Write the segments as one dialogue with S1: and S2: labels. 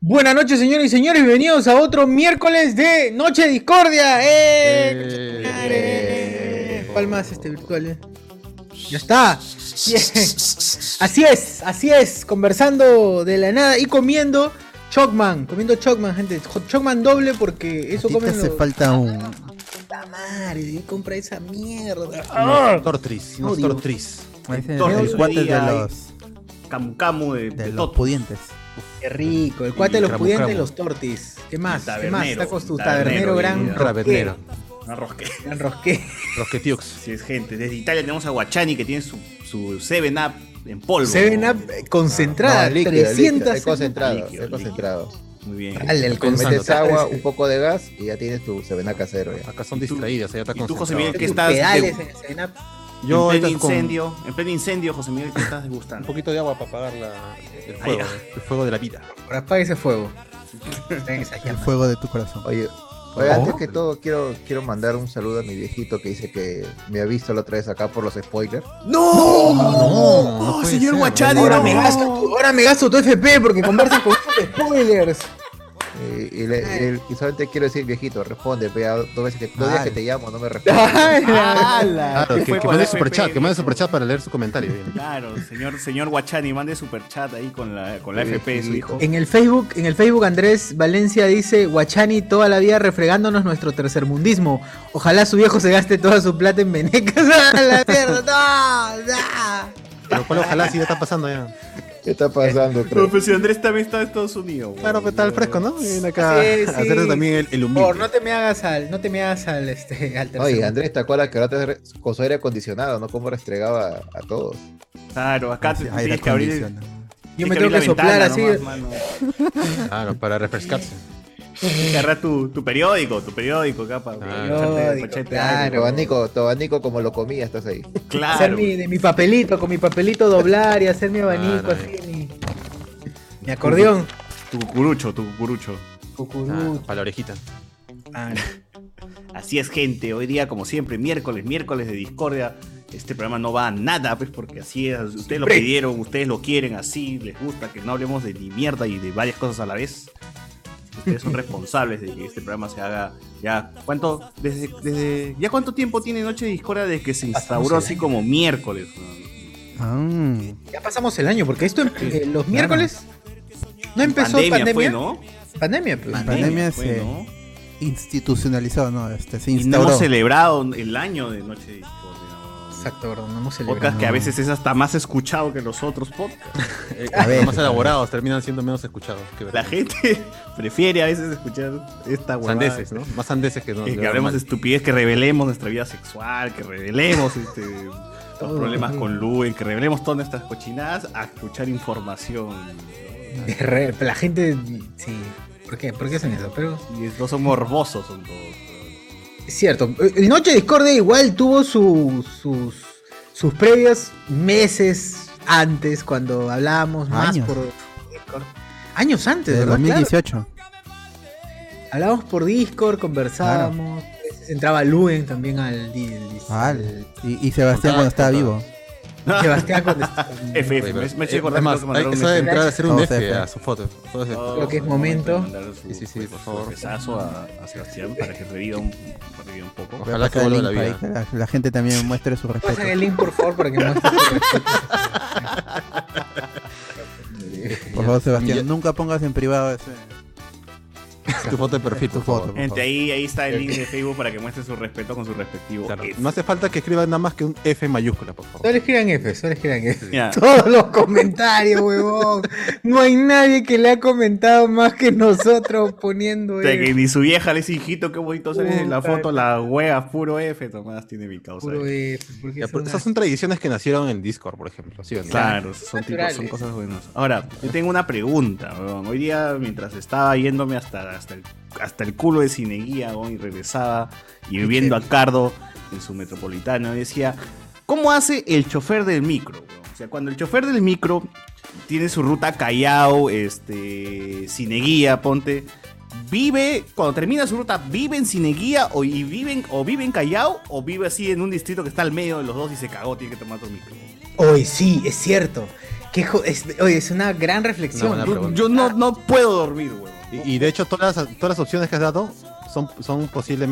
S1: Buenas noches, señores y señores. Bienvenidos a otro miércoles de Noche Discordia. ¡Eh!
S2: Eh.
S1: Palmas este virtual, eh. Ya está. Bien. Así es, así es. Conversando de la nada y comiendo Chocman. Comiendo Chocman, gente. Jo- Chocman doble porque eso
S2: Aquí te
S1: comen
S2: hace
S1: los-
S2: falta un
S1: Puta madre, ¿quién compra esa mierda?
S2: unos tortris, unos
S1: Odio.
S2: tortris.
S3: tortris,
S2: Los guantes de
S3: oía,
S2: los,
S3: Camu Camu de,
S2: de
S3: de
S2: los
S3: Toto.
S2: pudientes.
S1: Qué rico. El cuate de los
S2: cramu,
S1: pudientes y
S2: cramu.
S1: los tortis. ¿Qué más? ¿Qué
S3: Tabernero,
S1: más? Tacos tu tabernero,
S3: tabernero,
S1: gran
S3: bien.
S1: rosquero.
S2: Tabernero.
S3: Una rosca.
S1: Gran rosquero.
S2: Rosquetiux.
S3: Si es gente. Desde Italia tenemos a Guachani que tiene su, su 7-Up en polvo.
S1: Seven
S2: Ah.
S1: Up concentrada,
S4: No, líquido,
S1: 300.
S4: líquido, es concentrado,
S3: Líquido,
S4: es
S3: líquido.
S4: concentrado.
S3: Muy bien.
S1: Dale, el
S4: Le metes
S1: concentrado.
S4: agua, un poco de gas y ya tienes tu sevena casero. Ya.
S2: Acá son distraídas, allá está
S3: ¿Y tú,
S2: concentrado.
S3: José Miguel, qué
S1: Tus
S3: estás?
S1: pedales eh.
S3: de-
S1: en el Seven Up.
S3: en
S2: Yo
S3: pleno
S2: ahorita con
S3: incendio. En pleno incendio, José Miguel, ¿qué estás
S2: un
S3: degustando?
S2: poquito de agua para apagar la, el fuego, el fuego de la vida.
S1: Ahora apaga ese fuego. Ven, esa
S2: El
S1: llama.
S2: fuego de tu corazón.
S4: Oye, oye,
S2: ¿No?
S4: antes que todo quiero, quiero mandar un saludo a mi viejito que dice que me ha visto la otra vez acá por los spoilers.
S3: ¡No!
S2: Ah, no, no puede
S3: señor
S2: ser.
S3: Guachani!
S1: Ahora
S3: no.
S1: me gasto tu, ahora me gasto tu FP porque conversas con unos spoilers.
S4: Eh, Y, y le- y el- y solamente quiero decir, viejito, responde, vea dos veces que dos días que te llamo, no me respondes.
S3: ¡Hala!
S2: Ah, Claro, que,
S3: Fue
S2: que
S3: con
S2: mande
S3: FP.
S2: superchat, que mande superchat para leer su comentario. bien.
S3: Claro, señor, señor Guachani, mande superchat ahí con la, con la
S2: Pues,
S4: Sí,
S3: FP de su
S4: sí.
S3: hijo.
S1: En el Facebook, en el Facebook Andrés Valencia dice Guachani toda la vida refregándonos nuestro tercermundismo. Ojalá su viejo se gaste toda su plata en venecas. ¡A la mierda! ¡No!
S2: Pero cual ojalá sí ya está pasando ya.
S4: ¿Qué está pasando? creo?
S3: Pero pues, si Andrés también está en Estados Unidos.
S2: Claro, pero está el fresco, ¿no? Viene acá
S1: acá Sí, sí.
S2: a hacerse también el, el
S1: no! Por, no
S2: humilde.
S1: te me hagas al, no te me hagas al este al tercer
S4: Oye,
S1: mundo.
S4: Andrés, ¿te acuerdas que la otra vez con su aire acondicionado, no? Cómo restregaba a, a todos.
S3: Claro, acá te
S2: Aire
S3: tienes que abrir. tienes
S2: acondicionado.
S1: Yo me
S3: abrir
S1: tengo
S3: la
S1: que soplar
S3: ventana
S1: así.
S3: nomás, mano.
S2: Claro, para refrescarse.
S3: Agarra tu, tu periódico, tu periódico acá para
S2: Claro.
S1: Periódico,
S4: Tu
S1: claro.
S4: abanico, tu abanico como lo comía, estás ahí.
S1: Hacer
S3: claro.
S1: mi, de mi papelito, con mi papelito doblar y hacer mi abanico
S2: Claro,
S1: así. Mi, mi acordeón.
S3: Tu cucurucho, tu cucurucho.
S2: Ah,
S1: Cucurú.
S2: para la orejita.
S3: Ah, Así es, gente. Hoy día, como siempre, miércoles, miércoles de discordia. Este programa no va a nada, pues, porque así es. Ustedes lo pidieron, ustedes lo quieren así, les gusta que no hablemos de ni mierda y de varias cosas a la vez. Ustedes son responsables de que este programa se haga ya. ¿Cuánto? Desde, desde, ¿Ya cuánto tiempo tiene Noche de Discordia desde que se instauró así como miércoles? ¿no?
S2: Ah.
S1: Ya pasamos el año, porque esto em- eh, los miércoles no empezó pandemia.
S3: pandemia fue, ¿no?
S1: Pandemia, pues.
S2: Pandemia
S3: fue,
S2: se-
S3: ¿no?
S2: institucionalizado, no, este, se
S3: Y no hemos celebrado el año de Noche de Discordia. ¿no?
S1: Exacto, verdad, no hemos celebrado.
S3: Podcast que a veces es hasta más escuchado que los otros podcasts.
S2: A ver, Eh, más elaborados terminan siendo menos escuchados. que
S3: Eh, La gente prefiere a veces escuchar esta huevada. Eh,
S2: Sandeses, ¿no? Más sandeses que no.
S3: Que,
S2: de
S3: que hablemos de
S2: normal.
S3: estupidez, que revelemos nuestra vida sexual, que revelemos este, los
S1: Todo.
S3: problemas con Luen, que revelemos todas nuestras cochinadas a escuchar información. ¿no?
S1: De re- la gente. Sí. ¿Por qué? ¿Por qué hacen eso? Pero.
S3: Y es- no son morbosos, son todos.
S1: Es cierto. eh, Noche Discordia igual tuvo su- sus. sus previos meses antes, cuando hablábamos más
S5: Años.
S1: por Discord. Años antes,
S5: Desde
S1: ¿verdad? Claro.
S5: 2018.
S1: Hablábamos por Discord, conversábamos. a veces Entraba Luen también al. di- di-
S5: Vale. Y, y Sebastián cuando estaba vivo.
S1: Sebastián con-
S3: FF, me, me
S2: Oye, pero-
S3: estoy
S2: eh, es
S3: acordando
S2: más,
S3: que
S2: hay
S3: mandaron
S2: que
S3: un
S2: saber
S3: mensaje.
S2: entrar a hacer un
S5: Todos
S2: F
S5: F.
S2: a su foto. Todos F.
S3: Oh,
S1: Creo que es
S3: un
S1: momento.
S3: de mandar su- pues,
S2: Sí, sí, sí,
S3: su-
S2: por
S3: su
S2: favor.
S3: besazo a, a Sebastián para que reviva un, reviva un poco.
S2: Ojalá que vuelva a la vida.
S5: Que la, la gente también muestre su respeto.
S1: Pasen el link, por favor, para que muestre su respeto.
S5: Por favor, Sebastián,
S2: Ya.
S5: nunca pongas en privado ese.
S2: Tu foto de perfil, tu foto.
S3: Gente, ahí, ahí está el link de Facebook para que muestre su respeto con su respectivo. F.
S2: No hace falta que escriban nada más que un F mayúscula, por favor.
S1: Solo escriban F, solo escriban F.
S3: Ya.
S1: Todos los comentarios, huevón. No hay nadie que le ha comentado más que nosotros poniendo
S3: O sea, que
S1: F.
S3: ni su vieja le dice, hijito, qué bonito sales en la
S1: Puta.
S3: foto, la wea, puro F, Tomás tiene mi causa.
S1: Puro F, porque
S2: Ya,
S1: es
S2: pero
S1: una-
S2: Esas son tradiciones que nacieron en Discord, por ejemplo. ¿sí o no?
S3: Claro, son, tipos-
S1: naturales.
S3: son cosas buenas. Ahora, yo tengo una pregunta, weón. Hoy día, mientras estaba yéndome hasta, hasta, el, hasta el culo de Cineguía, weón, y regresaba, y viendo a Cardo en su metropolitana, decía, ¿cómo hace el chofer del micro? weón? O sea, cuando el chofer del micro tiene su ruta Callao, este, Cineguía, ponte... Vive, cuando termina su ruta, vive en Cineguía o, y viven, o vive en Callao o vive así en un distrito que está al medio de los dos y se cagó, tiene que tomar otro micro.
S1: Hoy sí, es cierto. Qué jo- es, oye, es una gran
S2: Una
S1: reflexión.
S2: buena
S1: Yo-
S2: pregunta.
S3: Yo no, no puedo dormir, weón.
S2: Y, y de hecho, todas las, todas las opciones que has dado son, son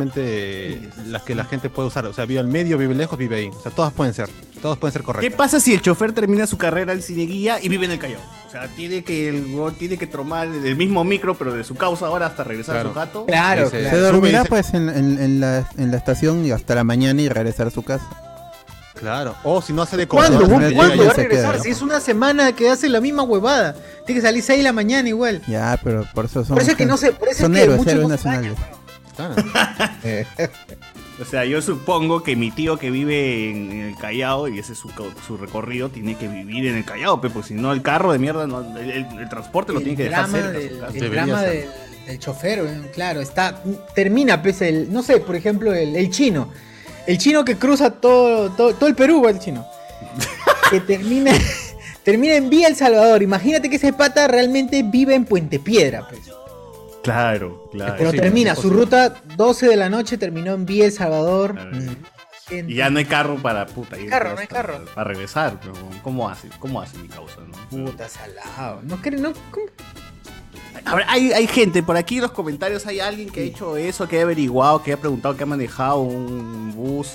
S2: posiblemente las que la gente puede usar. O sea, vive al medio, vive lejos, vive ahí. O sea, todas pueden ser. Todas pueden ser
S3: ¿Qué
S2: correctas.
S3: pasa si el chofer termina su carrera en Cineguía y vive en el Callao? O sea, tiene que, el huevón tiene que tomar el mismo micro, pero de su causa ahora hasta regresar
S2: Claro.
S3: a su gato.
S1: Claro,
S2: Dice-
S5: Se
S1: claro.
S5: dormirá
S2: Sube, dice-
S5: pues en, en- en la, en la estación y hasta la mañana y regresar a su casa.
S2: Claro. O si no hace de
S1: ¿Cuándo?
S5: Cuando
S2: corredor,
S5: se
S1: ¿Cuándo
S5: mete
S2: llega y
S5: ya
S1: va a
S5: se
S1: regresar?
S5: queda,
S1: Si es una semana que hace la misma huevada. Tiene que salir 6 de la mañana igual.
S5: Ya, pero por eso son.
S1: Por eso es que no se- por eso es
S5: son
S1: que
S5: héroes,
S1: muchos
S5: héroes
S1: no se
S5: nacionales.
S2: Claro.
S3: O sea, yo supongo que mi tío que vive en, en el Callao y ese es su, co- su recorrido, tiene que vivir en el Callao, pe, pues si no, el carro de mierda, no- el, el- el transporte lo
S1: El
S3: tiene que dejar
S1: drama
S3: cerca. de
S1: del-
S3: su casa.
S1: El
S2: Debería
S1: drama
S2: ser.
S1: del, del chofer, weón, claro, está. Termina, pues, el. No sé, por ejemplo, el, el chino. El chino que cruza todo, todo, todo el Perú, weón, el chino. que termina. Termina en Vía El Salvador. Imagínate que ese pata realmente vive en Puente Piedra, pues.
S3: Claro,
S5: Ah,
S3: claro.
S1: Pero
S2: sí,
S1: termina,
S2: es
S1: su
S2: posible.
S1: ruta 12 de la noche terminó en Vía El Salvador.
S3: Claro.
S1: Mm.
S3: Y ya no hay carro para puta. ir
S1: carro, no hay
S3: hasta-
S1: carro.
S3: Para regresar, pero ¿cómo hace? ¿Cómo hace mi causa? no?
S1: Puta salado. No creo, no. ¿cómo?
S3: A ver, hay, hay gente, por aquí en los comentarios hay alguien que ha hecho eso, que ha averiguado, que ha preguntado, que ha manejado un bus.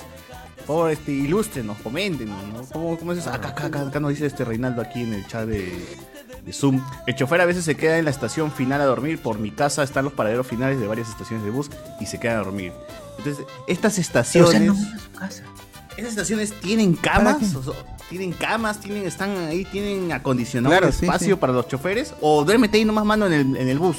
S3: Por este, ilústrenos, coméntenos, ¿no? ¿Cómo, cómo es eso? Acá, acá, acá, acá nos dice este Reinaldo aquí en el chat de, de Zoom. El chofer a veces se queda en la estación final a dormir. Por mi casa están los paraderos finales de varias estaciones de bus y se queda a dormir. Entonces, estas
S1: Pero,
S3: estaciones.
S1: o sea, no manda a su casa.
S3: Esas estaciones tienen camas, o sea, tienen camas, tienen, están ahí, tienen acondicionado
S5: Claro,
S3: un
S5: sí,
S3: espacio
S5: sí.
S3: para los choferes, o duérmete ahí nomás mano en el, en el bus.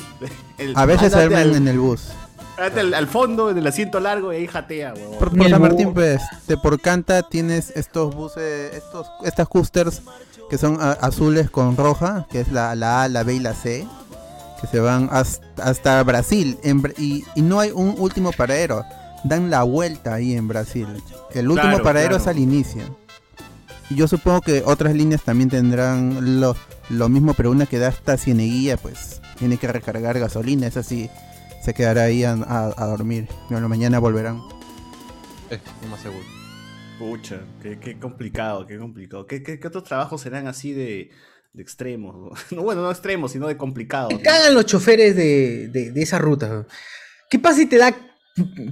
S3: El-
S5: A veces se
S3: ándate
S5: duermen
S3: al,
S5: en el bus.
S3: ándate al, al fondo, en el asiento largo, y ahí jatea, huevón.
S5: Por,
S1: Ni
S5: por
S1: el
S5: San
S1: bus.
S5: Martín, pues, de por Canta tienes estos buses, estos, estas coasters que son a- azules con roja, que es la, la A, la B y la C, que se van hasta, hasta Brasil. en Bra- y, y no hay un último paradero, dan la vuelta ahí en Brasil. El último
S3: Claro,
S5: paradero
S3: claro.
S5: es al inicio. Y yo supongo que otras líneas también tendrán lo, lo mismo, pero una que da hasta Cieneguilla, pues, tiene que recargar gasolina, es así. Se quedará ahí a, a- a dormir. Bueno, mañana volverán.
S2: Es lo más seguro.
S3: Pucha, qué, qué complicado, qué complicado. ¿Qué, qué, qué otros trabajos serán así de, de extremos? No, bueno, no extremos, sino de complicados.
S1: Me
S3: ¿no?
S1: cagan los choferes de, de, de esa ruta. weón. ¿Qué pasa si te da,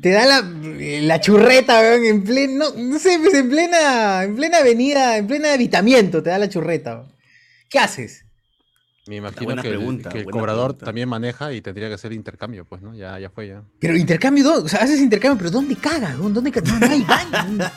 S1: te da la, la churreta, weón, en pleno, no, no sé, pues en plena, en plena avenida, en plena evitamiento te da la churreta. weón. ¿Qué haces?
S2: Me imagino
S3: buena
S2: que el,
S3: pregunta,
S2: que el
S3: buena
S2: cobrador
S3: pregunta.
S2: también maneja y tendría que hacer intercambio, pues, ¿no? Ya, ya fue, ya.
S1: Pero intercambio, ¿dó- o sea, haces intercambio, pero ¿dónde cagas? weón? ¿Dónde cagas? No, no hay baño.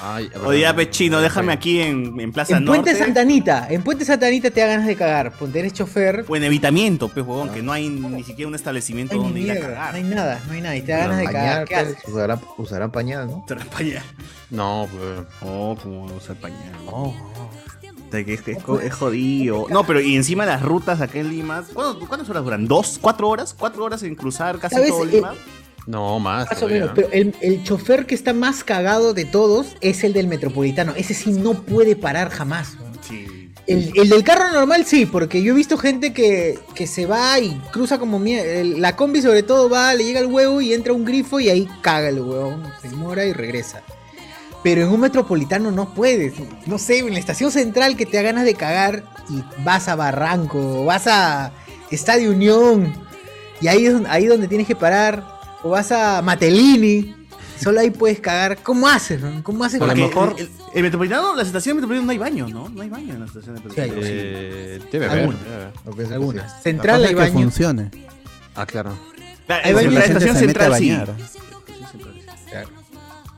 S2: Ay, es
S3: O ya,
S2: verdad,
S3: pe, chino,
S2: ya
S3: déjame
S2: fue.
S3: aquí en, en Plaza
S1: en Puente
S3: Norte.
S1: Santanita, en Puente Santanita te da ganas de cagar. Ponte eres chofer,
S3: O en evitamiento, pues, huevón,
S2: Ah.
S3: que no hay ni siquiera un establecimiento
S1: no hay,
S3: donde
S1: ni
S3: ir a
S1: mierda,
S3: cagar.
S1: no hay nada, no hay nada, y te da ganas de
S4: Pañal,
S1: cagar. ¿Qué haces?
S4: pues, usarán, usarán pañal, ¿no?
S3: Te repaña.
S2: No, pues.
S3: Oh, como usar pañal. O sea, que Es, que es, co- es jodido. No, pero y encima las rutas acá en Lima. ¿cuánto- ¿Cuántas horas duran? ¿Dos? ¿Cuatro horas? ¿Cuatro horas en cruzar casi
S1: ¿Sabes? eh,
S3: todo Lima?
S2: No, más.
S1: Más o
S2: todavía.
S1: menos, pero el, el chofer que está más cagado de todos es el del metropolitano. Ese sí no puede parar jamás. ¿no?
S3: Sí.
S1: El, el del carro normal sí, porque yo he visto gente que, que se va y cruza como mie- el- La combi sobre todo va, le llega el huevo y entra a un grifo y ahí caga el huevón, se mora y regresa. Pero en un metropolitano no puedes. No sé, en la estación central que te da ganas de cagar y vas a Barranco, o vas a Estadio Unión, y ahí es don- ahí donde tienes que parar, o vas a Matelini, solo ahí puedes cagar. ¿Cómo haces? man? ¿Cómo haces?
S2: A lo
S3: Porque
S1: para-
S2: mejor-
S3: El, el metropolitano, las estaciones metropolitano no hay baño, ¿no? No hay baño en las estaciones metropolitano.
S2: Eh, debe haber.
S1: Alguna.
S2: debe haber.
S4: No pienso que
S1: Algunas.
S4: sí.
S1: Central
S5: La
S1: hay
S5: cosa es que
S1: baño.
S5: funcione.
S2: Ah, claro.
S3: Claro,
S1: hay
S3: en
S1: baño en
S3: la
S1: la
S3: estación central sí.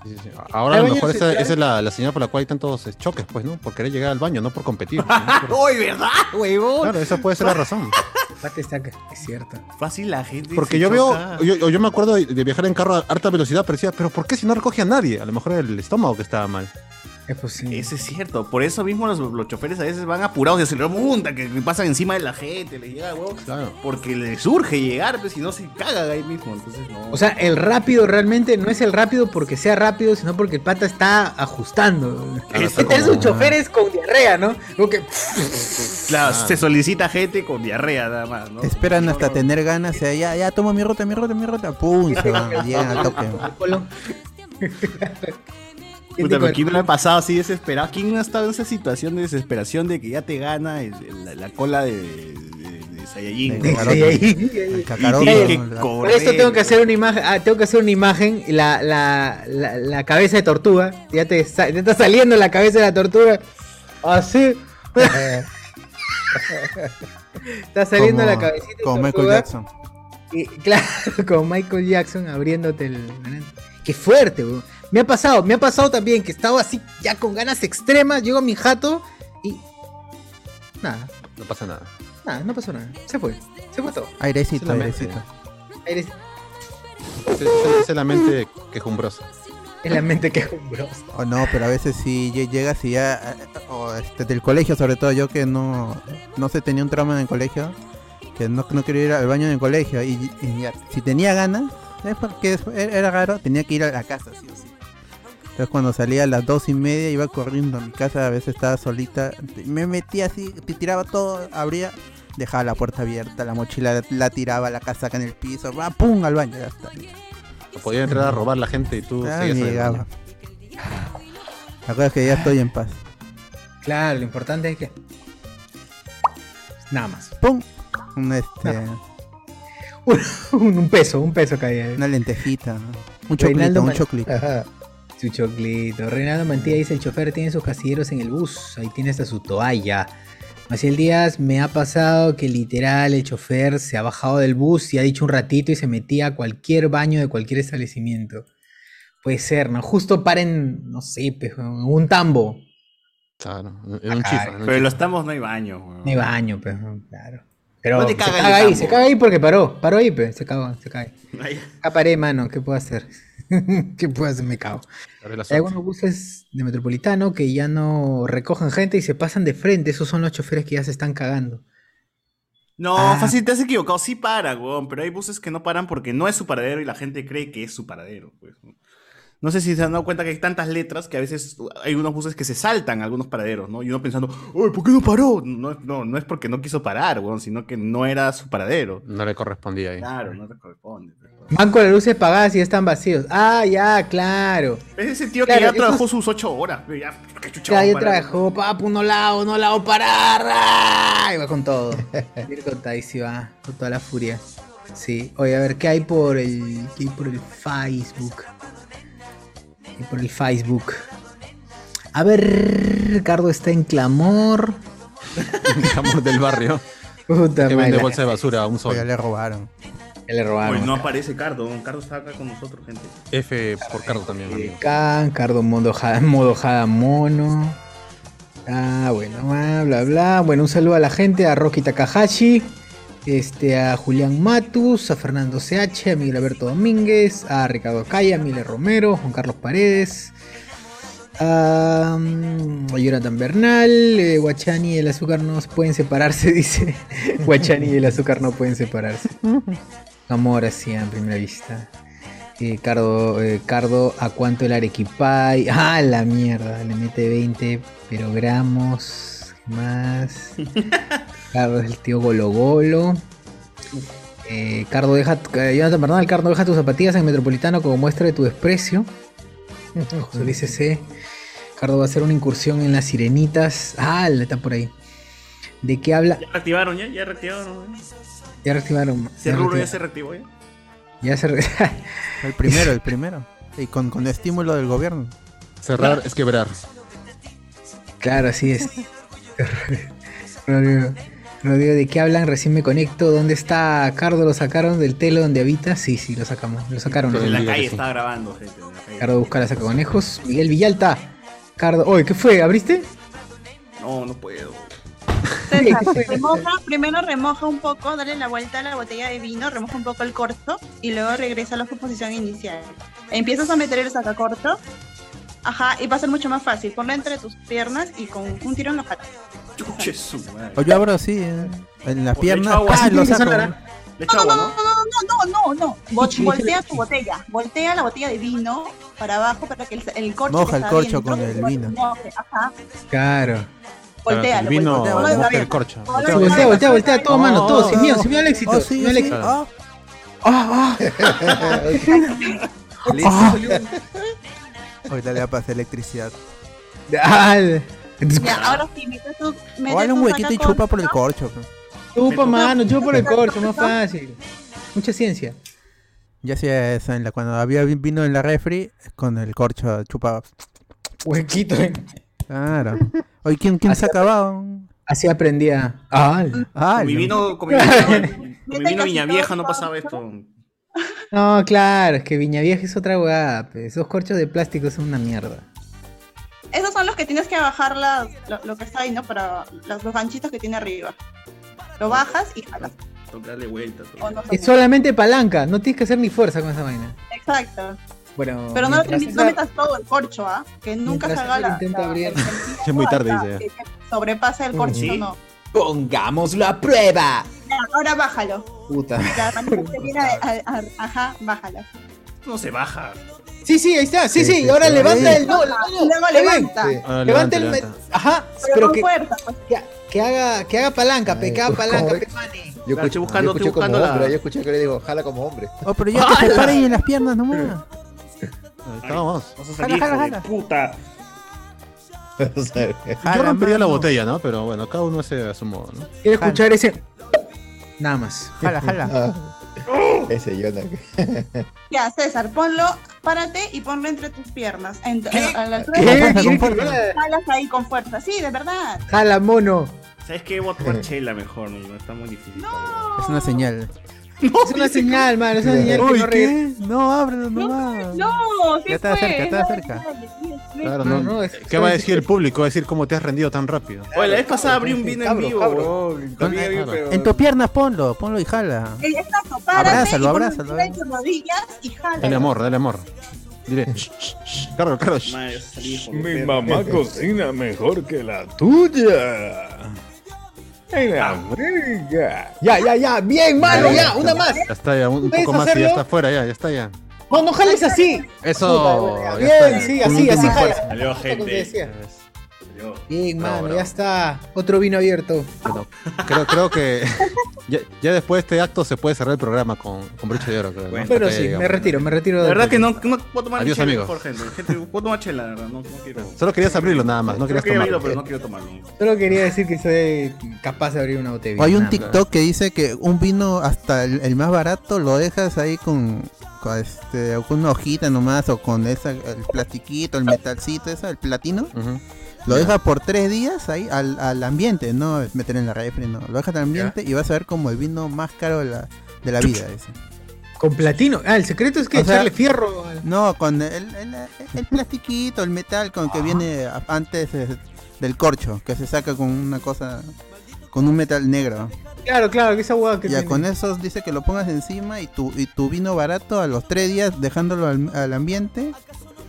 S2: Sí, sí, sí. Ahora
S1: Hay
S2: a lo
S1: baños
S2: mejor esa,
S1: centrales.
S2: esa es la, la señal por la cual hay tantos eh, choques, pues, ¿no? Por querer llegar al baño, no por competir. pues, ¿no? Por-
S3: ¡Ay, Ah, verdad, huevón!
S2: Claro, esa puede ser la razón.
S1: Aparte está acá, es cierto.
S3: Fácil la gente.
S2: Porque
S3: se
S2: yo veo,
S3: choca.
S2: yo, yo- yo me acuerdo de- de viajar en carro a alta velocidad, pero decía, pero ¿por qué si no recoge a nadie? A lo mejor el estómago que estaba mal.
S1: Es posible.
S3: Eso es cierto, por eso mismo los, los choferes a veces van apurados y se le remontan, que pasan encima de la gente, les llega, huevón.
S2: Claro.
S3: Porque le surge llegar, pues si no se caga ahí mismo, entonces no.
S1: O sea, el rápido realmente no es el rápido porque sea rápido, sino porque el pata está ajustando.
S2: Claro,
S1: Este
S2: está
S1: es
S2: como-
S1: un chofer es con diarrea, ¿no? Como que Ah.
S3: Claro, se solicita gente con diarrea nada más, ¿no?
S5: Esperan
S3: No,
S5: hasta
S3: no.
S5: tener ganas. eh, ya, ya, toma mi ruta, mi ruta, mi ruta. Pum, se van, llegan al tope.
S1: Polo,
S3: Puta, pero ¿quién no ha pasado así desesperado? ¿Quién no ha estado en esa situación de desesperación de que ya te gana el- el- la, la cola de, de, de Saiyajin?
S5: De
S3: ¿no?
S5: Kakaroto.
S1: Sí, ahí,
S5: El
S1: ahí.
S5: Kakaroto,
S1: Y tiene
S3: que
S5: la-
S3: co-
S1: Por eso tengo que hacer una imagen, ah, tengo que hacer una imagen, la, la, la, la cabeza de tortuga, ya te, sa- te está saliendo la cabeza de la tortuga, así, está saliendo la cabecita de
S5: como Michael
S1: tortuga.
S5: Jackson.
S1: Y, claro, con Michael Jackson abriéndote el. Qué fuerte, weón. Me ha pasado, me ha pasado también que estaba así, ya con ganas extremas, llego a mi jato y. Nada,
S2: No pasa nada.
S1: nada, Ah, no pasó nada. Se fue, se fue todo.
S5: Airecito,
S2: Solamente.
S5: airecito.
S1: Eres-
S2: Es, es- es la mente quejumbrosa.
S1: Es la mente quejumbrosa.
S5: O no, pero a veces sí lle- llegas y ya, eh, o este, del colegio sobre todo, yo que no, no sé, tenía un trauma en el colegio, que no, no quería ir al baño en el colegio, y, y ya, si tenía ganas, es porque es- era era raro, tenía que ir a la casa, sí o sí. Entonces cuando salía a las dos y media iba corriendo a mi casa, a veces estaba solita, me metía así, te tiraba todo, abría, dejaba la puerta abierta, la mochila la, la tiraba, la casaca en el piso, va, pum, al baño, ya está.
S2: Podía entrar a robar la gente y tú
S5: Ah,
S2: seguías en
S5: ni
S2: el
S5: llegaba.
S2: baño.
S5: La cosa es que ya estoy en paz.
S1: Claro, lo importante es que. Nada más.
S5: ¡Pum! Un, este,
S1: Un, un peso, un peso caía.
S5: una lentejita. ¿no? Un choclito,
S1: Reinaldo
S5: un
S1: Mal-
S5: choclito.
S4: Ajá.
S1: Su choclito. Reinaldo Mantilla dice, el chofer tiene sus casilleros en el bus. Ahí tiene hasta su toalla. Maciel Díaz, me ha pasado que literal el chofer se ha bajado del bus y ha dicho un ratito y se metía a cualquier baño de cualquier establecimiento. Puede ser, ¿no? Justo paren, no sé, pues, en un tambo.
S2: Claro, era un
S1: Ah, caray.
S2: chifa. era un
S3: Pero en
S2: chifa.
S3: los tambos no hay baño. weón.
S1: No hay baño, pues, ¿no? claro. Pero
S3: No te
S1: se
S3: cagas en
S1: caga
S3: el
S1: ahí,
S3: tambo.
S1: se caga ahí porque paró. Paró ahí, pues, se cagó, se cae.
S3: Ay,
S1: Ah, paré, mano, ¿qué puedo hacer? ¿Qué puedo hacer? Me cago.
S2: Era la
S1: Hay
S2: suerte.
S1: algunos buses de metropolitano que ya no recojan gente y se pasan de frente. Esos son los choferes que ya se están cagando.
S3: No,
S1: Ah.
S3: fácil, te has equivocado. Sí para, weón. Pero hay buses que no paran porque no es su paradero y la gente cree que es su paradero. pues. No sé si se han dado cuenta que hay tantas letras que a veces hay unos buses que se saltan algunos paraderos, ¿no? Y uno pensando, ¡ay, ¿por qué no paró? No, no, no es porque no quiso parar, weón, sino que no era su paradero.
S2: No le correspondía ahí.
S3: Claro, no te corresponde. pero-
S1: Van con las luces pagadas y ya están vacíos. Ah, ya, claro.
S3: Es ese tío que
S1: Claro,
S3: ya
S1: esos-
S3: trabajó sus ocho horas. pero Ya, ¿qué chucha va a
S1: ya, yo
S3: parar?
S1: trabajo, papu, no lavo, no lavo parar. ¡Ah! Y va con todo. Ir con todo, ahí sí va, con toda la furia. Sí. Oye, a ver, ¿qué hay por el. qué hay por el Facebook? ¿Qué hay por el Facebook? A ver, Ricardo está en clamor.
S2: Digamos, del barrio.
S1: Puta
S2: Que
S1: madre.
S2: vende bolsa de basura a un
S5: Ya
S2: sol.
S5: le robaron.
S1: Ya le robaron.
S3: Uy, no aparece Cardo. don Cardo está acá con nosotros, gente.
S2: F por Carlos
S3: Eh,
S2: también, amigo.
S1: Can, Cardo modo jada, modo jada mono. Ah, bueno, ah, bla, bla. Bueno, un saludo a la gente, a Rocky Takahashi, este, a Julián Matus, a Fernando CH, a Miguel Alberto Domínguez, a Ricardo Calla, a Mile Romero, Juan Carlos Paredes, a, mm, a Jonathan Bernal, eh, Guachani y el azúcar no pueden separarse, dice. Guachani y el azúcar no pueden separarse. Amor así a primera vista. Eh, Cardo, eh, Cardo, ¿a cuánto el Arequipay? ¡Ah, la mierda! Le mete 20 pero gramos más. Cardo es el tío Golo Golo. Eh, Cardo, deja, eh, Jonathan Bernal, Cardo, deja tus zapatillas en el Metropolitano como muestra de tu desprecio. José Luis C. Cardo va a hacer una incursión en las sirenitas. ¡Ah, la está por ahí! ¿De qué habla?
S3: Ya reactivaron, ya, ya reactivaron.
S1: Ya reactivaron.
S3: Ese
S1: ya
S3: rubro ya
S1: reactivaron.
S3: se reactivó, ya.
S1: Ya se re-
S5: El primero, el primero. Y con, con estímulo del gobierno.
S2: Cerrar es quebrar.
S1: Claro, así es. Rodrigo, Rodrigo, ¿de qué hablan? Recién me conecto. ¿Dónde está Cardo? ¿Lo sacaron del telo donde habita? Sí, sí, lo sacamos. Lo sacaron.
S2: Sí.
S3: En la
S2: Diga que
S3: calle
S2: sí.
S3: está grabando, gente. en la calle.
S1: Cardo busca la sacaconejos. Miguel Villalta. Cardo. Oye, ¿qué fue? ¿Abriste?
S3: No, no puedo.
S6: César, remoja- primero remoja un poco, dale la vuelta a la botella de vino, remoja un poco el corto y luego regresa a la composición inicial. Empiezas a meter el sacacorto. Ajá, y va a ser mucho más fácil. Ponlo entre tus piernas y con un tiro en la pata.
S3: Chuche su madre.
S5: O yo abro así, eh, en
S1: Pues
S5: la
S3: O le
S5: pierna.
S3: echo agua.
S5: ¡pah!
S1: Así
S5: Lo
S1: tiene que
S5: saco.
S1: sonar,
S3: Le echo agua,
S6: No, no,
S3: ¿no?
S6: no, no, no, no. Vol- voltea tu botella. Voltea la botella de vino para abajo para que el, el corcho.
S5: Moja
S6: que
S5: el
S6: está
S5: corcho
S6: adentro
S5: con el
S6: lo
S5: vino.
S6: moje. Ajá,
S1: Claro.
S2: El
S6: voltealo.
S2: vino
S6: voltealo,
S5: moja
S6: voltealo.
S2: el corcho.
S6: Voltea,
S1: Sí,
S6: voltea,
S1: voltea, voltea, voltea. Todo,
S2: Oh,
S1: mano. Todo. Sin
S5: oh,
S1: miedo,
S5: oh.
S1: sin miedo al éxito.
S5: Oh,
S1: sin
S5: sí,
S1: miedo al
S5: sí.
S1: éxito.
S5: Ah,
S1: Ah, ah, Oh.
S2: Listo.
S1: ah,
S5: Ahorita le va a pasar electricidad.
S1: Dale.
S6: Ya, ahora sí, metes tu.
S5: O
S6: metes
S5: dale un
S6: tu
S5: huequito y
S6: sacacorcho,
S5: chupa por el corcho. pues. pe.
S1: Chupa, mano, chupa por el corcho, más fácil. Mucha ciencia.
S5: Ya hacía eso, en la, cuando había vi- vino en la refri, con el corcho chupaba.
S1: Huequito. eh.
S5: Claro. Oye, ¿quién, quién se ha acabado?
S1: Así aprendía. Ah,
S5: Ah,
S3: Con mi
S5: la-
S3: vino, con mi vino, con mi
S6: Mete
S3: vino
S6: casi
S3: Viña
S6: todo
S3: Vieja no
S6: el
S3: pasaba
S6: corcho.
S3: esto.
S1: No, claro, es que Viñavieja es otra hueá. pe. Esos corchos de plástico son una mierda.
S6: Esos son los que tienes que bajar las, lo, lo que está ahí, ¿no? Para los, los ganchitos que tiene arriba. Lo bajas y jalas.
S3: Tocarle vuelta. todo.
S7: Oh,
S6: o no
S1: Es
S6: sé.
S1: solamente palanca, no tienes que hacer ni fuerza con esa vaina.
S6: Exacto.
S1: Bueno,
S6: Pero no, lo
S1: mientras
S6: metas- no
S1: esa-
S6: metas todo el corcho, ¿ah? Que nunca
S1: Mientras
S6: salga
S1: él
S6: la.
S1: intenta
S6: la-
S1: abrir.
S6: el-
S1: Mm.
S6: el-
S2: Es muy tarde,
S6: la-
S2: dice ya.
S6: que Sobrepase el corcho,
S3: ¿Sí?
S6: no.
S8: Pongamos la prueba.
S6: Ya, ahora bájalo.
S1: Puta.
S6: La manita se viene a- a- a- ajá, bájala.
S3: No se baja.
S1: Sí, sí, ahí está. Sí,
S4: Sí,
S1: sí,
S4: sí,
S1: ahora
S4: sí.
S1: levanta el. No,
S6: Y luego
S1: está
S6: Ah,
S1: bien.
S6: levanta.
S7: Ah,
S4: Sí.
S1: Levanta
S2: Ahora levanta,
S1: el.
S2: levanta.
S1: Ajá,
S6: Pero
S1: pero
S6: con
S1: que,
S6: fuerza, pues.
S1: que- que haga, que haga palanca, pe,
S4: Ay,
S1: que haga
S4: pues,
S1: palanca,
S4: ¿cómo
S1: pe,
S4: ves?
S1: mane.
S4: Yo
S3: Claro, estoy
S4: escuché,
S3: buscando-
S4: yo
S3: estoy
S4: escuché como
S3: buscando la-
S4: hombre, yo escuché que le digo, jala como hombre.
S5: Oh, pero ya que se paren en las piernas nomás.
S2: Ahí Estábamos.
S3: Vas a salir,
S5: Jala, jala,
S3: hijo de
S5: jala.
S3: puta.
S4: O sea,
S2: Yo
S5: Jala,
S2: rompería la
S5: mano.
S2: botella, ¿no? Pero bueno, cada uno hace a su modo, ¿no?
S1: Quiero escuchar ese. Nada más.
S5: Jala, jala.
S4: ah, ese Jonah.
S1: Ah.
S6: Ya, César, ponlo, párate y ponlo entre tus piernas. En, en- a la altura de
S1: ¿Qué?
S5: Con fuerza, con
S1: ¿Quieres que-
S5: fuerza.
S6: jalas ahí con fuerza. Sí, de verdad.
S1: Jala, mono.
S3: ¿Sabes qué? Voy a
S2: Eh.
S3: tomar chela mejor, no está muy difícil. No.
S5: Es una señal.
S1: Es una señal, mano. Es una señal que
S5: Uy,
S1: no regresa.
S5: ¿qué? No, ábrelo nomás.
S6: No, sí
S5: Ya está
S6: fue.
S5: cerca, está
S6: no,
S5: cerca.
S6: dale, sí, sí.
S2: Claro,
S1: No,
S2: no.
S1: no, es-
S2: ¿Qué va a decir el público? Va a decir cómo te has rendido tan rápido.
S3: Oye, la vez pasada abrí un vino en
S4: Cabro,
S3: vivo,
S4: cabro.
S3: weón. También
S2: Claro.
S3: abrí, pero-
S5: En tus piernas ponlo, ponlo y
S2: Ah.
S5: jala.
S6: Eh, Exacto, párate
S5: Abrázalo,
S6: y ponlo
S5: abrázalo,
S6: encima de tus rodillas y jala.
S2: Dale amor, dale amor. Dile. "Shh, shh, shh". Carlos, Carlos. shh.
S3: Madre, salí, hijo de
S9: Mi
S3: perra.
S9: mamá cocina mejor que la tuya. En América.
S1: Ya, ya, ya. Bien, mano, ya. Una más.
S2: Ya está, ya un
S1: ¿Puedes
S2: poco más y
S1: hacerlo?
S2: ya está fuera, ya, ya está ya.
S1: No, no jales así.
S2: Eso. ya
S1: Bien,
S2: está.
S1: sí,
S2: Un
S1: así,
S2: último
S1: así
S2: esfuerzo.
S1: jala.
S3: Salió,
S1: Como te
S3: gente.
S1: decía.
S2: Es-
S3: Salió.
S1: Bien,
S2: Bravo,
S1: mano,
S2: bravo.
S1: ya está. Otro vino abierto.
S2: Bueno, creo, creo que ya, ya después de este acto se puede cerrar el programa con, con broche de oro. Creo, ¿no?
S3: Bueno,
S2: Hasta
S1: Pero
S2: acá
S1: sí, me
S2: llegamos.
S1: retiro, me retiro.
S3: La
S1: de
S3: verdad que no, no puedo tomar
S2: Adiós,
S3: chela
S2: amigos.
S3: mejor, gente. Gente, puedo tomar chela, la verdad. No, no quiero.
S2: Solo querías abrirlo nada más, no
S3: Creo
S2: querías
S3: que he abierto,
S2: tomarlo.
S3: pero no quiero tomarlo.
S1: Solo quería decir que soy capaz de abrir una botella.
S5: O hay un
S1: nada más.
S5: TikTok que dice que un vino hasta el, el más barato lo dejas ahí con, con, este, con una hojita nomás o con esa, el plastiquito, el metalcito, esa, el platino.
S2: Ujú.
S5: Lo dejas por tres días ahí al, al ambiente, no meter en la refri, no. Lo dejas al ambiente y vas a ver como el vino más caro de la, de la vida. dice.
S1: Con platino. Ah, el secreto es que
S5: O sea-
S1: echarle fierro. al-
S5: No, con el, el- el plastiquito, el metal con
S1: Ah.
S5: que viene a- antes eh, del corcho, que se saca con una cosa, con un metal negro.
S1: Claro, claro, que esa hueá que
S5: Ya
S1: tiene.
S5: con eso dice que lo pongas encima y tu, y tu vino barato a los tres días dejándolo al, al ambiente.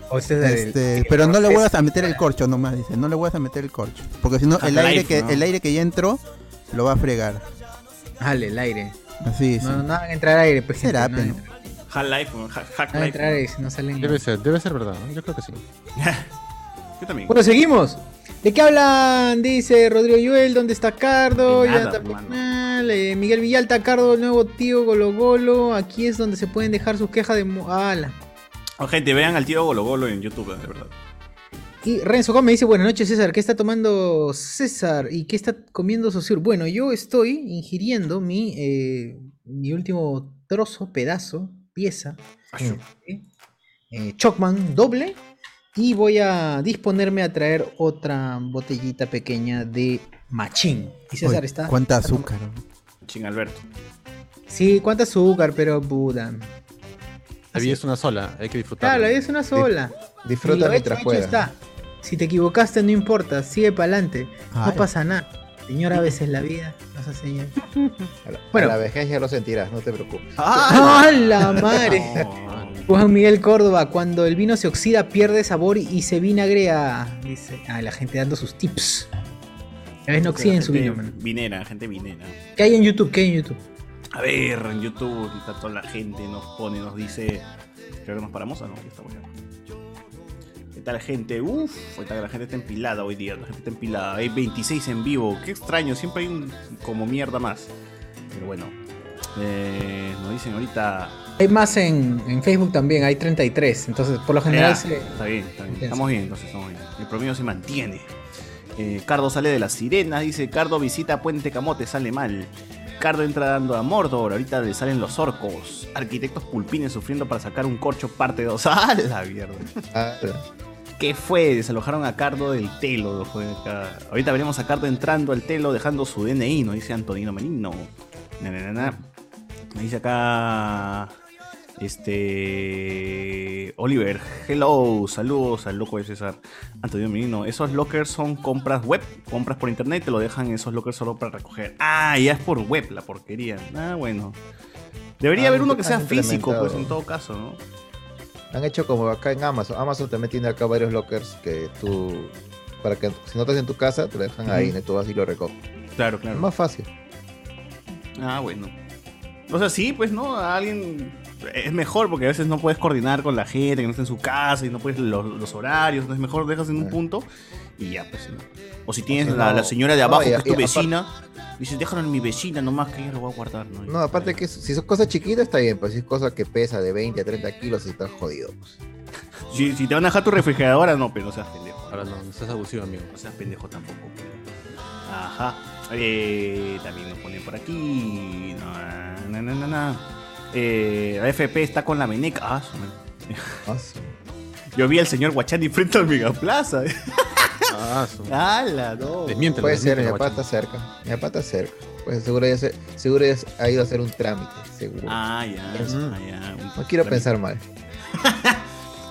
S1: O sea, del-
S5: este,
S1: el
S5: pero no le
S1: proceso.
S5: vuelvas a meter el corcho nomás, dice, no le vuelvas a meter el corcho. Porque si no el aire
S3: Half-Life,
S5: que,
S3: ¿no?
S5: el aire que ya entró lo va a fregar.
S1: Jale, el aire.
S5: Así dice.
S1: No, no hagan entrar aire, pues. gente,
S5: Será,
S1: no
S5: pero-
S1: hagan-
S3: Half Life, weón. Ha- Hack
S1: no hagan entrar
S3: Life.
S1: aire si no salen.
S2: Debe ser, debe ser verdad, ¿no? yo creo que sí.
S3: Yo también.
S1: Bueno, seguimos. ¿De qué hablan? Dice Rodrigo Yuel, ¿dónde está Cardo?
S3: De nada,
S1: Jonathan
S3: hermano.
S1: Bernal, eh, Miguel Villalta, Cardo, el nuevo tío Golo Golo. Aquí es donde se pueden dejar sus quejas de... mo- ala.
S3: Oh, gente, vean al tío Golo Golo en YouTube, de verdad.
S1: Y Renzo Gómez dice, buenas noches César, ¿qué está tomando César? ¿Y qué está comiendo Sosur? Bueno, yo estoy ingiriendo mi, eh, mi último trozo, pedazo, pieza, eh, eh, Chocman doble, y voy a disponerme a traer otra botellita pequeña de machín. Y César
S5: Oye,
S1: está...
S5: ¿Cuánta
S1: está tomando-
S5: azúcar?
S3: Ching Alberto.
S1: Sí, cuánta azúcar, pero puta.
S2: La vida es una sola, hay que disfrutarla.
S1: Claro, la vida es una sola. Y
S4: Disfruta
S1: lo
S4: mientras
S1: hecho, hecho
S4: puedas.
S1: está. Si te equivocaste, no importa, sigue para adelante.
S5: Ah,
S1: No pasa nada. Señora, a veces la vida nos hace señal.
S4: A la- a
S1: Bueno.
S4: la vejez ya lo sentirás, no te preocupes.
S1: ¡Ah, la madre!
S3: No.
S1: Juan Miguel Córdoba, cuando el vino se oxida, pierde sabor y se vinagrea. Dice, ah, la gente dando sus tips. A veces no oxiden su
S3: Gente
S1: vino, mano.
S3: Vinera, gente vinera.
S1: ¿Qué hay en YouTube? ¿Qué hay en YouTube?
S3: A ver, en YouTube está toda la gente, nos pone, nos dice. Creo que nos paramos o no, ya estamos ya. ¿Qué tal, gente? Uf, ahorita que la gente está empilada hoy día, la gente está empilada. Hay 26 en vivo, qué extraño, siempre hay un como mierda más. Pero bueno, eh, nos dicen ahorita.
S1: Hay más en, en Facebook también, hay 33. Entonces, por lo general
S3: Ya,
S1: se-
S3: Está bien, está bien.
S1: Sí,
S3: Estamos bien, entonces estamos bien. El promedio se mantiene. Eh, Cardo sale de las sirenas, dice Cardo visita Puente Camote, sale mal. Cardo entra dando a Mordor, ahorita le salen los orcos. Arquitectos pulpines sufriendo para sacar un corcho parte 2. ¡Ah, la mierda! ¿Qué fue? Desalojaron a Cardo del telo. lo fue acá. Ahorita veremos a Cardo entrando al telo, dejando su DNI, nos dice Antonino Menino. Na, na, na, na. Me dice acá. Este. Oliver, hello, saludos al loco de César. Antonio Menino, esos lockers son compras web, compras por internet, te lo dejan en esos lockers solo para recoger. Ah, ya es por web la porquería. Ah, bueno. Debería
S4: Ah,
S3: haber uno
S4: han
S3: que sea físico, pues
S4: implementado.
S3: en todo caso, ¿no?
S4: Han hecho como acá en Amazon. Amazon también tiene acá varios lockers que tú. Para que si no estás en tu casa, te lo dejan ahí,
S3: Ujú.
S4: ¿no? tú vas y lo recoges.
S3: Claro,
S4: Es
S3: claro.
S4: más fácil.
S3: Ah, bueno. O sea, sí, pues, ¿no? A alguien es mejor porque a veces no puedes coordinar con la gente que no está en su casa y no puedes los, los horarios. Entonces, mejor lo dejas en un punto y ya, pues. ¿no? O si tienes
S4: sea,
S3: la,
S4: Ah. no-
S3: la señora de
S4: no,
S3: abajo
S4: y-
S3: que es tu
S4: y aparte-
S3: vecina, dices, déjalo en mi vecina nomás que ella lo va a guardar, ¿no?
S4: No, aparte que si son cosas chiquitas está bien, pero si es cosa que pesa de 20 a 30 kilos, estás jodido. pues.
S3: Si, si te van a dejar tu refrigeradora, no, pero no seas pendejo.
S2: Ahora no, no seas abusivo, amigo.
S3: No seas pendejo tampoco. pues. Ajá. Eh, también nos ponen por aquí. Na, na, na, na, na. Eh, la FP está con la meneca. Ah, su madre.
S4: Ah, sí.
S3: Yo vi al señor Guachani frente al Megaplaza.
S2: Ah, su-
S3: ¡Hala, no!
S2: Desmiéntelo.
S4: Puede ser, mi
S2: desmiéntelo,
S4: papá
S2: guachán.
S4: está cerca. Mi papá está cerca. Pues seguro ya, se- seguro ya se- ha ido a hacer un trámite, seguro.
S3: Ah, ya, ah, ya.
S4: no quiero pensar mal.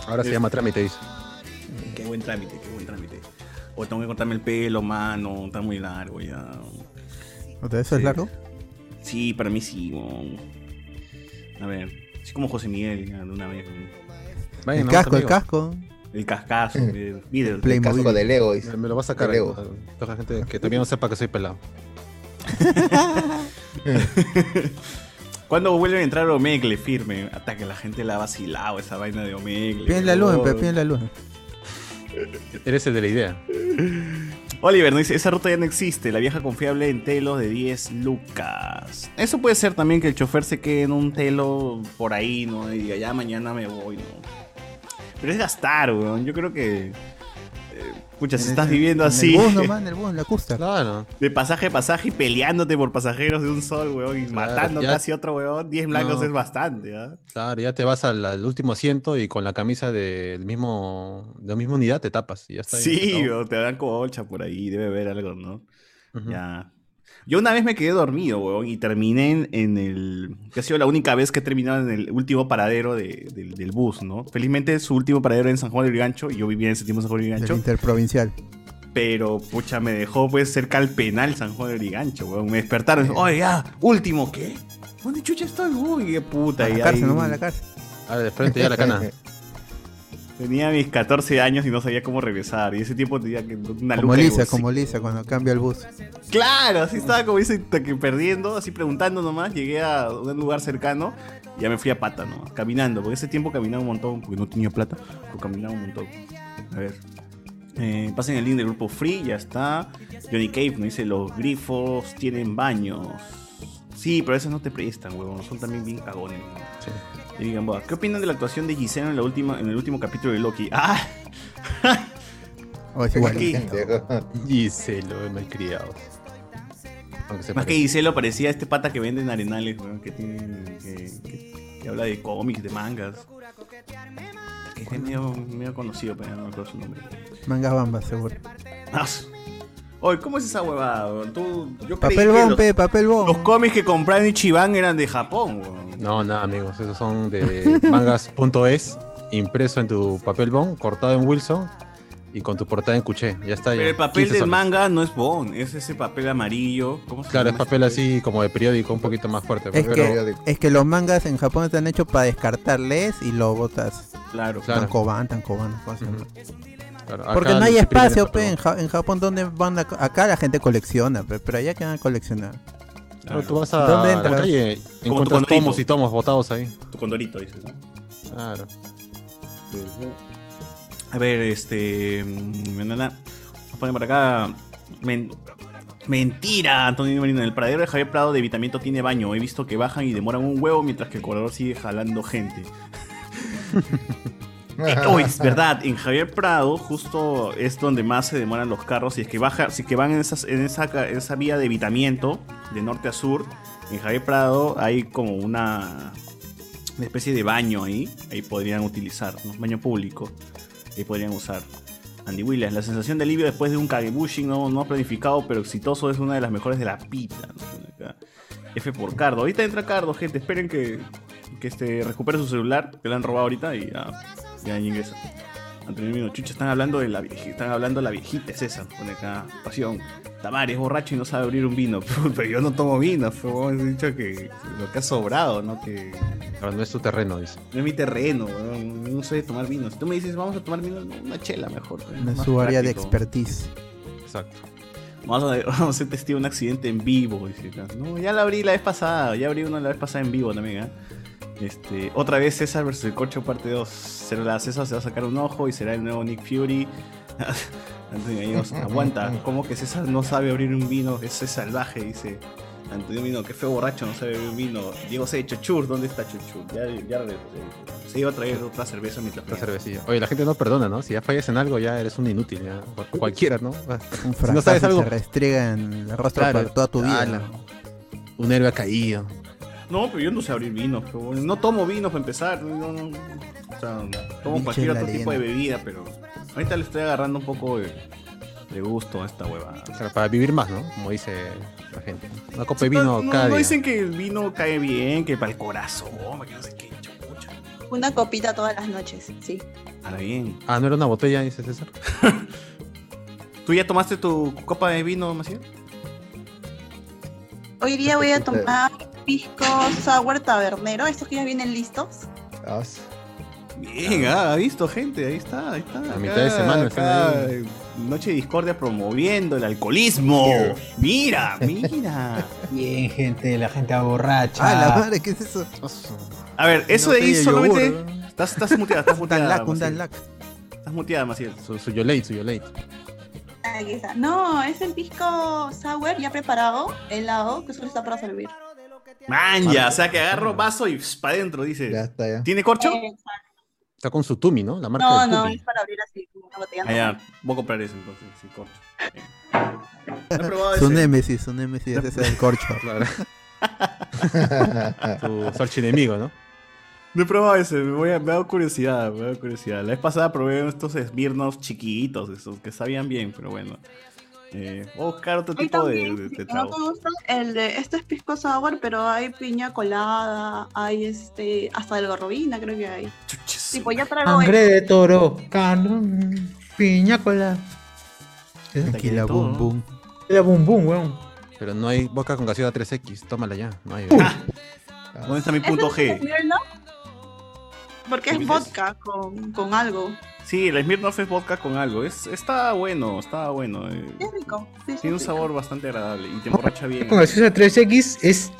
S2: Ahora se llama trámite, dice.
S3: Qué buen trámite, qué buen trámite. O tengo que cortarme el pelo, mano. Está muy largo ya.
S5: ¿O de
S3: Sí.
S5: eso es largo?
S3: Sí, para mí sí. weón. A ver, así como José Miguel, ya, de una vez. weón.
S2: Vayan,
S5: El
S2: nomás,
S5: casco, el
S2: amigo. Eh,
S5: casco.
S3: El cascazo, mire, mire, el
S5: Play-
S4: El
S5: Playmobil.
S4: casco de Lego. dice.
S2: Me, me lo va a sacar.
S4: De Lego.
S2: eh, Toda la gente que también no sepa que soy pelado.
S3: Cuando vuelven a entrar Omegle firme, hasta que la gente la ha vacilado esa vaina de Omegle.
S5: Piden la luz, pe,
S3: weón.
S5: piden la luz.
S2: Eres el de la idea.
S3: Oliver nos dice, esa ruta ya no existe, la vieja confiable en telos de 10 lucas. Eso puede ser también que el chofer se quede en un telo por ahí, ¿no? Y diga, ya mañana me voy, ¿no? Pero es gastar, weón. Yo creo que... eh, Pucha, si
S5: En
S3: estás
S5: ese-
S3: viviendo así,
S5: En el bus nomás, en el bus, en la costa.
S2: Claro.
S3: de pasaje a pasaje y peleándote por pasajeros de un sol, weón, y matando
S2: ya-
S3: casi otro, weón, 10 blancos
S2: No.
S3: es bastante, ¿ah?
S2: Claro, ya te vas al, al último asiento y con la camisa del mismo, de la misma unidad te tapas. Y ya está.
S3: Sí,
S2: yo.
S3: weón, te dan colcha por ahí, debe haber algo, ¿no? Ya. Yo una vez me quedé dormido, weón, y terminé en, en el. que ha sido la única vez que he terminado en el último paradero de- del- del bus, ¿no? Felizmente su último paradero era en San Juan del Gancho, y yo vivía en ese tiempo en San Juan del
S5: Del
S3: Gancho,
S5: interprovincial.
S3: pero pucha, me dejó pues cerca al penal San Juan del Gancho, weón. Me despertaron, oye, ya, último, ¿qué? ¿Dónde chucha estoy? Uy, qué puta,
S5: A
S3: y
S5: la
S3: ahí
S5: cárcel nomás, a la cárcel.
S2: Ahora Ah, de frente ya la cana.
S3: Tenía mis 14 años y no sabía cómo regresar, y ese tiempo tenía que una
S5: Como
S3: luca de
S5: Lisa,
S3: bolsillo.
S5: como Lisa, cuando cambia el bus.
S3: Claro, así estaba como dice, t- que perdiendo, así preguntando nomás, llegué a un lugar cercano, y ya me fui a pata, ¿no? Caminando, porque ese tiempo caminaba un montón, porque no tenía plata, pero caminaba un montón. A ver. Eh, pasen el link del grupo Free, ya está. Johnny Cave nos dice, los grifos tienen baños. Sí, pero esos no te prestan, huevón, son también bien cagones. huevón.
S2: Sí.
S3: Y digan, "Buah, ¿qué opinan de la actuación de Gisela en, la última, en el último capítulo de Loki? ¡Ah!
S5: O es igual. este,
S3: Aquí.
S2: Giselo, mal criado. Aunque se
S3: Más que
S2: parezca.
S3: Giselo parecía este pata que vende en Arenales, weón, que tiene. que, que- que habla de cómics, de mangas. Que es medio, medio conocido, pero no me acuerdo su nombre.
S5: Mangas bambas, seguro.
S3: Ah, su- Oye, ¿cómo es esa huevada, weón? Tú, yo creí
S5: Papel
S3: que
S5: bomb,
S3: los-
S5: pe, papel
S3: los,
S5: bomb.
S3: cómics que compraron en Chiván eran de Japón, weón.
S2: No, nada, amigos. Esos son de mangas.es, impreso en tu papel bond, cortado en Wilson y con tu portada en cuché. Ya está.
S3: Pero
S2: ya.
S3: el papel
S2: 15
S3: del
S2: soles.
S3: manga no es Bond, es ese papel amarillo. ¿Cómo se
S2: Claro, es
S3: llama ese
S2: papel así como de periódico, un poquito más fuerte. pues,
S5: Es
S2: pero-
S5: que, es que los mangas en Japón están hechos para descartarles y lo botas.
S3: Claro,
S2: Claro.
S5: Tan coban, tan coban. ¿cómo se llama?
S2: Ujú. claro, acá
S5: Porque no hay
S2: los imprimen en
S5: espacio, pues.
S2: papel
S5: pe. En,
S2: bond.
S5: Ja- en Japón, ¿dónde van a co- Acá la gente colecciona, pe, pero allá que van a coleccionar.
S2: Claro, tú vas a
S5: ¿Dónde
S2: la
S5: entras?
S2: calle,
S3: tu
S2: encuentras
S3: condorito.
S2: tomos y tomos botados ahí.
S3: Tu condorito, dices, ¿no?
S2: Claro.
S3: A ver, este. mm, na, na, na. Nos ponen por acá. men- Mentira, Antonio Marino. En el pradero de Javier Prado de Evitamiento tiene baño. He visto que bajan y demoran un huevo mientras que el corredor sigue jalando gente. Eh, oh, es verdad, en Javier Prado justo es donde más se demoran los carros. Si es que baja, si es que van en, esas- en esa, ca- en esa vía de evitamiento de norte a sur, en Javier Prado hay como una, una especie de baño ahí. Ahí podrían utilizar, ¿no? baño público. Ahí podrían usar. Andy Williams, la sensación de alivio después de un kagebushi no, no planificado pero exitoso es una de las mejores de la pita. ¿no? Acá. F por Cardo. Ahorita entra Cardo, gente. Esperen que, que este, recupere su celular. Que le han robado ahorita y ya, ya ahí ingresa. Antonio Mino, chucha, están hablando de la viejita. Están hablando de la viejita, César. Pone acá, pasión. Tamares, borracho y no sabe abrir un vino. Pero yo no tomo vino. Fue dicho que lo que ha sobrado, ¿no? Que
S2: Ahora no es tu terreno, dice.
S3: no es mi terreno, weón. No sé tomar vino. Si tú me dices, vamos a tomar vino, no, una chela mejor. weón,
S5: En
S3: más
S5: su área de
S3: práctico.
S5: expertise.
S2: Exacto.
S3: Vamos a, vamos a ser testigo de un accidente en vivo. dice acá. No, ya la abrí la vez pasada. Ya abrí una la vez pasada en vivo también. ¿ah? Este, otra vez César versus el Corcho parte 2. Será la César se va a sacar un ojo y será el nuevo Nick Fury. Antonio Muñoz, aguanta. ¿Cómo que César no sabe abrir un vino? Ese es salvaje, dice. Antonio Mino, que fue borracho, no sabe abrir un vino. Diego se Chochur, ¿dónde está Chochur? Ya, ya regresó. se iba a traer otra cerveza mientras
S2: La
S3: comía.
S2: cervecilla. Oye, la gente no perdona, ¿no? Si ya fallas en algo, ya eres un inútil, ya. Cu- Cualquiera, ¿no? Ah,
S5: Un
S2: Si no
S5: fracaso
S2: sabes
S5: que
S2: algo-
S5: se restriega en el rostro
S2: Claro.
S5: para toda tu vida.
S2: Ala.
S5: ¿no?
S2: Un héroe ha caído.
S3: No, pero yo no sé abrir vino. pero bueno, No tomo vino para empezar. No, no, o sea, tomo
S5: Bicho
S3: cualquier
S5: en la
S3: otro tipo de
S5: leyenda.
S3: bebida, pero ahorita le estoy agarrando un poco de, de gusto a esta huevada.
S2: O sea, para vivir más, ¿no? Como dice la gente. Una copa de
S3: No,
S2: vino
S3: no,
S2: cada
S3: no
S2: día.
S3: dicen que el vino cae bien, que para el corazón, que no sé qué, chucha.
S6: Una copita todas las noches, sí.
S3: Ahora bien.
S2: Ah, no era una botella, dice César.
S3: ¿Tú ya tomaste tu copa de vino, Maciel?
S6: Hoy día voy a tomar pisco sour tabernero, estos que ya vienen listos.
S4: Ah, sí.
S3: Bien, ah, ha visto gente, ahí está, ahí está.
S2: A mitad de semana están ahí.
S3: Noche de Discordia promoviendo el alcoholismo. Mira, mira.
S8: Bien, gente, la gente borracha.
S5: Ah, la madre, ¿qué es eso?
S3: A ver, eso de ahí
S2: Botella de
S3: solamente.
S2: yogur, ¿no?
S3: Estás, estás muteada, estás
S5: ¿eh? Un
S3: muteada.
S5: danlac, un
S3: Maciel.
S5: danlac.
S3: Estás muteada, Maciel.
S2: Su, su Yolate, su Yolate.
S6: Ah, Aquí está. No, es el pisco sour ya preparado, helado, que solo está para servir.
S3: Man, ya, o sea que agarro vaso y para adentro,
S4: Ya
S3: dice.
S4: está, ya.
S3: ¿Tiene corcho?
S6: Eh,
S2: Está con su Tumi, ¿no? La marca
S6: no,
S2: del
S6: no,
S2: Tumi.
S6: es para abrir así una botella.
S3: Ah, ya, voy a comprar ese entonces, sí, corcho. Bien. No he probado
S5: Su
S3: ese.
S5: némesis, su némesis es ese del corcho.
S2: Claro. su archienemigo, ¿no?
S3: No he probado ese, me, voy a- me da curiosidad, me da curiosidad. La vez pasada probé estos esbirnos chiquitos, esos que sabían bien, pero bueno. Eh, voy a buscar otro
S6: Hay
S3: tipo de,
S6: también,
S3: de- de
S6: si no
S3: trago.
S6: te gusta, el de este es pisco sour, pero hay piña colada, hay este, hasta de gorrobina creo que hay.
S3: Chuches.
S6: Tipo, ya traigo
S1: Sangre de toro, carne, piña colada.
S5: Tranquila,
S3: todo,
S5: boom,
S3: ¿no?
S5: boom.
S1: Era bum bum, weón.
S2: Pero no hay boca con gaseosa 3X. Tómala ya. No hay.
S3: ¿Dónde está mi
S6: ¿Ese
S3: punto
S6: es el
S3: G?
S6: Smirnoff? Porque
S3: ¿Qué
S6: es
S3: dices?
S6: vodka con, con algo.
S3: Sí, el Smirnoff es vodka con algo. Es, está bueno, está bueno. eh.
S6: Es rico. sí, sí,
S3: Tiene un
S6: rico.
S3: sabor bastante agradable y te emborracha bien.
S1: Con gaseosa 3X es.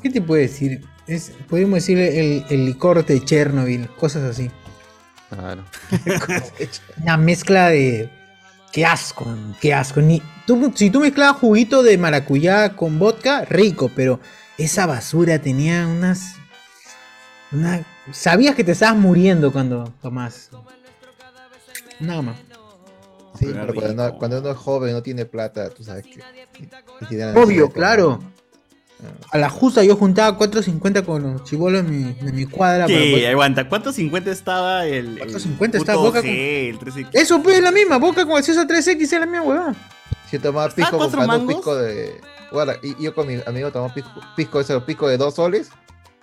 S1: ¿Qué te puedo decir? Es, podemos decirle el, el licor de Chernobyl, cosas así.
S2: Claro.
S1: Una mezcla de. Qué asco, man, qué asco. Ni, tú- si tú mezclabas juguito de maracuyá con vodka, rico, pero esa basura tenía unas. Una, sabías que te estabas muriendo cuando tomás. Nada más.
S4: Sí,
S3: Pero
S4: pero cuando,
S3: rico.
S4: no- cuando uno es joven, no tiene plata, tú sabes que. y- y tiene la necesidad de
S1: Obvio,
S4: comer.
S1: claro. A la justa yo juntaba 4.50 con los chibolos de mi, de mi cuadra. para
S3: Sí,
S1: poder-
S3: aguanta. ¿Cuánto 50 estaba el.
S1: 4.50
S3: el
S1: estaba
S3: punto
S1: Boca
S3: G,
S1: con-
S3: el 13.
S1: Eso pues es la misma, boca con gaseosa 3X es la misma huevada.
S4: Si yo tomaba
S3: ¿Está
S4: pisco
S3: cuatro
S4: comprando un
S3: mangos?
S4: pisco de. Guarda, y y yo con mi amigo tomamos pisco, pisco, eso, pisco de dos soles,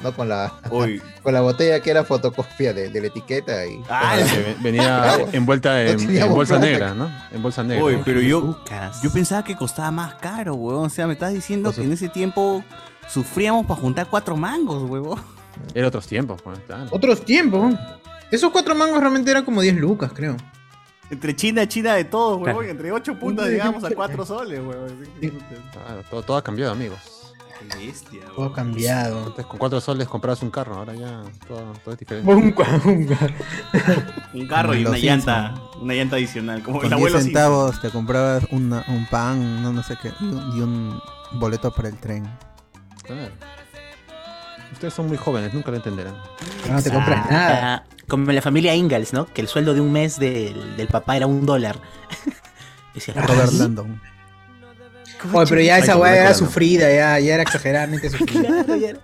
S4: no con la,
S3: Uy.
S4: con la botella que era fotocopia de, de la etiqueta y.
S3: Ah, el-
S2: Que ve- Venía envuelta en,
S4: teníamos
S2: en bolsa
S4: plata.
S2: negra, ¿no? En bolsa negra.
S3: Uy, pero yo. Yo pensaba que costaba más caro, weón. O sea, me estás diciendo
S2: O sea-
S3: que en ese tiempo sufríamos para juntar cuatro mangos, weón.
S2: Era otros tiempos, pues, claro.
S1: Otros tiempos. Esos cuatro mangos realmente eran como 10 lucas, creo.
S3: Entre China, China de todos, weón. Entre ocho puntas
S1: Uy.
S3: llegábamos a cuatro soles, weón.
S2: Claro, todo, todo ha cambiado, amigos.
S3: Qué bestia,
S8: Todo cambiado.
S2: Antes con cuatro soles comprabas un carro, ahora ya todo, todo es diferente.
S8: Un cua- un cua-
S3: Un carro y una
S5: Como los
S3: llanta. Una llanta adicional. Como
S5: Con
S3: el
S5: 10
S3: abuelo Simpson.
S5: centavos te comprabas una- un pan, no, no sé qué, y un, y un boleto para el tren.
S2: Claro. Ustedes son muy jóvenes, nunca lo entenderán.
S8: No te compras nada.
S10: Ah, como la familia Ingalls, ¿no? Que el sueldo de un mes del, del papá era un dólar. Decía,
S5: Robert Landon.
S1: Oye, pero ya esa
S2: Michael,
S1: weá era
S2: Michael, ¿no?
S1: sufrida, ya, ya era exageradamente sufrida.
S10: claro, ya era.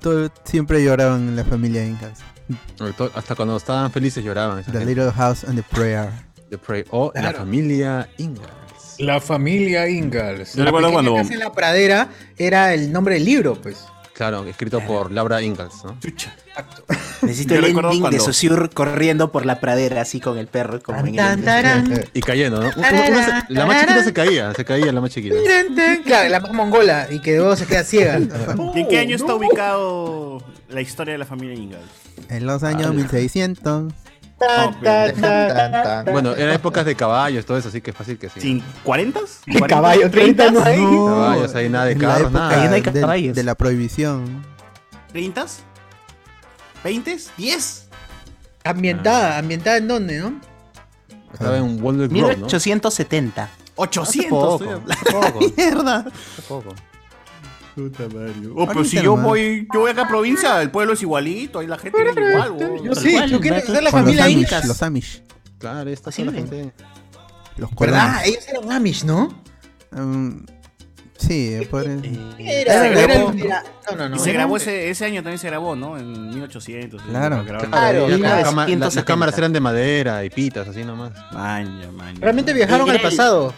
S5: Todo- siempre lloraban en la familia Incas.
S2: Sobre todo, Hasta cuando estaban felices lloraban. esa
S5: The
S2: gente.
S5: Little House and the Prayer.
S2: The Prey o la
S1: Claro.
S2: familia Ingalls.
S9: La familia Ingalls.
S3: Yo recuerdo cuando.
S1: Casa en la pradera era el nombre del libro, pues.
S2: Claro, escrito por Laura Ingalls, ¿no?
S3: Chucha.
S10: Necesito
S3: Yo
S10: el
S3: recuerdo
S10: ending de
S3: cuando-
S10: Saussure corriendo por la pradera así con el perro. Como en el
S1: Tan,
S10: ending.
S1: tarán,
S2: Y cayendo, ¿no? Una- una- una se- la más chiquita se caía, se caía la más chiquita.
S1: tan, tan. Claro, la más mongola y que luego se queda ciega.
S3: ¿Y en qué año está ubicado la historia de la familia Ingalls? Ah,
S5: En los años 1600.
S3: No, pero-
S2: Bueno, eran épocas de caballos, todo eso, así que es fácil que sí.
S3: ¿Sin- ¿cuarenta's?
S1: El caballo, 30 no hay.
S2: Caballos, ahí nada de
S5: en la
S2: carros,
S5: época
S2: nada.
S10: Ahí no hay
S5: del-
S10: caballos.
S5: de la prohibición.
S3: ¿30s? ¿20s? ¿10?
S1: Ambientada, ambientada en dónde, ¿no?
S2: Estaba en Wonder Grove, ¿no?
S10: 1870.
S2: Hace
S3: 800.
S2: poco, hace poco,
S10: Mierda.
S2: hace poco.
S3: Puta Mario. Oh, pero
S5: Ahorita
S3: si yo
S5: nomás.
S3: voy, yo voy acá a provincia, el pueblo es igualito, ahí la gente es igual, weón.
S1: Yo sí,
S10: cual,
S1: yo quiero
S10: Michael.
S1: ser la
S5: Con los
S1: familia
S5: Amish,
S1: Incas.
S5: los Amish.
S2: Claro, esta
S10: Así
S2: sí la
S10: ven.
S2: gente.
S5: Los
S1: ¿Verdad?
S5: colonos.
S1: Ellos eran Amish, ¿no?
S5: Mm, sí, pobre.
S10: Eh,
S1: Era,
S3: se
S1: era-
S3: grabó.
S1: era- no, no, no.
S3: Y se grabó ese, ese año también se grabó, ¿no? En 1800.
S5: Claro.
S3: ¿sí? Grabaron-
S1: Claro,
S2: ya
S1: claro.
S2: con cama- la- las
S10: 170.
S2: cámaras eran de madera y pitas, así nomás.
S3: Maña, maña.
S1: Realmente viajaron
S10: Era
S1: al
S10: el-
S1: pasado.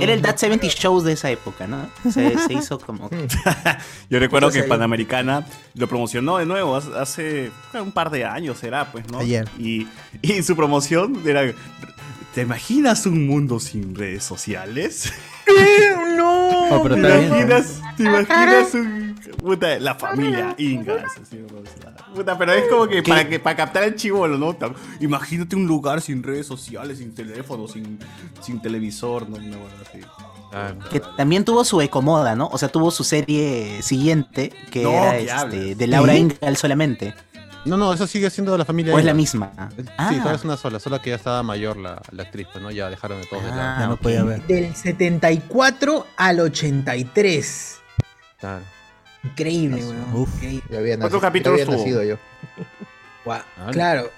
S10: Era el That 70 Shows de esa época, ¿no? Se, se hizo como.
S3: Yo recuerdo
S10: Entonces,
S3: que
S10: ahí-
S3: Panamericana lo promocionó de nuevo hace- hace un par de años, será, pues, ¿no?
S5: Ayer.
S3: Y, y en su promoción era. ¿Te imaginas un mundo sin redes sociales?
S1: ¡No!
S2: Oh, pero
S3: ¿Te
S2: está bien.
S3: imaginas, ¿Te imaginas un. Puta, la familia Ingas. así, o sea, Puta, pero es como que para, que para captar el chivolo, ¿no? Ta- Imagínate un lugar sin redes sociales, sin teléfono, sin, sin televisor, ¿no? Una huevada así.
S2: Claro.
S10: Que también tuvo su ecomoda, ¿no? O sea, tuvo su serie siguiente, que
S3: No,
S10: era
S3: ¿qué hablas?
S10: este, de Laura
S5: ¿Sí?
S10: Ingalls solamente.
S2: No, no, eso sigue siendo de la familia.
S10: ¿O es la
S2: Ingalls.
S10: misma?
S2: Sí, todavía
S10: Ah,
S2: es una sola, sola que ya estaba mayor la, la actriz, pues, ¿no? Ya dejaron de todos de lado.
S5: Ya
S10: ah,
S5: no
S10: ok.
S5: podía ver.
S1: Del 74 al 83.
S2: Claro.
S1: Increíble, weón.
S5: Uf.
S1: increíble.
S4: Yo había nacido,
S3: ¿Cuántos capítulos
S4: yo había
S3: tuvo?
S4: nacido yo.
S1: Guau.
S2: Vale.
S1: Claro.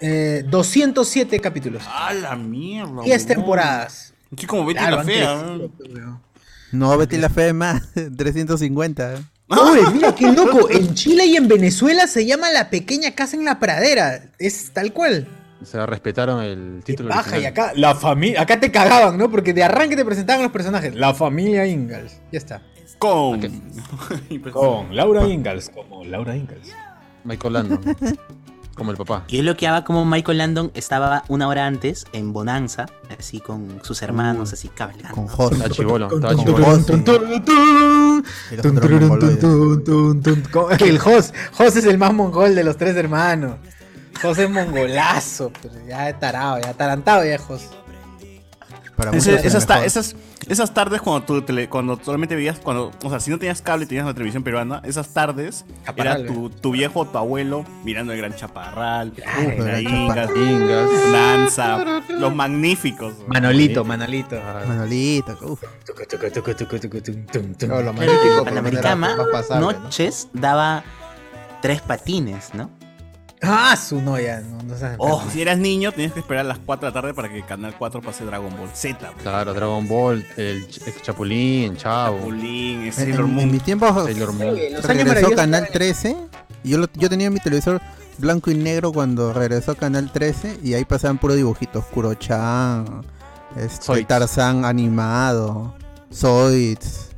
S1: Eh, 207 capítulos.
S3: ¡A la mierda!
S1: 10
S3: huevón! Así
S1: temporadas.
S3: Ah, como Betty
S1: Claro,
S3: la
S1: han
S3: Fea.
S1: crecido,
S3: ¿no?
S1: pues, weón.
S5: No, Betty la Fe más. 350. eh.
S1: Oye, mira qué loco. En Chile y en Venezuela se llama La Pequeña Casa en la Pradera. Es tal cual.
S2: Se respetaron el título.
S1: Baja y
S2: original.
S1: acá, la familia. Acá te cagaban, ¿no? Porque de arranque te presentaban los personajes. La familia Ingalls. Ya está.
S3: Con. pues
S9: Con Laura Ingalls, como Laura Ingalls.
S2: Michael Landon. como el papá.
S10: Yo lo que hago como Michael Landon estaba una hora antes en Bonanza, así con sus hermanos, así cabalgando.
S5: Con Hoss.
S2: Estaba chivolo. Estaba
S5: con-
S2: chivolo.
S5: con-
S1: Que
S5: Y los Dragon Ball Boys.
S1: el Jos. Jos es el más mongol de los tres hermanos. Jos es mongolazo. Pero ya tarado, ya tarantado, ya Jos.
S5: Para
S3: Ese-
S5: muchos es
S3: esas,
S5: el
S3: ta-
S5: mejor.
S3: esas, esas tardes cuando tú tele- cuando solamente veías, cuando, o sea, si no tenías cable y tenías la televisión peruana, esas tardes
S1: Chaparral, ¿eh?
S3: era tu, tu viejo o tu abuelo mirando el gran chaparral,
S5: el Gran
S3: Ingas,
S5: Chaparral.
S2: Ingas.
S3: Lanza, los magníficos.
S1: Manolito, Manolito.
S5: Manolito, uf.
S4: Claro, lo magnífico, por lo menos, era
S10: Panamericana,
S4: más pasable, ¿no?
S10: noches, daba tres patines, ¿no?
S1: Ah, su no, ya. No, no seas
S3: Oh, si eras niño, tenías que esperar a las 4 de la tarde para que Canal 4 pase Dragon Ball Z.
S2: Claro, Dragon Ball, el Ch- el Chapulín, Chavo.
S3: Bulín,
S5: En,
S3: Sailor
S5: en- en
S3: Moon.
S5: mis tiempos
S2: Sailor Moon.
S1: Los años
S5: regresó
S1: maravillosos
S5: Canal 13. y Yo, lo- yo tenía mi televisor blanco y negro cuando regresó Canal 13 y ahí pasaban puro dibujitos. Kurochan, este,
S2: Zoids.
S5: Tarzán animado, Zoids.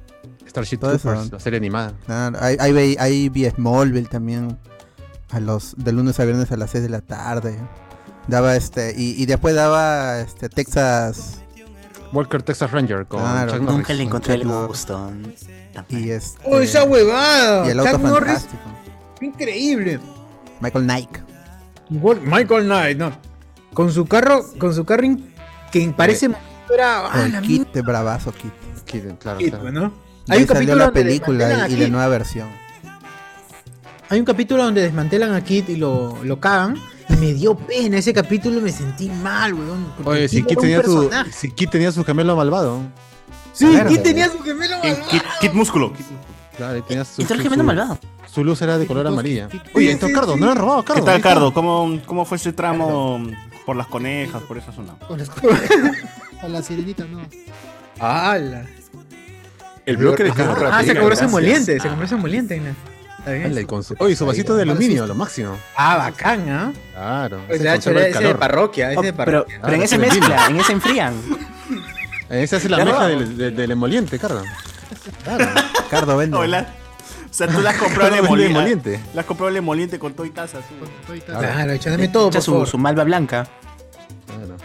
S2: Starship
S5: Todo eso,
S2: Troopers,
S5: ¿no?
S2: la serie animada.
S5: Claro, ahí, ahí, ve- ahí vi Smallville también. A los, de lunes a viernes a las 6 de la tarde. Daba este. Y, y después daba este Texas.
S2: Walker Texas Ranger con
S5: Claro,
S2: Chuck
S10: Nunca
S2: Norris.
S10: le encontré el
S5: Claro.
S10: gusto.
S5: Y este.
S1: Oh, esa
S5: y
S1: huevada.
S5: el
S1: Chuck
S5: auto
S1: Norris,
S5: fantástico.
S1: increíble.
S5: Michael Nike.
S1: Wal- Michael Knight, no. Con su carro, con su carro in- que parece. Era. ah,
S5: El
S1: la
S5: kit de bravazo kit.
S2: Kid, Claro,
S1: mierda,
S2: claro.
S1: ¿no?
S5: Hay
S1: un capítulo
S5: la
S1: donde
S5: película
S1: desmantelan
S5: y,
S1: a
S5: la
S1: Kid.
S5: nueva versión.
S1: Hay un capítulo donde desmantelan a Kit y lo, lo cagan. Y me dio pena ese capítulo, me sentí mal, weón. porque
S2: Oye, si
S1: Kid
S2: Kit
S1: era un
S2: tenía, su,
S1: personaje.
S2: si Kid tenía su gemelo malvado.
S1: Sí, Kit tenía su gemelo malvado.
S2: Kit músculo. Claro, y tenía su,
S3: Y tenía
S2: su-
S3: gemelo
S2: su-
S3: malvado.
S2: Su luz era de color amarilla.
S3: Oye,
S2: Oye, esto Cardo, no le han robado a Cardo.
S3: ¿Qué tal,
S2: Ahí está.
S3: Cardo? ¿Cómo, cómo fue ese tramo por las conejas, por esa zona?
S11: Con la sirenita, no.
S1: ¡Hala!
S9: El bloque de
S1: Ah,
S9: Cardo.
S1: Ah, se compró
S9: Gracias.
S1: su emoliente, se compró su emoliente. Ignacio. Está
S2: Dale,
S1: bien.
S2: con su- Oye, su vasito de aluminio, lo máximo.
S1: Ah, bacán, ¿ah?
S2: Claro.
S1: Pues
S2: ese
S1: le ha
S2: conserva
S1: hecho
S2: el
S1: ese
S2: calor. Ah,
S1: de parroquia, ese de Oh, pero- parroquia.
S10: pero en ese mezcla, en ese enfrían.
S2: En ese hace la
S10: Ya no.
S2: mezcla del, del- del emoliente, Cardo.
S5: Cardo, vende.
S3: Hola. O sea, tú las compró el
S2: Cardo vende
S3: emoliente.
S2: emoliente.
S3: Las compró el emoliente con todo y taza. tú.
S1: Claro, échame todo,
S10: Echa
S1: por
S10: su,
S1: favor.
S10: su malva blanca.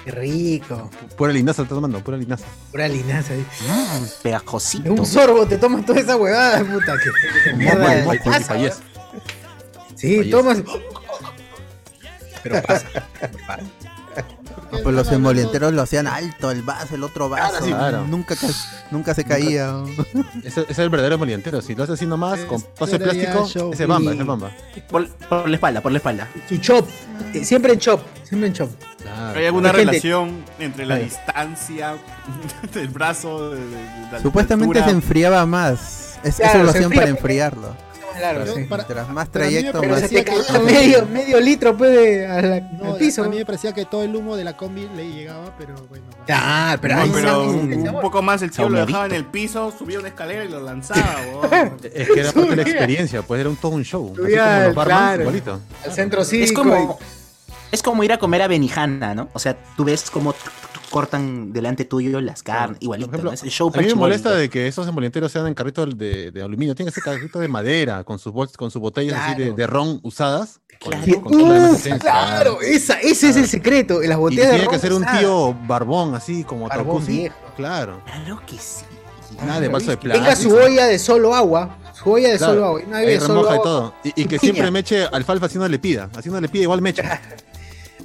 S1: Qué rico.
S2: Pura linaza está tomando, pura linaza.
S1: Pura linaza. ahí. De
S2: Mm.
S10: Pegajosito.
S1: un sorbo te tomas toda esa huevada, puta. Que, mierda de taza, Sí, tomas. Pero pasa.
S5: No, pues los emolienteros lo hacían alto, el vaso, el otro vaso.
S2: sí, claro.
S5: Nunca, ca- nunca se caía.
S2: Ese, ese es el verdadero emolientero. Si lo haces así nomás, con pase de
S5: era ya
S2: plástico,
S5: show.
S2: ese es bamba, ese es bamba.
S10: Por, por la espalda, por la espalda.
S1: Su chop.
S10: Ah.
S1: eh, Siempre en chop. Siempre en chop.
S3: ¿Hay alguna
S1: Gente- eh.
S3: relación entre la
S1: Ahí.
S3: distancia del brazo? de- de- de la
S5: Supuestamente se
S3: altura?
S5: enfriaba más. Es,
S1: Claro,
S5: eso lo
S1: se
S5: hacían
S1: enfría
S5: para
S1: porque-
S5: enfriarlo.
S1: Claro, sí.
S5: Mientras más
S11: para mí me
S5: trayecto,
S11: parecía
S5: más.
S11: que- Se cagaba.
S1: medio, medio litro, pues, de- a la-
S11: No,
S1: al piso.
S11: a mí me parecía que todo el humo de la combi le llegaba, pero bueno.
S1: Ah, pero
S3: No,
S1: ahí
S3: pero
S1: sabes,
S3: un,
S1: el
S3: un
S1: sabor.
S3: poco más el tío lo
S10: Saumeadito.
S3: dejaba en el piso, subía una escalera y lo lanzaba. weón.
S2: Es que era parte de la experiencia, pues era un, todo un show. Así
S1: Subía,
S2: como los barmans,
S1: claro.
S2: igualito.
S1: Al centro sí.
S10: Es como, es como ir a comer a Benihana, ¿no? O sea, tú ves cómo t- t- cortan delante tuyo las carnes, igualito, ¿no? Es el show
S2: A mí me
S10: pachimorito.
S2: molesta de que esos emolienteros sean en carritos de, de aluminio. Tienen que ser carritos de madera, con sus, bols- con sus botellas así de, de ron usadas. con-
S1: Claro.
S2: con toda la
S1: Uf,
S2: esencia.
S1: claro, esa, ese es el secreto. Las
S2: Y
S1: botellas de
S2: tiene que
S1: ron
S2: ser un
S1: usadas.
S2: tío barbón, así como
S1: Barbón
S2: Tarkovsky.
S1: viejo.
S2: Claro.
S1: Ah,
S10: Claro que sí.
S2: Nada de vaso de plástico.
S1: Tenga su olla de solo agua. Su olla de
S2: Claro,
S1: solo agua. Una
S2: ahí
S1: olla de solo
S2: remoja y
S1: agua.
S2: todo. Y, y que siempre me eche alfalfa así no le pida. Así no le pida, igual me echa.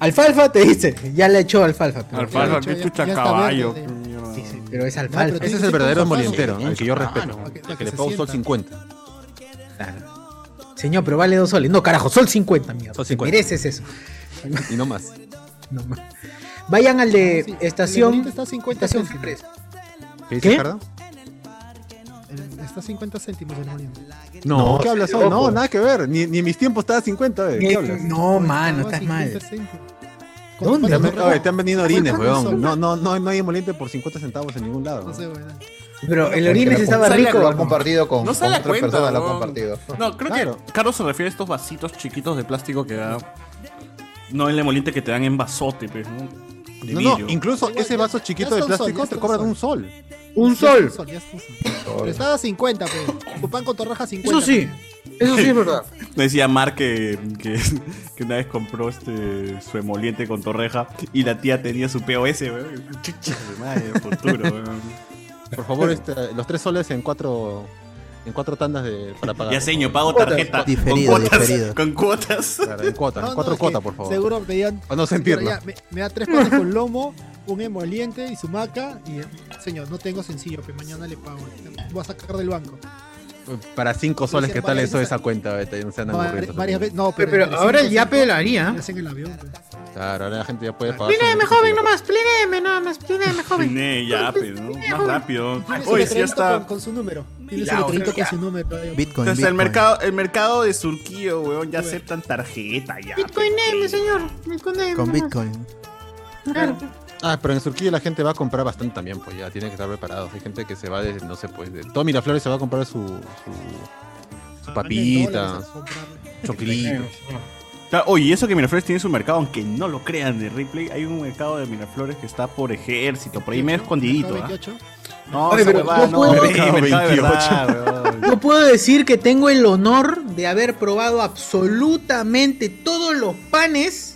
S1: Alfalfa te dice, ya le echó alfalfa. Pero,
S3: Alfalfa,
S11: Ya-
S3: qué
S11: ya
S3: chucha
S11: está
S3: caballo.
S11: verde,
S1: sí, sí, pero es alfalfa.
S11: pero
S2: Ese
S11: tiene
S2: es
S11: que
S2: el
S11: ser
S2: verdadero
S11: con fácil.
S2: molientero, el que yo respeto.
S11: para que- para que
S2: El que le
S11: se
S2: pago un sol
S11: sienta.
S2: 50.
S1: Señor, pero vale dos soles. No, carajo, sol 50, mierda.
S2: Sol
S1: Te
S2: 50.
S1: Mereces eso.
S2: Y no más.
S1: No más. Vayan al de
S11: Sí, el
S1: estación.
S11: Oriente está a 50
S1: estación
S11: céntimos.
S1: Express.
S2: ¿Qué dice
S1: ¿Qué?
S2: Ricardo?
S11: El- Está a 50 céntimos el Oriente.
S2: No, ¿qué
S1: se
S2: hablas?
S1: loco.
S2: No, nada que ver. Ni, ni en mis tiempos estaba a 50, eh. ¿Qué hablas?
S1: No, mano,
S11: Estaba a 50
S1: estás mal.
S11: céntimos. Con
S1: ¿Dónde?
S2: Te han,
S11: pan de
S2: ven- oye, te han vendido orines,
S11: Con pan de
S2: weón.
S11: sol.
S2: No, no, no, no hay emoliente por 50 centavos en ningún lado.
S11: No sé, weón.
S1: Pero el
S4: Porque
S1: orines
S4: lo
S1: estaba
S4: comp-
S1: rico.
S4: Lo han compartido con,
S3: No
S4: con
S3: sale a
S4: otra
S3: cuenta,
S4: persona, lo han
S3: weón.
S4: compartido.
S3: No, creo
S2: Claro.
S3: que Carlos se refiere a estos vasitos chiquitos de plástico que da. No el emoliente que te dan en vasote, pues, ¿no? De
S2: No,
S3: vidrio.
S2: no, incluso
S11: Igual,
S2: ese
S11: ya-
S2: vaso
S11: ya
S2: chiquito
S11: está
S2: de
S11: un sol,
S2: plástico
S11: ya está
S2: te
S11: un
S2: cobran
S11: sol.
S2: un sol.
S1: Un
S11: Ya está
S1: sol.
S11: ya está un sol. Pero estaba a 50, pues. Cupán con torraja pues. 50.
S1: Eso sí. Eso sí es verdad.
S3: Me decía Mar que, que, que una vez compró este, su emoliente con torreja y la tía tenía su POS, weón. Chucha de madre, futuro, weón.
S2: Por favor, este, los tres soles en cuatro, en cuatro tandas de, para pagar.
S3: Ya
S2: por
S3: señor,
S2: favor.
S3: pago tarjeta.
S5: Diferido,
S3: con cuotas.
S5: diferido.
S3: Con cuotas.
S2: Claro, en cuotas,
S11: No, no,
S2: en cuatro
S11: es que
S2: cuotas, por favor.
S11: Seguro pedían.
S2: Para
S11: señora,
S2: no sentirlo.
S11: ya, me, me da tres patas con lomo, un emoliente y su maca. Y, eh, señor, no tengo sencillo, pero mañana le pago. Voy a sacar del banco.
S2: Para cinco soles, ¿qué tal
S11: varias
S2: eso
S11: veces-
S2: esa cuenta? Vete, no sean
S11: Vari-
S2: aburridos.
S11: varias veces. No, pero.
S1: Pero, pero
S11: entre
S1: ahora
S11: cinco,
S1: el yape
S11: cinco,
S1: la haría.
S11: es en el avión. pues.
S2: Claro, ahora la gente ya puede
S1: Ah.
S2: pagar. su
S1: Plineme,
S2: boleto
S1: joven,
S2: sin-
S1: nomás. Plineme, nada más. Plineme, joven.
S3: Ne, ya, pero ¿no? más rápido.
S11: Tiene su
S3: Hoy sí ya
S11: letrerito
S3: está.
S11: Con, con su número. Tiene
S3: Ya,
S11: su letrerito
S3: ya.
S11: con su número. ahí, pues.
S5: Bitcoin,
S3: Entonces el
S5: Bitcoin.
S3: mercado, el mercado de Surquillo, weón, ya aceptan tarjeta, ya.
S1: Bitcoineme, señor. Bitcoineme.
S5: Con
S1: nomás.
S5: Bitcoin.
S1: Claro.
S2: Ah, pero en Surquillo la gente va a comprar bastante también, pues ya tiene que estar preparados. Hay gente que se va de, no sé, pues de todo Miraflores se va a comprar su, su, su papita,
S11: Dólares a comprarle.
S2: choclito.
S3: Claro, Oye, y eso que Miraflores tiene su mercado, aunque no lo crean de Ripley, hay un mercado de Miraflores que está por ejército, por ahí medio escondidito, ¿ah?
S11: 28.
S3: No,
S1: Oye,
S3: esa
S1: pero
S3: huevada,
S1: yo
S3: no,
S1: puedo-
S3: sí, mercado de verdad, weón.
S1: Yo puedo decir que tengo el honor de haber probado absolutamente todos los panes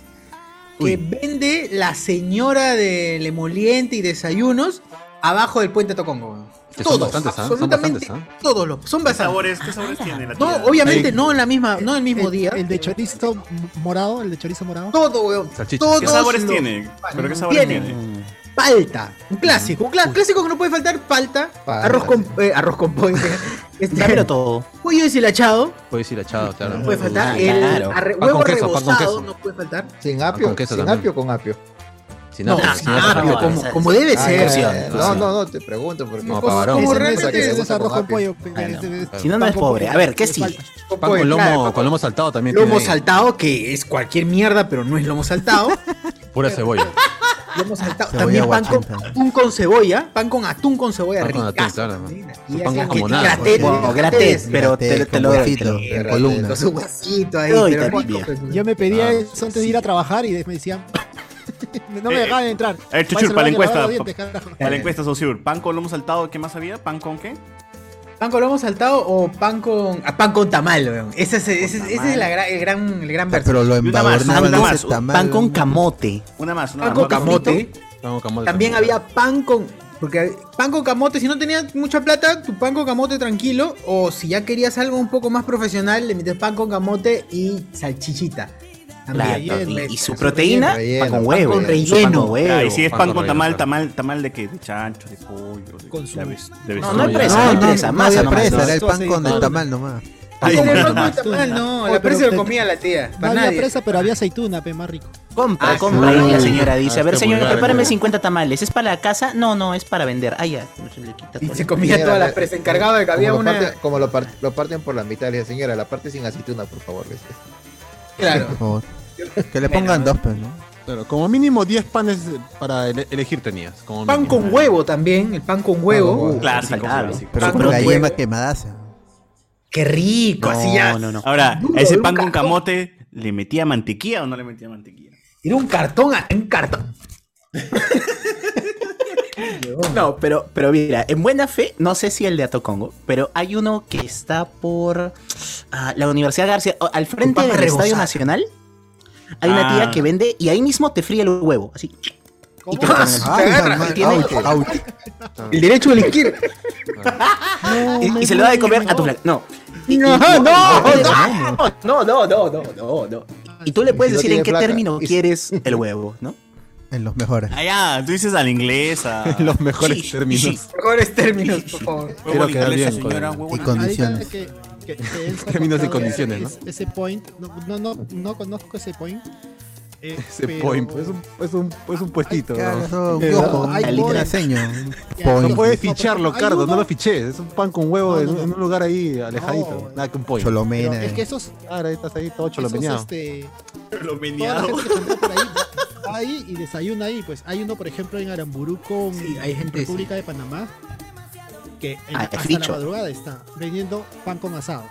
S1: que
S2: Uy.
S1: vende la señora del emoliente y desayunos abajo del puente Tocongo. weón.
S2: Que son
S1: Todos,
S2: bastantes, ¿ah? Son
S1: absolutamente
S2: bastantes,
S1: todos los, son
S3: ¿Qué
S1: bastantes.
S3: sabores, qué sabores tiene la
S1: No,
S3: tía?
S1: obviamente
S2: Ahí-
S1: no en la misma, no el mismo
S11: El-
S1: día.
S11: El de chorizo morado, el de chorizo morado.
S1: Todo, weón.
S2: Salchichas.
S1: Todos
S3: ¿Qué sabores
S1: los-
S3: tiene? ¿Pero qué
S1: Mm,
S3: sabores
S1: tiene.
S3: tiene?
S1: Palta, un clásico, un cla- clásico que no puede faltar, palta,
S2: Palta,
S1: arroz con eh, arroz con pollo. Este,
S2: Dámelo todo.
S1: Pollo deshilachado,
S2: Puede ir achado, claro.
S1: no puede faltar. el arre-
S2: Pan
S1: huevo
S2: con queso, pan con
S1: rebozado,
S2: queso.
S1: no puede faltar.
S4: Sin
S2: Ah,
S4: apio,
S2: con queso
S4: sin
S2: también.
S4: apio o con apio.
S2: Sin
S1: No,
S2: apio.
S1: sin apio,
S2: Ah,
S1: como-
S2: esa-
S1: como debe
S2: esa-
S1: ser.
S2: esa-
S1: Fusión,
S4: Eh, No,
S2: fusión.
S4: no, no, te pregunto porque
S2: pues Como
S4: cosas
S2: Pavarón.
S4: que
S2: Como
S4: se
S2: realmente
S4: usa, que se
S2: es
S4: usa
S2: arroz
S4: con
S2: con
S4: apio.
S2: pollo,
S11: pe-
S2: Ah, no.
S11: de- de- de-
S2: Si no, no es pobre. A ver, ¿qué sí? Pan
S1: Pollo,
S2: con
S1: claro,
S2: lomo, con lomo saltado también. tiene
S1: Lomo
S2: ahí.
S1: saltado, que es cualquier mierda, pero no es lomo saltado.
S2: Pura cebolla.
S1: lomo saltado.
S2: Cebolla
S1: También pan con
S2: guachanta.
S1: atún con cebolla. Pan con atún con cebolla
S2: Pan con
S1: rica.
S2: atún, claro.
S1: Y
S2: Su pan
S1: hacen
S2: como
S1: que
S2: nada.
S1: graté,
S2: pues.
S1: no, graté, pero te- te lo- te lo- te lo- con su huesito ahí, pero rico, pues.
S11: Yo me pedía
S1: Ah,
S11: eso antes de ir a trabajar y me decían. no me
S3: Eh,
S11: dejaban entrar.
S3: A ver,
S11: Váyase
S3: Chuchur,
S11: al
S3: para la
S11: baño, lavar
S3: encuesta.
S11: los dientes,
S3: pa-
S11: carajo.
S3: Para la encuesta, Saussure. ¿Pan con lomo saltado qué más había? ¿Pan con qué?
S1: ¿Pan con lomo saltado o pan con. ah, pan con tamal, weón? Ese es, ese es- ese es la gra- el gran, el gran verso.
S5: Pero lo embadurnaban
S1: una
S5: ese
S1: más, un
S5: tamal,
S1: pan con
S5: ¿no?
S10: Camote.
S3: Una más, una
S1: Pan
S3: más.
S1: con
S3: ¿no?
S1: camote.
S2: Vamos, camote
S1: También
S2: también.
S1: había pan con. Porque pan con camote, si no tenías mucha plata, tu pan con camote tranquilo. O si ya querías algo un poco más profesional, le metes pan con camote y salchichita.
S10: Claro,
S1: También.
S10: y- y su
S1: Relleno,
S10: proteína,
S1: relleno,
S10: pan con
S1: pan
S10: huevo.
S1: con
S10: su
S1: relleno.
S10: pan con huevo.
S3: Ah, y si es pan, con
S10: relleno,
S3: tamal,
S10: claro.
S3: tamal, tamal de qué? De chancho, de pollo, de, de aves- de
S10: No, no hay
S3: avestruz.
S10: presa, no hay presa.
S5: No había
S10: Masa nomás.
S5: presa, era el
S10: Tú
S5: pan
S10: así,
S5: con el
S10: no.
S5: tamal nomás.
S1: Ay,
S10: Pan con
S1: el pan
S10: tamal.
S1: con tamal, no,
S11: Oh,
S1: la presa
S11: pero
S1: lo
S11: te-
S1: comía la tía.
S11: No
S1: Para
S11: había
S1: nadie.
S11: presa, pero había aceituna, pe, más rico.
S10: Compra,
S1: Ah,
S10: compra.
S1: sí.
S10: Ahí la señora dice,
S1: Ah,
S10: a ver
S1: este
S10: señor,
S1: vulgar,
S10: prepárame
S1: eh.
S10: 50 tamales. ¿Es para la casa? No, no, es para vender. Ah, ya.
S1: Y se comía todas las presas. Encargado de que había
S4: como lo
S1: una.
S4: parten- como lo, par- lo parten por la mitad, le dije, señora, la parte sin aceituna, por favor. le dije.
S1: Claro.
S5: Por favor. Que le pongan dos, pues,
S1: Ah,
S5: ¿no?
S2: Claro, como mínimo 10 panes para ele- elegir tenías. Como
S1: Pan
S2: mínimo.
S1: con huevo también, el pan con huevo.
S2: Uh, clásico, clásico.
S5: Pero
S1: Pan
S5: con
S1: con
S5: la
S1: huevo.
S5: yema quemadaza.
S1: pues. Qué rico, así ya.
S3: Ahora,
S1: Duro,
S3: ¿a ese
S1: era un
S3: pan con
S1: cartón.
S3: camote le metía mantequilla o no le metía mantequilla?
S1: Era un cartón, a- un cartón.
S10: No, pero, pero mira, en buena fe, no sé si el de Atocongo, pero hay uno que está por ah, la Universidad García, o- al frente
S1: papa
S10: del
S1: rebozada.
S10: Estadio Nacional. Hay una tía
S3: Ah.
S10: que vende y ahí mismo te fríe el huevo, así. Y te lo
S1: Ah,
S10: ponen en el-
S1: te agarras,
S10: y
S1: te
S10: tiene-
S1: tiene- El derecho a elegir.
S10: y, y se lo da de comer a tu flaca. No. Y- y-
S1: No,
S10: y-
S1: no,
S10: no, no, no, no, no, no, no. Y tú le puedes
S5: no
S10: decir
S5: tiene
S10: en qué
S5: placa.
S10: término
S5: Y-
S10: quieres el huevo, ¿no?
S5: En los mejores.
S3: Ah, ya, tú dices a la inglesa.
S2: Los mejores
S3: Sí,
S2: términos.
S3: sí.
S1: Mejores términos, por favor.
S3: Huevo a la
S2: quedar
S3: inglesa,
S2: bien con-
S3: señora, huevo a
S5: Y
S3: la-
S5: condiciones.
S11: Que, que- que él se ha
S2: Términos y
S11: contado
S2: condiciones,
S11: es- Ese point, no, no, no, no conozco ese point. eh,
S2: Ese
S11: pero-
S2: point, pues, es un, es un, es un puestito.
S5: Claro, eso, un
S2: Eh,
S5: ojo,
S2: no,
S5: un
S11: hay
S5: un
S11: bolas.
S5: traseño, un
S2: no
S5: point.
S2: puedes
S11: no,
S2: ficharlo,
S11: pero hay
S2: Cardo, no
S11: uno-
S2: lo fiches. Es un pan con huevo
S11: No,
S2: en,
S11: no, no.
S2: en un lugar ahí
S11: No.
S2: alejadito. Nada que un pollo.
S11: pero
S5: Cholomena.
S11: es que esos, ah,
S2: Ahora estás ahí todo
S11: esos
S2: cholomeñado.
S11: este,
S3: Lo
S11: toda la
S3: meneado.
S11: gente que está por ahí va ahí y desayuna ahí. Pues hay uno, por ejemplo, en Aramburú con
S1: Sí, hay gente,
S11: República de Panamá que en-
S10: Ah,
S11: hasta
S10: fricho.
S11: la madrugada está vendiendo pan con asado.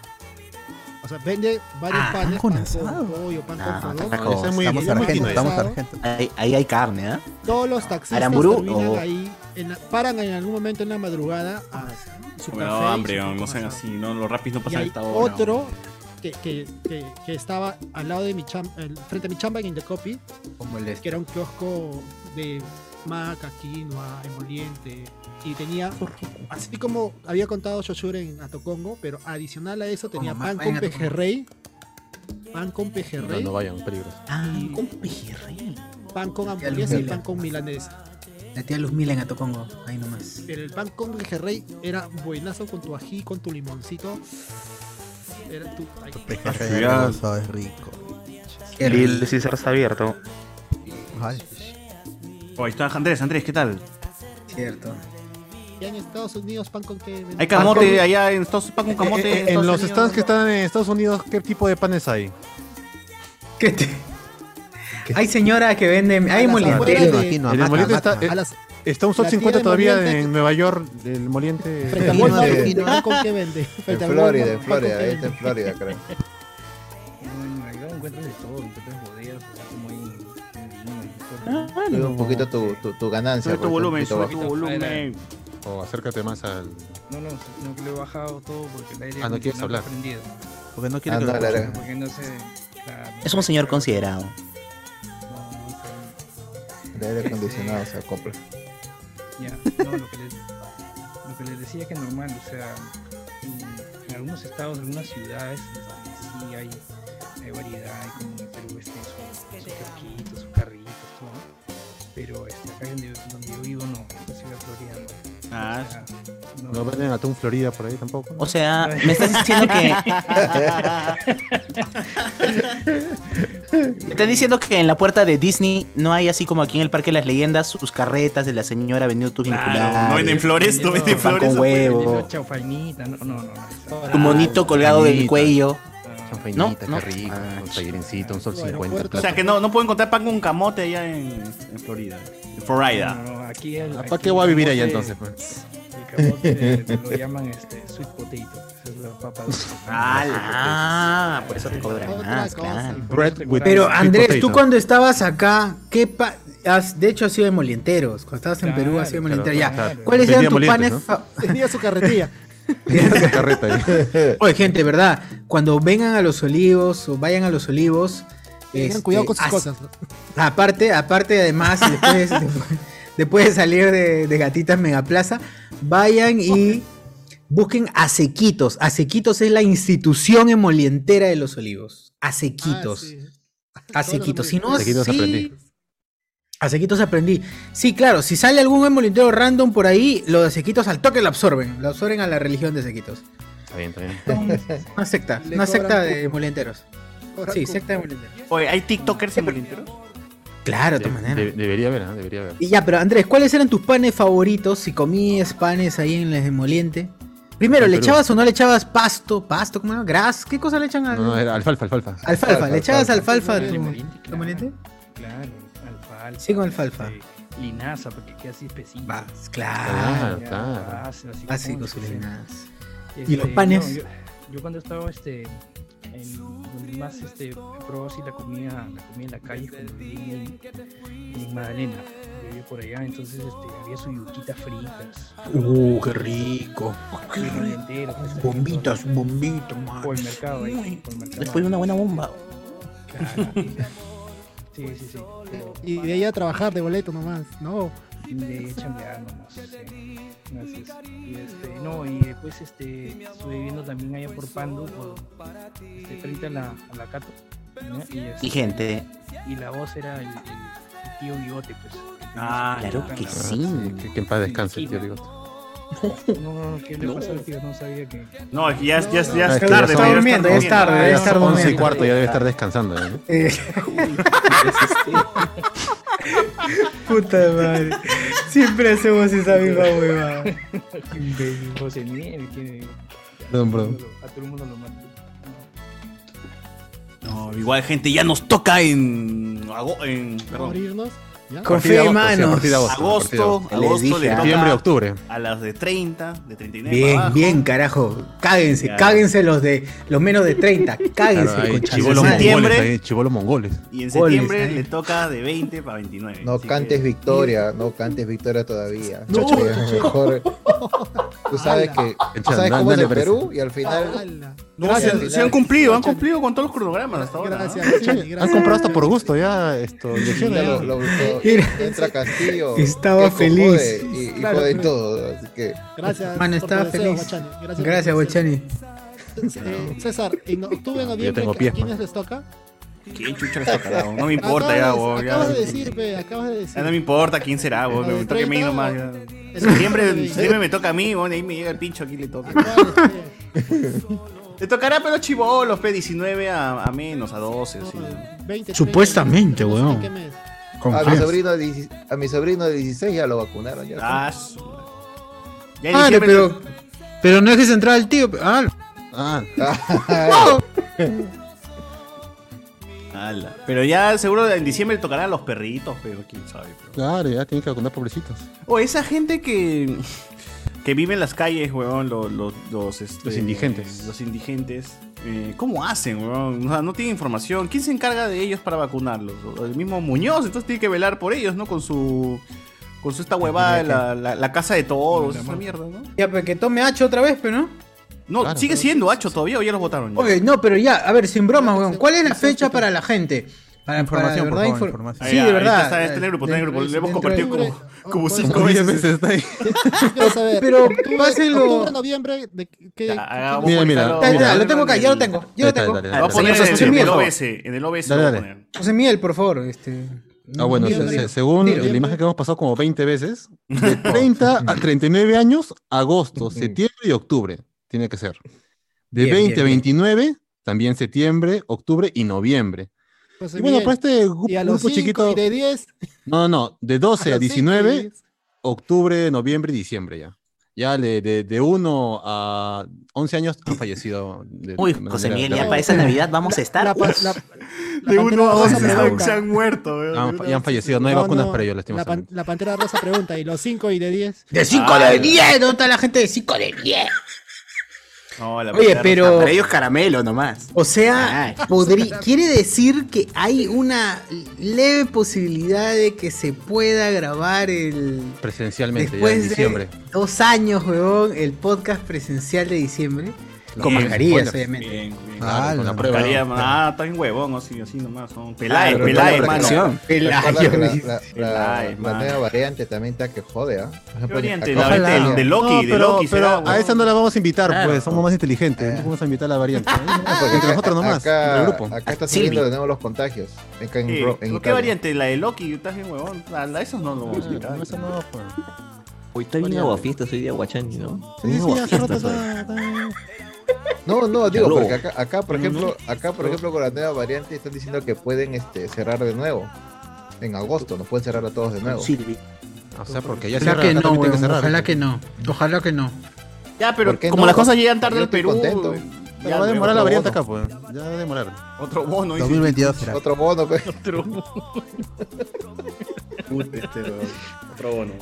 S11: O sea, vende varios
S10: Ah,
S11: panes,
S5: pan con
S11: pan
S5: asado.
S11: con pollo, pan
S10: No,
S11: con
S10: otra
S11: fodón.
S10: cosa.
S2: Ese es muy-
S5: Estamos
S2: ese es muy
S5: argentos,
S2: fino,
S5: estamos
S11: ese.
S5: argentos.
S10: Ahí, ahí hay carne, ¿ah?
S11: Todos los taxistas
S10: ¿Aramburú
S11: terminan
S10: o-
S11: ahí, en la- paran en algún momento en la madrugada a su
S3: Me
S11: café y
S3: da hambre,
S11: su pan
S3: no
S11: con
S3: sean
S11: asado.
S3: así, no, los rapis no
S11: Y
S3: pasan
S11: hay
S3: esta hora.
S11: otro que, que, que, que estaba al lado de mi chamba, frente a mi chamba en Indecopi,
S1: Como el de-
S11: que era un kiosco de maca, quinoa, emoliente, y tenía, así como había contado Shoshura en Atocongo, pero adicional a eso tenía
S1: Como ma-
S11: pan con
S1: vayan a Atocongo.
S11: pejerrey, pan con pejerrey,
S2: No vayan, peligros.
S10: Ah,
S11: Y-
S10: con pejerrey.
S11: pan con
S1: lo
S11: hamburguesa y
S1: veo.
S11: pan con milanesa.
S1: La tía Luz Mila en Atocongo, ahí nomás.
S11: Pero el pan con pejerrey era buenazo con tu ají, con tu limoncito. Era tu... ay,
S5: Pejerrey
S3: Ya.
S5: rebozado es rico.
S1: Qué
S10: César está abierto.
S5: Ay,
S3: Oh, ahí está Andrés, Andrés, ¿qué tal?
S1: cierto.
S11: Ya en Estados Unidos, pan con qué...
S3: Hay
S11: Pan
S3: camote
S11: con-
S3: allá en Estados pan con camote.
S2: Eh, eh, en los stands que están en Estados Unidos, ¿qué tipo de panes hay?
S1: ¿Qué te- Hay señora que vende. Hay
S11: las
S1: moliente.
S11: afueras
S5: Tranquilo,
S11: de-
S5: aquí no,
S2: en el
S5: hamaca,
S2: moliente
S5: hamaca.
S2: está, eh,
S11: A las
S2: está un
S11: la
S2: sol
S11: tía
S2: 50
S11: de
S2: todavía
S11: moliente-
S2: en Nueva York, el moliente.
S11: Frente a
S4: Quinoa,
S11: Walmart,
S4: eh,
S11: Quinoa, pan con qué vende.
S4: En
S11: Frente a Walmart,
S4: Florida, en
S11: pan
S4: Florida,
S11: con qué
S4: ahí está en
S11: vende.
S4: Florida, creo.
S10: Ah,
S4: Sube un poquito tu, tu, tu ganancia.
S3: Sube
S4: pues,
S3: tu
S4: un
S3: volumen,
S4: poquito
S3: sube
S4: bajo.
S3: tu volumen.
S2: O acércate más al.
S12: No, no, no que lo he bajado todo porque el aire
S2: Ah, no quieres
S12: acondicionado
S2: hablar.
S12: está prendido.
S5: Porque no
S4: Ah,
S5: quiere que
S4: no,
S5: lo
S4: la-
S5: escuchen.
S12: Porque no sé. la-
S10: Es un señor considerado.
S12: no, no sé,
S4: El aire acondicionado se acopla.
S12: ya, no, lo que les, lo que les decía que normal, o sea, en, en algunos estados, en algunas ciudades, este, sí hay, hay variedad, hay como en Perú este, su- sus kiosquitos, sus carritos, todo. Pero este, acá donde, donde yo
S3: Ah,
S2: No venden atún Florida por ahí tampoco.
S10: O sea, me estás diciendo que. me estás diciendo que en la puerta de Disney no hay así como aquí en el Parque de las Leyendas sus carretas de la señora vendiendo tus
S3: no venden flores, no venden
S10: pan
S3: flores,
S10: con
S3: no pueden
S10: huevo,
S12: No, chaufainita, no, no, no.
S10: tu monito colgado del cuello.
S2: Ah,
S13: Champainita,
S10: No, no.
S13: qué rico. un tallerencito, un sol
S10: tu
S13: 50.
S3: O sea que no, no pueden encontrar pan con camote allá en, en Florida. En Florida.
S12: No, no, aquí el-
S3: Ah,
S12: aquí
S3: ¿para qué voy a vivir allá
S12: el
S3: entonces,
S12: camote-
S3: pues?
S12: El camote lo llaman este, sweet potato. Esa es la papa dulce.
S10: Ah, por eso te cobran más, claro.
S1: Pero Andrés, tú cuando estabas acá, ¿qué pa has, de hecho has sido de molienteros. Cuando estabas en Perú has sido de
S2: claro,
S1: molientero. Ya,
S2: claro.
S1: ¿cuáles eran
S2: Vendía
S1: tus
S2: molientes,
S1: panes?
S2: ¿no?
S1: fa-
S11: Tenía su carretilla.
S1: Oye, gente, ¿verdad? Cuando vengan a los olivos o vayan a los olivos.
S11: Tengan
S1: este,
S11: cuidado con sus
S1: as-
S11: cosas.
S1: Aparte, aparte, además, después, después de salir de, de Gatitas Megaplaza, vayan y busquen Acequitos. Acequitos es la institución emolientera de los olivos. Acequitos.
S11: Ah,
S1: Acequitos. Si no,
S2: Acequitos
S1: sí-
S2: aprendí.
S1: Acequitos aprendí. Sí, claro, si sale algún emolientero random por ahí, los de Acequitos al toque lo absorben. Lo absorben a la religión de Acequitos.
S13: Está bien, está bien.
S1: Una secta,
S13: Le
S1: una secta
S13: cobran
S1: de
S13: cupo.
S1: emolienteros. Sí, secta de emolienteros.
S3: Oye, ¿hay TikTokers en Molintero?
S1: Claro,
S13: de todas maneras. debería haber, ¿no? Debería haber.
S1: Y ya, pero Andrés, ¿cuáles eran tus panes favoritos si comías panes ahí en el emoliente? Primero,
S2: En
S1: ¿le
S2: Perú.
S1: echabas o no le echabas pasto? ¿Pasto? ¿Cómo no? ¿Gras? ¿Qué cosa le echan
S2: No,
S1: al
S2: no, era alfalfa, alfalfa.
S1: alfalfa? ¿Le echabas alfalfa al
S12: Al
S1: al emoliente?
S12: Claro, alfalfa.
S1: Sí, con alfalfa.
S12: este, Linaza, porque queda así espesito.
S1: claro,
S12: Ya,
S1: claro.
S12: base, así
S1: Así
S12: como
S1: con
S12: se
S1: su
S12: hace.
S1: linaza.
S12: Este,
S1: ¿Y los panes?
S12: no, yo, yo cuando estaba este, en donde más este, probaba así la comida, la comida en la calle, como en, en Magdalena, yo vivía por allá, entonces este, había sus yuquitas fritas.
S1: Uh, qué rico.
S12: Qué entero, pues,
S1: Bombitas, un bombito, man.
S12: Por el mercado, ahí, por el mercado.
S10: Después de una buena bomba.
S12: Claro. Sí, sí, sí. pero-
S11: Y de ahí a trabajar de boleto nomás. No.
S12: de chambear nomás. sí. Gracias. Y este, no, y después este, estuve viviendo también allá por Pando, por, este, frente a la, a la Cato. ¿no? Y, este,
S10: Y gente.
S12: Y la voz era el, el tío Bigote, pues.
S3: Ah,
S10: claro que
S12: Ah,
S10: sí.
S2: Que, que en paz descanse, tío Ah, Bigote.
S12: No, no, no, ¿qué le pasó al tío? No sabía que.
S3: No, es que ya, es- ya, es- ya
S2: Ah,
S3: es
S2: es que
S3: tarde.
S2: son-
S3: güey, ya
S1: durmiendo, ya es tarde, ya es tarde.
S2: Once y
S1: durmiendo. Eh,
S2: cuarto, ya debe estar descansando. ¿eh? ¿no?
S1: Puta madre. Siempre hacemos esa misma hueva.
S12: José
S10: Eh.
S12: Miguel, que
S2: Perdón, perdón.
S12: a todo el mundo lo mata.
S3: No, igual, gente, ya nos toca en. ago- en perdón.
S11: Abrirnos. ¿ya?
S1: Con fe en manos.
S3: Agosto, agosto, le toca
S2: Septiembre, octubre.
S3: A las de 30, de 39.
S1: Bien,
S3: para abajo.
S1: bien, carajo. Cáguense,
S3: Ya.
S1: cáguense los de los menos de 30. Cáguense,
S2: Claro, hay
S1: concha de
S2: chibolos
S1: su madre.
S2: mongoles. ahí, Chibolos mongoles.
S3: Y en
S1: Goles,
S3: septiembre
S1: ahí.
S3: le toca de 20 para 29.
S4: No
S3: así que-
S4: cantes victoria, no cantes victoria todavía.
S3: No.
S4: Porque es mejor. Tú sabes que tú sabes
S2: Ala.
S4: cómo es
S2: Dale,
S4: el
S2: parece.
S4: Perú y al final.
S3: No,
S4: y al
S3: se,
S4: final-
S3: se han cumplido, han cumplido con todos los cronogramas hasta ahora.
S11: Gracias,
S3: ¿no?
S11: sí,
S2: Han
S11: gracias.
S2: comprado hasta por gusto ya esto.
S4: Ya
S2: inyecciones,
S4: lo-
S2: ¿no?
S4: lo- lo- entra Castillo.
S1: Estaba
S4: que
S1: feliz.
S4: jode Y, y
S1: Claro,
S4: jode
S1: pero-
S4: todo. Así que.
S11: Gracias. por
S1: Mano,
S11: tu
S1: estaba
S11: deseo,
S1: feliz.
S11: Guachani. Gracias.
S1: Gracias, Bochani.
S11: Eh, César, en octubre, noviembre,
S3: tengo pies,
S11: ¿a quiénes les toca?
S3: ¿Quién chucha les tocará? No me importa
S11: Acabas
S3: ya,
S11: de-
S3: güey,
S11: Acabas
S3: ya.
S11: de decir, pe, acabas de decir.
S3: Ya no me importa quién será, güey.
S11: ¿El
S3: Me toca a mí
S11: 30
S3: nomás.
S11: o-
S3: ya.
S11: el
S3: Septiembre,
S11: 30?
S3: septiembre me toca a mí, güey. Ahí me llega el pincho, aquí le toca. Le tocará pero chivolos, pe 19 a, a menos, a 12, así.
S11: 20,
S1: Supuestamente, weón.
S4: A mi,
S1: Confianza.
S4: sobrino, de 16 a mi sobrino de 16 ya lo vacunaron. Ya.
S3: Ah, Ya en
S1: Madre,
S3: diciembre-
S1: Ah, pero, pero no dejes entrar al tío. pe- Ah,
S2: Ah.
S3: Ala. Pero ya seguro en diciembre le tocarán a los perritos, pero quién sabe. pe.
S2: Claro, ya tienen que vacunar pobrecitos.
S3: O esa gente que. Que vive en las calles, weón, los, los, este,
S2: Los indigentes.
S3: Los indigentes. Eh, ¿Cómo hacen, weón? O sea, no tienen información. ¿Quién se encarga de ellos para vacunarlos? O- El mismo Muñoz, entonces tiene que velar por ellos, ¿no? Con su. Con su esta huevada, la, la- la casa de todos, esa mierda, ¿no?
S1: Ya, pero que tome hacho otra vez, pero no.
S3: No, sigue siendo hacho todavía o ya los votaron. ya?
S1: Oye, no, pero ya, a ver, sin broma, weón. ¿Cuál es la fecha para la gente? Para,
S5: Información,
S1: de
S5: por
S1: verdad,
S5: favor,
S1: infor-
S5: información.
S1: Sí,
S3: Ahí,
S1: de
S3: ahí
S1: verdad.
S3: Está, está en el grupo, está en el grupo. Le hemos
S1: Dentro
S3: compartido
S1: de-
S3: como, como cinco
S2: Como diez
S3: veces.
S2: veces está ahí.
S11: Quiero saber,
S1: Pero
S11: octubre-
S1: pásenlo.
S11: Octubre, noviembre, ¿de qué- qué?
S3: Ya, hagamos
S2: Mira,
S3: cuenta,
S2: mira,
S3: no,
S1: Ya, ya,
S3: no,
S1: lo tengo
S3: no,
S1: acá,
S3: no,
S1: ya lo
S3: no.
S1: tengo, ya lo
S2: Dale,
S1: tengo.
S2: dale,
S3: Lo voy a Ah, poner
S1: Señor
S3: en
S1: José
S3: el- en el
S1: Miguel, por favor.
S3: OBS. En el OBS lo
S2: Dale,
S3: voy a
S2: dale.
S3: poner.
S1: José Miguel, por favor, este.
S2: Ah, bueno,
S13: Mira,
S2: se-
S13: mira.
S2: se- según
S13: Mira.
S2: la imagen que hemos pasado como 20 veces, de 30 a 39 años, agosto, septiembre y octubre tiene que ser. De
S13: Bien,
S2: 20
S13: bien,
S2: a
S13: bien.
S2: 29, también septiembre, octubre y noviembre.
S11: José
S2: y bueno,
S11: Pues, Miguel,
S2: para este gru-
S11: y a los
S2: grupo
S11: cinco
S2: chiquito.
S11: y de 10,
S2: No, no, no, de 12 a,
S11: los
S2: 19,
S11: cinco
S2: octubre, noviembre y diciembre ya. Ya de, de, de 1 a 11 años han fallecido. de-
S10: Uy,
S2: de
S10: José
S2: manera
S10: Miguel, ya
S2: terrible.
S10: para esa Navidad vamos a estar.
S3: De uno a
S2: rosa
S3: dos
S2: pregunta.
S3: se han muerto, weón.
S2: Han- ya han fallecido, no hay
S11: No,
S2: vacunas
S11: no,
S2: para ello,
S11: la, pan-
S2: lastimosamente. Ah,
S11: la pantera rosa pregunta, ¿y los 5 y de 10?
S2: De cinco de Ay. diez.
S1: ¿Dónde está la gente de 5 de 10?
S3: No, la
S1: Oye,
S10: pantera
S1: pero-
S10: rosa. Para ellos caramelo nomás.
S1: O sea, podri- quiere decir que hay una leve posibilidad de que se pueda grabar el
S2: Presencialmente, ya en
S1: después
S2: diciembre.
S1: de dos años, huevón, el podcast presencial de diciembre. Con
S2: Bien,
S1: mascarillas,
S2: spoilers.
S1: obviamente.
S3: Bien, bien.
S1: Ah,
S3: Con la
S1: no.
S3: prueba.
S1: Mascarilla,
S3: Ah, está en huevón, así, así nomás. Son
S4: Peláez,
S3: Peláez, Peláez, mano.
S4: Recuerda que la- la- la-
S3: Peláez,
S4: La
S3: mano.
S4: nueva variante también está que jode, ¿ah? Por ejemplo,
S3: variante?
S4: acá-
S3: La variante del- de Loki,
S2: No,
S3: de
S2: pero,
S3: Loki
S2: pero
S3: será,
S2: a
S3: huevón.
S2: esa no la vamos a invitar,
S3: Claro.
S2: pues somos más inteligentes. No vamos a invitar a la variante. ¿eh? Entre nosotros nomás,
S4: pues, Acá,
S2: entre el grupo.
S4: acá está
S2: Silvi.
S4: subiendo de nuevo los contagios. Acá en,
S3: Ah, Sí,
S4: Ro- en
S3: ¿pero ¿Qué
S4: Italia.
S3: variante? La de Loki, estás bien huevón. A la- eso no lo vamos a invitar. Eso
S2: no, pues.
S14: Hoy está bien aguafiesta, soy de Aguachani, ¿no?
S4: Sí, sí, hace
S14: Aguafiesta
S4: rato
S14: soy.
S4: No,
S2: Este
S4: no, digo,
S14: Aló.
S4: porque acá, acá, por ejemplo, acá, por
S14: Aló.
S4: ejemplo, con la nueva variante están diciendo que pueden este, cerrar de nuevo. En agosto, nos pueden cerrar a todos de nuevo.
S10: Silvi.
S2: O sea, porque
S1: Ojalá que no, huevón, ojalá que no. Ojalá que no.
S3: Ya, pero
S1: ¿Por qué
S3: como
S1: no?
S3: las cosas llegan tarde
S1: Yo
S3: al
S1: estoy
S3: Perú.
S1: contento.
S3: eh,
S2: Pero
S3: ya,
S2: va a demorar la
S3: otro
S2: variante
S3: bono.
S2: acá, pues. Ya va a demorar.
S3: Otro bono. dice.
S5: 2022 será.
S4: Otro bono, pues.
S3: Otro bono. Puta, este, weón. Otro bono.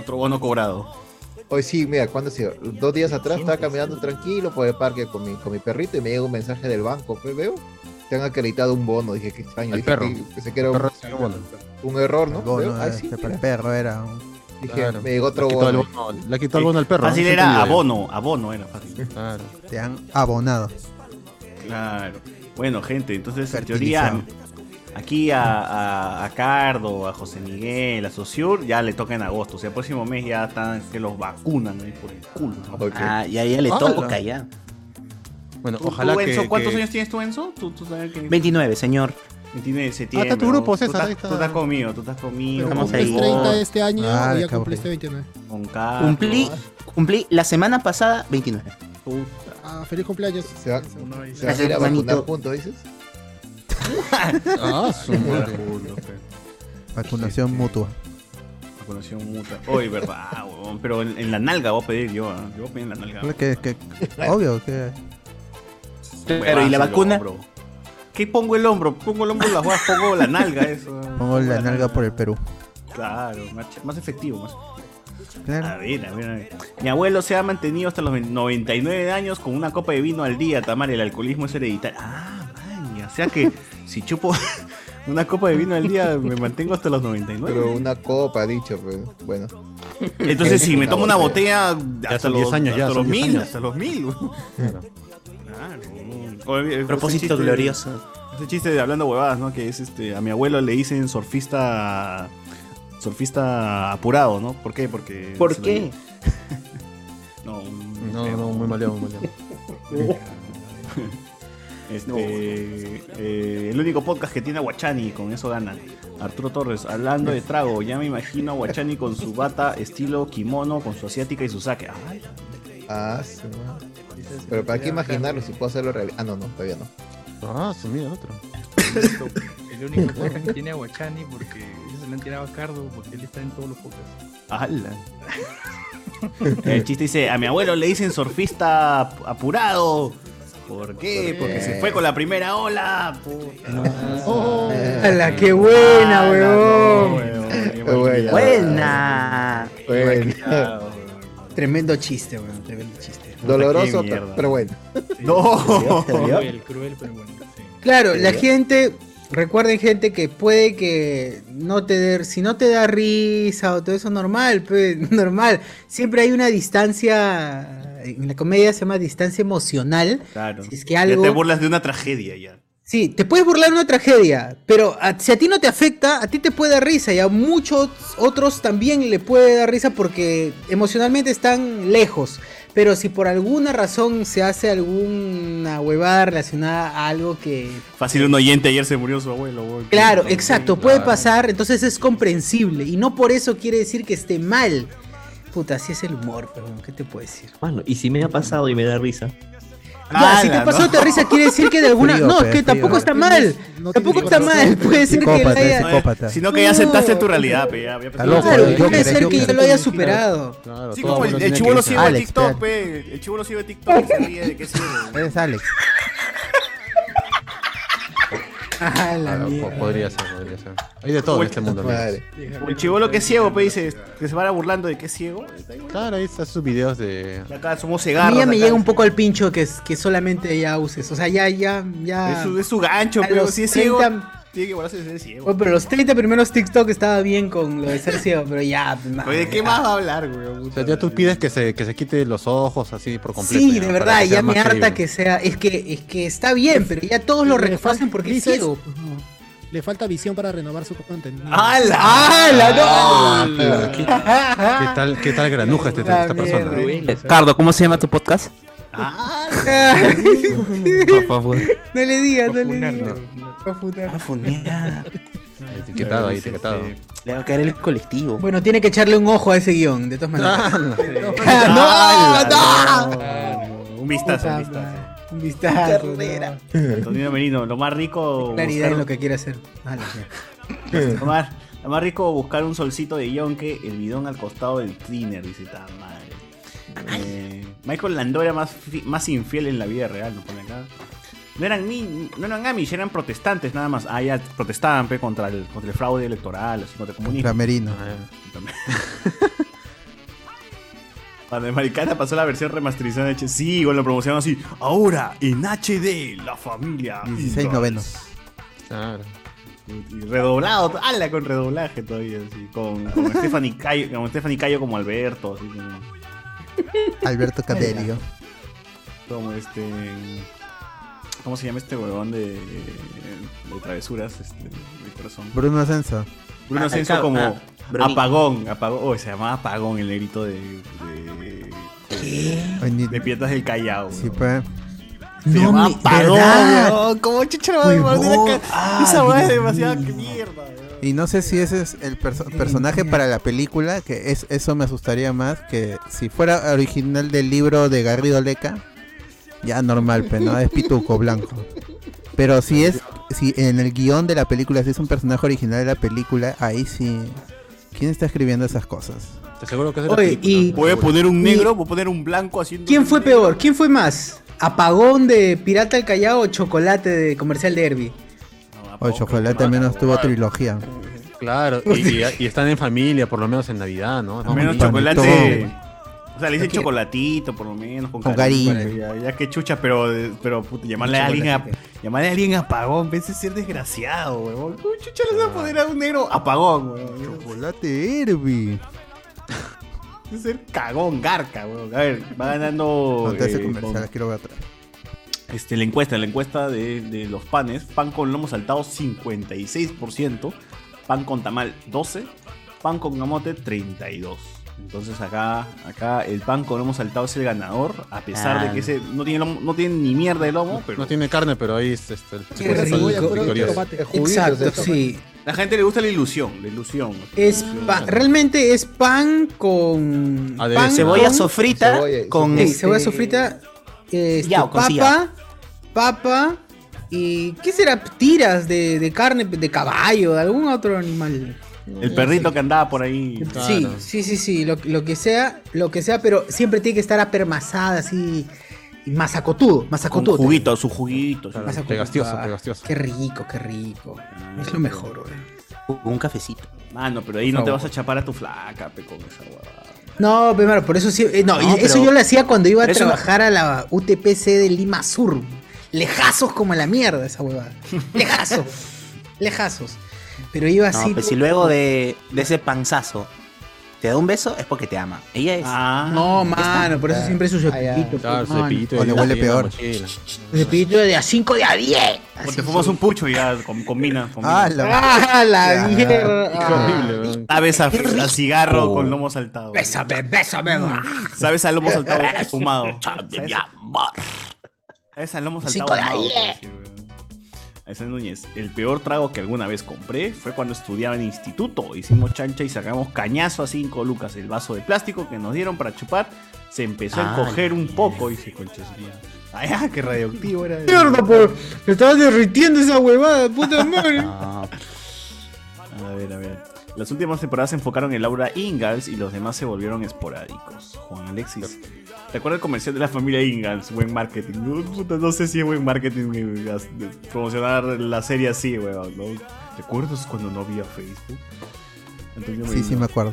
S3: Otro bono cobrado.
S4: Hoy sí, mira, cuando se, dos días atrás estaba
S3: pues,
S4: caminando tranquilo por el parque con mi, con mi perrito y me llega un mensaje del banco. Pues veo, te han acreditado un bono. Dije, qué extraño.
S2: El
S4: Dije,
S2: perro.
S4: que- pensé que era
S2: El
S4: un,
S2: perro recibió bono.
S4: un error,
S5: El
S4: ¿no?
S5: bono,
S4: Veo, ay,
S5: eh,
S4: sí,
S5: este,
S4: mira.
S5: el perro era. un-
S4: Dije,
S5: Claro.
S4: me llegó otro
S2: Le quitó
S4: bono.
S2: el bono, le quitó el bono al perro.
S3: Fácil
S2: ¿no?
S3: era
S2: Entendido.
S3: abono, abono era fácil.
S2: Claro.
S5: Te han abonado.
S3: Claro. Bueno, gente, entonces en teoría
S5: Fertilizado.
S3: aquí a, a, a Cardo, a José Miguel, a Sociur, ya le toca en agosto. O sea, el próximo mes ya están que los vacunan ahí por el culo. ¿no?
S10: Ah, y ahí ya le
S3: Ah,
S10: toca
S3: no.
S10: ya.
S2: Bueno,
S3: ¿Tú,
S10: ojalá
S3: tú,
S10: que-
S3: Enzo, ¿Cuántos
S10: que-
S3: años tienes tú, Enzo? Tú, tú sabes que...
S10: 29, señor.
S3: 29 de septiembre.
S10: tu grupo,
S3: ¿no?
S10: César,
S3: Tú estás,
S10: ahí está.
S3: tú estás conmigo, tú estás conmigo.
S10: Estamos
S3: con
S10: ahí.
S3: Igor,
S11: 30 de este año
S10: Ah,
S11: y ya
S10: cabrón.
S11: cumpliste 29.
S3: Con Carlos.
S10: Cumplí, cumplí la semana pasada 29.
S11: Ah, feliz cumpleaños.
S4: Se va, se va a
S10: Gracias,
S4: ir a vacunar
S10: hermanito.
S4: juntos, dices.
S2: Ah, su madre.
S5: Vacunación mutua.
S3: Vacunación mutua. Hoy, verdad, huevón. Pero en, en la nalga voy a pedir yo, ¿ah? Yo voy a pedir en la nalga.
S5: Que, que- obvio que.
S3: Huevazo el hombro. ¿Qué pongo el hombro? Pongo el hombro en las huevas, pongo la nalga, eso.
S5: Pongo la nalga por el Perú.
S3: Claro, más, ch- más efectivo, más.
S5: Claro.
S3: A ver, a ver, a ver. Mi abuelo se ha mantenido hasta los 99 años con una copa de vino al día, Tamar. El alcoholismo es hereditario. Ah, maña. O sea que si chupo una copa de vino al día, me mantengo hasta los 99.
S4: Pero una copa, ha dicho, pues, bueno.
S3: Entonces, si me tomo una botella,
S4: Ya
S3: hasta
S4: son
S3: los,
S4: 10 años, ya
S3: hasta
S4: son
S3: los
S4: 10
S3: mil,
S4: años.
S3: hasta los mil.
S4: Claro.
S3: Obvio,
S10: Propósito
S3: ese chiste-
S10: glorioso.
S3: Ese chiste de hablando huevadas, ¿no? Que es este. A mi abuelo le dicen surfista. Surfista apurado, ¿no? ¿Por qué? Porque.
S10: ¿Por
S3: se lo
S10: qué?
S3: lleva. No,
S2: No, no, muy maleado, muy maleado.
S3: Este, eh, el único podcast que tiene a Guachani, con eso gana. Arturo Torres, hablando de trago, ya me imagino a Guachani con su bata estilo kimono, con su asiática y su saque. Ay,
S4: Ah, sí, ¿no? Pero para qué imaginarlo si puedo hacerlo realidad. Ah, no, no, todavía no.
S2: Ah, sí, mira, otro.
S12: El único podcast que tiene a Guachani porque se le han tirado a Cardo porque él está en todos los podcasts.
S3: ala. El chiste dice, a mi abuelo le dicen surfista ap- apurado. ¿Por qué? Porque se fue con la primera ola. puta. Oh.
S1: ¡Hala, qué
S3: Qué
S1: buena, huevón!
S3: buena.
S10: Buena.
S1: Buena. Tremendo chiste, weón. Tremendo chiste.
S4: Doloroso, pero, pero bueno.
S3: No.
S12: Cruel, cruel, pero bueno.
S1: Claro, la
S4: Sí.
S1: gente, recuerden gente que puede que no te dé, si no te da risa o todo eso, normal, pues, normal. Siempre hay una distancia, en la comedia se llama distancia emocional.
S3: Claro.
S1: Si es que algo...
S3: Ya te burlas de una tragedia ya.
S1: Sí, te puedes burlar de una tragedia, pero a- si a ti no te afecta, a ti te puede dar risa y a muchos otros también le puede dar risa porque emocionalmente están lejos. Pero si por alguna razón se hace alguna huevada relacionada a algo que
S3: Fácil, un oyente ayer se murió su abuelo, weón.
S1: Claro, exacto,
S3: ah.
S1: puede pasar, entonces es comprensible y no por eso quiere decir que esté mal. Puta, así es el humor, perdón, ¿qué te puedo decir?
S14: Mano, y si me ha pasado y me da risa.
S1: Ya, si te pasó te risa quiere decir que de alguna
S14: Frío,
S1: no,
S14: pe,
S1: es que
S14: frío.
S1: tampoco está mal. tampoco está mal, puede ser que lo
S3: Psicópata, es
S1: haya
S3: psicópata. Sino que ya aceptaste tu realidad, pe, ya, ya Está
S1: claro,
S3: loco, eh,
S1: puede
S3: Joker,
S1: ser que
S3: Joker.
S1: yo lo haya superado.
S3: Claro, Sí, como el, el chivolo ciego de TikTok, pe. El chivolo ciego de TikTok se ríe de qué sirve.
S5: Eres Alex.
S1: Ah,
S13: la mierda. Podría ser, podría ser. Hay de todo en este mundo. amigos.
S3: El chivolo que es ciego, pe, dice que se van burlando de que es ciego.
S13: Claro, ahí están sus videos de.
S3: Acá somos
S1: A
S3: cegarros.
S1: mí ya me
S3: acá.
S1: llega un poco al pincho que es que solamente ya uses, o sea, ya ya ya
S3: Es su, es su gancho,
S1: A
S3: pero
S1: los
S3: si es ciego.
S1: 30
S3: Tiene que volarse de ser ciego.
S1: Oh, pero los 30 primeros TikTok estaba bien con lo de ser ciego, pero ya.
S3: Oye, ¿de qué más va a hablar, weón?
S2: O sea, ya tú pides que se, que se quite los ojos así por completo.
S1: Sí,
S2: ya,
S1: de
S2: para
S1: verdad,
S2: que sea
S1: ya
S2: más
S1: me harta
S2: creíble.
S1: que sea. Es que es que está bien, pero ya todos lo reconocen porque es
S11: Dices-
S1: ciego.
S11: Ujú. Le falta visión para renovar su contenido.
S1: ¡Hala! ¡Hala!
S11: ¡No!
S2: Ala, ¿Qué, qué tal, qué tal granuja este, esta persona?
S10: Cardo, ¿cómo se llama tu podcast?
S3: Ah,
S1: no
S10: Por favor.
S1: le digas, no le digas.
S13: Etiquetado ahí, etiquetado.
S10: Le va a caer el colectivo.
S1: Bueno, tiene que echarle un ojo a ese guión, de todas maneras.
S3: Ah,
S1: ¡No!
S3: Un vistazo, un
S1: Puta
S3: vistazo.
S1: Un vistazo. no.
S3: Antonio Merino, lo más rico.
S1: Claridad
S3: buscar-
S1: en lo que quiere hacer. Vale.
S3: Este, lo, más, lo más rico buscar un solcito de yonke, el bidón al costado del cleaner, dice ta madre. Eh, Michael Landau era más, fi- más infiel en la vida real, nos pone acá. No eran, ni, no eran Amish, eran protestantes nada más. Ah, ya protestaban pe, contra, el, contra el fraude electoral, así contra el comunismo.
S5: Contra Merino.
S3: Cuando en Maricana pasó la versión remasterizada de H. Sí, con lo promocionaron así. Ahora, en HD, la familia.
S5: 16 novenos.
S13: Claro.
S3: Y redoblado, ala con redoblaje todavía, así, con, con Stephanie Cayo, con Stephanie Cayo como Alberto, así como,
S5: Alberto Cadelio.
S3: como este ¿cómo se llama este huevón de, de travesuras este, de corazón?
S5: Bruno Ascenso.
S3: Bruno
S5: Ah,
S3: Ascenso
S5: acá-
S3: como
S5: ah, Bruni.
S3: apagón, apagón, oh, se llamaba apagón el negrito de de,
S5: de,
S3: Pietas del Callao.
S5: Sí, pues.
S3: Se
S5: No,
S3: llamaba
S5: mi-
S3: apagón,
S5: ¿verdad?
S3: huevón, como chucha Ah, no me
S5: Huevón.
S3: acordé acá. Esa
S5: Ah,
S3: hueá es
S5: Dios
S3: demasiada
S5: mío.
S3: mierda.
S5: Y no sé si ese es el perso- personaje para la película, que es eso me asustaría más que si fuera original del libro de Garrido Leca, ya normal, pero no es pituco blanco. Pero si es si en el guión de la película si es un personaje original de la película, ahí sí ¿Quién está escribiendo esas cosas?
S13: Te aseguro que es
S1: Oye, y-
S3: Voy a poner un
S1: y-
S3: negro, voy a poner un blanco haciendo
S1: ¿Quién fue peor? ¿Quién fue más? ¿Apagón de Pirata del Callao o chocolate de comercial de Herbie?
S5: O Chocolate al menos tuvo trilogía.
S13: Claro, y, y- y están en familia, por lo menos en Navidad, ¿no?
S3: Al menos
S13: Bonito.
S3: chocolate. O sea, le dicen chocolatito, por lo menos, con,
S13: Con
S3: cariño.
S13: cariño.
S3: Ya, ya que chucha, pero, pero puta, llamarle a alguien a, llamarle a alguien apagón, vez de ser desgraciado, weón. ¿Cómo chucha le
S10: Ah.
S3: vas a poner a un negro apagón, weón?
S5: Chocolate Herbie.
S3: Es ser cagón, garca, weón. A ver, va
S10: Oh,
S3: ganando.
S5: No te hace
S3: eh,
S5: comercial,
S3: con-
S5: quiero ver atrás.
S3: este, la encuesta, la encuesta de, de los panes. Pan con lomo saltado, 56%. Pan con tamal, 12. Pan con gamote, 32. Entonces acá, acá el pan con lomo saltado es el ganador, a pesar de
S13: Ah.
S3: que ese no tiene, lomo- no tiene ni mierda de lomo, pero...
S13: No tiene carne, pero ahí es este, el
S1: Qué rico. Exacto, sí.
S3: La gente le gusta la ilusión, la ilusión.
S1: Es pa- realmente es pan con
S3: Aderezo.
S1: pan
S3: Cebolla sofrita con
S1: Sí,
S3: este-
S1: cebolla sofrita, este,
S10: sillao, con
S1: papa,
S10: sillao.
S1: papa y ¿qué será? Tiras de, de carne de caballo, de algún otro animal.
S3: El perrito que andaba por ahí.
S1: Sí, sí, sí, sí, lo, lo que sea, lo que sea, pero siempre tiene que estar apermazada así y masacotudo,
S3: Con
S1: masacotudo.
S3: juguito, su juguito. su-
S1: Masacotudo. Ah, Qué rico, qué rico. Es lo mejor,
S10: güey. Un cafecito.
S3: Mm. Mano, pero ahí no
S1: Por
S3: te
S1: favor.
S3: vas a chapar a tu flaca, pe, con esa huevada.
S1: No, primero, por eso sí. eh, no,
S3: No,
S1: y eso
S3: pero-
S1: yo lo hacía cuando iba a
S3: pero eso no-
S1: trabajar a la UTPC de Lima Sur. Lejazos como la mierda esa huevada. Lejazos. lejazos. Pero iba
S10: No,
S1: así.
S10: pues si luego de, de ese panzazo te da un beso, es porque te ama. Ella es.
S1: No, mano, por eso siempre es su cepillito.
S10: Claro,
S1: pues, mano.
S10: cepillito de O le diente huele y la peor. mochila.
S1: Su cepillito de a 5 de a 10.
S3: O te fumas un pucho y ya com- combina. combina.
S1: Ah, la- Ah, la mierda.
S3: Qué horrible, weón. Sabes a, a cigarro
S1: Oh.
S3: con lomo saltado.
S1: Bésame, bésame.
S3: Sabes a lomo saltado fumado.
S8: Chame, mi
S3: Sabes a lomo
S8: Cinco
S3: saltado
S8: de
S3: fumado.
S8: ahí,
S3: sí, weón. Ahí está Núñez, el peor trago que alguna vez compré fue cuando estudiaba en instituto. Hicimos chancha y sacamos cañazo a 5 lucas. El vaso de plástico que nos dieron para chupar se empezó a
S8: Ah,
S3: encoger un poco y se conchesuría. Ay, ah, qué radioactivo era.
S1: Mierda, por. Me estabas derritiendo esa huevada, puta madre.
S3: Ah, A ver, a ver. Las últimas temporadas se enfocaron en Laura Ingalls y los demás se volvieron esporádicos. Juan Alexis. ¿Te acuerdas el comercial de la familia Ingalls? Buen marketing. No, puta, no sé si es buen marketing eh, gas- de- promocionar la serie así, weón. ¿no? ¿Te acuerdas cuando no había Facebook? Antonio
S5: Sí, sí,
S3: Medina.
S5: me acuerdo.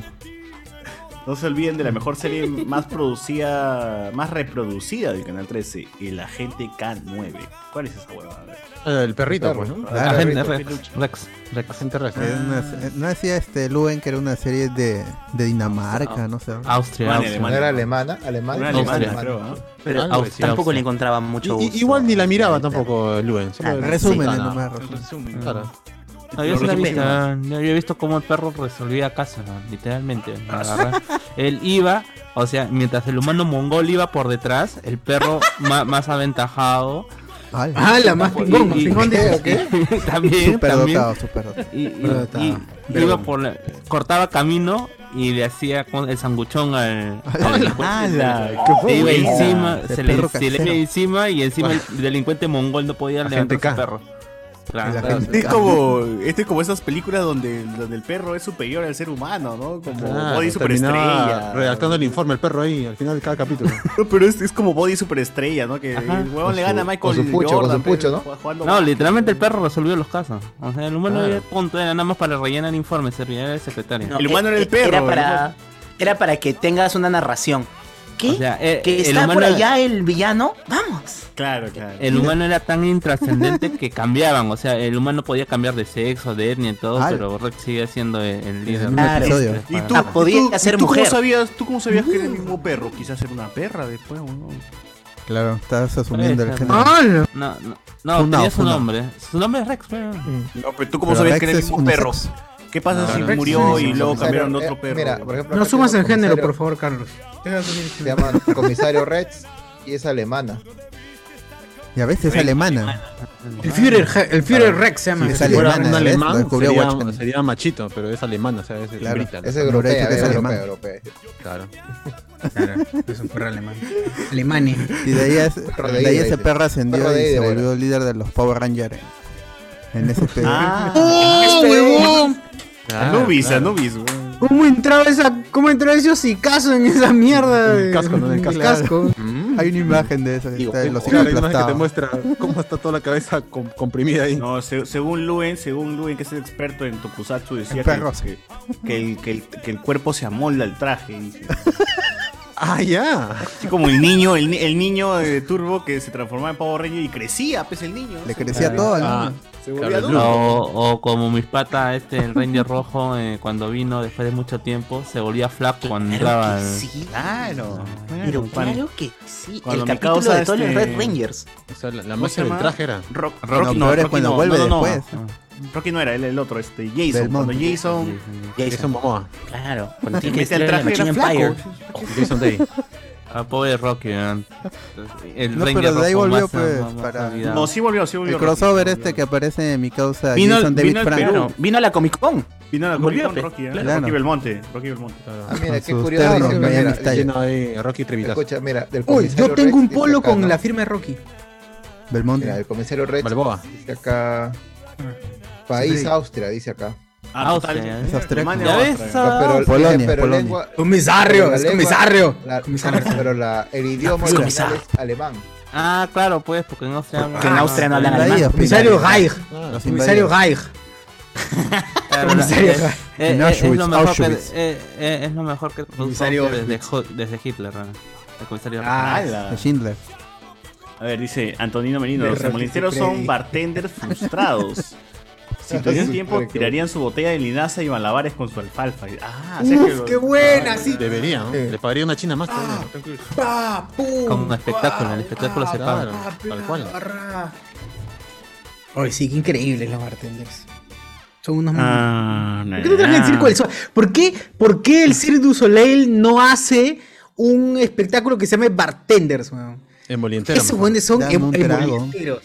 S3: No se olviden de la mejor serie más producida, más reproducida del Canal 13, El Agente K9. ¿Cuál es esa huevada? A ver.
S2: El perrito,
S5: Claro.
S2: pues, ¿no?
S5: Claro.
S2: Agente
S5: Perrito,
S2: Rex. Rex. Rex. Agente Rex.
S5: Es una- Ah. no decía este Luen que era una serie de, de
S14: Ah.
S5: Dinamarca, no sé.
S2: Austria,
S4: Alemania, Austria. ¿No era alemana? ¿Alemana? Era alemana,
S5: Austria.
S4: creo, ¿no?
S10: Pero
S5: Algo
S10: au-
S5: decía
S10: tampoco
S5: Austria.
S10: le encontraba mucho
S2: I- i-
S10: gusto.
S2: igual ni la miraba tampoco Luen. solo-
S10: Claro,
S5: resúmenes
S2: Sí,
S5: nomás,
S2: claro.
S5: resúmenes.
S2: Claro.
S14: No, yo sí la
S2: Resumen.
S14: vi, ah, yo había visto cómo el perro resolvía casos, ¿no? literalmente. Me agarra- Él iba, o sea, mientras el humano mongol iba por detrás, el perro ma- más aventajado.
S1: Ah, la más pingón,
S14: Y- y-
S1: pingón de-
S14: y- y- también,
S5: Superdotado,
S14: también.
S5: superdotado.
S14: Y, y-
S5: Superdotado.
S14: y- y iba por la- cortaba camino y le hacía con el sanguchón al. al-
S3: ¡Hala!
S14: Se
S3: ¡Qué
S14: iba
S3: buena!
S14: encima,
S3: El
S14: se le,
S3: perro
S14: se le iba
S3: casero.
S14: encima y encima el delincuente mongol no podía
S2: Agente
S14: levantar al perro. Claro,
S2: El
S14: Ah, claro.
S3: Este es como, este es como esas películas donde, donde el perro es superior al ser humano, ¿no? Como
S2: Claro,
S3: Body
S2: terminaba
S3: Superestrella.
S2: Redactando el informe el perro ahí, al final de cada capítulo.
S3: No, pero es, es como Body Superestrella, ¿no? Que
S14: Ajá.
S3: el
S14: Con
S3: huevón le gana a
S14: su-
S3: Michael
S14: con su pucho,
S3: Jordan,
S14: con su pucho,
S3: pero jugando
S14: No,
S3: básquet.
S14: literalmente el perro resolvió los casos. O sea, el humano
S3: Claro.
S14: era punto, era nada más para rellenar informes, servía de secretario.
S10: No, eh, eh, Era para, era para que tengas una narración. ¿Qué?
S14: eh,
S10: que
S14: el
S10: está por
S14: humano-
S10: allá el villano. Vamos. Eh,
S3: Claro, claro.
S14: El humano era tan intrascendente que cambiaban. O sea, el humano podía cambiar de sexo, de etnia y todo,
S10: Al-
S14: pero Rex sigue siendo el, el líder.
S10: mismo Claro. episodio.
S3: Y tú,
S14: Ah,
S3: y
S14: podía
S3: tú-
S14: ser
S3: ¿tú cómo
S14: mujer.
S3: sabías, ¿Tú cómo sabías que era el mismo perro? Quizás era una perra después, ¿o no?
S5: Claro, estás asumiendo el
S14: Esa,
S5: género.
S14: No, no, no, no,
S5: Funao,
S14: tenía su
S5: funao.
S14: nombre. Su nombre es Rex, pero...
S5: Mm.
S3: No, pero tú cómo sabías que era el mismo perro. ¿Qué pasa
S14: No,
S3: si
S14: Rex
S3: murió
S14: es
S3: y luego
S14: unisex.
S3: cambiaron de
S4: Eh,
S3: otro perro?
S4: mira, por ejemplo,
S1: No
S4: acá
S1: sumas el
S4: tenemos
S1: género,
S4: comisario-
S1: por favor, Carlos.
S4: Se llama Comisario Rex y es alemana.
S5: Y a veces es alemana.
S1: El Führer, el Führer Rex se llama.
S5: Sí, es
S2: Si fuera
S5: alemana.
S2: un
S5: ¿ves? Lo
S2: alemán
S5: descubrió
S2: sería,
S5: Watchmen.
S2: sería machito, pero es alemán, o sea, es
S5: Claro,
S2: brita, ¿no?
S5: es europea, Habrá dicho que es es alemán.
S4: europea.
S2: Claro.
S1: Claro, es un perro alemán. Alemane.
S5: Y de ahí, es- de ahí ese perro ascendió y se volvió líder de los Power Rangers. En ese periodo.
S1: ¡Oh,
S10: este
S1: huevón!
S5: Claro,
S3: Anubis,
S5: claro.
S3: Anubis, güey.
S1: ¿Cómo entraba esa, cómo entraba ese hocicazo en esa mierda? de- casco.
S5: Hay una imagen de eso que
S2: Mm. Digo,
S5: está de
S2: claro,
S5: los
S2: hay una imagen que te
S5: aplastados.
S2: muestra cómo está toda la cabeza com- comprimida ahí.
S3: No, se- según Luen, según Luen, que es el experto en Tokusatsu, decía
S2: En
S3: que,
S2: perros.
S3: que- que el, que, el, que el cuerpo se amolda al traje. dice.
S2: Ah, ya.
S3: Así como el niño, el, ni- el niño de Turbo que se transformaba en pavo reño y crecía, pues el niño.
S5: Le crecía todo al
S14: Ah,
S5: niño.
S3: Se
S14: claro,
S3: volvía
S14: o,
S3: adulto.
S14: o como mis patas, este, el Ranger Rojo, eh, cuando vino después de mucho tiempo, se volvía flaco cuando entraba. al-
S10: Claro.
S3: Pero
S10: claro que sí.
S14: Cuando
S10: el
S14: mi
S10: capítulo
S14: causa,
S10: de todos los
S14: este,
S10: Red Rangers.
S2: O sea, la,
S10: ¿Cómo se
S2: máscara del
S10: llama?
S2: traje era.
S3: Rock,
S2: No,
S3: Rock
S2: no,
S3: no,
S2: peor es
S3: Rocky
S2: cuando
S3: no,
S2: vuelve
S3: no, no, no.
S2: después.
S3: Rocky no era, él el otro, este, Jason.
S2: Belmont.
S3: Cuando Jason.
S2: Jason Momoa.
S10: Claro,
S3: cuando tiene que Mete al ser traje, Machine era flaco. Empire.
S14: Jason Day. Ah, pobre Rocky, ¿eh? El
S5: No,
S14: Ranger
S5: pero de ahí
S14: Rojo
S5: volvió,
S14: más-
S5: pues,
S14: más- más
S5: para-
S14: olvidado.
S3: No, sí volvió, sí volvió.
S5: El
S3: Rocky.
S5: crossover este que aparece en mi causa
S3: Vino al-
S5: Jason David
S3: vino al
S5: Frank.
S3: Perú.
S10: Vino a la Comic Con.
S3: Vino a la Comic
S10: Volvió,
S3: Con
S10: pe-
S3: Rocky, ¿eh?
S10: claro.
S3: Rocky Belmonte. Rocky Belmonte.
S4: Ah, mira, qué
S2: Sus
S4: curioso.
S2: ternos,
S4: Rocky,
S2: Miami
S4: mira,
S2: Style.
S4: lleno-
S2: Lleno de Rocky Trivitazo.
S4: Escucha, mira, del
S1: Uy,
S4: comisario
S1: yo tengo un
S4: Rex dice
S1: polo
S4: acá,
S1: con
S4: ¿no?
S1: la firma de Rocky.
S5: Belmonte.
S4: Mira, el comisario Rex
S2: Balboa.
S4: dice acá. País
S1: Sí.
S4: Austria, dice acá.
S3: Ah, total.
S14: Austria,
S5: es austríaco.
S3: Alemania,
S5: ¿Ya ves?
S3: Austria.
S5: Ah,
S4: pero,
S5: Polonia,
S4: pero
S5: Polonia.
S4: lengua-
S1: Comisario,
S4: pero
S1: es
S4: lengua-
S1: comisario.
S4: la-
S1: Comisario.
S4: Pero la, el idioma
S14: pues,
S4: original
S14: comisario.
S4: es alemán.
S14: Ah, claro, pues, porque en Austria hablan-
S10: Porque en Austria no hablan
S14: Ah,
S10: alemán.
S1: Comisario Geig.
S5: Ah, los
S1: Comisario
S5: invadidos.
S1: Geig.
S14: Claro,
S1: Comisario
S14: es-
S1: Geig.
S14: eh,
S5: En
S14: eh, es
S5: Auschwitz,
S14: lo mejor que-
S5: Auschwitz.
S14: eh, eh, es lo mejor que produjo
S1: Comisario
S14: Austria desde, Ho- desde Hitler, ¿no? el comisario.
S3: Ah,
S14: Rojo.
S3: la-
S5: De Schindler.
S3: A ver, dice Antonino Merino,
S14: De
S3: los
S14: Rocky
S3: molinteros
S14: Supreme.
S3: son bartenders frustrados. Si tuvieran tiempo, tirarían su botella de linaza y malabares con su alfalfa. Ah, o sea que lo-
S1: ¡Qué buena! Sí.
S2: Debería, ¿no? Le pagaría una china más todavía.
S10: Ah.
S1: Pa, pum,
S14: Como un espectáculo, el espectáculo se
S2: Claro,
S14: paga.
S2: tal cual.
S1: ra. Oye, sí, qué increíbles los bartenders. Son unos
S3: Ah,
S1: ¿Por qué no traje el Circo del Sol? ¿Por qué, por qué el Cirque du Soleil no hace un espectáculo que se llame Bartenders, weón?
S2: Emolientero.
S1: Esos weones son
S2: Dame un trago.
S1: emolienteros.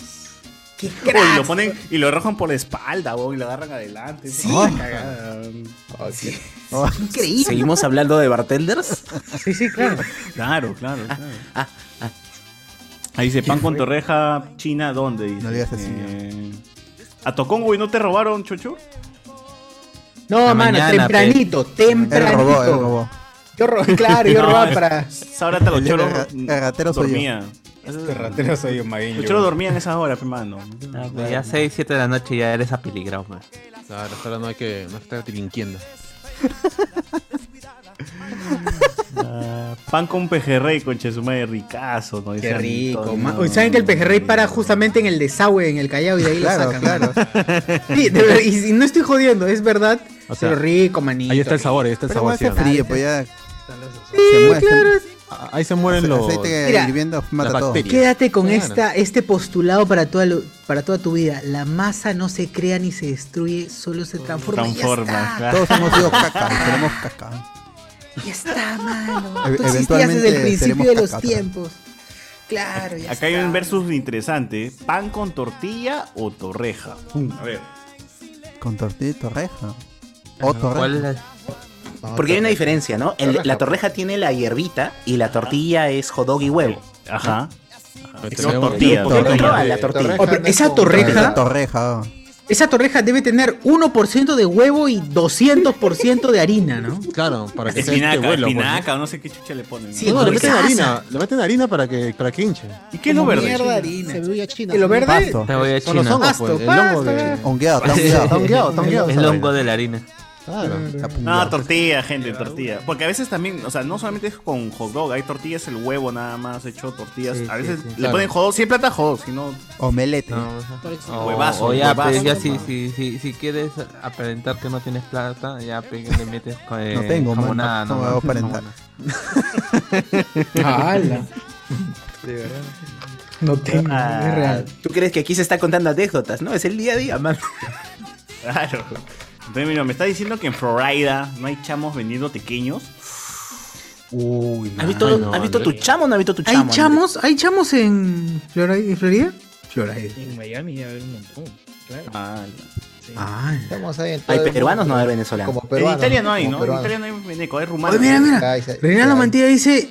S1: ¡Qué
S3: Oh, y lo
S1: cracks!
S3: ponen y lo arrojan por la espalda, weón, y lo agarran adelante.
S1: Sí.
S3: Una
S1: Oh.
S3: cagada.
S1: Sí. Ah. Increíble.
S10: ¿Seguimos hablando de bartenders?
S1: Sí, sí, claro. Ah,
S3: Claro, claro, claro. Ahí dice pan con torreja china, ¿dónde? Dice,
S5: No digas así,
S3: Eh, a Tocón, güey, ¿no te robaron, Chocho?
S1: No, mano, tempranito, tempranito. Yo robé, claro, yo
S3: No,
S1: robaba
S3: es-
S1: para.
S3: Ahora te los
S1: El
S3: choros.
S1: ra-
S3: mm,
S1: el ratero soy yo.
S3: dormía.
S1: El ratero soy yo, Maguinho.
S3: Los choros dormían a esas horas, hermano.
S14: Ah, pues Ya 6, 7 de la noche ya eres apeligrado, man.
S2: Claro, ahora no hay que no hay que estar delinquiendo.
S3: Ah, pan con pejerrey, conche su madre, ricazo. ¿no?
S1: Qué
S3: Dice
S1: rico,
S3: Antonio.
S1: man. Oye, ¿saben que el pejerrey para justamente en el desagüe, en el Callao, y de ahí
S2: Claro,
S1: lo sacan? mano? Sí, de verdad, y, y no estoy jodiendo, es verdad.
S2: O sea,
S1: pero rico, manito.
S2: ahí está el sabor, ahí está el
S1: Pero
S2: sabor,
S1: hace
S2: sí, ¿no?
S1: frío,
S2: pues
S5: ya.
S1: Sí,
S2: muere,
S1: claro.
S2: Ah, Ahí se mueren los.
S5: aceite
S1: Mira,
S5: hirviendo mata
S2: las
S5: todo.
S2: bacterias.
S1: Quédate con
S2: Claro.
S1: esta, este postulado para toda, lo- para toda tu vida. La masa no se crea ni se destruye, solo se transforma. y ya
S3: Transforma,
S1: está.
S3: claro.
S5: Todos hemos sido caca, tenemos caca.
S1: Ya está, mano.
S5: E-
S1: Tú existías
S5: eventualmente
S1: desde el principio
S5: seremos
S1: de los
S5: caca, pero-
S1: tiempos. Claro, ya
S3: Acá hay un versus interesante: pan con tortilla o torreja. A ver.
S5: Con tortilla y torreja.
S14: Ah,
S5: O torreja.
S10: ¿Cuál es la- Porque hay una diferencia, ¿no? El- la torreja tiene la hierbita y la tortilla es hot dog y huevo.
S3: Ajá.
S10: No, tortilla,
S1: Torreja.
S10: tortilla. No, la tortilla.
S1: Oh, pero esa torreja,
S5: torreja. oh.
S1: esa torreja debe tener 1% de huevo y 200% de harina, ¿no?
S2: Claro, para que sea
S3: Espinaca,
S2: este vuelo, pues, ¿no?
S3: espinaca, no sé qué chucha le ponen.
S1: Sí,
S2: No, le meten
S1: ricaza.
S2: harina, le meten harina para que, para que hinche.
S3: ¿Y qué es lo verde?
S1: harina.
S11: Cebolla china.
S1: ¿Y lo verde?
S2: Pasto.
S14: Te voy a
S2: Son los
S14: China.
S2: hongos,
S14: Pasto,
S2: pues, el
S14: pasto.
S2: hongo de-
S5: Hongueado, está hongueado, está hongueado, está hongueado
S14: El
S5: esa
S14: hongo de la harina.
S2: Claro.
S3: No, tortilla, gente, tortilla. Porque a veces también, o sea, no solamente es con hot dog, hay tortillas, el huevo nada más, hecho tortillas.
S5: Sí,
S3: a
S5: sí,
S3: veces
S5: sí.
S3: le
S5: Claro.
S3: ponen hot dog, siempre plata hot dog, sino.
S5: Omelete.
S14: O,
S3: Huevazo,
S10: Oh,
S14: o ya,
S3: huevazo.
S14: pues, ya si, si, si, si quieres aparentar que no tienes plata, ya pues, le metes con eh,
S5: No tengo, man,
S14: jamonada,
S5: no,
S14: ¿no?
S5: me voy a aparentar.
S1: ¡Hala! No tengo, es real.
S10: Ah, Tú crees que aquí se está contando anécdotas, ¿no? Es el día a día, man.
S3: Claro. Entonces, mira, me está diciendo que en Florida no hay chamos vendiendo pequeños.
S2: Uy,
S10: ¿Has visto, has visto tu chamo o no has visto tu
S1: ¿Hay
S10: chamo?
S1: chamos? ¿Hay chamos en Flora- en Florida? Florida.
S12: En Miami ya hay un montón. Claro.
S1: Ah,
S4: Estamos ahí en todo
S10: Hay
S4: el
S10: peruanos,
S4: mundo.
S10: no hay venezolanos.
S4: Como peruanos,
S3: en Italia no hay,
S4: como
S3: ¿no?
S4: peruanos.
S3: En Italia no hay veneco, hay rumano.
S1: Oye, mira, mira.
S4: Ay, se-
S1: Reinaldo
S4: se-
S1: Mantilla dice.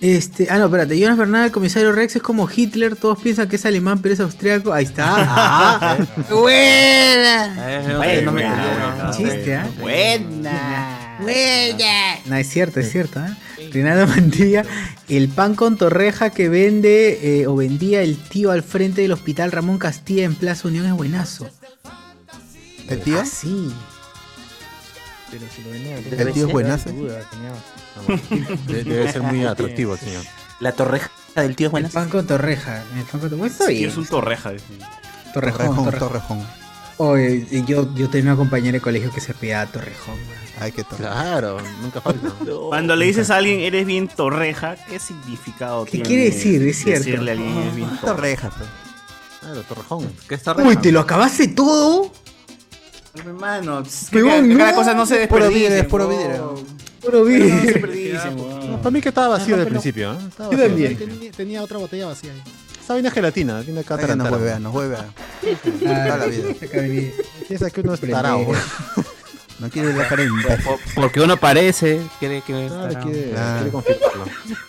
S1: Este, ah, no, espérate. Jonas Bernal, el comisario Rex, es como Hitler. Todos piensan que es alemán, pero es austriaco. Ahí está. Ah,
S10: Eh,
S1: ¡Buena!
S14: Bueno,
S1: Buen chiste, ¿ah?
S10: Buena.
S1: Buena. No, es cierto, es cierto. ¿eh? Reinaldo Mantilla, el pan con torreja que vende eh, o vendía el tío al frente del hospital Ramón Castilla en Plaza Unión es buenazo. Ah,
S5: ¿El tío?
S1: Sí.
S12: Pero si lo venden acá,
S5: El tío es buenazo.
S12: duda, cuñado.
S2: De- Debe ser muy atractivo el señor.
S10: La torreja del tío es
S1: El
S10: buena.
S1: pan con torreja. El pan con torreja. Está
S3: Sí,
S1: bien.
S3: es un torreja. dice.
S1: Torrejón,
S5: Torrejón,
S1: torrejón.
S5: torrejón.
S1: Oye, y yo, yo tenía una compañera de colegio que se apellidaba Torrejón.
S5: Ay, qué torrejón.
S2: Claro, nunca falta.
S3: Cuando le dices a alguien eres bien torreja, ¿qué significado
S1: ¿Qué
S3: tiene?
S1: quiere decir? Es cierto.
S3: Decirle a alguien eres bien torreja.
S5: Torreja, pues.
S2: Claro, torrejón.
S14: ¿Qué está
S1: Uy, ¿te lo acabaste todo?
S3: Hermano, pss, que
S1: Huevón,
S3: cada- cada
S1: no.
S3: cosa no se
S5: Puro
S3: desperdicen,
S5: vidrio, es puro
S3: huevón.
S5: vidrio.
S1: Puro
S3: Pero no
S1: bien.
S3: se desperdicen, huevón.
S2: No, para mí que estaba vacío del principio. ¿eh? Estaba
S1: Yo
S2: vacío.
S1: también.
S2: del principio.
S11: Tenía, tenía otra botella vacía ahí.
S2: Esa vaina es gelatina, viene acá
S5: Ay, nos
S2: tarantara.
S5: huevea, nos huevea. Toda la vida.
S2: Piensa que uno es tarao. güey.
S5: No quiero dejar en paz.
S14: Porque uno parece, quiere que...
S2: Claro, quiere,
S5: Claro.
S2: quiere confirmarlo.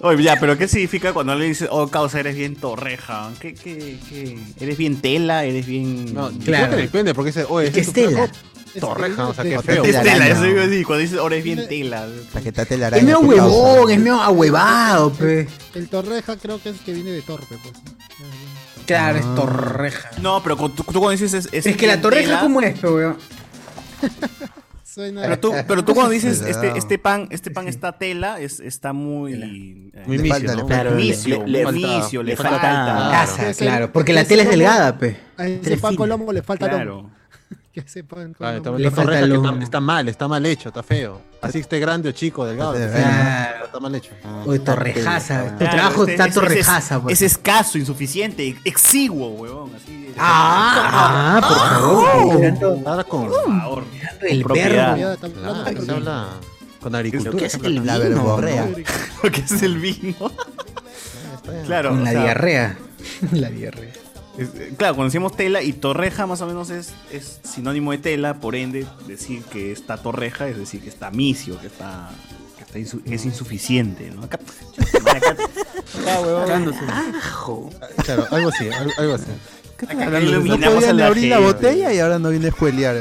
S3: Oye, ya, pero ¿qué significa cuando le dices, oh, causa, eres bien torreja? ¿Qué, qué, qué? ¿Eres bien tela? ¿Eres bien...?
S2: No, yo
S1: Claro.
S2: creo que depende, porque dice, oye,
S1: Que
S2: ¿es tu
S1: Estela.
S2: flaco? Torreja, o sea, qué
S5: Es
S2: feo.
S3: Es tela,
S5: Telaraña.
S3: eso digo así, cuando dices, ahora es bien tela.
S5: Paquetate la
S1: Es
S5: araña.
S1: medio
S5: tu
S1: huevón,
S5: causa.
S1: es medio ahuevado, pe.
S11: El torreja creo que es que viene de torpe, pues.
S1: Claro,
S2: Ah.
S1: es torreja.
S3: No, pero con- tú, tú cuando dices... Es,
S1: Es que la
S3: bien
S1: torreja
S3: tela,
S1: como es, pe, weón.
S11: Suena.
S3: Pero tú, pero tú cuando dices,
S5: Cuidado.
S3: este, este pan, este pan está tela, es, está muy... eh,
S5: Le
S2: micio,
S5: falta,
S2: ¿no?
S5: le falta.
S3: Micio,
S10: le- le
S3: falta.
S10: falta.
S3: Claro.
S1: Casa,
S11: es el-
S1: claro, porque la
S11: es
S1: tela es
S11: como-
S1: delgada, pe.
S11: A ese
S2: Tres
S11: pan
S2: fines.
S11: con lomo le falta
S2: Claro.
S11: lomo. Que ese pan con
S2: Claro, Ah, está,
S11: lomo.
S2: está mal hecho, que está- está mal, está mal hecho, está feo. Así esté grande o chico, delgado. lo que sea,
S1: Claro.
S2: Está mal hecho.
S1: Oye, Torrejaza,
S5: Ah,
S1: tu
S2: Claro,
S1: trabajo
S2: este-
S1: está
S2: este-
S1: Torrejaza,
S2: este-
S1: pues.
S3: Es escaso, insuficiente, exiguo, huevón. Así de-
S1: Ah, por
S2: ¡Oh!
S1: favor.
S2: Ahora con,
S1: el
S2: con propiedad.
S1: verbo.
S2: Claro, se habla con agricultura.
S3: Lo que es
S2: se
S3: el
S2: habla con-
S3: vino,
S2: verborrea.
S3: brea. Lo que es el vino. ah, claro.
S1: Con
S3: o
S1: la
S3: sea,
S1: diarrea. la diarrea.
S3: es- eh, claro, conocemos tela y torreja más o menos es, es sinónimo de tela, por ende, decir que está torreja es decir que está misio, que está. que está insu- es insuficiente, ¿no? Acá. acá- acá, huevón. Ah.
S2: Cagándose.
S3: Carajo.
S2: Claro, algo así, al- algo así.
S3: Acá
S5: No
S3: iluminamos
S5: podía
S3: a
S5: ni
S3: la
S5: abrir la
S3: gente.
S5: botella y ahora no viene a escuelear, ¿eh?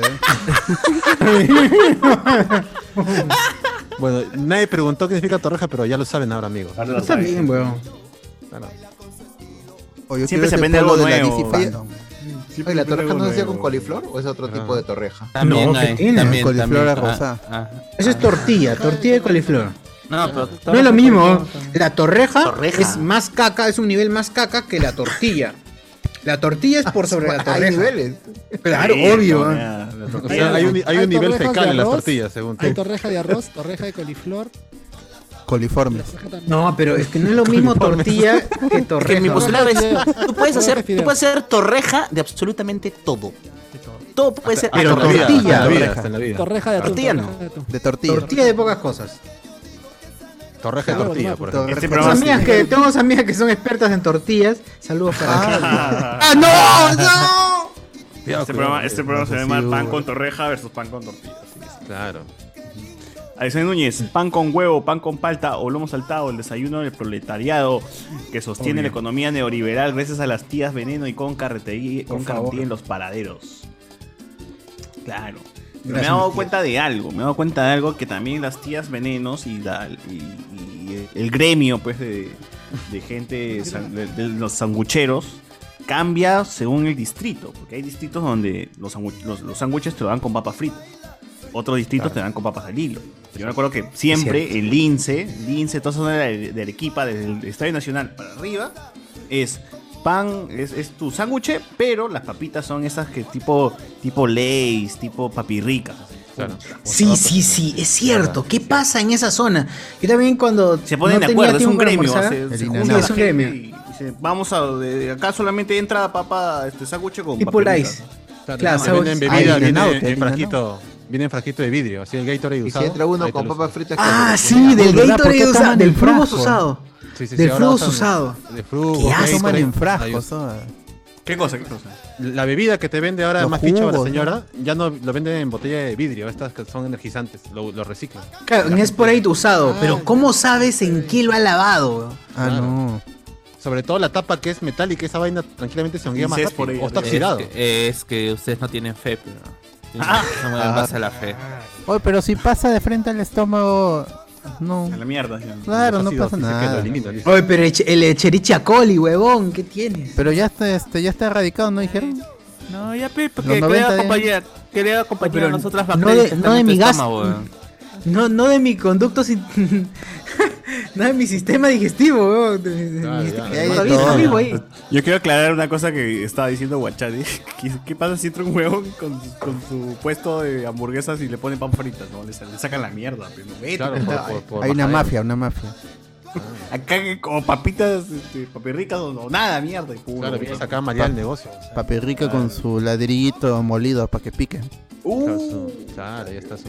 S2: Bueno, nadie preguntó qué significa torreja, pero ya lo saben ahora, amigos.
S3: Ahora lo Está saben. bien,
S1: weón.
S5: Oye,
S3: Siempre se aprende algo nuevo.
S4: Oye, ¿la torreja no se hacía con
S3: nuevo.
S4: coliflor o es otro tipo de torreja?
S14: También
S4: no,
S14: hay, también, también. Ah, ah.
S1: Eso es tortilla, tortilla de coliflor.
S14: No, pero
S1: No es lo mismo. La torreja,
S14: Torreja.
S1: es más caca, es un nivel más caca que la tortilla. La tortilla es por sobre la torreja.
S4: niveles.
S1: Claro,
S2: Sí,
S1: obvio.
S2: no,
S1: ¿eh?
S2: ya, la tortilla. O sea, hay un- hay un nivel
S11: torrejas
S2: fecal
S11: de
S2: en las
S11: arroz,
S2: tortillas, según tú.
S11: Hay torreja de arroz, torreja de coliflor.
S5: Coliformes.
S1: No, pero es que no es lo mismo tortilla que torreja.
S10: Que mi postulado es, tú puedes hacer,
S1: Fideo.
S10: tú puedes hacer torreja de absolutamente todo. Todo puede ser.
S1: pero
S10: torreja.
S1: tortilla.
S11: Torreja de atún,
S10: Tortilla no.
S11: torreja de atún.
S5: De tortilla.
S1: Tortilla de pocas cosas.
S2: Torreja de tortilla, por ejemplo.
S1: Este tengo, amigas que, tengo unas amigas que son expertas en tortillas. Saludos para.
S3: Ah.
S1: ¡Ah, no! ¡No!
S3: Este programa, este programa se llama
S2: Sí,
S3: Pan
S2: hubo.
S3: con torreja versus pan con tortilla.
S2: Claro.
S3: Alexander Núñez, pan con huevo, pan con palta o lomo saltado, el desayuno del proletariado que sostiene la
S2: Obvio.
S3: economía neoliberal gracias a las tías veneno y con carretería,
S2: Por
S3: con
S2: favor.
S3: carretilla en los paraderos. Claro. Pero me he
S2: Gracias,
S3: dado
S2: tías.
S3: cuenta de algo, me he dado cuenta de algo que también las tías venenos y, la- y- y el gremio pues de, de gente, san- de, de los sangucheros, cambia según el distrito, porque hay distritos donde los sangu- los- los sándwiches te lo dan con papas fritas. Otros distritos te dan con papas al hilo. Yo me acuerdo que
S1: Es
S3: siempre
S1: cierto.
S3: el lince, lince, toda esa zona de, de Arequipa, desde el Estadio Nacional para arriba, es pan, es, es tu sándwich, pero las papitas son esas que tipo, tipo Lays, tipo papirricas.
S1: Sí, sí, sí, es cierto. ¿Qué pasa en esa zona? Yo también cuando.
S3: Se ponen de acuerdo, es un gremio. se- se junta
S1: es
S3: la
S1: un
S3: gente
S1: gremio.
S3: y dice, Vamos a. de- acá solamente entra papa, este sándwich con.
S1: Tipo
S3: papirricas".
S1: Lays.
S2: Claro,
S1: sabor-
S2: vienen
S1: Ay,
S2: bebida,
S1: Vietnam,
S2: viene
S1: Vietnam,
S2: en frasquito, viene en frasquito de vidrio, así el Gatorade usado.
S4: entra uno
S2: ahí te
S4: con
S2: lo
S4: papas
S2: usan.
S4: fritas,
S1: Ah, sí, del Gatorade usado, del frugos usado.
S2: Sí, sí, sí,
S1: del
S2: ahora
S1: frugos
S2: usan
S1: usado.
S2: De frugos,
S1: Qué asco.
S2: Gatorade. Ahí
S5: frascos.
S2: usan.
S1: eh.
S3: ¿Qué cosa? ¿Qué cosa?
S2: La bebida que te vende ahora
S5: Los
S2: más ficha la
S5: jugos,
S2: señora, ya no lo venden en botella de vidrio, estas que son energizantes, lo, lo reciclan.
S1: Claro, en Sporade usado, pero ¿cómo sabes en qué lo ha lavado?
S5: Ah, no.
S2: Sobre todo la tapa que es metálica, esa vaina tranquilamente se honguea más
S14: Dices
S2: rápido,
S14: por ahí,
S2: o está eh,
S14: es
S2: oxidado.
S14: que- Es que ustedes no tienen fe, pero. tienen- No me
S5: Ah.
S14: pasa la fe.
S5: Oye, pero si pasa de frente al estómago. No.
S3: A la mierda. ya.
S5: Claro, no
S3: Ácido,
S5: pasa
S3: dice que
S5: nada.
S3: lo elimina, dice.
S1: Oye, pero el, che- el Echerichia coli, huevón, ¿qué tienes?
S5: Pero ya está, este, ya está erradicado, ¿no dijeron?
S14: No, ya pe,
S5: Los
S14: porque
S5: 90
S14: quería
S5: días.
S14: acompañar, quería acompañar
S1: Pero
S14: a las otras
S1: no de,
S14: bacterias.
S1: no de mi gas.
S14: gasto
S1: No, no de mi conducto. sin- no de mi sistema digestivo, huevón. De mi- de mi sistema-
S3: ya, ya,
S1: todavía está
S3: todo,
S1: vivo
S3: ya.
S1: ahí.
S3: Yo quiero aclarar una cosa que estaba diciendo Guachani. ¿Qué, qué pasa si entra un huevón con, con su puesto de hamburguesas y le ponen pan fritas? ¿no? Le, sa- le sacan la mierda. Pero, vete,
S2: Claro,
S3: por-
S2: por- por-
S5: Hay una
S2: majadero.
S5: mafia, una mafia.
S3: Acá que como papitas, este, papirricas o o nada, mierda. y puro, Ah.
S2: Claro,
S3: huevón.
S2: vienes acá a marear el negocio.
S5: Papi rica con su ladrillito molido para que pique.
S10: Uh,
S2: Claro, ya está su.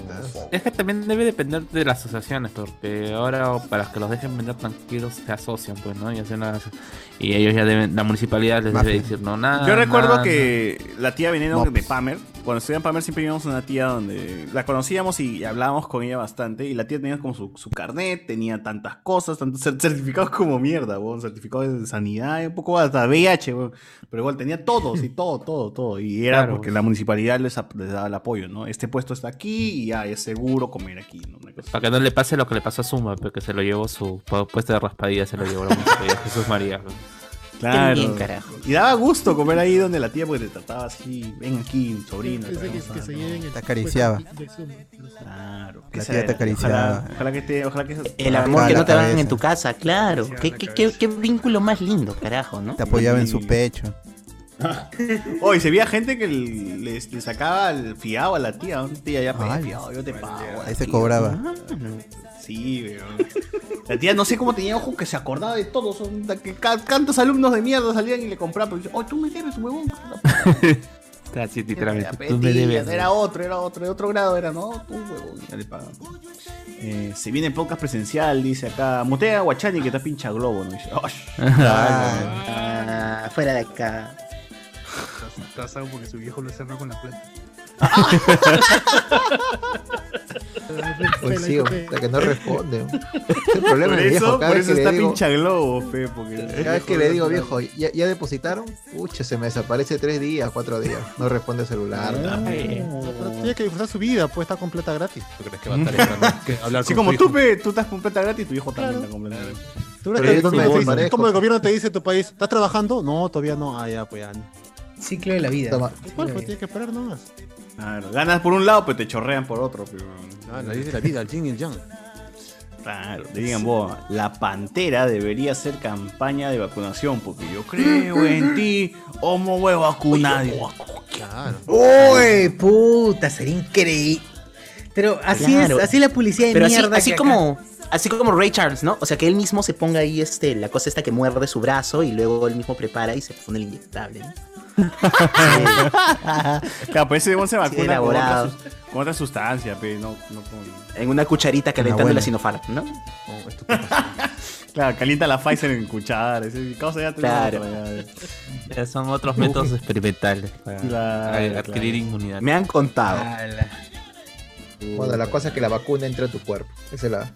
S14: Es que también debe depender de las asociaciones, porque ahora o para que los dejen vender tranquilos se asocian, pues, ¿no? Y hacen las- y ellos ya deben, la municipalidad les debe decir Ah, no nada.
S3: Yo recuerdo
S14: nada,
S3: que la tía Veneno
S14: Mops.
S3: de Pamer, cuando estudiaba en Pamer siempre íbamos a una tía donde la conocíamos y hablábamos con ella bastante. Y la tía tenía como su, su carnet, tenía tantas cosas, tantos cer- certificados como mierda, weón. Certificados de sanidad, un poco hasta VIH, weón. Pero igual tenía todo, sí, todo, todo, todo. Y era
S14: Claro.
S2: pues.
S3: porque la municipalidad les, ap- les daba el apoyo, ¿no? Este puesto está aquí y ya es seguro comer aquí, ¿no? Una cosa.
S14: Para que no le pase lo que le pasó a Zumba, porque se lo llevó su pu- puesto de raspadilla, se lo llevó la municipalidad Jesús María. pues.
S3: Claro.
S14: Qué bien, carajo.
S3: Y daba gusto comer ahí donde la tía pues te trataba así, ven aquí, sobrino.
S11: Pensé que,
S3: tal
S11: que
S3: cosa,
S11: se
S3: ¿no?
S11: lleven el
S5: Te acariciaba.
S11: de Zoom.
S3: Claro.
S5: La
S3: Esa
S5: tía te
S3: era.
S5: acariciaba. Ah,
S3: Ojalá, ojalá que esté, ojalá que se-
S10: El amor que no te dan en tu casa, claro. ¿Qué, qué, qué, qué vínculo más lindo, carajo, ¿no?
S5: Te apoyaba en su pecho.
S3: Hoy se veía gente que les, le sacaba el fiado a la tía. ¿no? Tía, ya pagué
S5: Ay.
S3: fiado, yo te pago.
S5: Ahí se cobraba.
S3: Sí, weón. La tía no sé cómo tenía ojos que se acordaba de todo. Son de que ca- tantos alumnos de mierda salían y le compraban. Pero dice, oh, tú me debes, huevón.
S14: Casi
S3: Ya,
S14: literalmente.
S3: pe,
S14: Tú me
S3: tías,
S14: debes.
S3: Era otro, era otro, de otro grado era, no, tú huevón, ya le pagan. Eh, se viene podcast presencial, dice acá. Mutea a Guachani que está pincha globo, ¿no? Dice, "Osh".
S10: Ah, fuera de acá.
S12: Está asado porque su viejo lo cerró con la plata.
S14: ah.
S4: Pues sí, hasta que no responde. Es el problema
S3: Por
S4: del viejo,
S3: eso,
S4: cada
S3: por
S4: vez
S3: eso
S4: que le
S3: está
S4: digo-
S3: pincha globo, fe, porque
S4: Cada vez que le digo, viejo, ¿ya, ya depositaron? Pucha, se me desaparece tres días, cuatro días. No responde el celular.
S2: Ah, Pero
S3: Ah.
S2: tiene que disfrutar su vida, puede estar completa gratis. ¿Tú crees que va a estar esperando que hablar
S3: Así
S2: con
S3: como
S2: tu
S3: tú,
S2: hijo?
S3: pe, tú estás completa gratis, tu viejo también está completa gratis.
S2: ¿Tú crees que el gobierno te dice- ¿Cómo el gobierno te dice en tu país, ¿estás trabajando? No, todavía no. Ah, ya, pues ya.
S1: Ciclo de la vida.
S2: Toma. Bueno, pues tienes que esperar nomás.
S3: Claro, ganas por un lado, pero te chorrean por otro. Pero...
S2: Ah, la ley de la vida, el yin y el yang.
S3: Claro, te digan, vos, la pantera debería hacer campaña de vacunación, porque yo creo en ti, homo huevo vacunado.
S2: Claro.
S1: ¡Uy, puta! Sería increíble. Pero así
S10: Claro.
S1: es, así es la publicidad de
S10: Pero así,
S1: mierda.
S10: así
S1: que acá-
S10: como así como Ray Charles, ¿no? O sea, que él mismo se ponga ahí este la cosa esta que muerde su brazo y luego él mismo prepara y se pone el inyectable.
S3: Ah,
S10: ¿no?
S3: Claro, pues ese huevón se vacuna con otra,
S10: elaborado.
S3: sus- con otra sustancia, pe, no, no con...
S10: En una cucharita calentando
S3: buena.
S10: la Sinopharm, ¿no?
S3: Claro, calienta la Pfizer en cuchara, ese mi causa ya te
S10: Claro.
S14: Ya son otros métodos experimentales para
S3: Claro,
S14: adquirir inmunidad.
S10: Me han contado.
S4: Bueno, la cosa es que la vacuna entra a tu cuerpo. Esa es la.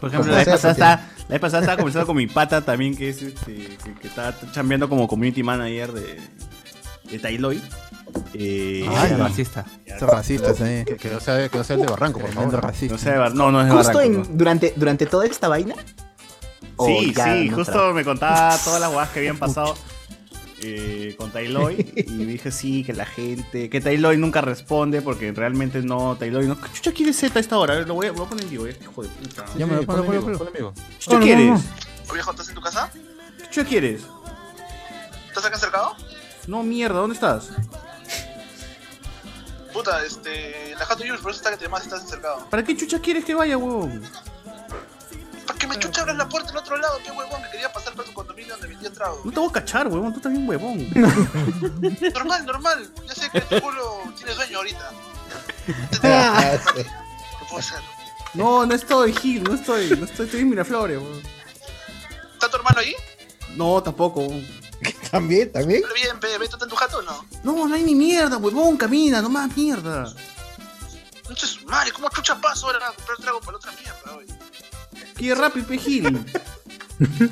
S3: Por ejemplo, la vez, pasada estaba, la vez pasada estaba conversando con mi pata también, que es este, que, que está chambeando como community manager de, de Tailoy. Eh,
S5: Ay,
S3: y-
S5: racista. Son racistas, eh.
S2: Que, que no sea, que no sea el de Barranco, por
S5: Tremendo
S2: favor.
S5: racista.
S3: No sé, Bar- no, no es
S10: Justo
S3: Barranco,
S10: en- durante, durante toda esta vaina. o
S3: Sí,
S10: ya
S3: sí,
S10: en
S3: justo
S10: otra?
S3: me contaba todas las guadas que habían pasado eh, con Tailoy. Y dije, sí, que la gente. Que Tailoy nunca responde porque realmente no. Tailoy no. ¿Qué chucha quiere Z a esta hora? A ver, Lo voy a, lo voy a poner en vivo, eh, hijo de puta.
S2: Ya me lo pongo, ponlo, ponlo, ponlo.
S3: ¿Qué chucha
S2: No, no,
S3: quieres?
S2: no,
S3: Viejo, ¿estás en tu casa? ¿Qué chucha quieres? ¿Estás acá cercado? No, mierda, ¿dónde estás?
S15: Puta, este. La Jato Jules, por eso está que te más estás encercado.
S3: ¿Para qué chucha quieres que vaya, huevón?
S15: ¿Por qué me chucha abres la puerta en otro lado? Qué huevón, que quería pasar para tu condominio donde vendía trago.
S3: No te voy a cachar, huevón, tú estás bien huevón.
S15: Normal, normal. Ya sé que tu culo tiene sueño ahorita.
S4: Ah,
S15: ¿Qué puedo hacer?
S3: no, no estoy, Gil, no estoy, no estoy, estoy en Miraflores, huevón.
S15: ¿Está tu hermano ahí?
S3: No, tampoco, huevón.
S4: ¿También? ¿También?
S15: Pero bien, ve, ve, ¿tú estás en tu jato o no?
S3: No, no hay ni mierda, huevón, camina, nomás mierda.
S15: No sé, su madre, ¿cómo chucha paso ahora a comprar trago para la otra mierda hoy?
S3: Qué rápido, pe, Gil.
S15: No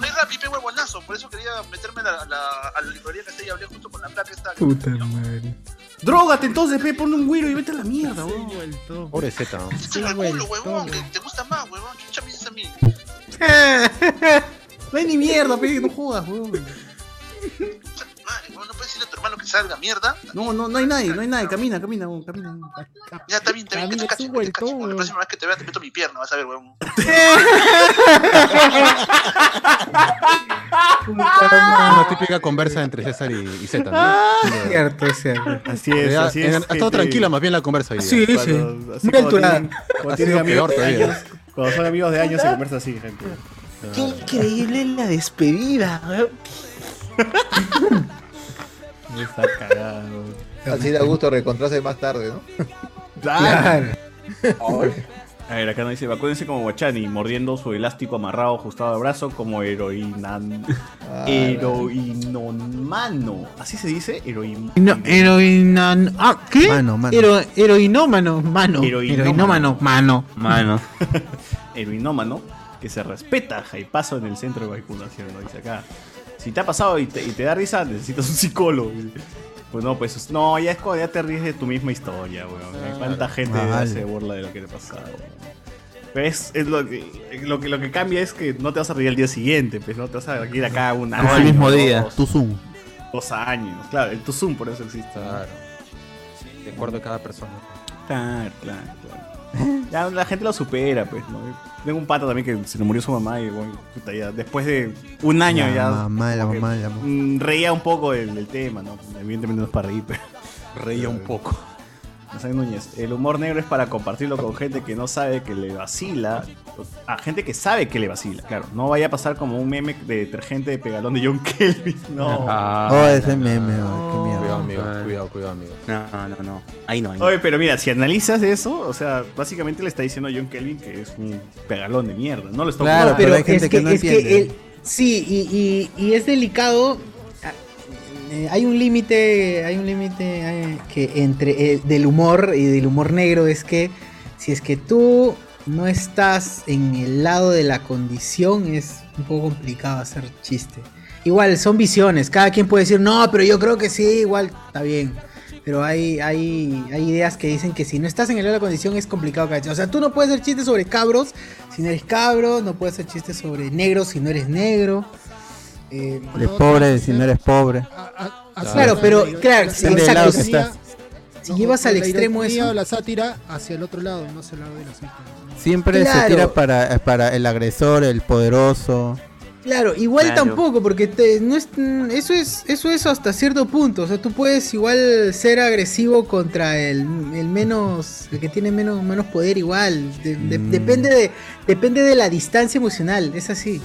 S15: hay rap y pe huevonazo, por eso quería meterme a la, a la- a la librería que está y hablé justo con la placa esta. que-
S8: Puta madre.
S3: Drógate entonces, pe, ponle un güiro y vete a la mierda, huevón.
S2: Pobre Z. ¿no?
S15: Chucha al culo, huevón, que te gusta más, huevón, chucha me dices a mí.
S3: no hay ni mierda, pe, no jodas, huevón.
S15: Madre, huevón, no puedes decirle a tu hermano que salga mierda.
S3: No, no, no hay nadie, no hay nadie, camina, camina, huevón, camina.
S15: Ya está bien, está bien, que te cacho, que te cacho. huevón. La próxima vez Ah, que te vea te meto mi pierna, vas a ver, huevón.
S3: Ah.
S2: Una típica conversa entre César y, y Z. ¿no?
S1: Cierto, es cierto.
S3: Así
S2: En
S3: Ah, es,
S2: realidad,
S3: así
S2: en-
S3: es.
S2: Ha estado
S3: gente.
S2: tranquila más bien la conversa hoy día.
S1: Sí, sí.
S3: Cuando- así
S1: Muy
S3: cuando
S1: alturada.
S3: tienen- Cuando
S2: Ha
S3: tienen
S2: sido
S3: amigos
S2: peor
S3: de
S2: todavía.
S3: años, cuando son amigos de años se conversa así, gente. Ah,
S10: Qué increíble la despedida. weón.
S3: Está cagado.
S4: Así da gusto reencontrarse más tarde, ¿no?
S3: Claro. A ver, acá nos dice, vacúdense como Guachani, mordiendo su elástico amarrado ajustado al brazo como heroína... Ah, Heroinomano. ¿Así se dice? Heroín...
S1: No, heroinan. Ah, ¿qué? Mano,
S3: mano.
S1: Hero, heroinómano, mano.
S3: Heroinómano.
S1: Heroinómano, mano.
S14: Mano.
S3: Heroinómano, que se respeta, jaipazo en el centro de vacunación, lo dice acá. Si te ha pasado y te, y te da risa, necesitas un psicólogo. Pues no, pues no, ya es cuando ya te ríes de tu misma historia, weón. Hay cuánta gente
S2: Mal.
S3: se burla de lo que le pasa. Pero es, es lo, que, lo, que, lo que cambia es que no te vas a reír al día siguiente, pues no te vas a reír acá un año.
S14: el mismo día.
S3: Dos,
S5: Tu Zoom.
S3: dos años, claro, el tu Zoom por eso existe. Claro.
S2: De acuerdo a cada persona.
S3: Claro, claro, claro. Ya la gente lo supera, pues. ¿no? Tengo un pato también que se le murió su mamá y bueno, puta, ya, después de un año
S5: La
S3: ya
S5: mamá, la
S3: como que,
S5: mamá, la mamá.
S3: mm, reía un poco del, del tema, ¿no? Evidentemente no es para reír, pero reía un poco. José Núñez, el humor negro es para compartirlo con gente que no sabe que le vacila, a gente que sabe que le vacila, claro. No vaya a pasar como un meme de detergente de pegalón de John Kelvin, no.
S5: oh, ese meme, oh, qué mierda.
S2: Ah, Cuidado, amigo, cuidado, cuidado, amigo.
S10: No, no, no. Ahí no, ahí no.
S3: Oye, pero mira, si analizas eso, o sea, básicamente le está diciendo a John Kelvin que es un pegalón de mierda. No lo está
S1: Claro,
S3: ocultando.
S1: pero, es que, es que él- sí, y, y- y es delicado. Ah, eh, Hay un límite, hay un límite eh, que entre eh, del humor y del humor negro es que si es que tú no estás en el lado de la condición es un poco complicado hacer chiste. Igual son visiones, cada quien puede decir no, pero yo creo que sí, igual está bien. Pero hay, hay, hay ideas que dicen que si no estás en el lado de la condición es complicado cachar. O sea, tú no puedes hacer chistes sobre cabros si no eres cabro, no puedes hacer chistes sobre negros si no eres negro. Eh,
S5: Eres pobre si no eres pobre.
S3: Ah,
S1: Claro, pero claro, sí,
S5: Depende del lado
S1: exacto.
S5: que
S1: Si,
S5: estás.
S1: si llevas al
S11: la
S1: extremo
S11: ironía
S1: eso.
S11: o la sátira hacia el otro lado, no hacia el lado de las víctimas.
S5: Siempre se
S1: Claro.
S5: tira para, para el agresor, el poderoso.
S1: Claro, igual
S5: Claro.
S1: tampoco, porque te- no es, mm, eso es eso es hasta cierto punto. O sea, tú puedes igual ser agresivo contra el, el menos, el que tiene menos menos poder igual. De- de-
S5: Mm.
S1: Depende de depende de la distancia emocional, es así.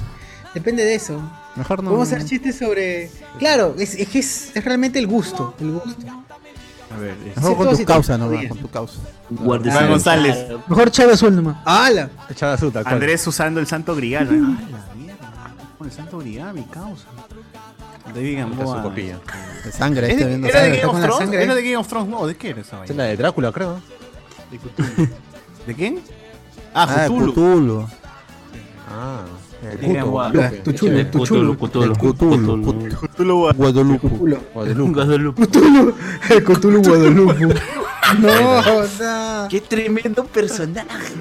S1: Depende de eso.
S5: Mejor no.
S1: Podemos hacer chistes sobre. Claro, es, es que es, es realmente el gusto, el gusto.
S3: A ver, es-
S5: Mejor con tu
S1: Excepto
S5: causa,
S1: si
S5: no,
S1: te
S5: con tu causa.
S3: Guardia Juan González.
S1: Mejor Chávez Azul nomás. ¡Hala!
S2: Chávez Azul, tal cual.
S3: Andrés usando el santo grial. ¿no? Ay, la mierda. Con el santo grial, mi causa. David
S2: Está su
S3: Gamboa.
S2: copilla.
S5: De sangre,
S3: ¿Es
S5: este
S3: de-
S5: viendo
S3: ¿Era de
S5: sangre.
S3: Game of
S5: Está con la
S3: Thrones?
S5: sangre.
S3: ¿Era de Game of Thrones? No, ¿de qué era esa
S2: Es
S3: vaina?
S2: la de Drácula, creo.
S3: De Cthulhu. ¿De quién? Ah,
S5: Ah,
S3: Cthulhu.
S5: Cthulhu. Ah, el
S3: Tiene
S5: Cuto,
S3: agua.
S5: Guadalupe.
S3: Tuchulo,
S5: El
S3: tuchulo.
S5: Cthulhu, el Cthulhu, Cthulhu. Guadalupe.
S14: Guadalupe.
S1: Cthulhu, el Cthulhu Guadalupe. No,
S10: Qué tremendo personaje.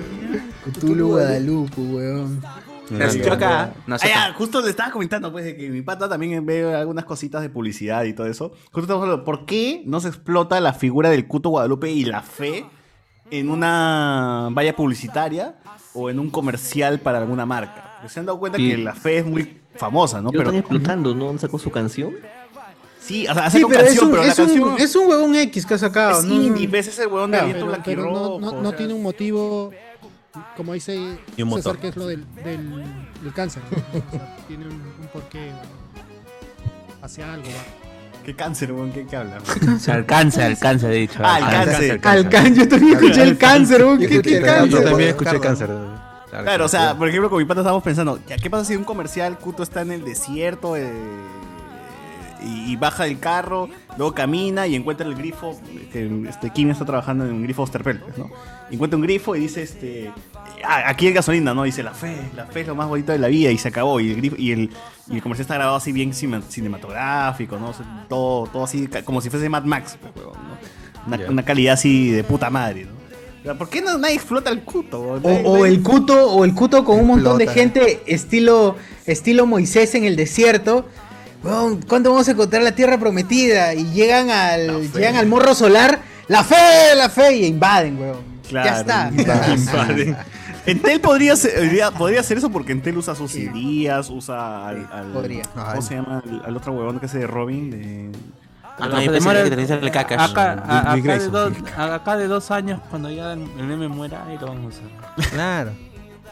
S1: Cthulhu Guadalupe, weón.
S3: Nació acá. Ah, ya, justo le estaba comentando, pues, de que mi pata también ve algunas cositas de publicidad y todo eso. Justo estamos hablando, ¿por qué no se explota la figura del Cuto Guadalupe y la fe en una valla publicitaria o en un comercial para alguna marca? Porque Se han dado cuenta
S10: Sí.
S3: que la fe es muy famosa, ¿no?
S16: Lo están explotando, ¿no? ¿Sacó su canción?
S3: Sí, o sea, hace
S1: Sí, pero es
S3: canción,
S1: un,
S3: pero la
S1: es, un,
S3: canción...
S1: es un huevón X que ha sacado.
S3: Es
S1: ¿no?
S3: indie, ves ese huevón de
S1: Claro.
S3: viento
S11: Pero, pero no, no- no tiene un motivo, como dice
S2: Y un motor.
S11: César, que es lo del, del, del cáncer. ¿no? O sea, tiene un, un porqué ¿no? hacia algo. va.
S3: ¿Qué cáncer, huevón? ¿Qué, qué habla?
S14: Alcanza, alcanza, he dicho.
S3: Ah, el cáncer. Al cáncer,
S1: yo también
S3: escuché el cáncer,
S1: huevón,
S3: ¿qué- qué cáncer?
S2: Yo también escuché cáncer.
S3: Claro, o sea, por ejemplo, con mi pata estábamos pensando, ya, ¿qué pasa si un comercial Cuto está en el desierto eh, y, y baja del carro, luego camina y encuentra el grifo? Que, este, Kim está trabajando en un grifo Osterpel, pues, ¿no? Encuentra un grifo y dice, este, "Ah, aquí hay gasolina, ¿no? Dice, la fe, la fe es lo más bonito de la vida y se acabó. Y el, grifo- y el, y el comercial está grabado así bien cima- cinematográfico, ¿no? O sea, todo, todo así, ca- como si fuese Mad Max, pues, huevón, ¿no? Una,
S2: Ya.
S3: una calidad así de puta madre, ¿no? O sea, ¿Por qué no, nadie explota el Cuto?
S1: O, o el cuto, o el cuto con un montón de
S3: Explota.
S1: gente estilo, estilo Moisés en el desierto. Weón, ¿Cuándo vamos a encontrar la tierra prometida? Y llegan al, llegan al morro solar, la fe, la fe, y invaden, weón. ya está.
S3: Invade. Entel podría ser, podría, podría hacer eso porque Entel usa sus ideas, usa al, al-
S1: podría.
S3: ¿cómo se llama? Al, al otro huevón que hace de Robin de
S14: Ah, no, pero demora- Acá, a- acá de dos, a- acá de dos años, cuando ya el meme muera, ahí lo vamos a usar.
S5: Claro.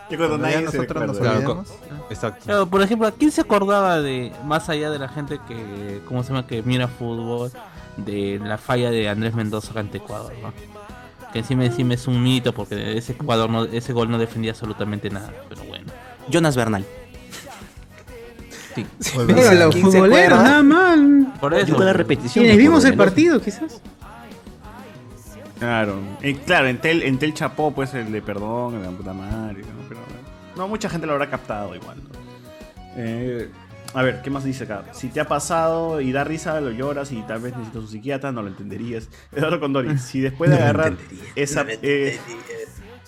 S3: Y cuando nadie se recuerda.
S10: ah.
S2: Exacto.
S14: Claro, por ejemplo, ¿a ¿quién se acordaba de, más allá de la gente que, ¿cómo se llama? Que mira fútbol, de la falla de Andrés Mendoza ante Ecuador, ¿no? Que encima, encima es un mito porque ese Ecuador no, ese gol no defendía absolutamente nada, pero bueno.
S10: Jonas Bernal.
S14: Sí.
S1: Pero los
S14: ¿Quién se
S1: futboleros,
S14: acuerda?
S1: nada mal.
S14: Por eso.
S16: Yo con la repetición
S1: Quienes
S16: me
S1: vimos el
S16: acuerdo,
S1: partido, quizás.
S3: Claro, Eh, claro, Entel, Entel chapó pues el de perdón, la puta madre, ¿no? Pero, bueno, no mucha gente lo habrá captado igual. ¿no? Eh, a ver, ¿qué más dice acá? Si te ha pasado y da risa, lo lloras y tal vez necesitas un psiquiatra, no lo entenderías. Eduardo Condori, si después de
S2: No lo
S3: agarrar esa, eh,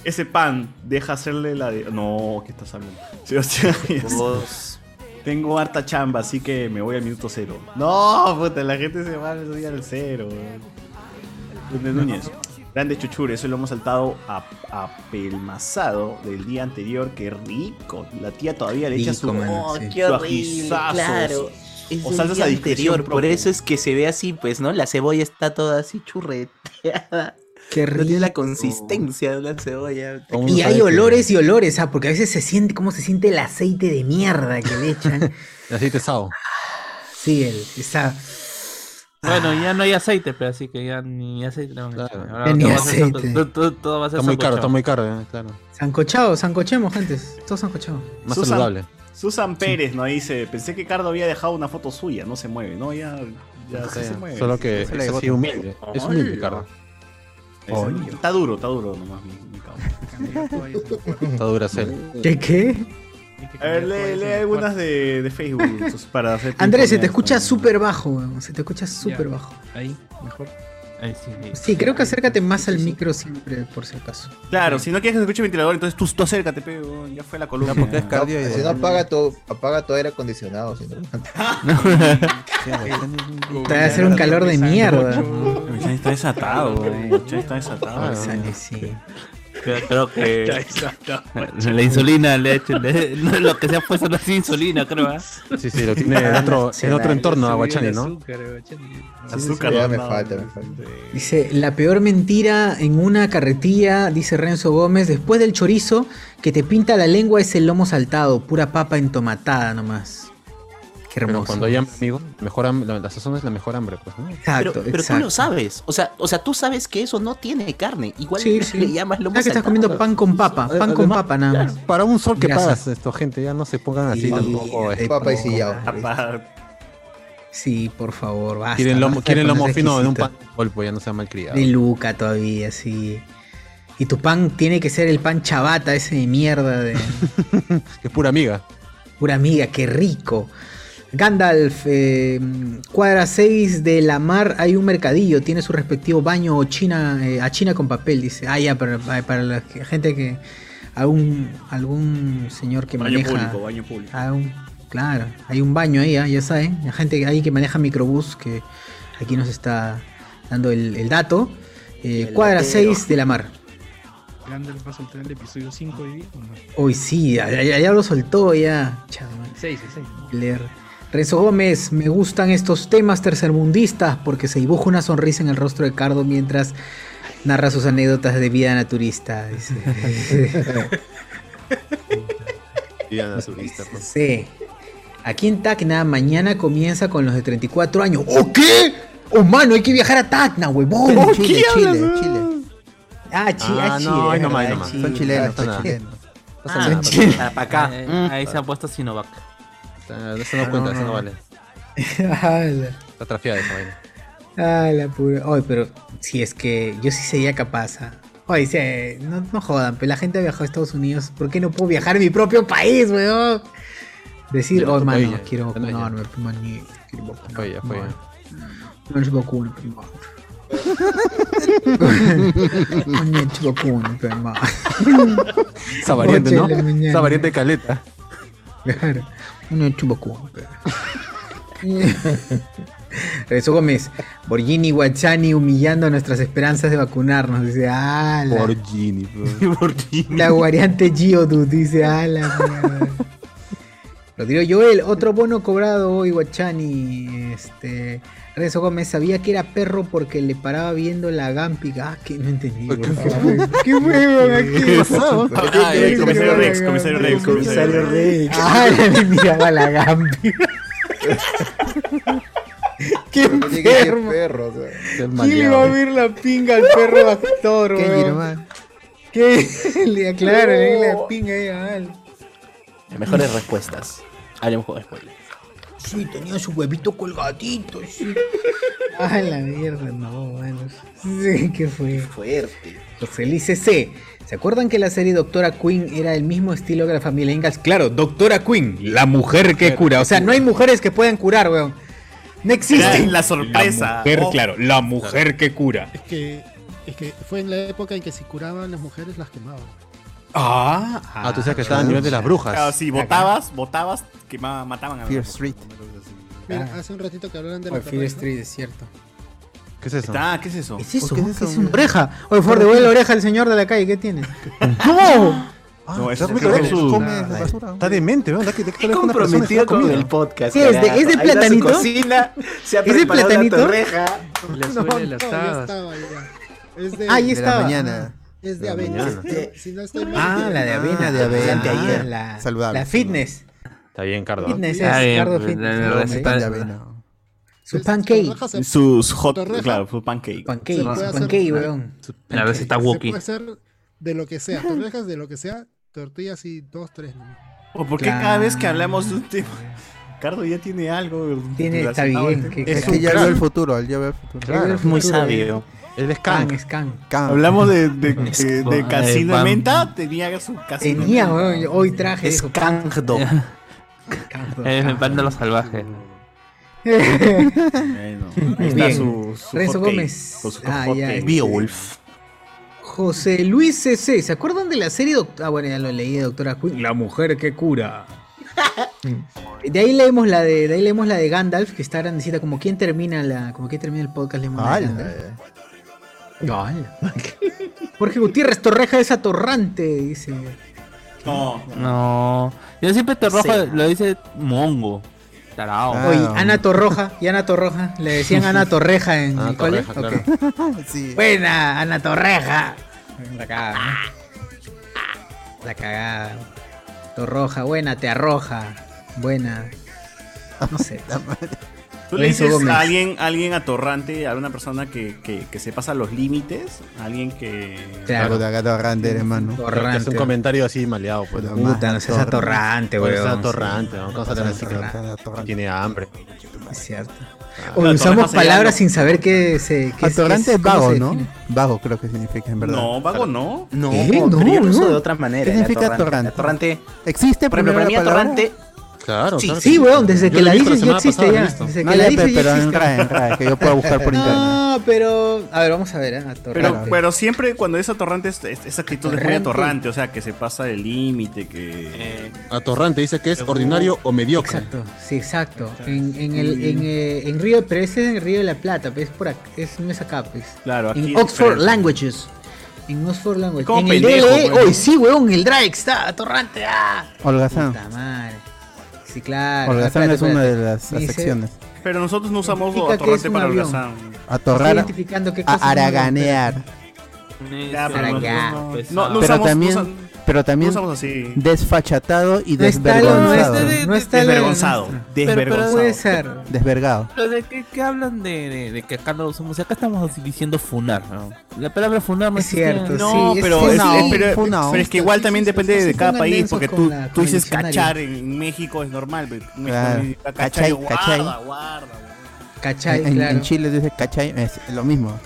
S3: ese pan, deja hacerle la de... No, ¿qué estás hablando? Sebastián Arias. Tengo harta chamba, así que me voy al minuto cero. No, puta, la gente se va al día del cero. weón. Lunes Núñez. Grande chuchure, eso lo hemos saltado a, apelmazado del día anterior. Qué rico. La tía todavía le echa su,
S10: Rico, mano,
S3: oh,
S10: sí.
S3: su
S10: Qué horrible,
S3: ajizazos,
S10: claro. Es
S3: O
S10: del
S3: salsas
S10: día
S3: a discreción
S10: anterior, por
S3: propia.
S10: eso es que se ve así, pues, ¿no? La cebolla está toda así churreteada. No tiene la consistencia de la cebolla.
S8: Y hay olores y olores, ah, porque a veces se siente, ¿cómo se siente el aceite de mierda que le echan?
S2: El aceite sao.
S8: Sí, el, esa,
S14: Bueno, ya no hay aceite, pero así que ya ni aceite le van a echar. Ahora
S8: Ya ni
S14: todo va a ser
S8: aceite.
S14: sanco- todo- todo- todo va a ser
S2: Está muy
S14: sancochado.
S2: caro, está muy caro, eh, claro.
S1: Sancochado, sancochemos, gente. Todo sancochado.
S3: Susan- Susan Pérez nos dice, pensé que Cardo había dejado una foto suya, no se mueve, ¿no? Ya, ya sí se mueve.
S2: Solo que
S3: Sí, sí,
S2: es
S3: sí.
S2: así humilde. Es humilde, Cardo.
S3: Ese- Está duro, está duro nomás, mi, mi causa.
S2: Está dura cel.
S1: ¿Qué qué?
S3: A ver, lee, lee algunas de, de Facebook sus- para hacer...
S1: Andrés, se te
S3: pimponear.
S1: escucha súper bajo, weón, se te escucha súper bajo.
S12: Ahí, mejor.
S14: Ahí sí.
S1: Sí, creo que acércate más al micro siempre, por si acaso.
S3: Claro, si no quieres que se escuche el ventilador, entonces tú, tú acércate, pero ya fue la columna.
S4: si Ah, no apaga todo, apaga todo aire acondicionado. si no.
S1: Te va a hacer un calor de mierda.
S3: Está desatado, güey. Está desatado.
S14: Ah,
S3: güey.
S14: Creo, creo que.
S3: Ya está.
S14: La insulina le ha hecho. le- no, lo que se ha puesto no es insulina, creo. ¿ah?
S2: Sí, sí, lo tiene en otro, en otro entorno, Aguachani, ¿no?
S4: Azúcar, ya me falta, me falta.
S1: Dice, la peor mentira en una carretilla, dice Renzo Gómez, después del chorizo que te pinta la lengua es el lomo saltado, pura papa entomatada nomás. Qué hermoso.
S2: Pero cuando hay hambre, amigo, mejor hambre- la, la sazón es la mejor hambre, pues, ¿no?
S1: Exacto,
S10: pero, pero tú
S1: exacto.
S10: lo sabes. O sea, o sea, tú sabes que eso no tiene carne. Igual
S1: Sí, sí.
S10: le llamas lomo
S1: Ah, que estás
S10: saltado.
S1: comiendo pan con papa, pan con papa nada más.
S2: Para un sol que
S1: Grasa.
S2: pagas esto, gente, ya no se pongan así
S1: Sí,
S2: tampoco. eh.
S4: Papa y sillao.
S10: Ah,
S1: Sí, por favor, basta.
S2: Quieren lomo,
S1: basta
S2: quieren
S1: de
S2: lomo
S1: ponerse
S2: fino en un pan
S1: exquisito.
S2: golpe, ya no sea malcriado.
S1: De Luca todavía, sí. Y tu pan tiene que ser el pan chabata ese de mierda de...
S2: que es pura amiga.
S1: Pura amiga, qué rico. Gandalf, eh, cuadra 6 de la mar hay un mercadillo, tiene su respectivo baño o China, eh, a China con papel, dice. Ah, ya, para, para- para la gente que... Algún, algún señor que
S3: Baño
S1: maneja...
S3: público, baño público.
S1: Ah, un- claro, hay un baño ahí, ah, ya saben. La gente ahí que maneja microbús que aquí nos está dando el, el dato. Eh, cuadra
S12: datero.
S1: 6 de la mar.
S12: Gandalf va a soltar el episodio 5 hoy día.
S1: Hoy sí, ya, ya- ya lo soltó ya. Cha,
S12: 6, 6.
S1: leer. Renzo Gómez, me gustan estos temas tercermundistas porque se dibuja una sonrisa en el rostro de Cardo mientras narra sus anécdotas de vida naturista. dice.
S2: Diana Surista, pues.
S1: Sí. Aquí en Tacna, mañana comienza con los de 34 años. ¿O qué? ¡Oh, mano! Hay que viajar a Tacna, huevón.
S10: Oh,
S5: Chile, Chile,
S10: eh?
S5: Chile,
S1: Ah, chi- ah,
S5: Ah,
S1: Chile.
S5: no, ahí nomás, ahí
S1: ¿verdad?
S5: nomás.
S1: Chile.
S5: Son chilenos,
S1: Ah,
S5: son
S1: está
S5: chilenos.
S1: Ah,
S14: Ah,
S1: son chilenos.
S14: para acá.
S2: eh,
S14: Ah,
S1: Mm.
S14: Ahí se ha puesto Sinovac.
S2: Eso no cuenta, eso no vale.
S1: Ala.
S2: Está trafiada esa vaina.
S1: Ah, la pura. Oye, pero si es que yo sí sería capaz. ah. Oye, se- no, no jodan, pero la gente ha viajado a Estados Unidos. ¿Por qué no puedo viajar a mi propio país, weón? Decir,
S2: Ya,
S1: oh,
S2: ya,
S1: hermano,
S2: ya,
S1: quiero
S2: ya, ya.
S1: vacunarme, pues, maní, quiero
S2: Fue ella, fue
S1: vacunarme.
S2: ella.
S1: No es vacuno, pero hermano. No es vacuno, pero hermano.
S2: Esa variante, ¿no?
S1: Ocho de la mañana.
S2: Esa variante de caleta.
S1: Claro, uno de chupacuba. Rezo Gómez, Borgini Guachani humillando nuestras esperanzas de vacunarnos. Dice, ala.
S2: Borgini, pues.
S1: La variante Geodude, dice, ala. Rodrigo Joel, otro bono cobrado hoy, Guachani. Este, Rezo Gómez sabía que era perro porque le paraba viendo la gampiga. Ah, que no entendí. por favor. ¿Qué huevo aquí?
S3: ¿Qué pasó? Ah, el comisario Rex, comisario Rex, comisario Rex.
S1: Ah, le miraba la gampi. Qué
S4: Tiene que ser
S1: enfermo.
S4: perro, o sea.
S1: ¿Quién le va a ver la pinga al perro actor,
S4: Kenji
S1: weón?
S4: nomás.
S1: ¿Qué? eh. Oh. Le aclaro, le
S10: No.
S1: vi la pinga ahí, ah, al.
S10: Las mejores respuestas. Ah, Hablemos con spoiler.
S1: Sí, tenía su huevito colgadito, sí. Ah, la mierda, no, bueno. Sí, ¿Qué fue?
S10: Fuerte.
S1: José Luis C. ¿Se acuerdan que la serie Doctora Queen era el mismo estilo que la familia Ingalls? Claro, Doctora Queen, la mujer que cura. O sea, no hay mujeres que puedan curar, weón. No existen.
S3: La sorpresa.
S9: mujer,
S3: Oh.
S9: claro, la mujer que cura.
S11: Es que, es que fue en la época en que si curaban las mujeres las quemaban.
S1: Ah,
S2: Ah, tú sabes que estaba a nivel de las brujas.
S3: Claro, si votabas, votabas, que ma- mataban a la
S2: Fear
S3: mujer.
S2: Street.
S1: Ah.
S3: Ah.
S11: Mira, hace un ratito que hablaron de la
S1: Oye, Fear
S11: terraza,
S1: Street, es cierto.
S2: ¿Qué es eso?
S3: Ah, ¿qué es eso?
S1: ¿Qué es eso? ¿Qué es una oreja? Oye, por favor, devuelve la oreja al señor de la calle, ¿qué tiene? ¡No!
S2: No,
S1: Ah,
S2: está
S1: sí,
S2: muy
S1: sí,
S2: loco,
S1: sí.
S2: su-
S1: Come la basura.
S2: Está demente, ¿verdad? ¿Qué,
S10: Qué comprometido con el podcast.
S1: ¿Qué es? ¿De-
S10: carajo.
S1: es de
S10: Ahí está su
S1: platanito?
S10: cocina, se ha
S1: ¿Es de
S10: preparado una
S1: platanito?
S10: torreja.
S12: La
S11: No,
S12: suela de
S11: no,
S12: las
S11: ya
S12: habas.
S11: estaba ya. Es de,
S1: Ahí estaba. mañana.
S11: Es de
S1: De la
S11: avena.
S1: mañana.
S11: Este, Si no estoy
S1: Ah,
S11: mal,
S1: la de avena,
S5: de avena.
S1: Ah,
S5: Ah,
S1: la,
S5: saludable.
S1: la fitness.
S2: Está bien, Cardo.
S1: Fitness
S14: Está
S1: es
S14: bien,
S1: Cardo
S14: pues,
S1: Fitness.
S14: la- la
S1: ¿no?
S14: receta-
S1: Sí. Su pancake.
S3: Sus hot,
S11: Torreja.
S3: claro, su pancake.
S1: Pancake,
S3: Sí,
S1: su
S3: puede hacer-
S1: pancake, weón.
S3: Su
S14: La receta Wookiee.
S11: Puede ser de lo que sea, torrejas de lo que sea, tortillas y dos, tres. ¿no?
S3: ¿O por qué cada vez que hablamos de un tema, Cardo ya tiene algo?
S1: Tiene- está
S3: relacionado
S1: bien,
S3: al tema?
S1: que-
S5: Es
S3: un
S5: que ya
S3: crack.
S5: veo el futuro, él ya veo el futuro.
S3: Claro, es muy sabio.
S2: Él es
S1: Can, es can.
S3: Hablamos de, de, Eh, de, de
S5: eh,
S1: Pan.
S3: casino de
S1: Pan.
S3: menta, tenía su casino de
S1: Tenía,
S3: menta.
S1: weón. Hoy traje
S3: Es
S1: eso.
S3: Kangdo.
S14: Eh, me encanta los salvajes.
S3: Bueno, ahí está
S1: Bien.
S3: su, su
S1: Renzo
S3: hotcake,
S1: Gómez.
S3: Con su
S1: Ah,
S3: hotcake.
S1: ya, este-
S3: Beowulf.
S1: José Luis CC, ¿se acuerdan de la serie Doc- Ah, bueno, ya lo leí de Doctora Quinn, La mujer que cura. De ahí leemos la de, de ahí leemos la de Gandalf, que está grandecita, como quién termina la, como quién termina el podcast leemos la de Gandalf. ¡Hala! Jorge Gutiérrez Torreja es atorrante, dice.
S3: No.
S14: No. Yo siempre te rojo,
S1: Sí. Ah.
S14: lo dice Mongo. Tarao.
S1: Oye, Ana Torroja, y Ana Torroja, le decían Ana Torreja en
S14: Ana
S1: el cole.
S14: Torreja,
S1: Ok. Buena, Ana Torreja. La cagada.
S3: Ah,
S1: ¿no? La cagada. Torroja, buena, te arroja. Buena. No sé.
S3: ¿Tú le
S1: Renzo
S3: dices
S1: Gómez.
S3: a alguien, a alguien atorrante, a una persona que, que, que se pasa los límites? ¿A ¿Alguien que...?
S5: Claro, te agarro grande, hermano.
S2: Pero que hace un comentario así maleado, pues.
S1: Puta, no seas atorrante,
S2: Pues,
S1: weón.
S2: Es atorrante, ¿no? Cosa tan así que-
S5: que
S2: tiene hambre.
S1: Es cierto.
S2: Ah, la
S1: Hoy
S2: torreja
S1: usamos
S2: sería
S1: palabras
S2: lo-
S1: sin saber qué se. Qué
S5: Atorrante
S1: qué-
S5: es
S1: cómo
S5: vago,
S1: se
S5: ¿no?
S1: define.
S5: Vago creo que significa en verdad.
S3: No, vago no.
S10: No,
S5: ¿Eh?
S10: pero
S5: No,
S10: yo lo uso
S5: no.
S10: de otra manera.
S5: ¿Qué
S10: el
S5: significa
S10: Atorrante.
S5: ¿Existe
S10: Por
S5: primero
S10: ejemplo, para
S5: la
S10: mí
S5: palabra?
S10: atorrante.
S2: Claro,
S1: Sí, sí, weón, desde que la dices ya existe ya. Desde
S5: No,
S1: que la
S5: ya,
S1: dices
S5: pe-
S1: ya
S5: pero en
S1: existe.
S5: RAE, en RAE, que yo pueda buscar por internet.
S1: No, pero. A ver, vamos a ver, ¿eh? atorrante.
S3: Pero, pero siempre cuando es atorrante, es- es- esa actitud es muy
S1: Atorrante.
S3: atorrante, o sea, que se pasa del límite, que...
S2: Eh, Atorrante dice que es ordinario o mediocre.
S1: Exacto, sí, exacto. En, en, el, en, eh, en Río, pero ese es en Río de la Plata, pues, es por acá, es, no es acá, pues.
S3: Claro, aquí
S1: en
S3: es
S1: Oxford
S3: diferente.
S1: Languages. En Oxford Languages.
S3: Como
S1: En el
S3: pendejo,
S1: DLE,
S3: weón.
S1: hoy sí, weón, el Drake está atorrante. ¡ah!
S5: Holgazán.
S1: Puta madre. Sí, claro.
S5: Holgazán
S1: Espérate,
S5: es una
S1: espérate.
S5: de las
S1: Dice,
S5: secciones.
S3: Pero nosotros no usamos
S1: Significa que es
S3: atorrante
S1: un
S3: para
S1: avión.
S3: holgazán.
S5: Atorrar,
S1: Estoy identificando qué
S5: a-
S1: cosa es un
S5: araganear.
S3: Ya, pero
S1: Para
S3: nosotros
S1: allá.
S3: no-
S1: Pues,
S3: no- no
S5: pero,
S3: usamos-
S5: también,
S3: no usan-
S5: pero también
S3: no usamos así.
S5: desfachatado y
S1: No está lo
S5: desvergonzado.
S1: nuestro, no está lo
S3: Desvergonzado.
S1: nuestro.
S3: Desvergonzado.
S1: Puede ser.
S5: Desvergado.
S14: Pero de qué, qué hablan de, de, de que acá no usamos, acá estamos diciendo funar, ¿no? La palabra funar no
S1: Es cierto,
S3: No,
S1: sí,
S3: pero,
S1: es
S3: es,
S1: una
S3: es-
S1: on-
S3: pero-
S1: fue una
S3: pero es
S1: on-
S3: que igual
S1: sí,
S3: también
S1: sí,
S3: depende
S1: sí, sí,
S3: de
S1: sí,
S3: cada
S1: pongan
S3: país,
S1: densos
S3: porque
S1: con
S3: tú,
S1: la- con
S3: tú dices
S1: el diccionario.
S3: cachar en México es normal, pero en México
S5: Claro.
S3: dice, "Ah,
S5: Cachai,
S3: guarda,
S5: cachai".
S3: guarda, guarda".
S1: Cachai,
S5: en,
S1: claro.
S5: en Chile dice cachai, es lo mismo.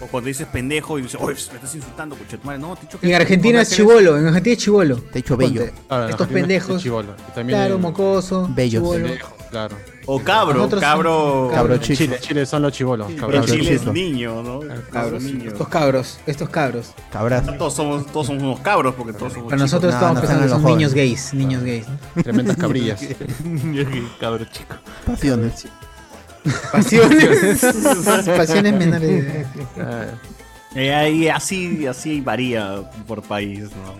S3: O cuando dices pendejo y dices, oye, me estás insultando, conchetumare". No, te he dicho que-
S1: En Argentina es chivolo, en Argentina es chivolo.
S5: Te he dicho bello.
S1: Ponte,
S2: Claro, en
S1: Estos
S2: Argentina es
S1: pendejos.
S2: chibolo. Y también
S1: Claro,
S2: en-
S1: mocoso.
S5: Bellos.
S1: chibolo.
S2: Pendejo, Claro.
S3: O cabro,
S1: Nosotros
S3: cabro.
S1: somos cabro
S2: En
S1: chico.
S2: Chile, Chile son los chivolos.
S3: En Chile es
S2: chico.
S3: niño, ¿no?
S1: Cabros,
S3: niño.
S1: estos cabros, estos cabros.
S5: Cabras.
S3: Todos somos, todos somos unos cabros porque todos somos
S1: Para nosotros
S5: No,
S1: estamos
S5: no,
S1: pensando
S5: no,
S1: que son
S5: los
S1: niños
S5: jóvenes.
S1: gays, niños gays.
S2: Tremendas cabrillas.
S14: Cabrón chico.
S5: Pasiones.
S1: Pasiones. Pasiones menores. de edad.
S3: Eh, ahí, así, así varía por país, ¿no?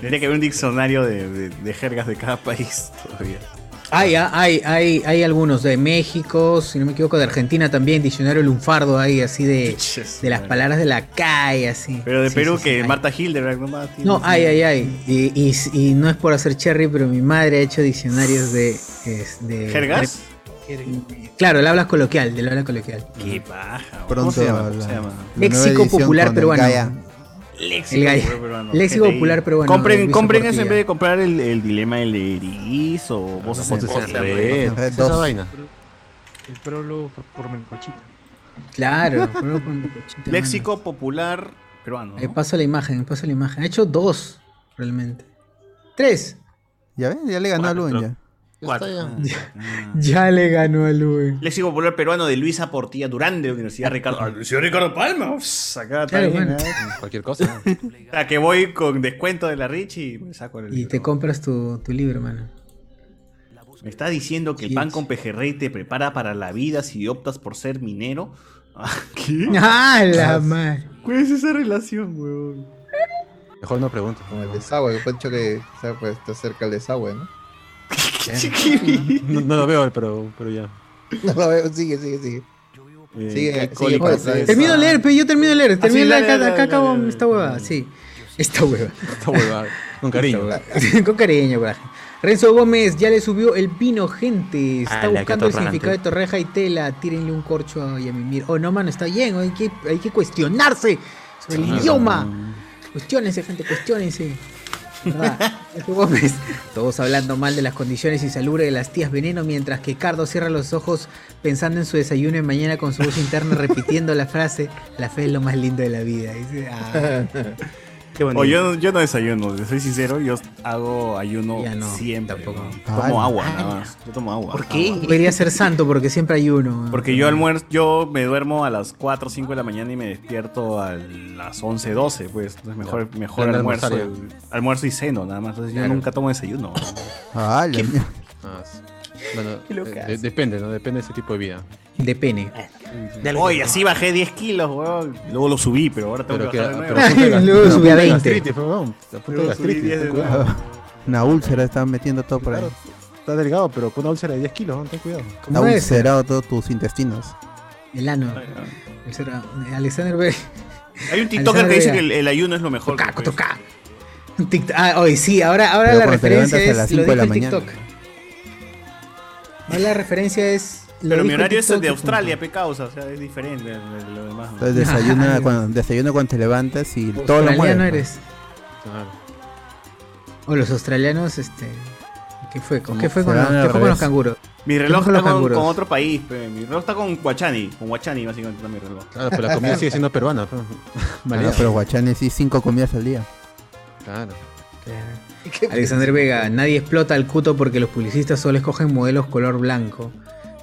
S3: Tendría que haber un diccionario de, de- de jergas de cada país todavía.
S1: Hay, hay, hay, hay algunos de México, si no me equivoco, de Argentina también, diccionario lunfardo ahí, así de, de las palabras de la calle, así.
S3: Pero de
S1: Sí,
S3: Perú,
S1: sí, sí,
S3: que
S1: hay.
S3: Marta Hildebrand nomás tiene-
S1: No, ay, ay, ay. Y, y- y no es por hacer cherry, pero mi madre ha hecho diccionarios de. es- de
S5: Eh,
S3: ¿Jergas?
S1: Claro, el habla coloquial, del habla coloquial.
S3: Qué paja.
S5: Pronto
S3: ¿Cómo se llama?
S5: la-
S3: ¿Cómo se llama?
S5: La nueva
S1: Léxico
S5: edición
S1: popular
S5: con el
S1: peruano.
S5: Gaia.
S1: El
S3: Léxico
S1: gallo.
S3: popular peruano.
S1: Léxico
S3: GTI.
S1: popular peruano, de
S3: Compren,
S1: Luis
S3: compren eso
S1: Soportilla.
S3: en vez de comprar el, el dilema del eriz o voces en
S2: Voces en
S3: Red.
S2: Red.
S5: Red
S2: Esa
S5: dos.
S2: vaina.
S12: El prolo por, por mencochita.
S1: Claro. pero con cochita,
S3: Léxico popular peruano.
S1: mano. Eh,
S3: ¿no?
S1: paso la imagen, paso la imagen. Ha hecho dos, realmente. Tres.
S5: Ya ven, ya le ganó a Luen ya.
S3: Cuatro.
S1: Ya le ganó a Luen.
S3: Léxico popular peruano de Luisa Portilla Durán de la Universidad Ricardo. Ah, Universidad Ricardo Palma. Ups, acá está
S1: Claro,
S3: bien,
S1: bueno.
S3: ¿eh?
S2: Cualquier cosa.
S3: O sea, Ah, que voy con descuento de la Rich y me saco el
S1: Y te compras tu, tu libro, mano.
S3: Me está diciendo que el pan con pejerrey te prepara para la vida si optas por ser minero. ¿Qué?
S1: ¡Ah, la madre!
S3: ¿Cuál es esa relación, weón?
S2: Mejor no pregunto.
S4: Con el desagüe, que Pancho que o sea, pues, está cerca del desagüe, ¿no?
S2: No, no lo veo, pero, pero ya.
S4: No lo veo, sigue, sigue, sigue.
S2: Eh,
S4: Sigue, sigue con esa-
S1: Termino de leer, pe, yo termino de leer.
S4: Ah,
S1: Termino
S4: sí,
S1: de
S4: dale,
S1: leer, acá,
S4: dale,
S1: acá
S4: dale,
S1: acabo
S4: dale,
S1: esta hueva, sí. Esta hueva.
S2: Esta hueva, con cariño.
S1: Con cariño, coraje. Renzo Gómez ya le subió el pino, gente. Está
S14: Ala, qué
S1: buscando el
S14: atorrante.
S1: significado de torreja y tela. Tírenle un corcho y a mimir. Oh, no, mano, está bien. Hay que, hay que cuestionarse sobre el
S14: Sí,
S1: idioma. Cuestiónense, gente, cuestiónense. ¿Verdad? Renzo Gómez. Todos hablando mal de las condiciones insalubres de las tías veneno, mientras que Cardo cierra los ojos pensando en su desayuno de mañana con su voz interna repitiendo la frase: La fe es lo más lindo de la vida. Dice, ah. bonito.
S3: O yo, no- yo no desayuno, les soy sincero, yo hago ayuno siempre. Tomo
S1: Ah,
S3: agua,
S1: ah,
S3: nada más. Yo tomo agua. Ah, ¿Por
S1: Debería ser santo porque siempre hay uno.
S3: Porque yo almuerzo, yo me duermo a las 4 o 5 de la mañana y me despierto a las 11, 12, pues entonces mejor, mejor
S2: plan de
S3: almuerzo,
S2: almorzario.
S3: almuerzo y ceno, nada más. Entonces
S2: Claro.
S3: yo nunca tomo desayuno.
S5: Ah, la mierda.
S2: Ah, sí. Bueno,
S3: Qué loca.
S2: eh, de- depende, ¿no? Depende de ese tipo de vida.
S1: De pene.
S3: Oye, así bajé 10 kilos, weón. Luego lo subí, pero ahora tengo
S2: Pero
S3: que
S2: que-
S3: bajar de
S2: pero
S3: nuevo.
S2: apunta la- Luego pero subí a apunta la 20. gastritis, pues, weón. Apunta
S3: Luego
S2: la
S3: subí
S2: gastritis,
S3: 10 de
S2: cuidado.
S3: nuevo.
S5: Una úlcera están metiendo todo por ahí.
S2: Claro, está delgado, pero con una úlcera de 10 kilos, ¿no? ten cuidado.
S5: Está ulcerado todos tus intestinos.
S1: El ano. El ser- Alexander B.
S3: Hay un TikToker
S1: Alexander
S3: que dice que
S1: Vega.
S3: el, el ayuno es lo mejor. pues. que puede ser.
S1: Un TikTok- Ah, hoy sí, ahora, ahora
S5: Pero
S1: la
S5: cuando te
S1: referencia
S5: levantas a las
S1: es. Lo
S5: cinco
S1: dijo
S5: de
S1: el
S5: la mañana.
S1: TikTok. Ahora la referencia es. lo
S3: Pero mi
S1: dijo el
S3: horario es el
S1: TikTok
S3: de
S1: y
S3: Australia, pe causa, o sea, es diferente de de lo demás.
S5: Entonces desayuna cuando, desayuna cuando te levantas y
S1: punto.
S5: todo lo mueves. ¿no?
S1: Australiano pues,
S2: pues.
S1: eres. O los australianos, este. ¿Qué fue? ¿Con, ¿qué fue
S5: Se
S1: con,
S5: van
S1: los,
S5: al
S1: qué fue con los
S5: revés.
S1: canguros?
S3: Mi
S1: ¿Qué
S3: reloj está
S1: fue los
S3: con,
S1: canguros?
S3: con otro país, pe. mi reloj está con Guachani, con Guachani básicamente está mi reloj.
S2: Claro, pero la comida sigue siendo peruana. pues.
S5: Ah, no, pero guachanes sí, cinco comidas al día.
S2: Claro.
S1: Alexander Vega, nadie explota al cuto porque los publicistas solo escogen modelos color blanco.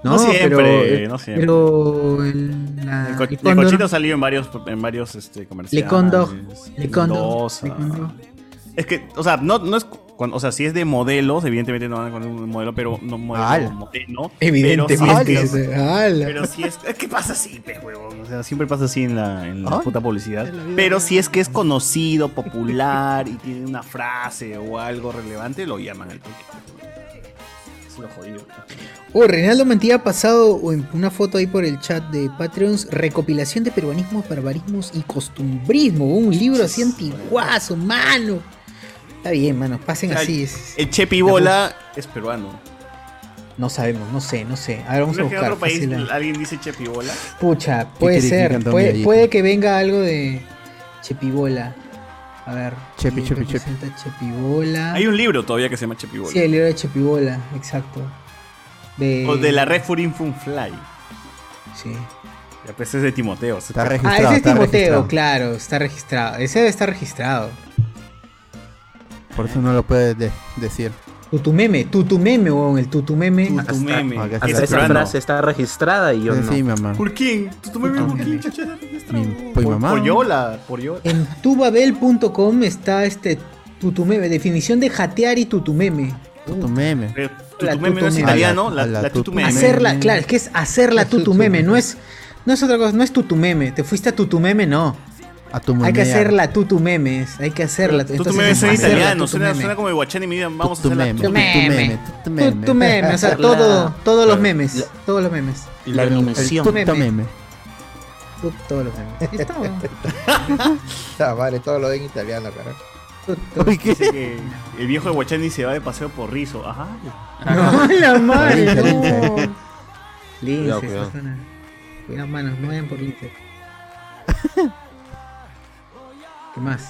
S1: No,
S3: No siempre,
S1: pero, eh,
S3: no siempre.
S1: Pero el, la-
S3: El, co-
S1: el
S3: el
S1: Ah, cóndor-
S3: cochino salió en varios, en varios este, comerciales.
S1: Le Condor, Le Condor,
S3: Mendoza.
S1: Le Condor.
S3: Es que, o sea, no, no es. cuando- o sea, si es de modelos, evidentemente no van a poner un modelo, pero no un modelo,
S1: Ala.
S3: modelo.
S1: Evidentemente,
S3: Pero si es,
S1: dice, ala.
S3: pero si es- ¿Qué pasa así, pe, huevón? O sea, siempre pasa así en la, en la
S1: Ala.
S3: puta publicidad. Pero si es que es conocido, popular y tiene una frase o algo relevante, lo llaman al toque. Es lo jodido.
S1: Oh, Reinaldo Mantilla ha pasado un- una foto ahí por el chat de Patreons. Recopilación de peruanismos, barbarismos y costumbrismo. Un libro así antiguazo, mano. Está bien, mano. Pasen
S3: O sea,
S1: así. es-
S3: El Chepi Bola es peruano.
S1: No sabemos, no sé, no sé. A ver, vamos a
S3: ¿Crees que en
S1: buscar.
S3: otro país
S1: fácil, eh. ahí.
S3: alguien dice Chepi Bola?
S1: Pucha, puede
S5: Kikiriki,
S1: ser.
S5: cantón
S1: Puede,
S5: gallito.
S1: puede que venga algo de Chepibola. A ver.
S5: Chepi,
S1: ¿quién
S5: chepi, chepi.
S1: representa Chepibola.
S3: Hay un libro todavía que se llama Chepi Bola.
S1: Sí, el libro de Chepibola, exacto. De...
S3: O de la Red Furin Fun Fly.
S1: Sí.
S3: La PC es de Timoteo. Está
S1: Ah, ese es Timoteo, claro, está registrado. Ese debe estar registrado.
S5: Por eso no lo puedes de- decir.
S1: Tutumeme, tutumeme, huevón, el tutumeme.
S3: Tutumeme.
S5: Ah, que
S16: Hasta esa frase está registrada y yo
S5: Sí,
S16: no.
S5: sí, mamá.
S3: ¿Por quién? ¿Tú me ves por quién,
S5: Pues mamá.
S3: Poyola, Poyola.
S1: En tubabel.com está este tutumeme, definición de jatear y tutumeme.
S5: Tutumeme.
S3: Pero
S1: La
S3: tutumeme no es
S1: tutumeme.
S3: italiano,
S1: A
S3: la,
S1: la-
S3: la,
S5: a la
S3: tutumeme.
S1: Hacerla, claro, es que es hacerla tutumeme, no es, no es otra cosa, no es tutumeme. Te fuiste a tutumeme, no.
S5: A tu
S1: Hay que
S5: memear.
S1: hacerla tutumeme, hay que hacerla.
S3: Tutumeme
S1: entonces,
S3: suena
S1: hacerla
S3: italiano, suena,
S1: tutumeme.
S3: suena como el guachani mi vida, vamos a hacer la
S1: Tutumeme,
S3: tutumeme.
S1: tutumeme, tutumeme, tutumeme, o sea, todo, todos los memes, todos los memes.
S5: La animación.
S1: Tutumeme.
S5: Tutumeme.
S1: Tú- Todos los memes. Ahí está, weón.
S4: Ah, vale, todo lo ven italiano, carajo.
S3: Dice que el viejo de guachani se va de paseo por rizo. Ajá.
S1: No, la ¿eh? madre,
S3: Lince,
S1: no.
S3: lince.
S1: Lince,
S3: Cuidado, cuidado.
S1: esa zona. Cuidado, manos, no vayan por lince. ¿Qué más?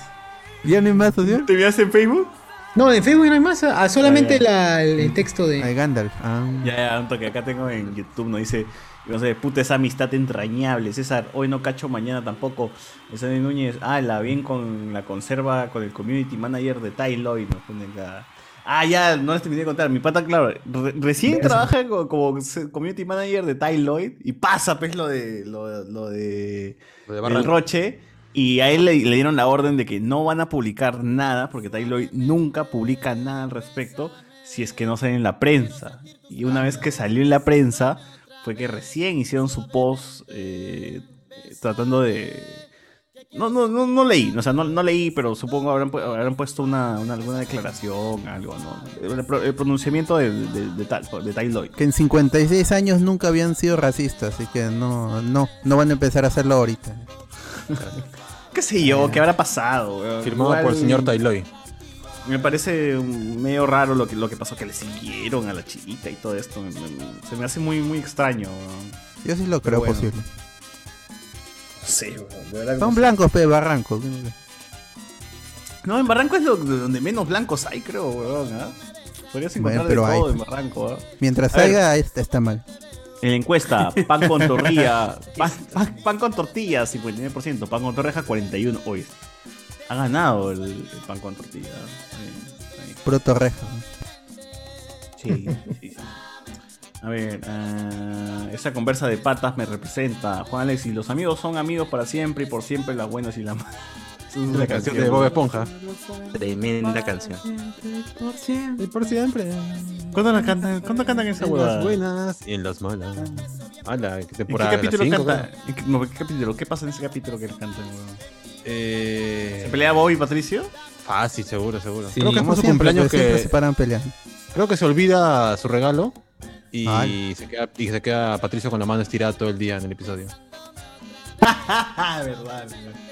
S5: ¿Ya no hay más, tío?
S3: ¿Te veas en Facebook?
S1: No, en Facebook no hay más. Ah, solamente
S3: Ah, ya.
S1: la- el, el texto de.
S5: Gandalf.
S3: Ya, ya, un toque. Acá tengo en YouTube, nos dice, no sé, puta esa amistad entrañable. César, hoy no cacho, mañana tampoco. Sandy Núñez, ah, la bien con la conserva, con el community manager de Tai Lloyd, nos pone acá. Ah, ya, no les terminé de contar. Mi pata, claro, re- recién
S1: Verso.
S3: trabaja co- como, se- community manager de Tai Lloyd y pasa, pues, lo de, lo, lo de,
S2: Barranco.
S3: el Roche. Y a él le, le dieron la orden de que no van a publicar nada, porque Tai Lloyd nunca publica nada al respecto, si es que no sale en la prensa. Y una vez que salió en la prensa, fue que recién hicieron su post eh, eh, tratando de... No, no, no, no leí, o sea, no, no leí, pero supongo habrán, pu- habrán puesto una, una- alguna declaración, algo, ¿no? El, pro- el pronunciamiento de, de, de, Ta- de Tai Lloyd.
S5: Que en 56 años nunca habían sido racistas, así que no, no, no van a empezar a hacerlo ahorita.
S3: ¿Qué sé yo? ¿Qué habrá pasado? weón?
S5: Firmado por el señor Tai
S3: Lloyd. Me parece mm, medio raro lo que, lo que pasó, que le siguieron a la chiquita y todo esto. Me- me- se me hace muy, muy extraño. weón.
S5: Yo sí lo
S3: Pero
S5: creo
S3: bueno,
S5: posible.
S3: Sí, weón, de verdad que no
S5: Son
S3: sé.
S5: blancos, pe, barranco.
S3: No, en Barranco es lo- donde menos blancos hay, creo, weón. ¿ah? Podrías
S5: Bueno,
S3: encontrar de
S5: pero hay,
S3: todo
S5: pues.
S3: en Barranco. ¿ah?
S5: Mientras
S3: A ver,
S5: salga, está, está mal.
S3: En la encuesta, pan con tortilla. pan, pan- pan con tortilla, 59%. Pan con torreja, 41%. Hoy ha ganado el, el pan con tortilla. ¿ah? Sí, sí.
S5: Pro Torreja.
S3: Sí, sí, sí. A ver, ah, esa conversa de patas me representa. Juan Alex, y los amigos son amigos para siempre y por siempre las buenas y las malas. Es
S2: La canción de Bob Esponja.
S16: Tremenda canción.
S2: Por siempre. Por siempre.
S3: ¿Cuándo la cantan? ¿Cuándo cantan esa
S2: En
S3: huevada?
S2: las buenas y en las malas. Ala, ¿qué
S3: ¿En qué
S2: temporada?
S3: capítulo
S2: ¿La cinco,
S3: canta?
S2: creo?
S3: ¿En qué, no, ¿qué capítulo? ¿Qué pasa en ese capítulo que cantan, weón? ¿Se pelea Bob y Patricio?
S2: Eh, Fácil, seguro, seguro.
S5: Sí,
S2: creo que
S5: como
S2: fue su
S5: siempre,
S2: cumpleaños
S5: pues, siempre se
S2: que.
S5: paran peleando.
S2: Creo que se olvida su regalo.
S5: Ay.
S2: Y se, queda, y se queda Patricio con la mano estirada todo el día en el episodio.
S3: Ah, verdad, weón.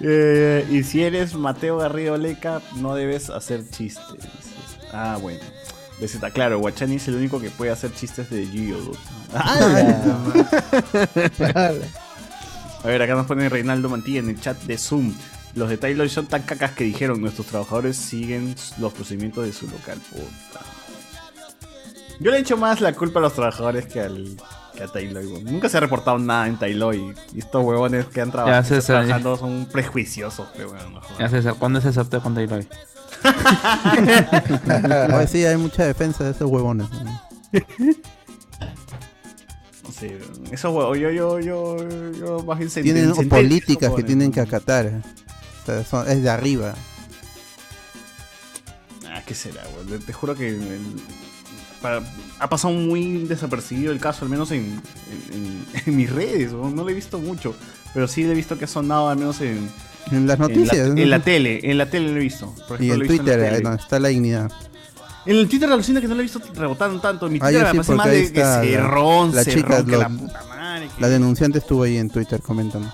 S3: Eh, y si eres Mateo Garrido Leca, no debes hacer chistes. dices. Ah, bueno. Beseta, claro, Guachani es el único que puede hacer chistes de Yu-Gi-Oh! A ver, acá nos pone Reinaldo Mantilla en el chat de Zoom. Los de Taylor son tan cacas que dijeron nuestros trabajadores siguen los procedimientos de su local. Puta. Yo le echo más la culpa a los trabajadores que, al, que a Taylor. weón. Nunca se ha reportado nada en Taylor y estos huevones que han traba-
S14: Ya,
S3: que están
S14: César,
S3: trabajando son prejuiciosos. Pero bueno, no jodas.
S14: Ya César, ¿cuándo es el sorteo con Taylor?
S5: Ay, sí, hay mucha defensa de esos huevones.
S3: Sí, esos huevos, yo, yo, yo, yo más bien senten-
S5: Tienen
S3: senten-
S5: políticas que
S3: ponen.
S5: tienen que acatar. ¿eh? O sea, son- es de arriba.
S3: Ah, ¿qué será, güey? Te- Te juro que el- para- ha pasado muy desapercibido el caso, al menos en, en- en- en mis redes, güey. no lo he visto mucho, pero sí lo he visto que ha sonado al menos en,
S5: En las
S3: en,
S5: noticias.
S3: la,
S5: ¿no?
S3: en la tele, en la tele lo he visto. Por ejemplo,
S5: Y
S3: lo
S5: en
S3: he visto
S5: Twitter, eh,
S3: la
S5: ahí
S3: tele.
S5: donde está la dignidad.
S3: En el Twitter alucina que no lo he visto rebotando tanto. En mi
S5: Ah,
S3: Twitter
S5: yo sí,
S3: me parece más
S5: porque ahí
S3: de que
S5: está
S3: cerrón,
S5: la chica,
S3: cerrón, que
S5: lo-
S3: la puta madre, que-
S5: la denunciante estuvo ahí en Twitter comentando.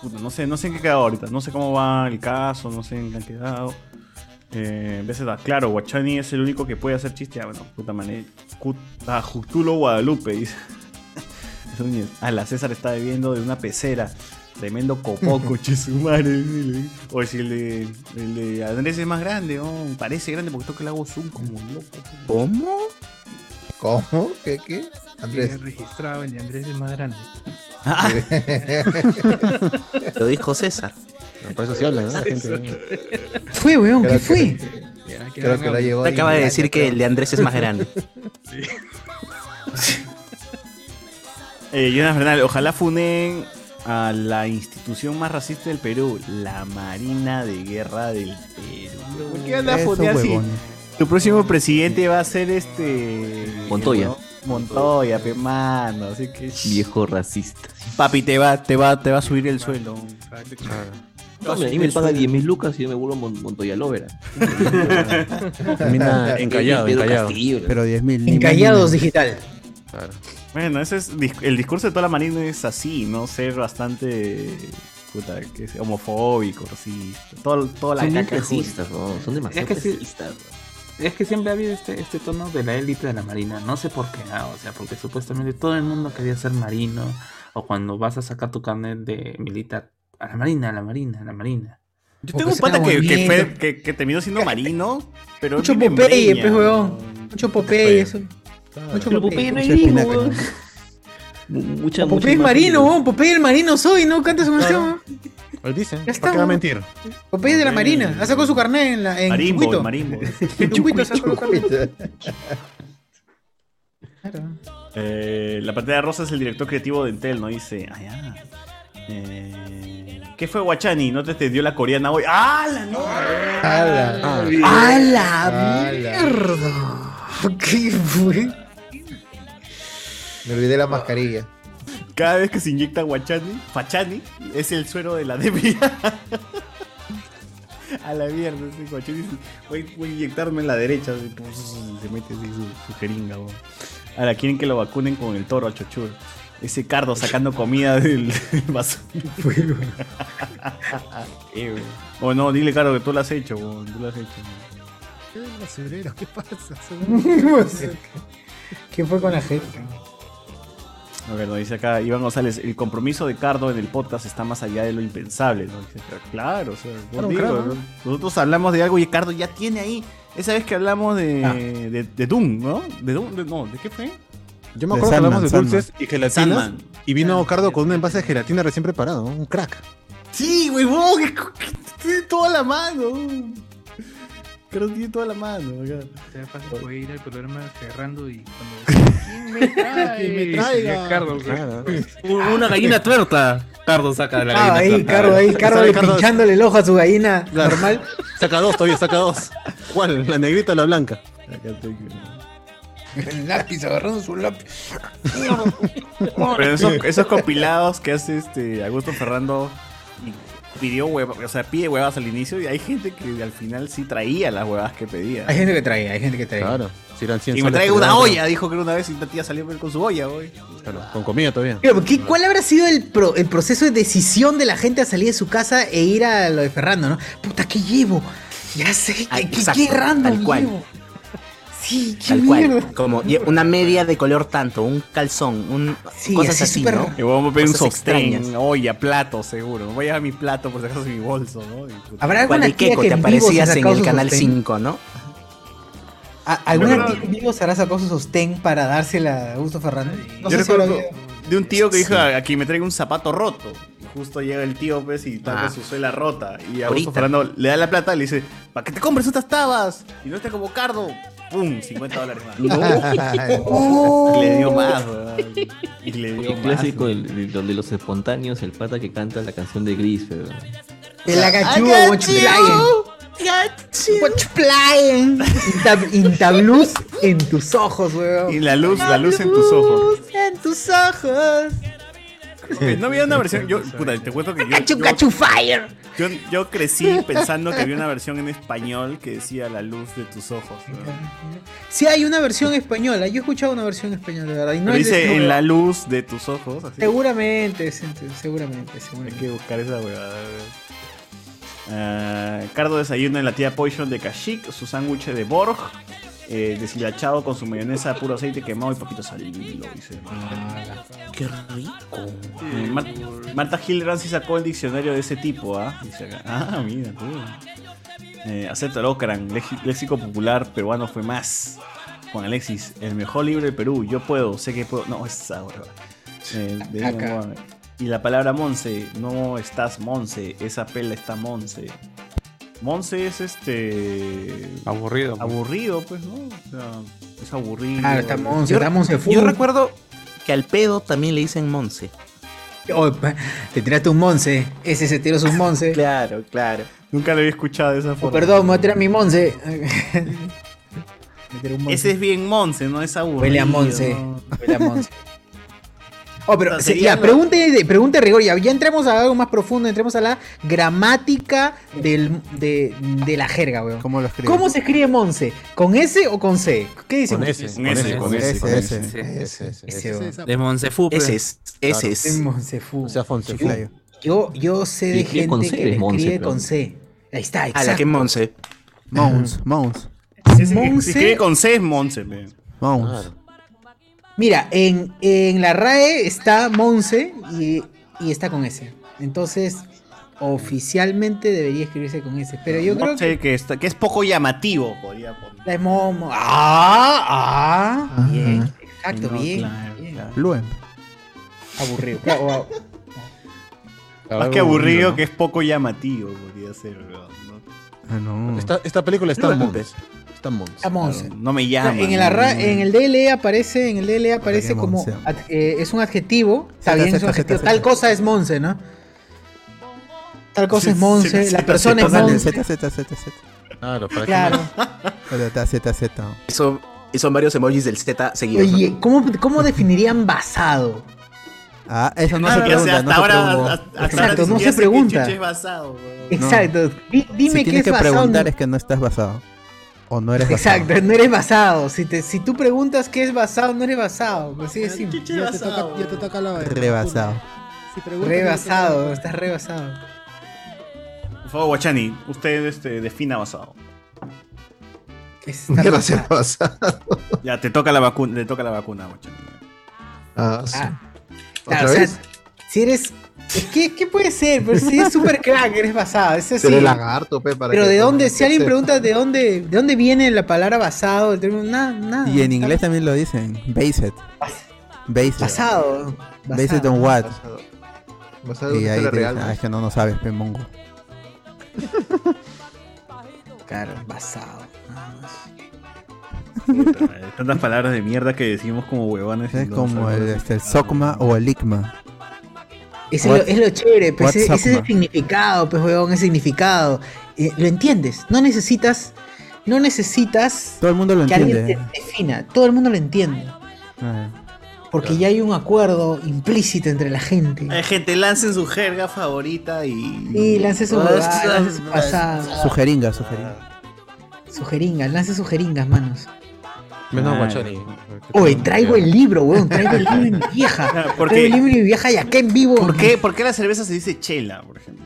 S3: Puta, no sé, no sé en qué queda ahorita, no sé cómo va el caso, no sé en qué han quedado. Eh, BZ, claro, Guachani es el único que puede hacer chiste. Ah, bueno, puta manera. Cuta, Jutulo Guadalupe, dice. Eso ni es- Ah, la César está bebiendo de una pecera. Tremendo copoco, che su madre. O si el de, el de Andrés es más grande, oh, parece grande porque toca el agua zoom como loco.
S4: ¿Cómo? ¿Cómo? ¿Qué? ¿Qué?
S12: Andrés.
S4: Andrés.
S12: registrado el de Andrés es más grande.
S10: Lo dijo César.
S2: Por eso sí hablan, ¿no? La gente.
S8: Fue, weón, ¿qué
S10: Creo
S8: fue?
S10: Creo que la llevó Te acaba de decir que el de Andrés es más grande.
S3: Eh, Jonas Bernal, ojalá funen a la institución más racista del Perú, la Marina de Guerra del Perú. ¿Por qué van a
S10: Esos
S3: funear si
S10: huevones.
S3: tu próximo presidente va a ser este.
S10: Montoya.
S3: ¿no? Montoya, pe mano, así que.
S10: Viejo racista.
S3: Papi, te va, te va, te va a subir el sueldo.
S16: No, mira, ahí me paga 10 mil lucas y yo me vuelvo Mon Montoya Lovera.
S2: Termina encallado,
S16: Pedro
S2: encallado.
S16: Castillo,
S5: Pero 10.000.
S16: ni
S8: Encallados digital.
S3: Bueno, ese es dis- el discurso de toda la marina es así, ¿no? Ser bastante puta, que es homofóbico, racista, todo, toda la
S16: Son bien
S3: caca
S16: racistas, ¿no? Son demasiado
S14: Es que sí.
S16: racistas.
S14: Es que siempre ha habido este, este tono de la élite de la marina, no sé por qué, ah, o sea, porque supuestamente todo el mundo quería ser marino, o cuando vas a sacar tu carnet de militar, a la marina, a la marina, a la marina.
S3: Yo tengo un pata que, que, fue- que- que terminó siendo marino, pero.
S1: Mucho
S3: vive en
S1: Popeye,
S3: Breña.
S1: pues, weón. Mucho Popeye, eso. Mucho
S16: Pero
S1: Popeye.
S16: Popeye no es
S1: Mucha
S16: gringo,
S1: espinaca,
S16: weón.
S1: ¿no?
S16: Mucha,
S1: O Popeye es marino, weón. Popeye el marino soy, no canta su canción. weón.
S2: Lo dicen.
S1: Ya
S2: ¿Para
S1: está,
S2: qué va a
S1: weón.
S2: mentir?
S1: Popeye es de la Marina. Ha sacado su carnet en la. En
S3: Marimbo,
S1: Chucuito.
S3: marimbo.
S1: En Chucuito sacó su carnet.
S3: Eh, la pantalla rosa es el director creativo de Entel, ¿no? Dice, ah, ya. Eh, ¿Qué fue Guachani? ¿No te, te dio la coreana hoy? ¡Ah, la no!
S4: ¡Hala!
S8: ¡A la
S4: ¡Hala!
S8: mierda! ¿Qué fue?
S4: Me olvidé la mascarilla.
S3: Cada vez que se inyecta guachani, fachani, es el suero de la debida. A la mierda, ese guachani. se- Voy, voy a inyectarme en la derecha. así, pum, Se mete así su, su jeringa, weón. Ahora quieren que lo vacunen con el toro a Chochur. Ese cardo sacando comida del del vaso de fuego. Eh, weón. o no, dile, Cardo, que tú lo has hecho, weón, Tú lo has hecho.
S11: ¿Qué del basurero? ¿Qué pasa?
S1: Pues ¿Qué fue con la gente?
S3: A ver, nos dice acá Iván González, el compromiso de Cardo en el podcast está más allá de lo impensable, ¿no? Dice, pero claro, o sea,
S10: Claro,
S3: contigo,
S10: claro.
S3: ¿no? nosotros hablamos de algo y Cardo ya tiene ahí. Esa vez que hablamos de,
S2: Ah.
S3: de, de Doom, ¿no? De Doom, de- no, ¿de qué fue?
S2: Yo me acuerdo que hablamos de dulces y gelatinas.
S3: Sandman.
S2: Y vino Cardo con un envase de gelatina recién preparado, un crack.
S3: Sí, huevón, que- que tiene toda la mano. Cardo tiene toda la mano. acá.
S17: Te da fácil poder ir al programa agarrando y cuando. ¿Quién me trae?
S11: Que me
S17: Sería
S11: traiga.
S17: Cardo,
S11: Claro.
S17: güey.
S18: Un- Una gallina tuerta. Cardo saca de la
S1: Ah,
S18: gallina
S1: ahí,
S18: tuerta.
S1: Caro, ahí, Caro
S18: Sabe,
S1: pinchándole el ojo a su gallina
S2: Claro.
S1: normal.
S2: Saca dos todavía, saca dos. ¿Cuál? ¿La negrita o la blanca?
S1: El lápiz, agarrando su lápiz.
S3: Pero esos, esos compilados que hace este Augusto Ferrando y pidió hueva, o sea, pide huevas al inicio y hay gente que al final sí traía las huevas que pedía.
S1: Hay gente que trae, hay gente que trae.
S2: Claro. Si eran 100
S3: Y me
S2: soles,
S3: trae
S2: te
S3: una
S2: daban,
S3: olla, dijo que una vez y la tía salió con su olla, güey.
S2: claro, con comida todavía.
S1: Pero, ¿qué- ¿Cuál habrá sido el, pro- el proceso de decisión de la gente a salir de su casa e ir a lo de Ferrando, no? Puta, ¿qué llevo? Ya sé, ¿qué,
S10: Ah,
S1: qué-
S10: exacto,
S1: qué random
S10: tal cual.
S1: llevo? Sí, qué
S10: Tal
S1: mierda.
S10: cual. Como lle- una media de color tanto, un calzón, un, cosas
S1: así
S10: así,
S1: súper-
S10: ¿no?
S3: Y vamos a pedir un
S10: Cosas
S3: sostén,
S10: extrañas.
S3: olla, plato, seguro. Me Voy a llevar mi plato por si acaso mi bolso, ¿no? Y puta.
S1: ¿Habrá
S10: ¿Cuál
S1: alguna
S10: de
S1: tía
S10: Keiko
S1: que
S10: te
S1: en vivo se ha
S10: aparecías en
S1: sacado
S10: el
S1: su
S10: canal
S1: sostén?
S10: 5, no?
S1: ¿A- ¿Alguna
S3: Pero-
S1: tía en vivo se hará sacado su sostén para dársela a Augusto Ferrando? No
S3: Yo
S1: sé si lo
S3: recuerdo
S1: había-
S3: de un tío que dijo, aquí me traigo un zapato roto. Y justo llega el tío, pues, y tal vez
S10: Ah.
S3: su suela rota. Y
S10: Ahorita.
S3: Augusto Ferrando le da la plata y le dice, para que te compres otras tabas. Y no esté como cardo. ¡Pum! 50 dólares más.
S14: No.
S3: le dio más, weón. Y le dio
S14: El
S3: más.
S14: clásico el, el- el de los espontáneos, el pata que canta la canción de Gris, weón.
S1: El agachú what you playing. What you playing. Intab- Intabluz en tus ojos, weón.
S3: Y la luz, la luz en tus ojos.
S1: Luz en tus ojos.
S3: Eh, No había una versión. Yo, puta, te cuento que yo.
S1: Cachu,
S3: yo-
S1: cachu, fire.
S3: Yo, yo crecí pensando que había una versión en español que decía la luz de tus ojos. ¿no?
S1: Sí, hay una versión española. Yo he escuchado una versión española, de verdad. Y no
S3: Pero
S1: es de
S3: dice
S1: este
S3: en
S1: weón.
S3: la luz de tus ojos. Así.
S1: Seguramente, sí, seguramente, seguramente.
S3: Hay que buscar esa huevada. weón. Ah, Cardo desayuno en la tía Poison de Kashik, su sándwich de Borg, eh, deshilachado con su mayonesa, puro aceite quemado y papito salilo. Dice.
S10: Qué rico.
S3: Eh, Mar- Marta Hildebrand sí sacó el diccionario de ese tipo, ¿ah? Dice acá. Ah, mira tú. Eh, acepta el Ocran, lexi- léxico popular peruano fue más. Juan Alexis, el mejor libro de Perú, yo puedo, sé que puedo. No, esa hueva. Eh, de ahí
S1: Acá.
S3: no va. y la palabra Monse, no estás Monse, esa pela está Monse. Monse es este.
S18: Aburrido.
S3: Aburrido, pues, ¿no? O sea, es aburrido.
S10: Yo- Yo
S3: recuerdo.
S10: recuerdo que al pedo también le dicen Monse.
S1: Oh, pa- te tiraste un monce. Ese se tiró su monce.
S10: claro, claro.
S3: Nunca lo había escuchado de esa
S1: Oh,
S3: forma.
S1: perdón, me voy a tirar mi monce. Me tiré un monce.
S3: Ese es bien Monse, no es aburrido.
S1: Huele a monce.
S3: ¿no?
S1: Huele a monce. Oh, pero
S3: No,
S1: se-
S3: sería
S1: ya,
S3: lo-
S1: pregunta, de, pregunta de rigor, ya, ya entremos a algo más profundo, entremos a la gramática del- de, de la jerga, weón.
S5: ¿Cómo lo escribe?
S1: ¿Cómo se escribe Monse? ¿Con S o con C? ¿Qué dice
S5: Con
S1: Monse?
S5: S, Con con S, S, con S, con S, S, S, S,
S1: Ese,
S5: S,
S1: weón.
S5: S. De Monsefu, pe. Ese es, ese
S1: Claro.
S5: es.
S1: De Monsefu.
S5: O sea, Fonsefu.
S1: Yo- Yo, yo sé de
S5: Y escribe
S1: gente
S5: con C,
S1: que le
S5: es Monse,
S1: escribe
S5: pero-
S1: con C. Ahí está,
S10: A
S1: Ah, exacto.
S10: la que Monse.
S5: Mons, Mons.
S3: Ese que-
S1: Monse-
S3: Si escribe con C es Monse, pe.
S5: Mons.
S1: Mira, en, en la RAE está Monse y, y está con S. Entonces, oficialmente debería escribirse con S. Pero yo creo
S3: Monse
S1: que
S3: que... está- que es poco llamativo, podría poner.
S1: la es Momo. ¡Ah! ¡Ah! Bien. Exacto,
S3: No,
S1: bien.
S3: claro,
S1: bien.
S3: claro.
S1: Aburrido. Claro, o-
S3: Más que aburrido, que es poco llamativo, podría ser, weón, ¿no?
S5: Ah,
S1: Mm.
S2: Esta, esta película está en Mons. Está en Mons.
S1: Está Mons.
S3: Claro, no me llama.
S1: en, el arra- en el DLE aparece, en el DLE aparece
S3: Podría
S1: como
S3: Monse.
S1: ad- eh, es un adjetivo, está
S5: Zeta,
S1: bien, es
S5: zeta,
S1: un adjetivo.
S5: zeta,
S1: Tal
S5: zeta.
S1: cosa es Monse, ¿no? Tal cosa
S5: Sí,
S1: es Monse,
S5: sí,
S1: la
S5: sí,
S1: persona es
S5: sí, sí,
S1: Monse.
S5: Z, Z, Z, Z.
S2: Claro,
S1: que Claro.
S5: Z, Z, Z.
S10: Son, son varios emojis del Z seguidos. ¿no?
S1: Oye, ¿cómo, cómo definirían basado?
S5: Ah, eso no
S1: Claro,
S5: se
S1: o sea,
S5: pregunta,
S1: hasta
S5: no se
S1: ahora-
S5: pregunta.
S1: hasta- hasta Exacto, ahora ni no siquiera se sé qué pregunta. chucha es basado, weón. Exacto. Di- dime
S5: si
S1: qué
S5: tienes
S1: es
S5: que
S1: basado,
S5: preguntar
S1: no-
S5: es que no estás basado. O no eres basado.
S1: Exacto, no eres basado. Si, te, si tú preguntas qué es basado, no eres basado. Pues sí, sí.
S11: Ya te, toca, ya te toca la
S5: Rebasado.
S11: Si preguntas,
S1: Rebasado, estás rebasado.
S3: Por favor, Guachani, usted este, defina basado.
S1: ¿Qué
S4: va a ser basado?
S3: Ya, te toca la vacuna, le toca la vacuna, Guachani.
S4: Ah, sí.
S1: Claro,
S4: ¿Otra
S1: o sea,
S4: vez?
S1: si eres. Es que, ¿qué puede ser? Pues Pero si eres super crack, eres basado. Eso sí.
S4: Seré lagarto, pe, para
S1: Pero
S4: que-
S1: de dónde, si alguien
S4: Sí.
S1: pregunta de dónde, de dónde viene la palabra basado, el término, nada, nada.
S5: Y en
S1: Está
S5: inglés también lo dicen. Based. Based.
S1: Basado.
S5: Based on what?
S4: Basado
S5: y
S4: en
S5: ahí
S4: historia
S5: te
S4: real,
S5: dicen,
S4: ¿no?
S5: ah, es que no, no sabes, Pemongo.
S1: Claro, basado.
S3: Tantas palabras de mierda que decimos como huevones.
S5: Es
S3: y no
S5: como
S3: sabemos
S5: el,
S3: lo
S5: este, el Sokma o el Ikma.
S1: Ese
S5: What-
S1: es, lo, es lo chévere, pues,
S5: What's
S1: ese,
S5: up,
S1: ese es el
S5: man?
S1: significado, pues weón, es significado. Eh, lo entiendes, no necesitas, no necesitas
S5: Todo el mundo lo
S1: que
S5: entiende. eh.
S1: alguien te defina, todo el mundo lo entiende.
S5: Ah.
S1: Porque ya hay un acuerdo implícito entre la gente.
S3: que- Eh, gente, lancen su jerga favorita y.
S1: Sí, lance su
S3: Ah,
S1: huevada, lance su
S3: no,
S1: pasada.
S5: Su jeringa, su
S1: Ah,
S5: jeringa.
S1: Su jeringa, lance sus jeringas, manos.
S2: Menos
S1: Ah,
S2: Guachani.
S1: Oye, traigo el libro, weón, traigo el libro de mi vieja.
S3: ¿por
S1: Traigo el
S3: qué?
S1: libro de mi vieja y acá en vivo.
S3: ¿Por qué, ¿Por qué la cerveza se dice chela, por ejemplo?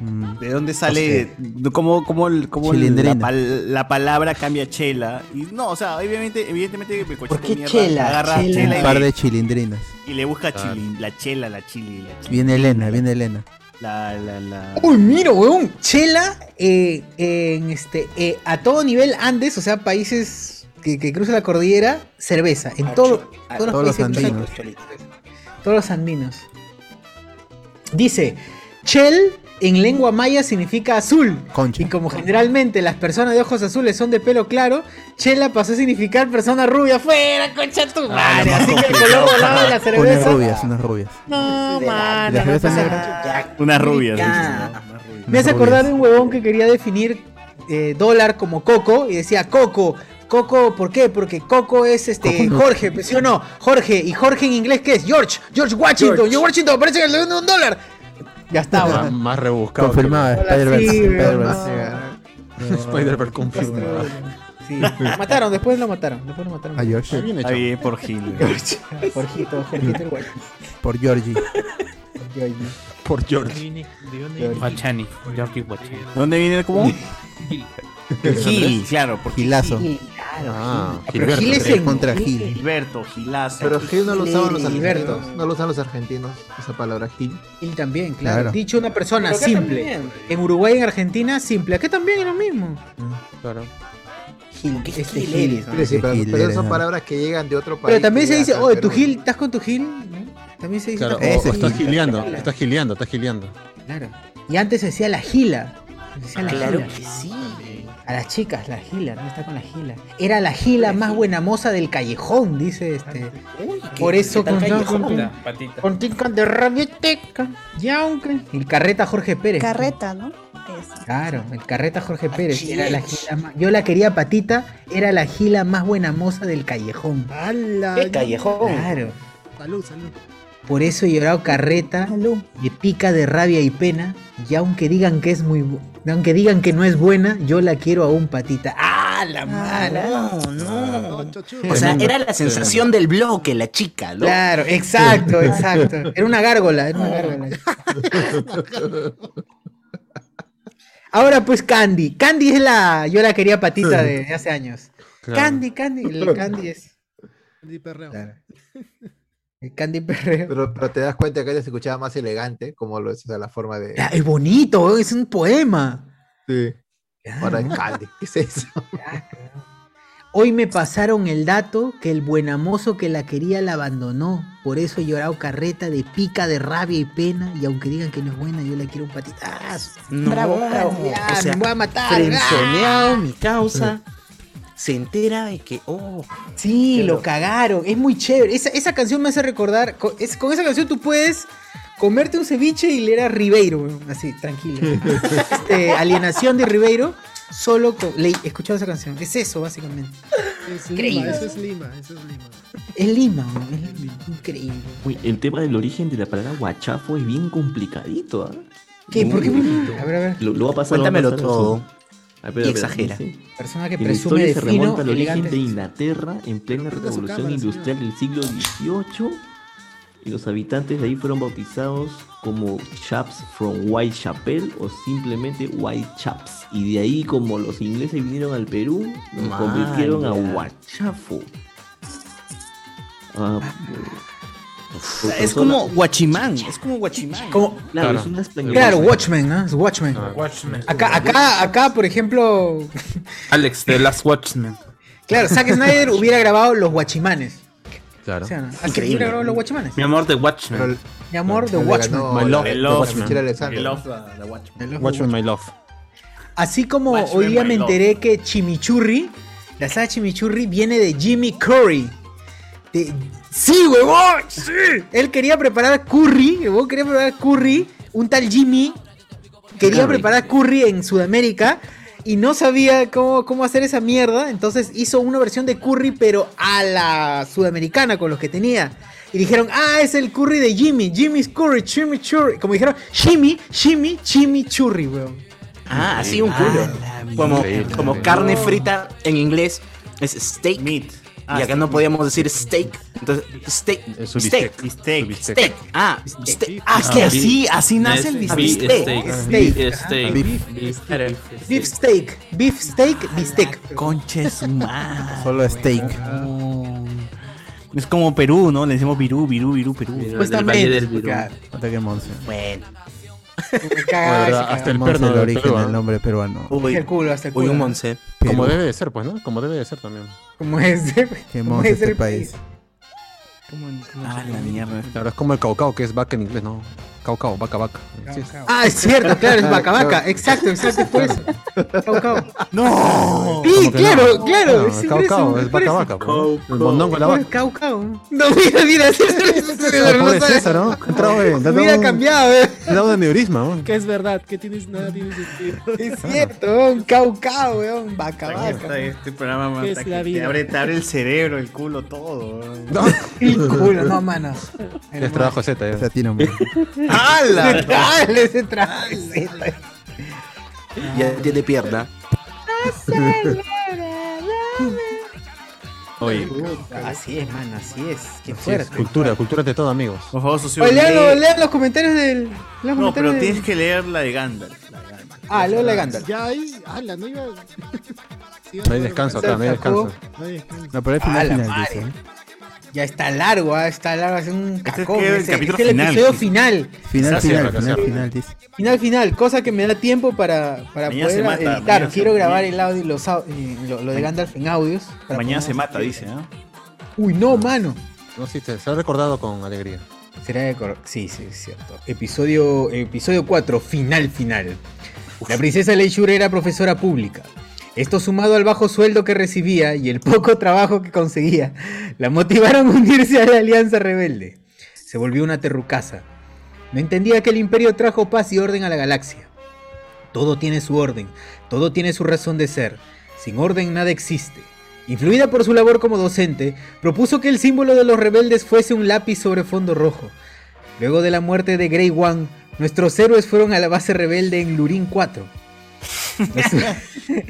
S3: Mm. ¿De dónde sale? ¿Cómo, cómo, el- cómo el-
S5: Chilindrina.
S3: la, pal- la palabra cambia chela? Y no, o sea, obviamente, evidentemente, el cochito
S1: qué
S3: mierda
S1: chela?
S3: Agarra chela,
S5: Un
S3: y,
S5: par
S3: le-
S5: de chilindrinas.
S3: y le busca chili, la chela, la chili, la chili.
S5: Viene Elena, viene Elena.
S3: La, la, la.
S1: Uy, mira, weón. Chela eh, en este, eh, a todo nivel Andes, o sea, países que, que cruzan la cordillera, cerveza. En todo,
S5: a
S1: todos,
S5: todos
S1: los
S5: los
S1: países que cruzan-
S5: andinos.
S1: todos los andinos. Dice, chel en lengua maya significa azul.
S5: Concha.
S1: Y como generalmente las personas de ojos azules son de pelo claro, chela pasó a significar persona rubia. ¡Fuera, concha
S5: Ah,
S1: tu madre! Así que el color volado de la
S5: Unas
S1: cerveza.
S5: rubias, unas rubias.
S1: No,
S3: Ah,
S1: mano.
S5: las
S1: no
S5: cervezas
S1: pasa
S5: negras.
S1: nada.
S3: Unas rubias.
S1: Me hace acordar de un huevón que quería definir eh, dólar como coco y decía coco. Coco, ¿por qué? Porque Coco es este Jorge, pues, ¿sí o no? Jorge, y Jorge en inglés ¿qué es? George, George Washington, George, Washington, parece que le vende un dólar. Ah, Ya está,
S2: Más,
S1: weón.
S2: más rebuscado.
S5: Confirmado,
S2: que-
S5: Spider-Verse,
S1: Sí, weón,
S5: Spider-Verse.
S10: Ah.
S2: No. Spider-Verse
S10: Este,
S2: confirmado.
S1: Sí. Lo mataron, después lo mataron, después lo mataron.
S5: A George. Está bien hecho.
S3: Está bien, por Gil.
S1: Jorgito, Jorgito el Washington.
S5: Mm. Por Georgie.
S2: Por George.
S14: Guachani, Jordi Guachani.
S3: ¿Dónde viene el cómo? El Gil,
S5: Gil.
S3: claro, porque
S5: Gilazo.
S1: Gil, claro,
S2: Ah,
S1: Gil. Pero Gil es
S5: Tres
S1: en-
S5: contra Gil.
S3: Gilberto, Gilazo.
S4: Pero Gil no lo usaban los
S1: Gilberto.
S4: argentinos. No lo usan los argentinos, esa palabra Gil.
S1: Gil también, claro.
S4: Claro.
S1: Dicho una persona
S8: Pero acá
S1: simple.
S8: también.
S1: En Uruguay y en Argentina, simple. Acá también es lo mismo.
S5: Claro.
S1: Gil, este
S4: Gil
S1: Gil.
S4: eres, Sí, sí, pero,
S5: Gil
S4: pero
S5: eres,
S4: son
S5: ¿no?
S4: palabras que llegan de otro país.
S1: Pero también
S4: que
S1: se dice,
S4: llegan acá
S1: oye,
S4: al
S1: tu
S4: Perú.
S1: Gil, ¿estás con tu Gil? ¿No? También se dice.
S2: Claro, o,
S1: "Estás
S2: o
S1: con tu
S2: estás
S1: Gil".
S2: gileando, estás gileando, estás gileando.
S1: Claro. Y antes se decía la gila. Se decía la
S10: Claro
S1: gila.
S10: que sí.
S1: A las chicas, la gila, no está con la gila. Era la gila más buena moza del callejón, dice este. Por eso
S8: ¿Qué tal
S1: contaba con
S8: callejón? Patita.
S1: con tincan de rabioteca. Ya aunque. El carreta Jorge Pérez.
S7: Carreta, ¿no?
S1: Claro, el carreta Jorge Pérez. Era la gila más- yo la quería patita, era la gila más buena moza del callejón.
S11: ¡Hala!
S1: ¿Qué callejón? Claro.
S11: Salud, salud.
S1: Por eso he llorado carreta, me pica de rabia y pena, y aunque digan que es muy bu- aunque digan que no es buena, yo la quiero aún patita. ¡Ah, la mala!
S10: no,
S1: no.
S10: O sea,
S1: Tremendo,
S10: era la sensación del bloque, la chica, ¿no?
S1: Claro, exacto, exacto. Era una gárgola, era una gárgola. Ahora pues Candy. Candy es la. Yo la quería patita de, de hace años.
S8: Claro.
S1: Candy, Candy, el Candy es.
S11: Candy perreo.
S1: El Candy Perreo.
S4: Pero, pero te das cuenta que ella se escuchaba más elegante, como lo es, o sea, la forma de.
S1: Es bonito, es un poema.
S4: Sí. Ahora
S1: ¿no?
S4: es Candy. ¿Qué es eso?
S1: Hoy me pasaron el dato que el buenamoso que la quería la abandonó. Por eso he llorado carreta de pica de rabia y pena. Y aunque digan que no es buena, yo la quiero un patita. ¡Ah!
S10: Bravo, bravo.
S1: Ya,
S10: O sea,
S1: me voy a matar. Ah.
S10: frenzoneado mi
S1: causa.
S10: Se entera de que, oh.
S1: Sí, lo cagaron. Es muy chévere. Esa, esa canción me hace recordar. Con, es- con esa canción tú puedes comerte un ceviche y leer a Ribeiro, weón. así, tranquilo. Este, alienación de Ribeiro. Solo con, le, escuchando esa canción. Es eso, básicamente.
S11: Es Lima,
S1: Increíble.
S11: eso es Lima, eso es Lima.
S1: Es Lima, ¿no? es Lima. Increíble.
S16: Uy, el tema del origen de la palabra guachafo es bien complicadito, ¿ah?
S1: ¿Qué? ¿Por qué?
S16: Uy,
S1: A ver, a ver.
S16: Lo, lo va a pasar,
S1: Cuéntamelo
S16: va a pasar
S1: todo.
S16: así. Ah, pero,
S1: Y
S16: pero,
S1: exagera.
S16: dice,
S1: Persona que
S16: "Y la
S1: presume
S16: historia
S1: de
S16: se
S1: fino,
S16: remonta al origen
S1: elegante".
S16: de Inglaterra en plena
S1: prenda su
S16: revolución
S1: cámara,
S16: industrial del siglo XVIII y los habitantes de ahí fueron bautizados como Chaps from Whitechapel o simplemente White Chaps. Y de ahí como los ingleses vinieron al Perú, nos
S14: Mala.
S16: convirtieron a Huachafo. Ah,
S10: O sea, Es como guachimán, es como guachimán.
S1: Como-
S16: Claro, es una español.
S1: Claro, Watchmen, ¿no? Es Watchmen.
S14: Watchmen.
S1: Acá, acá, acá, por ejemplo,
S14: Alex, de Last Watchman.
S1: claro, Zack Snyder hubiera grabado Los Guachimanes.
S14: Claro.
S1: O sea, ¿no? Así hubiera grabado Los Guachimanes.
S14: Mi amor de Watchman.
S1: Mi amor, The
S14: Pero le
S1: Watchmen.
S14: ganó My Love, el- el Love, Watchmen. man.
S1: Alexander.
S14: El Love,
S2: Watchmen, my love.
S1: Así como
S2: Watchmen,
S1: hoy día
S2: my
S1: me
S2: love.
S1: enteré que Chimichurri, la saga Chimichurri viene de Jimmy Curry. De- ¡Sí, huevón! ¡Sí! Él quería preparar curry, huevón, quería preparar curry. Un tal Jimmy quería
S8: Curry.
S1: preparar curry en Sudamérica y no sabía cómo, cómo hacer esa mierda. Entonces hizo una versión de curry, pero a la sudamericana con los que tenía. Y dijeron, ah, es el curry de Jimmy. Jimmy's curry, Jimmy churri. Como dijeron, Jimmy, Jimmy, Jimmy churri, weón.
S10: Ah, así un culo. Como,
S1: Increíble.
S10: como carne frita en inglés es steak. y acá no podíamos decir steak. Entonces, steak.
S2: Ah, un
S10: Steak.
S2: bistec.
S10: Steak. Steak. Ah, steak. Ah, es que
S14: Ah,
S10: así,
S14: beef.
S10: así nace el
S14: Beef
S10: bistec.
S14: steak.
S1: Ah,
S14: Beef steak. Beef steak.
S1: Beef steak, beef steak, bistec.
S10: Conches más.
S5: Solo steak.
S10: Es como Perú, ¿no? Le decimos virú, virú, virú, Perú.
S1: Pues
S5: Puta que monse.
S10: Bueno.
S5: De verdad,
S2: hasta el
S5: monse
S2: perno
S5: el
S2: del
S5: origen
S2: Perú, ¿ah?
S5: del nombre peruano.
S10: Uy,
S1: el culo, hasta el culo.
S2: Como debe de ser, pues, ¿no? Como debe de ser también.
S1: Como es de-
S5: Qué
S1: como
S5: monse
S1: es
S5: este
S1: el
S5: país.
S10: Ah, la mierda.
S2: Claro, es como el caucao, que es vaca en inglés, ¿no? Caucao, vaca, vaca. Sí es.
S1: Ah, es cierto, claro, es vaca vaca.
S2: Claro.
S1: Exacto, exacto, es por eso. Cau, cau.
S2: ¡No!
S1: Sí,
S2: ¿Cómo que
S1: claro,
S2: no?
S1: claro.
S2: No,
S1: es
S2: cau,
S1: por eso,
S2: cau,
S1: es
S2: es
S1: por eso.
S2: vaca, vaca. pues. El mondongo es la
S1: Pobre
S2: vaca.
S1: Cau, cau. No, mira, mira, César, César, no
S2: Pobre
S1: sabe.
S2: César, ¿no? Entrado en- le ha dado
S1: Hubiera
S2: un-
S1: cambiado, eh.
S2: Le ha dado un aneurisma, ¿no?
S11: Que es verdad, que tienes nada, tienes sentido.
S1: este, Es cierto, weón. Cau, cau, weón. Vaca
S3: Aquí
S1: vaca.
S3: está este programa, man,
S1: ¿Qué
S3: está
S1: es
S3: que
S1: la
S3: te,
S1: vida?
S3: abre, te abre el cerebro, el culo, todo.
S1: El culo, no, mano.
S2: Es trabajo Z, eh. ya.
S5: Latino,
S1: ¡Hala! Dale, ese traje. ese traje.
S10: Ya tiene pierna.
S2: Oye,
S1: Así es, mano, así es. Qué
S2: sí es
S1: fuerte.
S2: cultura, cultura de todo, amigos.
S3: Por favor, socio.
S1: Oye, lean, los- lean los comentarios del. Los
S3: No,
S1: comentarios
S3: pero
S1: del-
S3: tienes que leer la de Gandalf. la de Gandalf.
S1: Ah, leo la de Gandalf.
S11: Ya ahí, ala, no iba. Sí,
S2: No hay descanso acá, no hay descanso.
S11: No hay descanso.
S5: No, pero el
S1: A
S5: final,
S1: la
S5: final
S1: madre.
S5: dice, ¿eh?
S1: Ya está largo, ah, está largo, es un cacón.
S3: Este que el
S1: ese-
S3: capítulo
S1: es el
S3: final.
S1: episodio final.
S5: Final,
S2: Gracias,
S5: final,
S2: gracias.
S5: final, final, dice.
S1: Final, final, cosa que me da tiempo para, para
S3: Mañana
S1: poder
S3: se mata,
S1: editar.
S3: mañana se-
S1: Quiero grabar el audio, los, au- eh, lo, lo de Gandalf en audios. para
S3: Mañana
S1: poder-
S3: se mata, dice, ¿no?
S1: Uy, no, mano.
S2: No, sí, te- se ha recordado con alegría.
S1: Será de cor- Sí, sí, es cierto. Episodio, episodio 4, final, final. La princesa Leisure era profesora pública. Esto sumado al bajo sueldo que recibía y el poco trabajo que conseguía, la motivaron a unirse a la Alianza Rebelde. Se volvió una terrucaza. No entendía que el imperio trajo paz y orden a la galaxia. Todo tiene su orden, todo tiene su razón de ser. Sin orden nada existe. Influida por su labor como docente, propuso que el símbolo de los rebeldes fuese un lápiz sobre fondo rojo. Luego de la muerte de Grey One, nuestros héroes fueron a la base rebelde en Lurin 4. Los, su-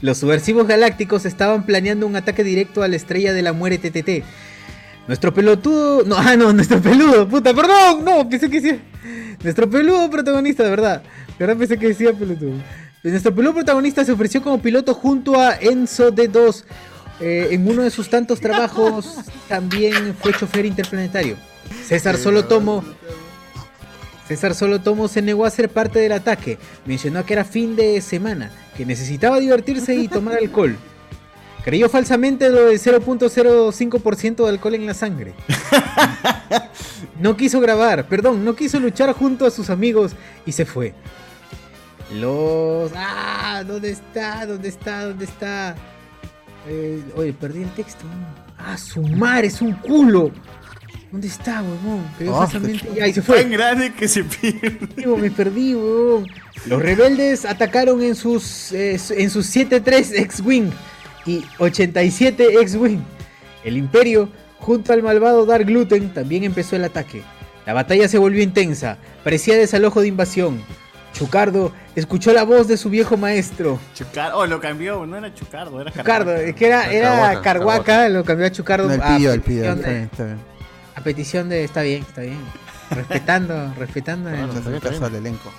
S1: los subversivos galácticos estaban planeando un ataque directo a la estrella de la muerte TTT. Nuestro pelotudo. No, ah, no, nuestro peludo, puta, perdón, no, pensé que sí. Nuestro peludo protagonista, de verdad. De verdad pensé que decía pelotudo. Nuestro peludo protagonista se ofreció como piloto junto a Enzo D2. eh, en uno de sus tantos trabajos también fue chofer interplanetario. César Solo Tomo. César Solo Tomo se negó a ser parte del ataque. Mencionó que era fin de semana, que necesitaba divertirse y tomar alcohol. Creyó falsamente lo del 0.05% de alcohol en la sangre. No quiso grabar, perdón, no quiso luchar junto a sus amigos y se fue. Los... ¡Ah! ¿Dónde está? ¿Dónde está? ¿Dónde está? Eh, oye, perdí el texto. ¡Ah, su madre! ¡Es un culo!
S14: Ah,
S1: ¿Dónde está, huevón? Creyó
S3: Ah,
S1: falsamente...
S10: pues,
S1: ¡Ay, se fue!
S3: Tan grande que se pierde.
S1: Digo, me perdí, huevón. Los rebeldes atacaron en sus, eh, en sus 7-3 X-Wing y 87 X-Wing. El Imperio, junto al malvado Dark Gluten, también empezó el ataque. La batalla se volvió intensa, parecía desalojo de invasión. Chucardo escuchó la voz de su viejo maestro.
S3: Chucardo, oh, lo cambió, no era Chucardo, era
S1: Chucardo, es que era, era Carhuaca, lo cambió a Chucardo.
S5: No, el
S1: a
S5: pillo, el pillo,
S1: petición
S5: está
S1: de-
S5: bien, está bien.
S1: A petición de, está bien, está bien. Respetando, respetando. el-
S5: Caso al elenco.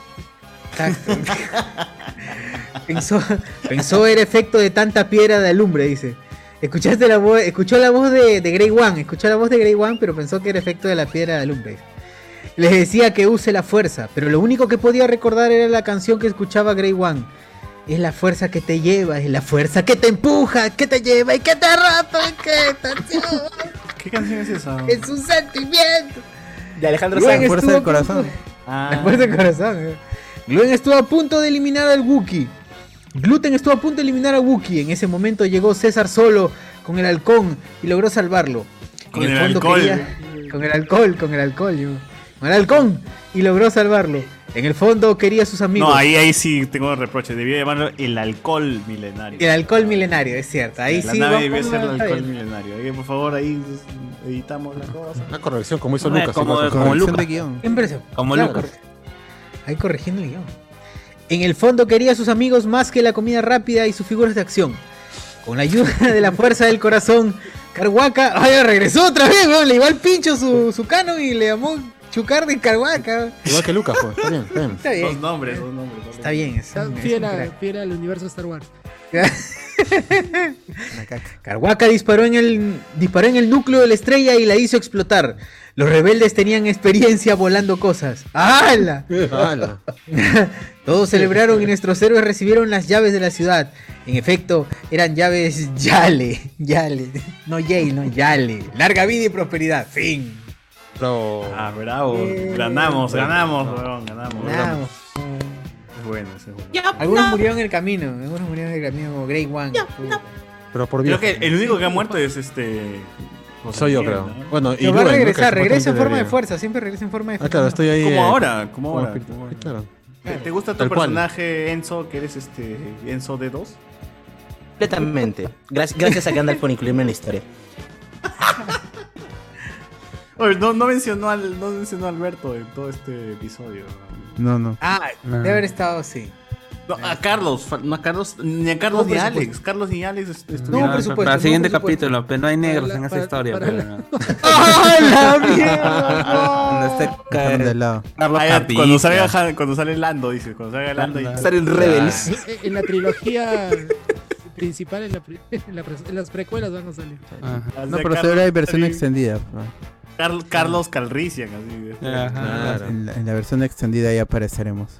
S1: Exacto. pensó, pensó era efecto de tanta piedra de alumbre, dice. Escuchaste la voz, escuchó la voz de, de Grey One, escuchó la voz de Grey One, pero pensó que era efecto de la piedra de alumbre. dice. Les decía que use la fuerza, pero lo único que podía recordar era la canción que escuchaba Grey One. Es la fuerza que te lleva, es la fuerza que te empuja, que te lleva y que te arrastra, que te lleva.
S3: ¿Qué canción es esa?
S1: Es un sentimiento.
S10: De Alejandro
S1: Gluen
S10: Sanz.
S1: estuvo a punto-
S3: Ah.
S1: La fuerza del corazón. eh. Gluten estuvo a punto de eliminar al Wookiee. Gluten estuvo a punto de eliminar a Wookiee. En ese momento llegó César solo con el halcón y logró salvarlo. En
S3: Con el alcohol.
S1: con el alcohol, con el alcohol, yo. Con el halcón y logró salvarlo. En el fondo quería a sus amigos.
S3: No, ahí, ahí sí tengo reproches. Debía llamarlo el alcohol milenario.
S1: El alcohol milenario, es cierto. Ahí
S3: la
S1: sí.
S3: nave
S1: vamos-
S3: debía ser el
S1: está
S3: alcohol
S1: bien.
S3: milenario. Ahí, por favor, ahí editamos la cosa.
S2: Una corrección como hizo
S14: No,
S2: Lucas.
S14: como-
S2: igual.
S14: como Lucas.
S1: Siempre se-
S14: Como
S1: claro,
S14: Lucas.
S1: Ahí corrigiendo el guión. En el fondo quería a sus amigos más que la comida rápida y sus figuras de acción. Con la ayuda de la fuerza del corazón, Carhuaca. ¡Ay, regresó otra vez! weón! Le iba al pincho su, su cano y le llamó Chucar de Carhuaca.
S2: Igual que Lucas, pues. Está bien, está bien.
S1: Está bien.
S3: Dos nombres, dos nombres.
S1: Está bien, es un- es
S11: Fiel,
S1: un
S11: a-
S1: crack.
S11: fiel al universo Star Wars.
S1: Carhuaca disparó en, el, disparó en el núcleo de la estrella y la hizo explotar. Los rebeldes tenían experiencia volando cosas. ¡Hala!
S2: ¡Hala!
S1: Todos celebraron y nuestros héroes recibieron las llaves de la ciudad. En efecto, eran llaves Yale. Yale. No Yale, no Yale. Larga vida y prosperidad. Fin.
S3: Ah, bravo. Ganamos, ganamos, weón, ganamos.
S1: Eh, Ganamos.
S3: Es bueno, ese es bueno.
S1: Algunos murieron en el camino. Algunos murieron en el camino como Grey One.
S2: Pero por
S3: Creo
S2: Dios.
S3: que el único que ha muerto es este. José
S2: Soy yo,
S3: Miguel,
S2: creo.
S3: ¿no?
S2: Bueno, y
S1: Pero va a
S2: Luen, ¿no?
S1: regresar.
S2: Que
S1: Regresa en
S2: supuestamente
S1: forma de
S2: debería.
S1: fuerza. Siempre regresa en forma de
S2: Ah, claro, estoy ahí.
S3: Como
S2: eh,
S3: ahora, como ahora,
S2: espíritu.
S3: como ahora.
S2: Claro.
S3: ¿Te- ¿Te gusta tu
S2: Tal cual.
S3: personaje, Enzo, que eres este Enzo D2?
S10: Completamente. Gracias, gracias a Gandalf por incluirme en la historia.
S3: Oye, no, no mencionó al, no mencionó a Alberto en todo este episodio.
S5: No, no.
S1: Ah, debe haber estado así.
S3: No, a Carlos, fa- no a Carlos, ni a Carlos
S1: No
S3: ni a
S1: presupuesto.
S3: Alex. Carlos ni Alex est-
S14: Ya,
S3: estuvieron.
S14: Para el siguiente capítulo, pero no hay negros en esa historia. pero,
S1: ¡Ah, la
S14: Cuando esté
S5: Dejaron de lado.
S14: Carlos
S3: Ah, ya,
S14: Capilla.
S3: cuando, salga, Ja- cuando sale Lando, dices, cuando salga Lando. y- Ah,
S14: Sale en Rebels.
S11: Eh, eh, En la trilogía principal, en, la pri- en la pre- en las precuelas van a salir.
S3: Así
S5: No,
S3: a
S5: pero
S3: Carlos-
S5: seguro hay versión extendida. pues.
S3: Carl- Carlos Calrissian, así.
S14: Ajá. Claro.
S5: En, la, en la versión extendida ahí apareceremos.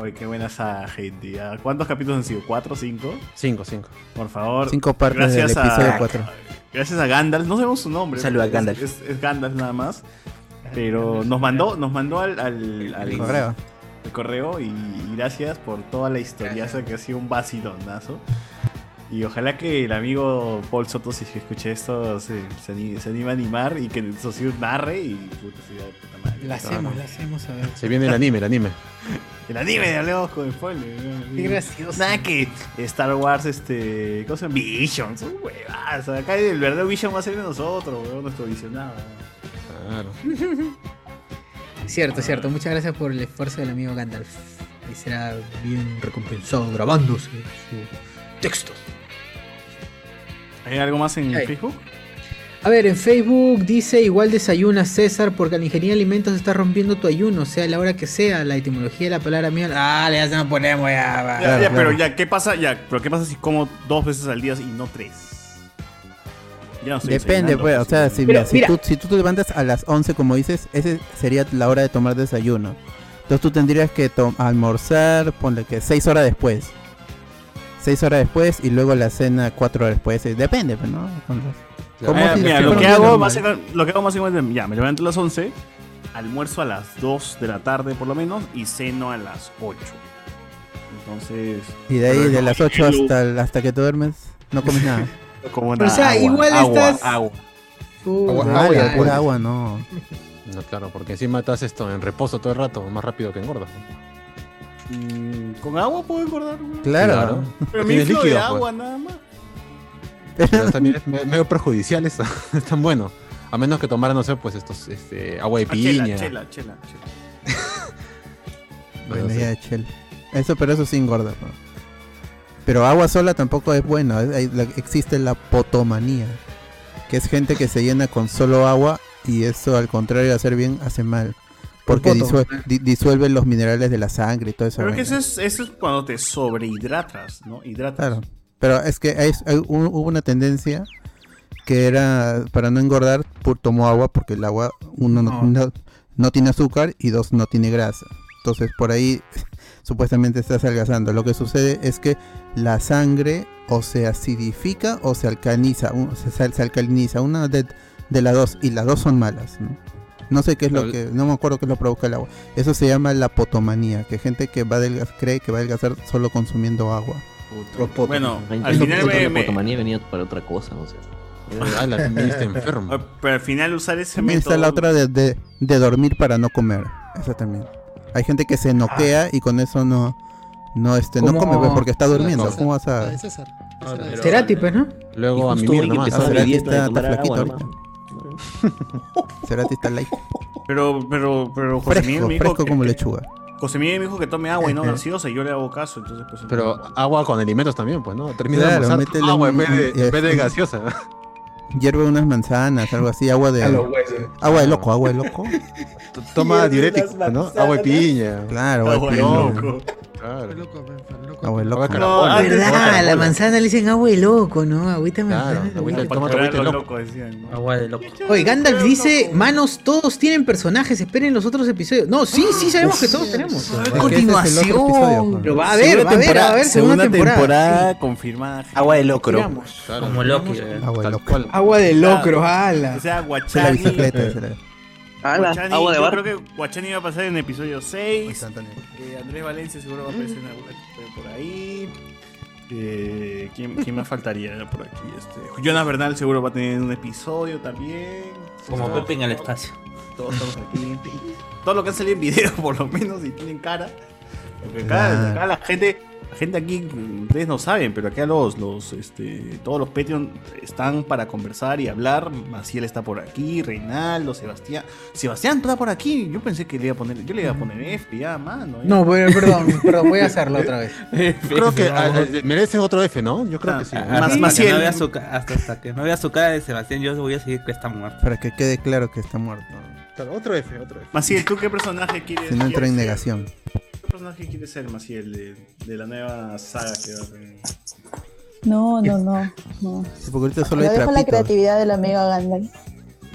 S3: Oye, qué buena esa gente. ya. ¿Cuántos capítulos han sido? ¿Cuatro, cinco?
S2: Cinco, cinco.
S3: Por favor.
S5: Cinco partes
S3: gracias
S5: del episodio
S3: a,
S5: cuatro.
S3: Gracias a Gandalf. No sabemos su nombre.
S10: Saluda a
S3: Es-
S10: Gandalf.
S3: Es, es Gandalf nada más. Pero nos mandó, nos mandó al, al, al-
S5: El correo.
S3: el correo y, y gracias por toda la historiaza que ha sido un vacilonazo. Y ojalá que el amigo Paul Soto, si es que escuche esto, se, se ani- se anime a animar y que Sosir narre y puta, sería de puta madre.
S1: La hacemos, la hacemos a ver.
S2: Se viene el anime, el anime.
S3: El anime, hablemos con spoiler.
S1: Qué gracioso.
S3: Nada que Star Wars, este. ¿Cómo se llama? uh, Vision, son huevas. ah, Acá el verdadero Vision va a ser de nosotros, weón, nuestro visionado.
S2: Claro.
S1: Cierto, cierto. Muchas gracias por el esfuerzo del amigo Gandalf. Y será bien recompensado grabándose su texto.
S3: ¿Hay algo más en
S1: Ay.
S3: Facebook?
S1: A ver, en Facebook dice igual desayuna César porque al ingeniería de alimentos está rompiendo tu ayuno, sea la hora que sea, la etimología de la palabra mía. Ah, ya se nos ponemos ya.
S3: Ya,
S1: va.
S5: Claro,
S3: ya,
S5: claro.
S3: pero ya, ¿qué pasa? Ya, pero ¿qué pasa si como dos veces al día y no tres? Ya no estoy
S5: Depende,
S3: desayunando,
S5: pues. O sea, si,
S1: Pero,
S5: mira, si
S1: mira.
S5: Tú, si tú te levantas a las 11, como dices, esa sería la hora de tomar desayuno. Entonces tú tendrías que to- almorzar, ponle que 6 horas después. 6 horas después y luego la cena 4 horas después. Eh, Depende, pues, ¿no? Con los-
S3: Ah,
S5: como
S3: ya,
S5: si-
S3: mira,
S5: si
S3: lo que,
S5: fuera un día
S3: hago
S5: normal.
S3: más lo que hago más o menos, ya, me levanto a las 11, almuerzo a las 2 de la tarde por lo menos y ceno a las 8. Entonces...
S5: Y de
S3: pero
S5: ahí, de
S3: no,
S5: las 8
S3: yo-
S5: hasta, hasta que te duermes, no comes nada.
S3: Como
S1: Pero, o sea, igual estás-
S3: agua.
S1: Puta,
S2: Agua,
S5: Ah,
S2: agua y
S5: la
S2: alcohol.
S5: pura agua, no.
S2: No, claro, porque encima estás esto en reposo todo el rato, más rápido que engordas.
S3: Mm, ¿Con agua puedo engordar? güey?
S2: Claro. Claro.
S3: Pero mi
S2: Tienes
S3: líquido de
S2: líquido,
S3: agua
S2: pues.
S3: nada más.
S2: Pero también es me- medio perjudicial eso. es tan bueno. A menos que tomara, no sé, pues estos, este, agua de
S3: Ah, chela,
S2: piña.
S3: chela, chela, chela.
S2: Bueno,
S5: Bueno,
S2: sí.
S5: ya, chel. Eso, pero eso sí engorda. ¿no? Pero agua sola tampoco es bueno. hay- hay- la- existe la potomanía, que es gente que se llena con solo agua y eso, al contrario de hacer bien, hace mal. Porque
S3: poto.
S5: disue- di- disuelve los minerales de la sangre y todo eso.
S3: Pero que eso es, eso es cuando te sobrehidratas, ¿no? Hidratas.
S5: Claro. Pero es que es- hay- hu- hubo una tendencia que era para no engordar, por tomó agua porque el agua uno no,
S1: No.
S5: no- no tiene azúcar y dos no tiene grasa. Entonces por ahí supuestamente estás adelgazando. Lo que sucede es que la sangre o se acidifica o se alcaliniza, un- se, sal- se alcaliniza, una de, de las dos y las dos son malas, ¿no? No sé qué es lo
S2: Habl-
S5: que, no me acuerdo qué es lo que provoca el agua. Eso se llama la potomanía, que gente que va a adelgaz- cree que va a adelgazar solo consumiendo agua.
S3: Bueno,
S16: Ven,
S3: al
S16: yo
S3: final
S16: creo que
S3: me-
S16: la
S3: me-
S16: potomanía venía para otra cosa, no sé.
S5: Eh,
S3: Ah, Pero al final usar ese
S5: También
S3: método.
S5: está la otra de, de- de dormir para no comer. Esa también. Hay gente que se noquea y con eso no no este no
S1: Como-
S5: come pues, porque está
S1: Esa es la
S5: durmiendo.
S1: cosa.
S5: ¿Cómo vas
S11: Ah,
S5: a...?
S1: La de César. Esa es la de César. Cerati, pues, ¿no?
S2: Luego
S5: Y
S2: a
S5: justo
S2: mimir
S5: hoy que
S2: nomás.
S5: empezó
S2: Ah,
S5: la
S2: Cerati
S5: dieta
S2: está-
S5: de
S2: está
S5: tomar
S2: flaquito
S5: agua,
S2: ahorita.
S5: Cerati está light.
S3: Pero, pero,
S2: pues,
S3: pero José Miguel
S5: Fresco,
S3: me dijo
S5: fresco
S3: que-
S5: como lechuga.
S3: José Miguel me dijo que tome agua y no gaseosa y yo le hago caso, entonces pues...
S2: Pero agua con alimentos también, pues, ¿no? Termina
S5: Claro,
S2: de almorzar
S5: métele
S2: agua en
S5: un-
S2: vez
S5: un-
S2: de, en vez de
S5: un-
S2: gaseosa.
S5: Hierve unas manzanas, algo así, agua de
S2: A los huesos.
S5: agua de loco, agua de loco.
S2: T- Toma diurético, ¿no? Agua de piña.
S5: Claro, agua de
S2: Agua
S5: piña.
S2: loco. Claro.
S5: Agua de
S2: Agua
S5: loco.
S2: de caracol.
S8: Ah, ¿Verdad? A la
S2: Caracol.
S8: manzana le dicen agua de loco, ¿no? Agüita de manzana.
S2: agüita-
S8: Agüita-
S2: toma tu agüita de
S3: Loco,
S2: loco.
S3: decían, ¿no?
S14: Agua de loco.
S8: Oye, Gandalf dice, manos, todos tienen personajes, esperen los otros episodios. No, sí, sí, sabemos que todos tenemos.
S10: este
S3: A ver, continuación.
S10: pues.
S8: Pero va a haber, va a haber, va a haber segunda temporada.
S3: temporada confirmada.
S10: Agua de locro.
S8: Tiramos.
S14: Como Loki.
S5: Agua de loco.
S8: Agua de locro, ala.
S3: O sea,
S5: Se la
S3: Guachani.
S5: bicicleta. se la-
S3: Guachani,
S15: agua de
S3: yo
S15: bar.
S3: creo que Guachani va a pasar en episodio 6. Eh, Andrés Valencia seguro va a aparecer en alguna por ahí. Eh, ¿quién, quién más faltaría por aquí? Este, Jonas Bernal seguro va a tener un episodio también.
S14: Como
S3: Todos-
S14: Pepe en el espacio.
S3: Todos estamos aquí. Todo lo que han salido en video, por lo menos, y tienen cara. Porque acá,
S5: Claro.
S14: Ah.
S3: acá la gente, la gente aquí, mm, ustedes no saben, pero acá los, los, este, todos los Patreon están para conversar y hablar. Maciel está por aquí, Reinaldo, Sebastián. Sebastián está por aquí. Yo pensé que le iba a poner, yo le iba a poner F, ya, mano. ya.
S8: No, bueno, perdón, perdón, voy a hacerlo otra vez.
S2: Creo que ah, eh, merece otro F, ¿no? Yo creo que sí.
S14: Hasta, que no vea su, ca- hasta, hasta que no vea su cara de Sebastián, yo voy a seguir que está muerto.
S5: Para que quede claro que está muerto.
S2: Otro F, otro F.
S3: Maciel, ¿tú qué personaje quieres
S5: Si no entra
S3: quieres
S5: en
S3: ser?
S5: negación.
S3: ¿Qué personaje quieres ser, Maciel, de, de la nueva saga que va a tener?
S7: No, no, no. no.
S5: Sí, Porque ahorita solo
S7: Lo
S5: hay
S7: dejo a la
S5: trapitos.
S7: creatividad del amigo Gandalf.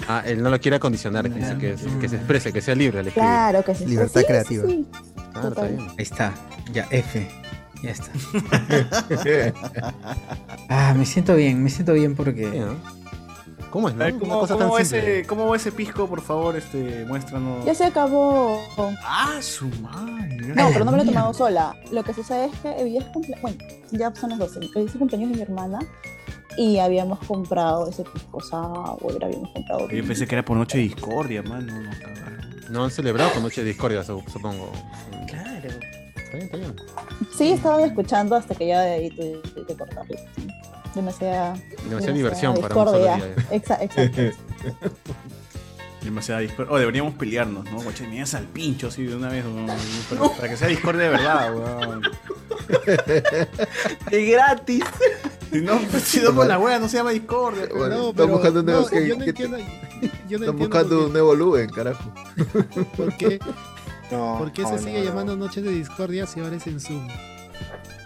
S2: Ah, él no lo quiere condicionar, que, dice que, que se exprese, que sea libre al escribir.
S7: Claro que sí. Sí,
S2: Libertad
S7: sí,
S2: creativa.
S7: sí.
S2: Claro, está bien.
S8: Ahí está, ya, eh. F. Ya está. ah, me siento bien, me siento bien porque.
S2: ¿Cómo es,
S3: A ver, ¿Cómo, cómo va ese, ¿Cómo va ese pisco, por favor? Este, muéstranos.
S7: Ya se acabó.
S3: Ah, su madre.
S7: No, pero no me lo he tomado sola. Lo que sucede es que hoy día es cumpleaños. Bueno, ya son las 12. Hoy es el cumpleaños de mi hermana y habíamos comprado ese pisco sour, habíamos comprado.
S3: Yo pensé que era por noche de discordia, mano. No, cagaron.
S2: No han celebrado con Noche de Discordia, sup- supongo.
S8: Claro.
S2: Está bien, está bien.
S7: Sí, estaban escuchando hasta que ya de ahí tuve que cortar. Demasiada.
S2: Demasiada diversión para un solo
S7: discordia.
S2: día, ya.
S7: Exa- Exacto.
S3: Demasiada discordia. Oh, deberíamos pelearnos, ¿no? Guache, me das al pincho así de una vez, weón. Pero Para que sea discordia de verdad, weón.
S10: De gratis.
S3: Si no, pues, si no con la wea no se llama discordia.
S4: Bueno,
S3: no,
S4: estamos buscando un
S11: no,
S4: nuevo. que-
S11: yo no
S4: que-
S11: entiendo. Yo no
S4: estamos
S11: entiendo por
S4: buscando un nuevo Luben, carajo.
S11: ¿Por qué,
S4: No,
S11: por qué
S4: no,
S11: se sigue
S4: no,
S11: llamando Noches de Discordia si ahora es en Zoom?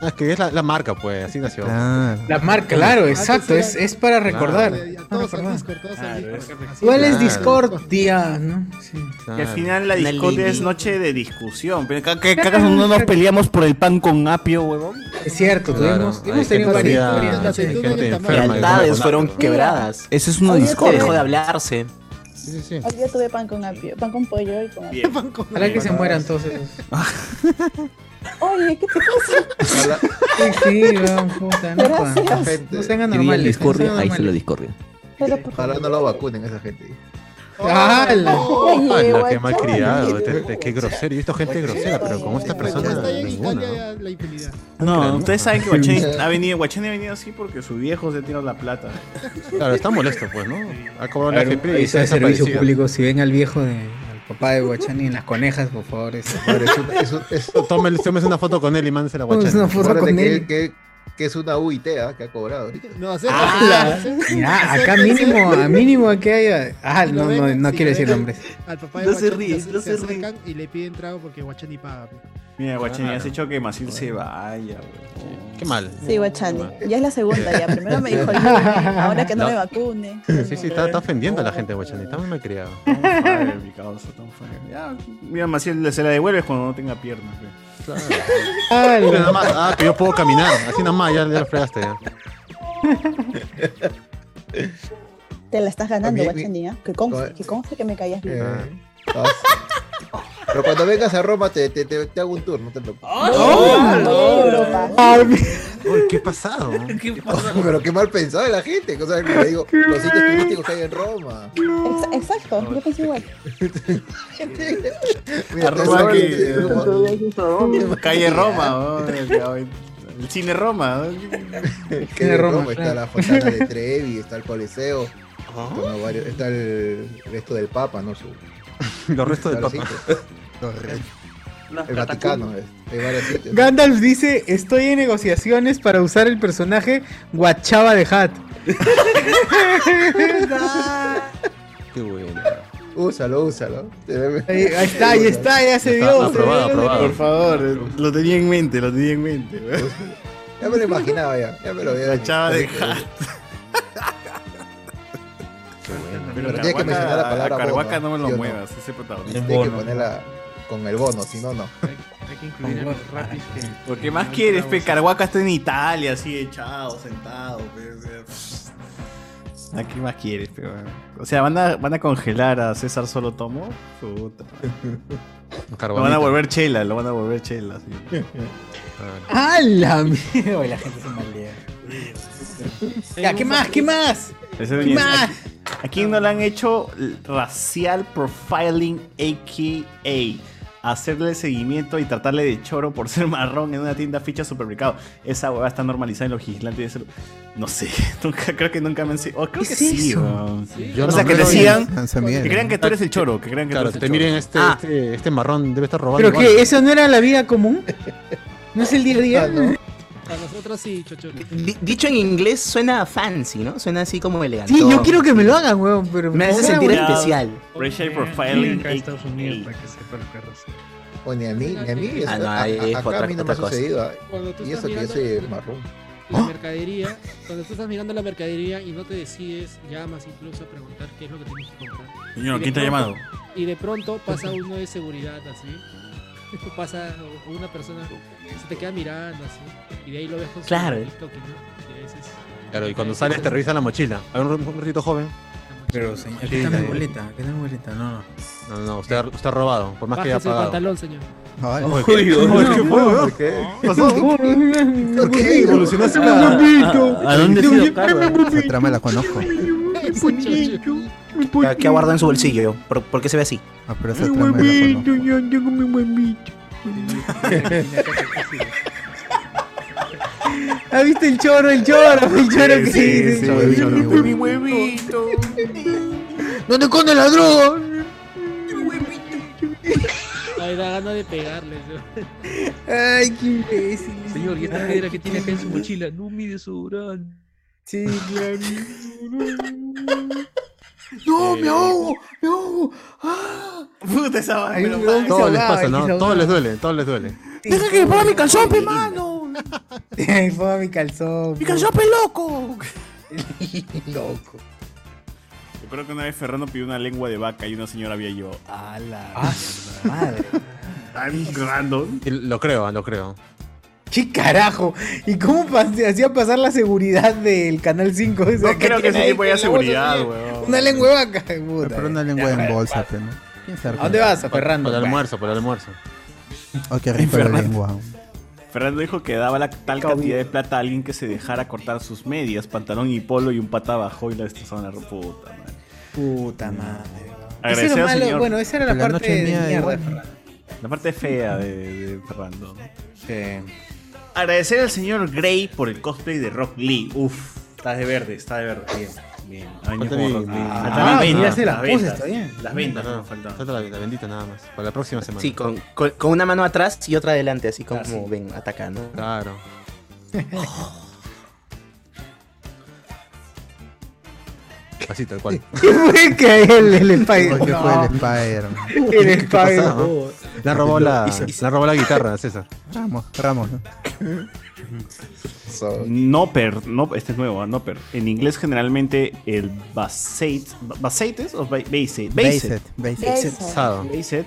S2: Ah, es que es la, la marca, pues, así nació.
S8: La marca, claro,
S7: Ah,
S8: exacto, es, es para recordar.
S11: Todos al Discord, todos al Discord. Así
S8: Igual es
S2: Claro.
S8: discordia, ¿no? Sí.
S3: Y al final la
S8: Una
S3: discordia es
S8: línea.
S3: noche de discusión. Pero ca- ca- cacas no nos peleamos por el pan con apio, huevón.
S8: Es cierto, tuvimos- hemos tenido varias historias, ¿no? Sí.
S10: Lealtades fueron quebradas. Ese es una
S7: Oye,
S10: discordia.
S7: pero-
S10: Dejó de hablarse.
S2: Sí, sí, sí.
S7: Hoy día tuve pan con apio, pan con pollo y con apio.
S3: Pan con
S8: Ojalá que se mueran todos esos.
S7: Oye, ¿qué te pasa?
S8: Sí, sí, weón, puta, no, jodan.
S7: Gracias.
S8: no sean
S16: Que digan
S8: anormales. no sean
S16: discordia, ahí se
S8: anormales.
S16: la discordia.
S7: Pero, por
S4: Ojalá no lo vacunen a esa gente.
S2: ¡Hala!
S7: Oye,
S2: ¡Qué
S7: guachán.
S2: malcriado! te- te- este, ¡Qué grosero! Yo he visto gente grosera, pero con esta persona ninguna.
S3: No,
S2: Claro.
S3: ustedes saben que Guachani ha venido, Guachani ha venido así porque su viejo se tiró la plata.
S2: Claro, está molesto, pues, ¿no? Ha cobrado la
S1: Claro,
S2: FP y
S1: aviso
S2: se
S1: de
S2: ha
S1: servicio
S2: desaparecido.
S1: público, si ven al viejo de, al papá de Guachani en las conejas, por favor, es,
S2: Tómese tómese una foto con él y mándesela a Guachani.
S1: Tómese una foto
S4: Acuérdate
S1: con
S4: que,
S1: él.
S4: Que, que es una UIT ah, que ha cobrado ahorita.
S11: No,
S1: ¡Hala! Mirá, Ah, acá mínimo, a mínimo que haya. Ah, no, no, no, quiero decir nombres.
S11: Al papá de
S3: No se
S11: Guachani
S3: ríe,
S11: se,
S3: no
S11: se
S3: se ríe.
S11: acercan y le piden trago porque Guachani paga. pe.
S3: Mira, Guachani,
S11: Claro.
S3: has hecho que Masil se vaya, güey.
S2: Qué mal.
S7: Sí, Guachani. Ya es la segunda, ya. Primero me dijo, ahora que no, me vacune.
S2: Sí, sí, está, está ofendiendo a la gente, Guachani. Está muy malcriado.
S3: Ay, mi causa, tan feo. Ya, Mira, Maciel se la devuelves cuando no tenga piernas. güey.
S2: Mira nada más, ah, que yo puedo caminar. Así nada más, ya, ya lo fregaste. ya.
S7: Te la estás ganando,
S4: Oye,
S7: Guachani, ¿ah? Que conste, que conste que me caías bien.
S4: Eh, estás- Pero cuando vengas a Roma te, te, te, te hago un tour, no te preocupes.
S11: ¡Oh,
S2: Uy, qué pasado.
S4: Pero qué mal pensado de la gente. O sea, le digo, los sitios turísticos que hay en Roma.
S7: Exa- Exacto, yo pensé igual.
S4: Mira,
S3: Arroba
S4: te-
S3: que-
S4: te-
S3: Calle Roma, güey. el cine Roma.
S4: que de Roma, está la Fontana de Trevi, está el Coliseo,
S2: Ah.
S4: está, varios- está el resto del Papa, ¿no? Su,
S2: Los restos del
S4: varios
S2: Papa.
S4: sitios. El Vaticano, es- hay varios sitios.
S1: Gandalf dice: Estoy en negociaciones para usar el personaje Guachaba de Hat.
S2: Qué bueno.
S4: Úsalo, úsalo.
S1: Ahí, ahí está, ahí está, ya se
S4: Está
S1: dio.
S4: aprobado,
S1: se dio, se dio.
S4: aprobado.
S3: Por favor, lo tenía en mente, lo tenía en mente. güey.
S4: Ya me lo imaginaba ya, ya me lo había
S3: La chava de
S4: Hat.
S3: Pero
S4: Pero tiene que
S3: Carhuaca-
S4: mencionar la palabra
S3: a Carhuaca
S4: bono,
S3: no me lo
S4: ¿sí o
S3: muevas, ese protagonista.
S4: Tiene
S3: El
S4: que
S3: bono.
S4: ponerla con el bono, si no, no.
S12: Hay que incluir a los rapis que.
S3: Porque más quieres, pe, Carhuaca está en Italia, así echado, sentado. pe, o sea, pff. ¿A qué más quieres, pe, weón? O sea, ¿van a, ¿van a congelar a César Solo Tomo? Puta. Lo van a volver chela, lo van a volver chela. sí.
S1: ¡A la mierda! Oye, La gente se maldea. Ya, ¿qué más? ¿Qué más?
S3: Ese es
S1: ¿Qué
S3: mi-
S1: más?
S3: ¿A quién no le han hecho l- racial profiling a.k.a.? Hacerle seguimiento y tratarle de choro por ser marrón en una tienda ficha supermercado. Esa hueá está normalizada en los vigilantes. de ese- No sé, nunca, creo que nunca me han sido. oh, creo que
S2: es
S3: sí.
S2: eso?
S3: weón.
S2: Sí. Yo
S3: o
S2: no
S3: sea, que
S2: creo
S3: te
S2: en
S3: sigan.
S2: San- San Miguel.
S3: Que crean que tú eres el choro. Que crean que
S2: Claro,
S3: tú eres
S2: te
S3: el choro.
S2: miren este,
S3: Ah,
S2: este, este marrón, debe estar robando.
S1: ¿Pero qué? ¿Esa no era la vida común? ¿No es el día a día?
S11: A nosotros sí, chocho.
S10: Di- dicho en inglés suena fancy, ¿no? Suena así como elegante.
S1: Sí, yo quiero que me lo hagan, weón, pero.
S10: Me hace
S1: Ahora,
S10: sentir
S1: weón.
S10: especial.
S3: Racial
S12: Viene
S3: profiling.
S12: acá a Estados Unidos para que sepa lo que es racismo.
S4: O ni a mí, ni a mí.
S10: Ah,
S4: eso-
S10: no,
S4: a- a-
S10: ahí es
S4: acá
S10: otra-
S4: a mí no me
S10: otra
S4: ha
S10: cosa.
S4: sucedido.
S11: Cuando tú
S4: Y
S11: estás
S4: eso que yo
S11: mirando
S4: soy
S11: el-
S4: marrón. ¡Ah!
S11: La mercadería, cuando tú estás mirando la mercadería y no te decides, llamas incluso a preguntar qué es lo que tienes que comprar.
S3: Señor,
S11: Y de
S3: ¿quién te ha
S11: pronto-
S3: llamado?
S11: Y de pronto pasa uno de seguridad así. Pasa una persona, se te queda mirando así. Y de ahí lo ves con su
S2: Claro.
S11: TikTok, ¿no? Y a veces-
S2: Claro, y cuando sales te revisan la mochila. A ver, un, un ratito joven.
S1: Pero, señor,
S2: Sí,
S1: ¿qué tal mi
S2: sí.
S1: boleta? ¿Qué tal mi boleta? No, no.
S2: No, no, usted, ha- usted ha robado, por más que haya
S11: Bájese el
S2: pagado.
S11: pantalón, señor.
S2: Ay,
S1: Uy,
S2: ¿qué-
S1: uy,
S2: uy,
S1: uy,
S2: ¿qué
S1: uy,
S2: fue,
S1: uy,
S2: weón?
S4: ¿Qué?
S1: ¿Por
S2: qué evolucionaste una-
S10: Ah, ¿A dónde se lo
S5: Esa trama la conozco.
S10: ¿Qué- ¿Qué ha guardado en su bolsillo? ¿Por, por qué se ve así?
S5: Ah, pero esa
S1: Mi
S5: trama la conozco.
S1: huevito, yo tengo mi huevito. ¿Has visto Ah, el choro, el choro, el choro que dice?
S3: Mi huevito.
S1: ¿Dónde esconde la droga?
S11: Ay, da ganas de pegarle. ¿no?
S1: Ay, qué imbécil.
S12: Señor, ¿y esta piedra que tiene acá en su mochila? No, mi desodorante.
S1: Sí, claro. No,
S10: Eh.
S1: me ahogo, me ahogo. ¡Ah!
S3: Puta esa vaina.
S1: Hay un
S3: pero
S1: huevón que
S2: Todo
S1: se
S2: les
S1: ahogaba,
S2: pasa,
S1: que se
S2: ¿no?
S1: ahogaba.
S2: Todo les duele, todo les duele.
S1: Deja
S10: que me ponga mi calzón,
S1: pe,
S10: mano.
S1: Ponga mi calzón.
S10: ¡Mi calzón, pe, loco!
S1: Loco.
S3: Yo creo que una vez Ferrando pidió una lengua de vaca y una señora había yo. ¡A la
S1: Ah, madre!
S3: Tan random.
S2: Y Lo creo, lo creo.
S1: ¡Qué carajo! ¿Y cómo pas- hacía pasar la seguridad del Canal 5? O sea,
S3: No creo que ese tipo haya seguridad, weón.
S1: Una lengua de vaca. puta.
S5: Pero una lengua en bolsa, pe, ¿no? ¿Quién sabe?
S1: ¿A dónde vas, Ferrando?
S2: Para el almuerzo, para el almuerzo.
S5: Oh, qué rico la
S3: Ferrando.
S5: lengua.
S3: Fernando dijo que daba la tal cantidad de plata a alguien que se dejara cortar sus medias, pantalón y polo y un pata abajo y la destrozaban la ropa. Puta madre.
S1: Puta madre. weón. Eso es lo
S3: Agradecer al
S1: malo-
S3: señor.
S1: Bueno, esa era la, parte de mierda.
S3: La parte fea de, de Fernando. Agradecer al señor Gray por el cosplay de Rock Lee. Uf, está de verde, está de verde. Bien, bien. Ha venido como Rock Lee. Faltan las ventas, las ventas. Las ventas,
S2: no,
S3: nos faltan.
S2: Falta la, la bendita nada más. Para la próxima semana.
S10: Sí, con, con- con una mano atrás y otra adelante, así como
S2: Así.
S10: ven, atacando.
S2: Claro. Así tal cual.
S1: ¿Qué fue que el, el
S5: ¿Qué
S1: Spider?
S5: fue
S1: No.
S5: el Spider-Man?
S1: El
S5: ¿Qué
S1: Spider-
S5: pasaba?
S1: Oh.
S2: Le robó la,
S5: Ah,
S2: le robó la guitarra, César.
S5: Ramos, Ramos, ¿no?
S3: Nopper, no, este es nuevo, ¿eh? Nopper. En inglés generalmente el basate, ¿baseites o ba- basate?
S5: Based,
S3: Based.
S5: based.
S3: Based.
S5: Basado.
S3: Based.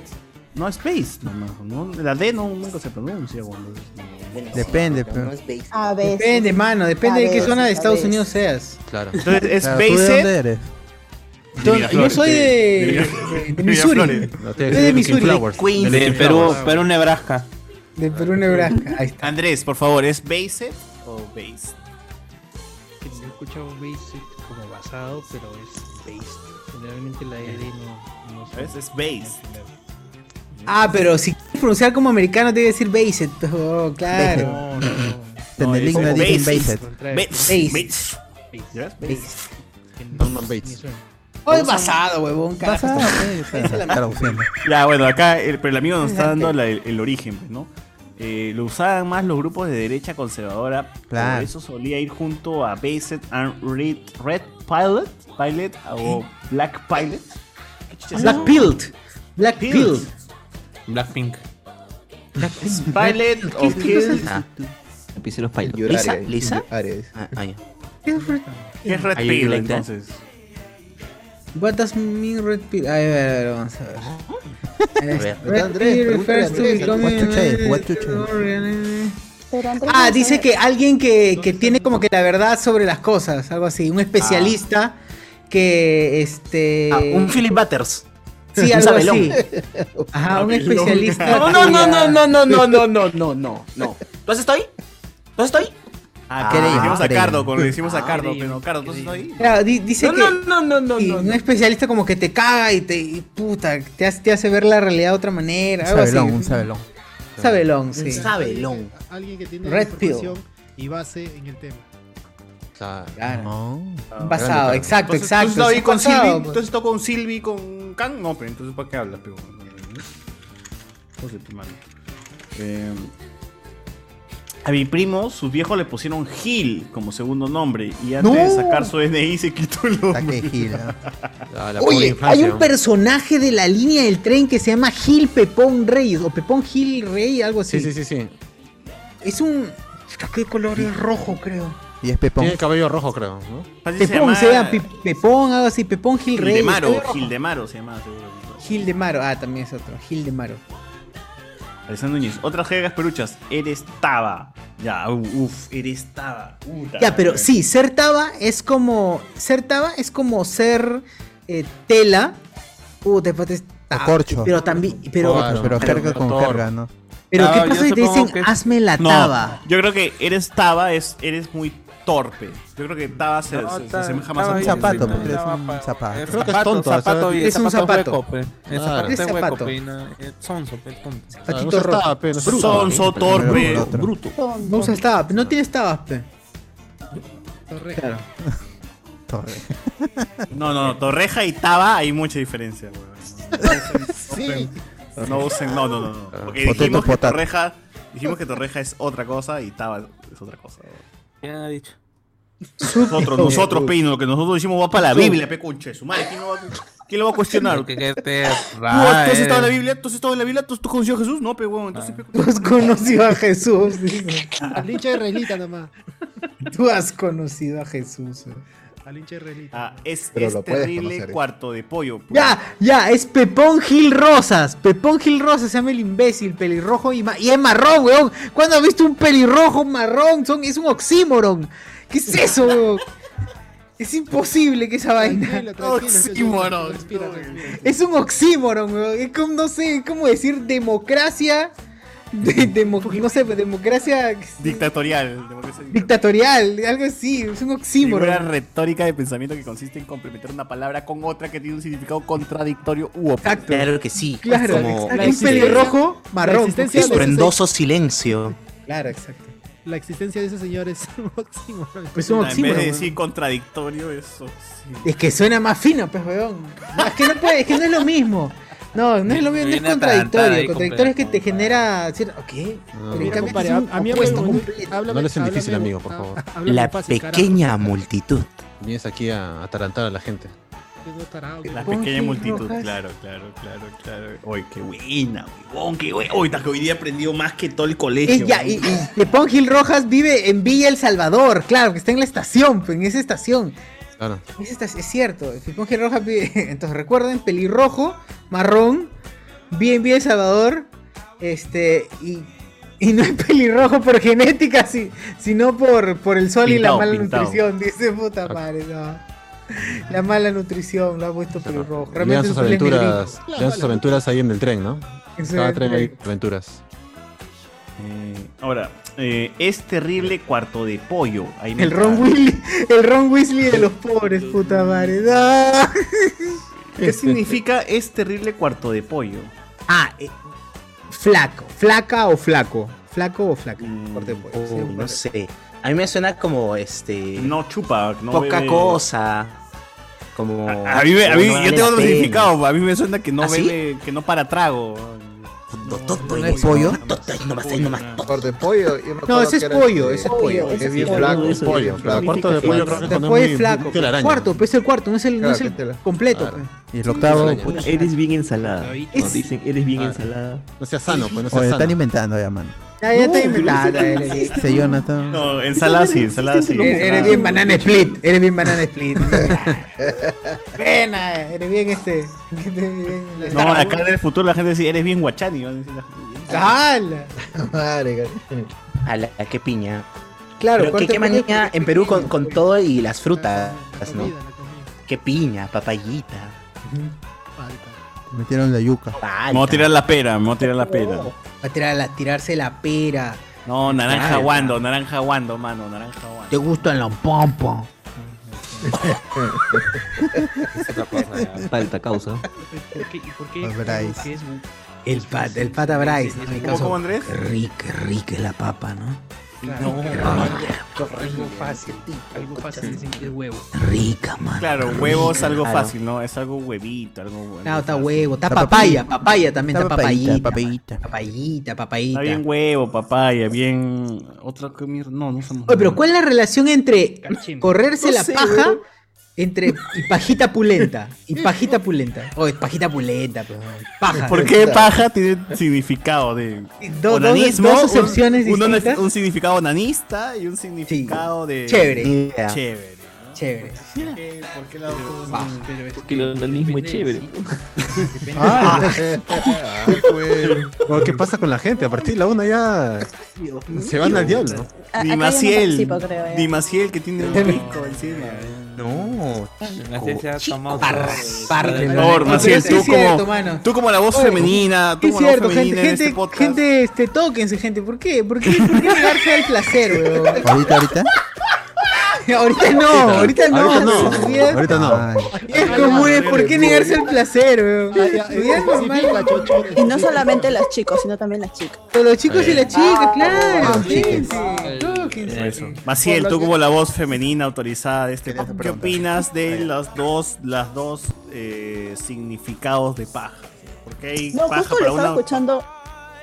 S3: No es based, no, no, la D no nunca se pronuncia. bueno, es-
S5: Depende,
S3: no
S5: pe.
S3: es based.
S1: Ah,
S7: A veces.
S1: Depende, mano, depende de qué
S7: veces,
S1: zona de
S7: a
S1: Estados
S7: veces.
S1: Unidos seas.
S2: Claro.
S3: Entonces es
S5: Claro, ¿tú de
S3: based.
S5: dónde eres?
S1: Entonces, yo soy de, de- de Missouri.
S2: No,
S1: Soy
S2: tiene que ser
S1: de
S2: de
S1: Missouri.
S2: Flowers.
S1: Queens.
S14: De Perú, Perú, Nebraska.
S1: De Perú, Nebraska. Ahí está.
S3: Andrés, por favor, ¿es based o based?
S12: que Yo he escuchado basic como basado, pero es based. Generalmente la L no, no
S3: ¿Ves? Es based.
S1: Ah, pero si quieres pronunciar como americano, te voy a decir Based. Oh, claro.
S12: No, no, no.
S5: En el Igna dicen based.
S1: Based. Hoy basado, huevón. carajo.
S5: Basado, pues,
S1: Esa es la
S5: traduciendo.
S3: Ya, bueno, acá el, pero el amigo nos está dando la- el, el origen, pues, ¿no? Eh, lo usaban más los grupos de derecha conservadora.
S5: Claro.
S3: Por eso solía ir junto a Based and Red, Red Pilot, Pilot o Black Pilot. ¿Qué chucha es
S1: Black
S3: eso?
S1: Pilled. Black Pilled.
S14: Blackpink.
S3: Pilot o Pilled.
S16: Ah, empiecen los pilotos.
S4: Llorar,
S16: ¿Lisa?
S4: eh,
S16: ¿Lisa?
S4: llorar.
S16: Ah, ah, ya.
S3: ¿Qué es Red
S16: Ahí
S3: Pill
S16: like that.
S3: entonces?
S1: What does mean red pill? A ver, a ver, vamos a ver.
S16: A ver.
S1: Red
S4: Andrés,
S1: pill
S4: pregúntale
S1: refers
S4: a
S1: to
S4: Andrés.
S1: becoming-
S5: What to change, what to
S7: Pero Andrés,
S1: Ah,
S7: vamos a
S1: dice
S7: ver.
S1: que alguien que, que tiene como que la verdad sobre las cosas, algo así, un especialista
S2: Ah.
S1: que este
S10: Ah, un Philip Butters.
S1: Sí,
S10: un
S1: algo
S10: sabelón.
S1: así. Ajá, un especialista.
S10: No, no, no, no,
S1: cuya-
S10: no, no, no, no, no, no, no, no. ¿Tú has estado ahí? ¿Tú has estado ahí?
S3: Ah,
S5: creen,
S3: le decimos a
S5: creen.
S3: Cardo, con- le decimos a
S10: Ah,
S3: Cardo,
S10: creen,
S3: pero Cardo, ¿tú estás ahí?
S1: Claro, di- dice
S10: No,
S1: que
S10: no, no, no, no,
S1: sí,
S10: no,
S1: un
S10: no.
S1: especialista como que te caga y te y puta, te hace, te hace ver la realidad de otra manera,
S5: Un
S1: algo así.
S5: sabelón, un sabelón.
S1: Un sabelón, sí.
S10: Un sabelón.
S11: Alguien que tiene
S1: Red
S11: información y base en el tema.
S1: Claro.
S5: No.
S1: Un basado, exacto,
S3: Ah, Entonces,
S1: exacto.
S3: ¿tú estás ahí
S1: un
S3: con
S1: basado,
S3: Silvi?
S1: pues.
S3: Entonces toco con Silvi con Can. No, pero entonces ¿para qué hablas, pego? No sé, tu madre. Eh, a mi primo, sus viejos le pusieron Gil como segundo nombre y antes de
S1: ¡No!
S3: sacar su DNI se quitó el nombre.
S2: Ah, la pobre
S1: Oye, hay
S2: infancia,
S1: un
S2: ¿no?
S1: personaje de la línea del tren que se llama Gil Pepón Reyes o Pepón Gil Rey, algo así.
S2: Sí, sí, sí, sí.
S1: Es un. ¿Qué color es rojo, creo?
S5: Y es Pepón.
S2: Tiene el cabello rojo, creo, ¿no?
S3: Así se
S1: Pepón, se
S3: llama
S1: llama Pe- Pepón, algo así. Pepón Gil Rey.
S3: Gildemaro,
S1: Gil.
S3: Gildemaro se llama seguro.
S1: Gil de Maro. Ah, también es otro. Gil de Maro.
S3: Alessandro Núñez, otras jergas peruchas, eres taba. Ya, u- uf, eres taba. Puta
S1: Ya, pero
S3: madre.
S1: sí, ser taba es como. Ser taba es como ser eh, tela. Uh, te pates.
S5: O corcho.
S1: Pero también. Pero,
S5: Corcho, pero carga con
S2: Toro.
S5: carga, ¿no?
S1: pero ¿qué
S14: Ah, yo
S1: pasa si te
S14: supongo
S1: dicen
S14: que-
S1: hazme la
S3: No,
S1: taba?
S3: yo creo que eres taba, es, eres muy torpe. Yo creo que taba se, se- se asemeja más a
S5: Un
S3: un
S5: zapato,
S3: torpe.
S5: pues, es un zapato.
S2: Creo que es tonto,
S14: Zapato,
S2: o sea,
S14: y
S1: es un zapato.
S14: hueco, pues. El
S2: Claro.
S14: zapato
S1: Es
S14: es hueco,
S1: zapato.
S14: pues. y no- Es sonso, pues, tonto.
S2: Ah, no
S1: Patito
S2: se
S1: rojo.
S2: estaba, pe, no se estaba.
S3: Sonso, torpe,
S5: Bruto.
S3: bruto.
S1: No usas tabas, no tienes tabas, pe. Claro.
S5: Torre.
S3: No, no, no, Torreja y Taba hay mucha diferencia, weón. Sí. No usen, no, no, no. no. Porque
S5: Potato,
S3: dijimos que
S5: potato.
S3: Torreja, dijimos que Torreja es otra cosa y Taba es otra cosa. weón.
S14: Ya ha dicho.
S3: Nosotros, nosotros, Pino, lo que nosotros dijimos va para la Biblia, pe conche, su madre, ¿quién lo va, a- quién lo va a cuestionar?
S14: Porque que te
S3: ¿Tú, tú has estado en la
S14: rae.
S3: Biblia? ¿Tú has estado en la Biblia? ¿Tú, tú conoció a Jesús? No, pe
S14: Ah.
S3: weón, entonces pe,
S1: Tú has conocido a Jesús. dice.
S11: Al hincha israelita nomás.
S1: Tú has conocido a Jesús. eh.
S11: Al hincha israelita.
S3: Ah, es,
S4: Pero
S3: es
S4: lo puedes
S3: terrible
S4: conocer, ¿eh?
S3: cuarto de pollo. pues.
S1: Ya, ya, es Pepón Gil Rosas. Pepón Gil Rosas se llama el imbécil, pelirrojo y, ma- y es marrón, weón. ¿Cuándo has visto un pelirrojo marrón? Son, es un oxímoron. ¿Qué es eso, weón? Es imposible que esa vaina.
S11: Tranquilo, tranquilo,
S3: Oxímoron.
S11: Respira, respira.
S1: Es un oxímoron, weón. Es como, no sé, es como decir democracia De- demo- no sé, pues, democracia
S3: Dictatorial. democracia
S1: dictatorial, algo así, es un
S3: Figura
S1: oxímoron.
S3: retórica de pensamiento que consiste en complementar una palabra con otra que tiene un significado contradictorio u opuesto.
S10: Claro que sí.
S1: Claro,
S10: Como
S1: exacto, un
S10: este,
S1: pelirrojo marrón.
S11: La existencia de-
S10: Estruendoso silencio.
S1: Claro, exacto.
S11: La existencia de ese señor es un oxímoron.
S1: Pues un
S3: En vez
S1: oxímoron.
S3: de
S1: weón.
S3: decir contradictorio, eso
S1: Es que suena más fino, pues, weón. No, es, que no puede- es que no es lo mismo. No, no es lo mismo, no es
S11: Viene
S1: contradictorio.
S11: atarantada ahí,
S1: contradictorio es que te genera. decir, ¿Ok?
S3: Ah,
S2: Ah.
S1: Pero en
S11: Mira,
S1: cambio,
S11: compadre,
S1: es un
S11: a- a mí
S1: opuesto
S11: háblame-
S1: completo.
S11: háblame-
S2: No le sean difícil,
S11: háblame-
S2: amigo, por favor.
S11: háblame fácil, carajo.
S10: multitud.
S2: Vienes aquí a atarantar a la gente.
S11: Qué tarado,
S3: La
S11: weón.
S3: pequeña
S11: Ponte
S3: multitud,
S11: rojas.
S3: claro, claro, claro, claro. Uy, qué buena, huevón, qué buena. Uy, que hoy día he aprendido más que todo el colegio.
S1: Es ya, y, y Lepón Gil Rojas vive en Villa El Salvador, claro, que está en la estación, pues, en esa estación.
S2: Claro.
S1: En esa estación, es cierto, Lepón Gil Rojas vive. Entonces recuerden, pelirrojo, marrón, vive en Villa El Salvador, este, y, y no es pelirrojo por genética, si- sino por, por el sol y la
S3: Pintado,
S1: mala
S3: pintado.
S1: nutrición, dice puta madre, no. La mala nutrición lo ha puesto pelirrojo.
S2: Lean
S1: Realmente
S2: sus
S1: su piel es
S2: aventuras.
S1: negrita.
S2: Lean sus aventuras ahí en el tren, ¿no?
S1: En su-
S2: Cada tren hay aventuras.
S3: Eh, ahora, eh, es terrible cuarto de pollo. Ahí me
S1: El Ron
S3: entra-
S1: Weasley, el Ron Weasley de los pobres, puta madre. ¡Ah!
S3: ¿Qué significa es terrible cuarto de pollo?
S1: Ah, eh, flaco, flaca o flaco. Flaco o flaca. Corte, pues, sí,
S10: Uy,
S1: un
S10: Mm, oh, no
S1: corte.
S10: sé. A mí me suena como este.
S3: No chupa, no
S10: Poca
S3: bebe-
S10: cosa. Como.
S3: A mí, me- a mí- yo
S10: como este, no vale
S3: tengo
S10: la
S3: otro
S10: pena.
S3: significado. A mí me suena que no
S10: ¿Ah, sí?
S3: bebe, que no para trago.
S10: ¿No
S4: es pollo?
S3: Corte de pollo.
S1: No, ese es pollo,
S10: eh,
S1: ese es pollo.
S4: Es bien flaco, es pollo. flaco.
S1: Cuarto de pollo, creo que
S4: Flaco.
S1: Después es flaco. Cuarto, pues es el cuarto, no es el, no
S4: Claro,
S1: es el
S4: que te la-
S1: completo.
S4: Claro.
S1: pues.
S5: Y el octavo. pucha.
S16: Eres bien ensalada.
S1: Es-
S16: No, dicen, eres bien
S2: Ah.
S16: ensalada.
S2: No seas sano, pues no
S5: Oye,
S2: seas
S5: están
S2: sano.
S5: inventando ya, mano. eh,
S1: Ya, ya te inventaste.
S5: Ese Este, Jonathan.
S3: No, ensalada sí, ensalada sí.
S1: Eres eres bien banana split, eres bien banana split. Pena, eres bien este.
S3: No, acá en el futuro la gente dice, eres bien guachani. van a decir la gente.
S1: ¡Hala!
S10: A la, a qué piña.
S1: Claro,
S10: Pero qué,
S1: cuarto
S10: qué
S1: de pollo,
S10: manía en Perú con, con todo y las frutas, ¿no? Qué piña, papayita.
S5: Metieron la yuca.
S3: Me voy a tirar la pera, me voy a tirar la pera.
S10: Oh.
S1: Va a tirar la- tirarse la pera.
S3: No, naranja
S10: Ah,
S1: Alta.
S3: guando, naranja guando, mano, naranja guando.
S1: Te gustan los pompos.
S16: Falta causa.
S12: ¿Por qué? ¿Y por qué?
S1: Pues,
S12: creo
S1: Bryce.
S12: que es bu-
S1: El pata, el pata Bryce, ¿no? En
S12: ¿Cómo,
S1: caso-
S12: cómo, Andrés?
S1: Qué rica, qué rica es la papa, ¿no?
S12: Claro, claro,
S1: Qué rica,
S12: algo- Algo fácil, algo fácil de sentir huevo.
S1: Rica, mano.
S3: Claro, huevo es algo
S1: Claro.
S3: fácil, ¿no? Es algo huevito, algo bueno.
S1: No, está huevo, está
S3: Está
S1: papaya,
S3: papaya.
S1: papaya también, está
S3: Está
S1: papayita.
S3: papayita,
S1: Papayita, papayita.
S3: Está bien huevo, papaya, bien. Otra comida. No, no somos.
S1: Oye, pero ¿cuál es la relación entre correrse
S3: No
S1: la
S3: sé,
S1: paja
S3: huevo.
S1: entre y pajita pulenta? Y pajita pulenta. Oye, pajita pulenta, pero paja.
S3: ¿Por qué paja tiene significado de
S1: do- dos- dos acepciones
S3: un, un-
S1: distintas?
S3: un significado onanista y un significado de
S1: Chévere.
S3: chévere.
S1: Chévere.
S3: ¿Por qué lado todos
S1: nos-
S12: Pero es
S16: Porque el organismo es chévere.
S2: Ah,
S12: Ah.
S3: pues.
S2: Oye, ¿Qué pasa con la gente? A partir de la una ya se van al
S7: A- Ah,
S2: diablo.
S7: acá
S3: Ni
S7: yo no
S3: Maciel,
S7: participo, creo, ya.
S3: ni Maciel que tiene un pico encima.
S10: ¿eh? No,
S14: Así se ha tomado todo-
S3: Por
S14: todo-
S3: favor, Maciel,
S1: Sí,
S3: tú
S1: es cierto,
S3: como,
S1: mano.
S3: tú como la voz
S1: Oye,
S3: femenina, tú
S1: Es
S3: como la voz
S1: cierto,
S3: femenina
S1: gente,
S3: en
S1: gente,
S3: este podcast.
S1: gente, este, tóquense, gente. ¿Por qué? ¿Por qué, por qué negarse al placer, weón?
S5: ¿Ahorita, ahorita?
S1: ahorita no, ahorita no.
S5: Ahorita no.
S1: Sí, es-
S5: Ahorita no.
S1: Es como es, ¿por qué negarse al placer, weón? Tu vida es normal.
S7: Y no solamente los chicos, sino también las chicas.
S1: Los chicos y las chicas, claro.
S7: los chicos.
S1: gente, tóquense.
S3: Eso. Maciel, tú como la voz femenina autorizada de este podcast, ¿qué
S1: pregunta.
S3: opinas de las dos, las dos eh, significados de paja? Porque hay
S7: No,
S3: paja
S7: justo le
S3: para
S7: estaba
S3: una.
S7: escuchando,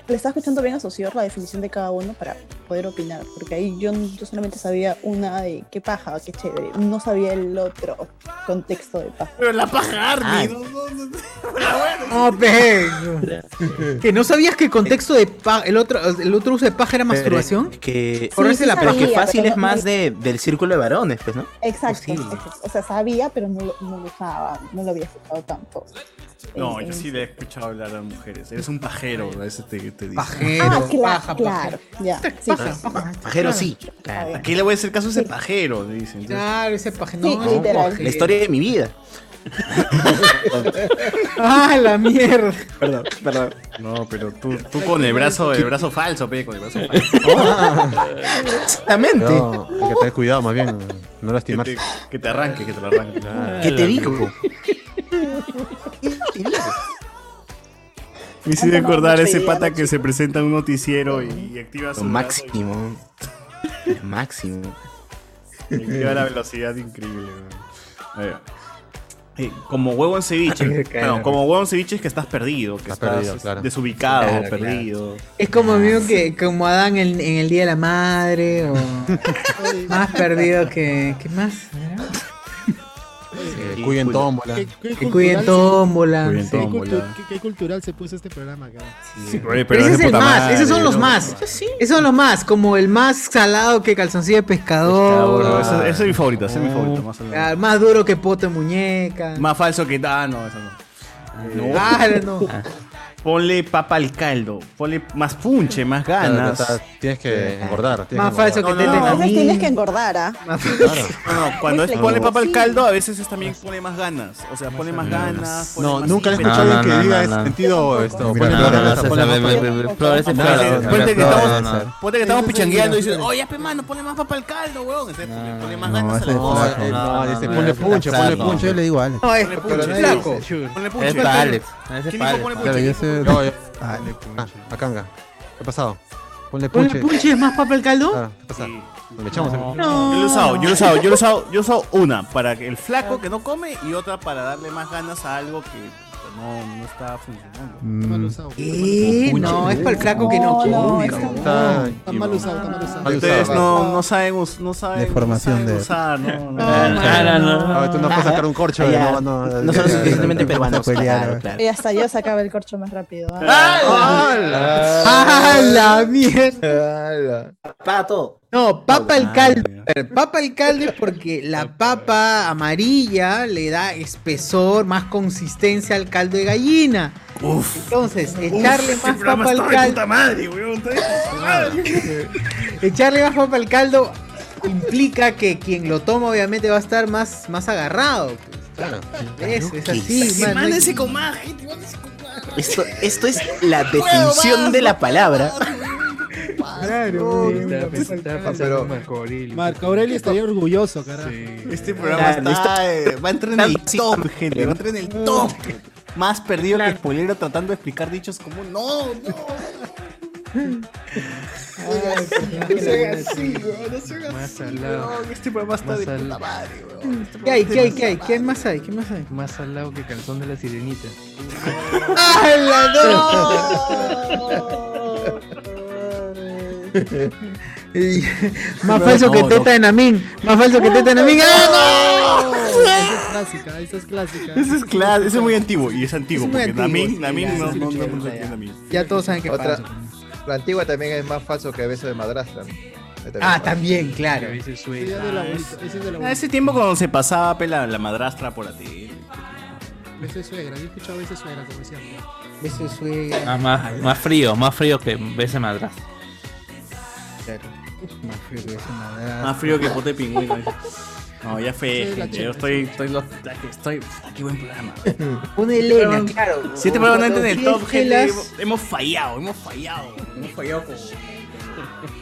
S7: le estaba escuchando bien a Socior la definición de cada uno para poder opinar, porque ahí yo, yo solamente sabía una de qué paja, qué chévere, no sabía el otro contexto de paja.
S3: Pero la paja
S7: Ah.
S3: Army, no, no, no,
S1: No, pe. Ah, ¿Que no sabías que el contexto de paja, el otro, el otro uso de paja era masturbación?
S10: Que,
S1: Correrse la
S10: pero que
S1: paja.
S10: fácil
S1: Pero
S10: es
S1: no-
S10: más de, del círculo de varones, pues, ¿no?
S7: Exacto, exacto. o sea, sabía, pero no lo, no lo usaba, no lo había escuchado tanto. Este,
S3: No,
S7: En-
S3: yo
S7: en-
S3: sí le he escuchado hablar a mujeres. Eres un pajero, a veces te, te dicen.
S7: Ah, cla- claro, ya. sí,
S3: paja,
S7: sí.
S3: Pajero sí. ¿A qué le voy a hacer caso a ese pajero? Le dicen.
S1: Claro, ese paja.
S7: Sí,
S1: No,
S7: literal.
S1: paja.
S10: La historia de mi vida.
S1: ¡Ah, la mierda!
S3: Perdón, perdón. No, pero tú, tú con el brazo, el brazo falso, pe, con el brazo falso.
S10: Exactamente.
S2: No, hay que tener cuidado más bien, no lastimarse.
S3: Que te arranque, que te lo arranque.
S2: Ah,
S10: ¿Qué te
S2: la
S10: digo?
S2: mierda.
S3: Me hiciste acordar a ese pata que se presenta en un noticiero y, y activa su
S10: Lo máximo. Lo máximo.
S3: brazo y activa la velocidad increíble. weón. A ver. Eh, Como huevo en ceviche. Bueno, como huevo en ceviche es que estás perdido, que estás,
S2: perdido, claro.
S3: desubicado,
S2: Claro, claro.
S3: perdido.
S1: Es como amigo que como Adán en, en el Día de la Madre o más perdido que ¿qué más?
S2: Que cuiden tómbola.
S11: ¿Qué- qué
S1: Que
S11: cultural
S1: cuiden
S11: se-
S1: tómbola.
S2: Cuiden
S11: ¿Qué, cultu-
S2: tómbola.
S11: qué- qué cultural se puso este programa, cara.
S1: Pero, ese es el más, esos son los más. Esos son los más, como el más salado que calzoncillo de pescador.
S3: Bueno, ese, ese es mi favorito, ese es mi favorito. Más,
S1: Ah, más duro que poto de muñeca.
S3: más falso que. Ah, no, eso no. No.
S1: Ah, no.
S3: Ponle papa al caldo, ponle más punche, más ganas.
S2: Claro, está- tienes que engordar. tienes
S1: Más falso que
S3: No, no,
S1: tete
S3: no.
S1: en
S7: A
S1: la
S7: veces
S1: mil.
S7: tienes que engordar, ¿ah?
S3: No, no, cuando
S7: Muy
S3: es ponle papa al
S7: flexible.
S3: caldo, a veces es también pone más ganas. O sea, pone más ganas. pone
S2: No,
S3: más
S2: nunca le he
S3: ímpetu.
S2: escuchado a alguien que
S14: no,
S2: diga
S14: no,
S2: ese
S14: no.
S2: sentido. Esto,
S14: Mira,
S2: ponle
S14: no, no,
S2: más
S14: no,
S2: ganas,
S14: se-
S2: ponle
S14: se-
S2: más
S14: se-
S2: ganas.
S14: se- flores en
S2: No,
S14: flores,
S2: no,
S14: no,
S2: ponle
S14: no,
S2: que
S14: no,
S2: estamos-
S14: no, no.
S3: Ponte que estamos
S2: Ese es el
S3: pichangueando y dices,
S2: gracioso.
S3: oye, pe mano, ponle más papa al caldo, weón. Entonces, ponle- ponle más
S2: no,
S3: ganas a
S2: ese
S3: la
S2: es
S3: cosa.
S2: flaco.
S3: No,
S2: No,
S3: no,
S2: ese
S3: no,
S2: ponle
S3: no,
S2: punche,
S3: no,
S2: ponle
S3: no.
S2: punche.
S5: Yo le digo a Alex.
S1: No, es
S3: Ponle
S1: pero
S3: punche,
S1: no
S3: flaco.
S1: dice.
S3: Ponle punche.
S14: Es para Alex. Ese es
S3: ¿Quién
S14: para
S3: dijo
S14: Alex.
S3: ponle
S2: Claro, yo
S3: punche?
S2: sé. No, yo- Ah, Acanga. ¿Qué ha pasado? Ponle
S1: ¿Ponle
S2: punche.
S1: punche es más papa al caldo?
S2: Claro, ¿Qué pasa? Le echamos el-
S3: Yo lo he usado, yo lo he usado, yo lo he usado, yo he usado una para que el flaco que no come y otra para darle más ganas a algo que pues, no, no está funcionando.
S11: Mal usado.
S1: Mm. ¿Qué? No, es para el flaco que no.
S7: No, no,
S1: come.
S7: es
S2: Está-
S11: Está mal usado, está mal usado.
S2: Mal
S3: Ustedes
S2: usado.
S3: no, no saben, us- no saben,
S5: Deformación
S3: no
S5: de- Ah,
S3: saben usar, no, no.
S14: Claro, no.
S2: Ah, tú no puedes sacar un corcho.
S10: Ah, ya.
S2: No, no, no,
S10: No son
S2: ya, ya,
S10: suficientemente
S2: ya, ya,
S10: peruanos.
S2: ya, ya, ya,
S10: Claro,
S2: ya.
S10: claro.
S7: Y hasta yo sacaba el corcho más rápido. ¿ah?
S1: ¡Ah, la mierda!
S4: Ala.
S10: Para todo.
S1: No, papa al caldo. A ver, Papa al caldo es porque la papa amarilla le da espesor, más consistencia al caldo de gallina. Entonces, echarle
S3: este
S10: este
S1: más papa al caldo,
S3: madre, weón.
S1: echarle más papa al caldo implica que quien lo toma obviamente va a estar más, más agarrado.
S2: Claro.
S1: pues. Eso, es
S10: que
S1: así,
S10: sí,
S1: man, no hay-
S3: comaje,
S10: Esto, esto es la definición de la palabra.
S1: Claro,
S12: Sí, estaba pens- estaba pensando en Marco Aurelio.
S11: Marco Aurelio estaría orgulloso, carajo.
S3: Este programa
S10: Claro,
S3: está, eh, va a entrar en el top, gente. Va a entrar en el top. Más perdido que Polero tratando de explicar dichos como no, no.
S12: Más salado.
S3: Este programa está
S12: Más
S3: de
S12: al-
S3: puta madre, weón. Este
S1: ¿Qué hay?
S3: programa
S1: ¿Qué hay?
S3: está
S1: ¿Qué hay? ¿Qué más hay? ¿Qué más hay?
S12: Más salado que calzón de la sirenita.
S1: Y- más falso que
S3: no,
S1: teta de Namín. Más falso que teta de Namín. ¡Ah, no!
S11: Esa es clásica, esa es clásica.
S3: Ese es clas- ese es muy antiguo y es antiguo
S1: Es muy
S3: porque
S1: antiguo,
S3: Namin,
S1: sí,
S3: Namin
S1: ya,
S3: no,
S1: sí,
S3: no, no,
S1: sí,
S3: no
S1: sí,
S3: sé quién es Namin.
S1: Ya todos saben qué
S4: Otra-
S1: pasa.
S4: La antigua también es más falso que beso de madrastra. ¿no? Ahí
S1: Ah,
S4: falso.
S1: también, claro.
S12: Que dice
S11: Ese es
S12: suelta.
S11: del abuelito, ese es del
S3: A
S11: abuelito.
S3: Ah, ese tiempo cuando se pasaba pela la madrastra por la tele.
S11: Ese es suegra, yo he escuchado a veces suegra, como decían.
S1: Beso de suegra.
S14: Ah, más, más frío, más frío que ese madras.
S1: Más frío que beso de madrazo.
S3: Más frío que pote de pingüino. dice. No, ya fue,
S11: Sí,
S3: gente.
S11: la
S3: Yo
S11: chévere.
S3: estoy, estoy, los- la que estoy. puta, Qué buen programa.
S1: Una Elena, claro.
S3: Si este programa no entra en el
S1: Cuando
S3: top, gente,
S1: tienes
S3: hemos, hemos fallado, hemos fallado. Hemos fallado como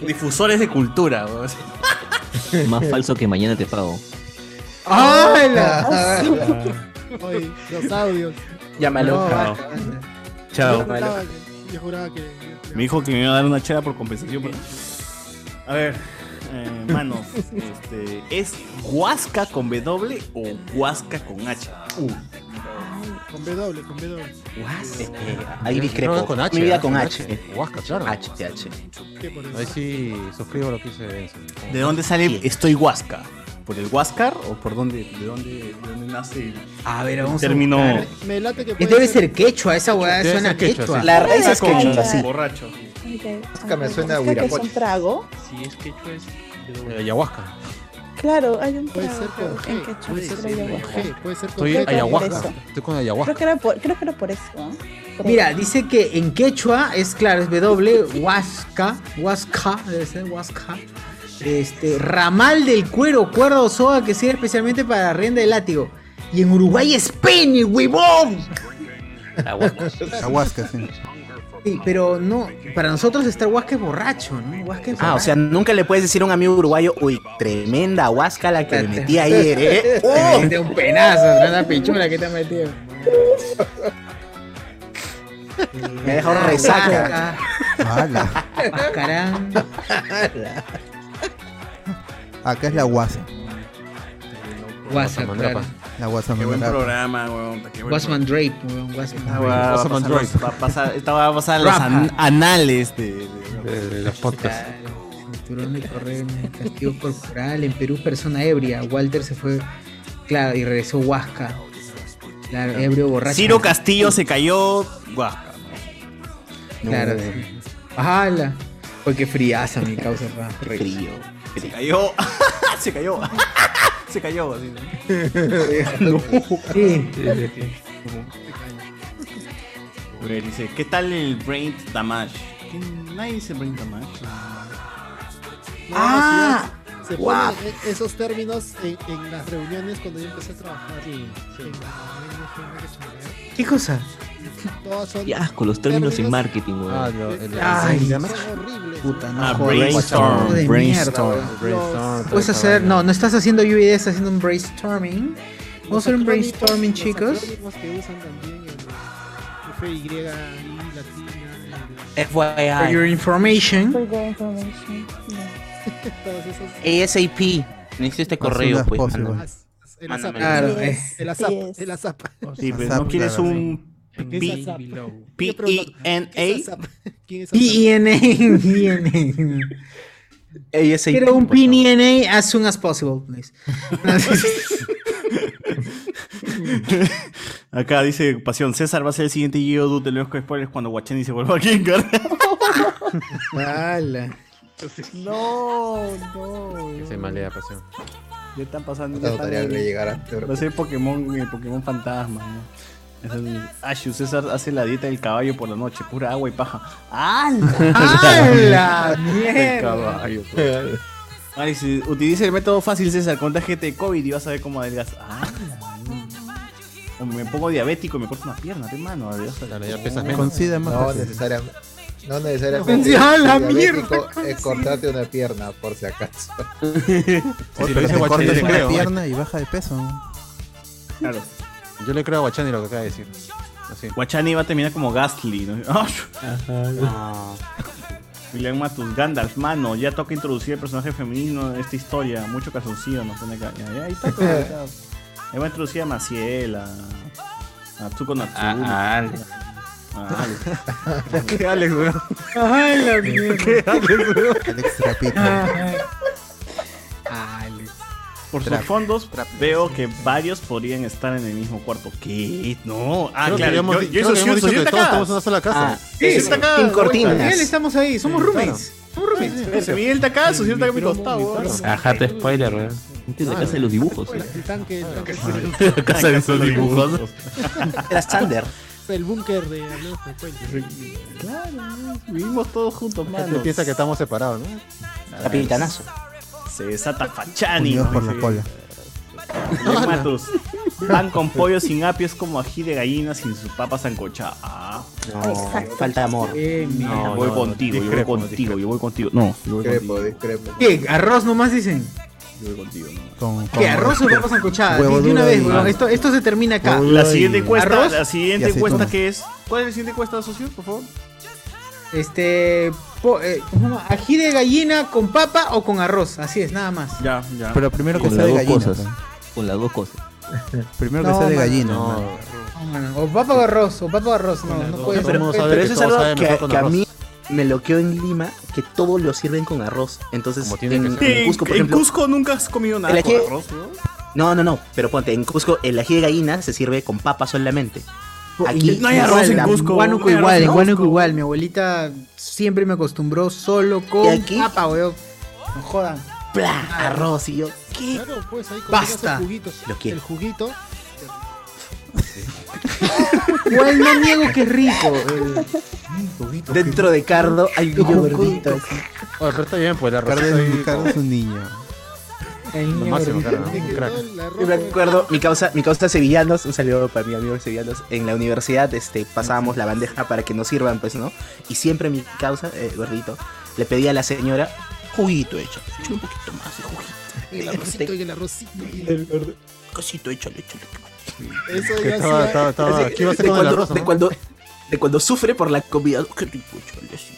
S3: difusores de cultura. weón.
S16: Más falso que mañana te pago.
S1: ¡Hala!
S11: Ah. Oye, los audios. ah,
S10: Llámalo.
S1: No,
S14: Chao.
S1: basta, basta.
S14: Chao.
S11: Yo juraba que- yo juraba que.
S3: Me dijo que me iba a dar una chela por compensación. pues. pero- A ver, eh, mano, este, ¿es Huasca con W o Huasca con H?
S11: Con B doble, con B doble.
S10: Este, ahí
S2: No,
S10: discrepo.
S2: con H,
S10: Mi vida
S2: ¿eh?
S10: con H.
S2: Huasca, claro.
S10: H, T, H.
S11: ¿Qué por eso?
S2: Ahí sí suscribo lo que dice Benson.
S3: ¿De dónde sale Estoy Huasca? ¿Por el Huáscar o por dónde, de dónde, de dónde nace el
S1: A ver, vamos a
S3: término?
S1: buscar.
S11: Me late que
S1: Y
S11: puede
S1: debe
S11: ser-
S1: ser quechua, esa weá
S2: Debe
S1: suena
S2: ser quechua,
S1: quechua.
S2: sí.
S10: La raíz es
S7: Con-
S10: concha, sí.
S3: Borracho.
S4: que me suena a
S7: Es que es
S4: huiracocha.
S7: un trago.
S12: Si es quechua es
S2: Eh, Ayahuasca.
S7: Claro, hay un
S11: Puede
S7: trago
S11: ser con
S7: creo, en
S11: G.
S7: quechua.
S11: Puede
S7: creo que
S11: ser con
S7: ayahuasca.
S11: G. Puede ser con
S2: Estoy
S11: G.
S2: ayahuasca.
S7: regreso.
S2: Estoy con
S7: Creo
S2: ayahuasca.
S7: que era por, creo que era por eso. ¿eh? ¿no? Por
S1: Mira,
S7: ahí.
S1: dice que en quechua es claro, es W, Huasca, Huasca, debe ser Huasca. Este, ramal del cuero, cuerda o soga que sirve especialmente para la rienda del látigo. Y en Uruguay es pene, huevón.
S5: Aguasca, sí.
S1: Sí, pero no, para nosotros estar Huasca es borracho, ¿no? Huasca es
S10: Ah, o sea, nunca le puedes decir a un amigo uruguayo, uy, tremenda huasca la que me metí ayer, ¿eh?
S1: Te mete un penazo, una pichula que te ha metido.
S10: Me ha dejado resaca.
S5: Ala.
S1: Caramba.
S5: Acá es la guasa.
S1: Guasa, claro.
S5: La guasa
S3: Qué buen
S5: mandrapa.
S3: programa, weón. puta, qué buen
S1: Wasman Drape, weón.
S3: Ah,
S1: Wasman
S3: weón, va a
S1: Drape.
S3: pasar los- va a pasar- Esta va a pasar los
S1: Rapa.
S3: an- anales de, los podcasts.
S1: Cinturón de correr, castigo corporal. En Perú, persona ebria. Walter se fue, claro, y regresó Huasca. Claro, ebrio, borracho.
S3: Ciro Castillo se cayó. Huasca.
S1: Claro.
S3: No.
S1: sí. Ala. Porque friaza mi causa, pa. Frío.
S3: Se cayó. se cayó. se cayó. Así.
S1: No. Sí.
S3: Gabriel dice, ¿qué tal el Brain Damage? ¿Quién- Nadie dice Brain Damage.
S11: No,
S3: Ah,
S11: sí, se
S3: guau.
S11: ponen e- esos términos en, en las reuniones cuando yo empecé a trabajar. En la- en la firma que chambeé.
S1: ¿Qué cosa?
S11: Todas son
S16: Qué asco, los términos en marketing, weón.
S11: Ah, lo- el-
S1: Ay,
S11: son
S1: no.
S11: horribles.
S5: Puta,
S16: no Ah, jodas. brainstorm,
S1: Guachamole de
S16: brainstorm,
S1: mierda, weón.
S16: brainstorm,
S1: Puedes
S16: todo
S1: hacer, no, no estás haciendo UID, estás haciendo un brainstorming. Vamos a hacer un brainstorming,
S11: Los
S1: chicos.
S11: acrónimos que usan también el FY, I, latina,
S1: For your
S10: FYI.
S1: information.
S11: el- todos esos.
S10: ASAP. Necesito este correo,
S5: Basura
S10: pues.
S5: possible.
S10: mándame.
S11: El ASAP.
S1: Claro,
S11: el,
S1: eh.
S11: el ASAP. El ASAP.
S3: Sí, pero
S5: Zap,
S3: no quieres
S5: claro,
S3: un
S11: ¿Qué es
S3: P-
S11: ASAP? Yo
S10: E
S11: pregunto, ¿qué es
S3: P-I-N-A.
S11: ASAP? ¿Quién es ASAP?
S1: INA. INA.
S10: ASAP.
S1: Quiero un
S10: por favor.
S1: PNA as soon as possible, please.
S3: Acá dice Pasión, César va a ser el siguiente Geodude de los spoilers cuando Guachani se vuelva a Gengar.
S1: Ala.
S3: No, no.
S2: Que se malea, pasión.
S3: Ya están pasando.
S4: Esta tarea debe llegar antes.
S3: Va a ser Pokémon, eh, Pokémon Fantasma. ¿no? Es el- Ashu, César hace la dieta del caballo por la noche, pura agua y paja.
S1: ¡Hala!
S3: El
S1: ¡Mierda!
S3: caballo, pues. Ah, dice, utiliza el método fácil, César. Contágete de COVID y vas a ver cómo adelgazas. ¡Ah! O me pongo diabético y me corto una pierna, hermano. Adiós.
S2: ya pesas
S5: Considera más
S4: No
S5: fácil.
S4: necesariamente. No necesariamente.
S1: Sí, a la
S4: El diabético
S1: mierda,
S4: Es cortarte una pierna, por si acaso.
S2: Si lo
S5: Pero
S2: dice
S5: te
S2: Guachani,
S5: cortas
S2: le
S5: una
S2: creo.
S5: pierna y baja de peso.
S3: Claro.
S2: Yo le creo a Guachani lo que acaba de decir. Así. Ah,
S3: Guachani va a terminar como Gastly. ¿no?
S10: Ah.
S3: William Matus, Gandalf, mano. Ya toca introducir el personaje femenino en esta historia. Mucho calzoncillo nos pone acá. Ya, ya, ahí está. como acá. Ahí va a introducir a Maciel, a, a Tsuko
S14: A-
S3: Natsume.
S14: a Alex.
S3: A Alex.
S2: ¿Qué Alex, weón?
S1: ¡Hala, mierda!
S5: Alex Trapito.
S1: Alex.
S3: Por sus
S5: Trap.
S3: fondos veo que varios podrían estar en el mismo cuarto. ¿Qué? No. Ah,
S2: Creo que
S3: claro.
S2: habíamos-
S3: Yo,
S2: creo
S3: yo
S2: que
S3: soy-
S2: habíamos
S3: soy
S2: dicho que
S3: de
S2: todos
S3: acá. Ah,
S2: estamos en una sola casa.
S3: Sí, soy de acá.
S10: Sin cortinas.
S1: Él estamos ahí, somos roommates. Somos roommates.
S3: Se veía el de acá, soy el de acá a mi costado. weón.
S14: Ajate spoiler, weón.
S16: Gente Ah,
S10: Ah,
S16: de la casa de los dibujos.
S10: pues,
S16: eh.
S11: El tanque, el tanque.
S14: La casa Ah, de sus dibujos.
S10: Era Sander.
S11: El búnker de Alejo Cuello.
S3: Claro, vivimos todos juntos,
S2: La gente
S3: mano.
S2: piensa que estamos separados, ¿no?
S10: Capitanazo.
S3: Se desata Fachani.
S5: Unidos
S3: ¿no?
S5: por la
S3: Dice-
S5: cola.
S3: Le Matus. Pan con pollo sin apio es como ají de gallina sin su papa sancochada. Ah, Eh,
S7: Exacto.
S10: Falta de amor.
S3: yo voy contigo, yo voy contigo, yo voy contigo. No, yo voy contigo,
S4: Discrepo, discrepo.
S1: ¿Qué? ¿Arroz nomás dicen?
S3: yo voy contigo. no.
S5: Con, con-
S1: ¿Qué? ¿Arroz o papas ancochadas?
S5: Huevo
S1: De de una
S5: duro
S1: vez,
S5: y-
S1: weón. Esto, esto se termina acá.
S3: La siguiente encuesta,
S1: ¿Arroz?
S3: la siguiente
S5: Y aceitunas.
S3: encuesta que es. ¿Cuál es la siguiente encuesta, socio? Por favor.
S1: Este. po- eh, ¿cómo se llama? Ají de gallina con papa o con arroz. Así es, nada más.
S3: Ya, ya.
S5: Pero primero que
S16: Con las
S5: sea de
S16: dos
S5: gallina.
S16: cosas.
S5: pues.
S16: Con las dos cosas.
S5: Primero que
S1: No,
S5: sea de
S1: mano,
S5: gallina.
S2: no.
S5: mano.
S1: No, mano, O papa o arroz, o papa o arroz. No, no puede
S2: Todo el
S1: ser.
S2: mundo sabe
S10: Pero
S2: que
S10: eso es
S2: todo
S10: algo
S2: sabe
S10: que,
S2: mejor con
S10: que a
S2: arroz.
S10: mí me loqueó en Lima, que todo lo sirven con arroz. Entonces,
S2: Como tiene
S10: en,
S2: que ser.
S10: en Cusco, por ejemplo.
S3: nunca has comido
S10: el ají-
S3: ¿no?
S10: No, no, no. Pero ponte, en Cusco el ají de gallina se sirve con papa solamente. Aquí
S3: No hay arroz
S10: igual,
S3: en
S10: la-
S3: Cusco. no
S1: Huánuco
S3: hay arroz
S1: igual,
S3: en
S1: en Huánuco
S3: Cusco.
S1: igual. Mi abuelita siempre me acostumbró solo
S10: ¿Y
S1: con
S10: aquí?
S1: papa, weón. No jodan.
S10: ¡Pla! Arroz y yo. ¿Qué?
S11: Claro, pues ahí combinas
S1: Basta.
S11: el juguito.
S10: Lo quiero.
S11: El juguito.
S1: Igual no niego que es rico. eh.
S10: Dentro de cardo hay un guillo
S1: Cusco.
S10: verdito. así.
S2: Oh, el resto bien, pues el arroz.
S5: Carlos,
S2: está ahí
S5: Carlos es
S2: como-
S5: un niño.
S1: El niño
S10: máximo,
S1: gordito.
S10: claro, un
S1: crack.
S10: Yo me acuerdo, mi causa, mi causa sevillanos, un saludo para mis amigos sevillanos, en la universidad este, pasábamos la bandeja para que nos sirvan, pues, ¿no? Y siempre mi causa, eh, gordito, le pedía a la señora juguito hecho, échale un poquito más de juguito.
S11: Y el arrocito, y el arrocito. y el-
S10: El cosito, échale, échale.
S11: Eso
S10: Que
S11: yo
S10: estaba-
S11: hacía-
S10: estaba- estaba-
S11: Así-
S10: ¿qué iba a hacer
S11: de
S10: con el
S11: cuando-
S10: arroz,
S11: de
S10: no?
S11: cuando-
S10: De cuando sufre por la comida, qué rico, échale, sí.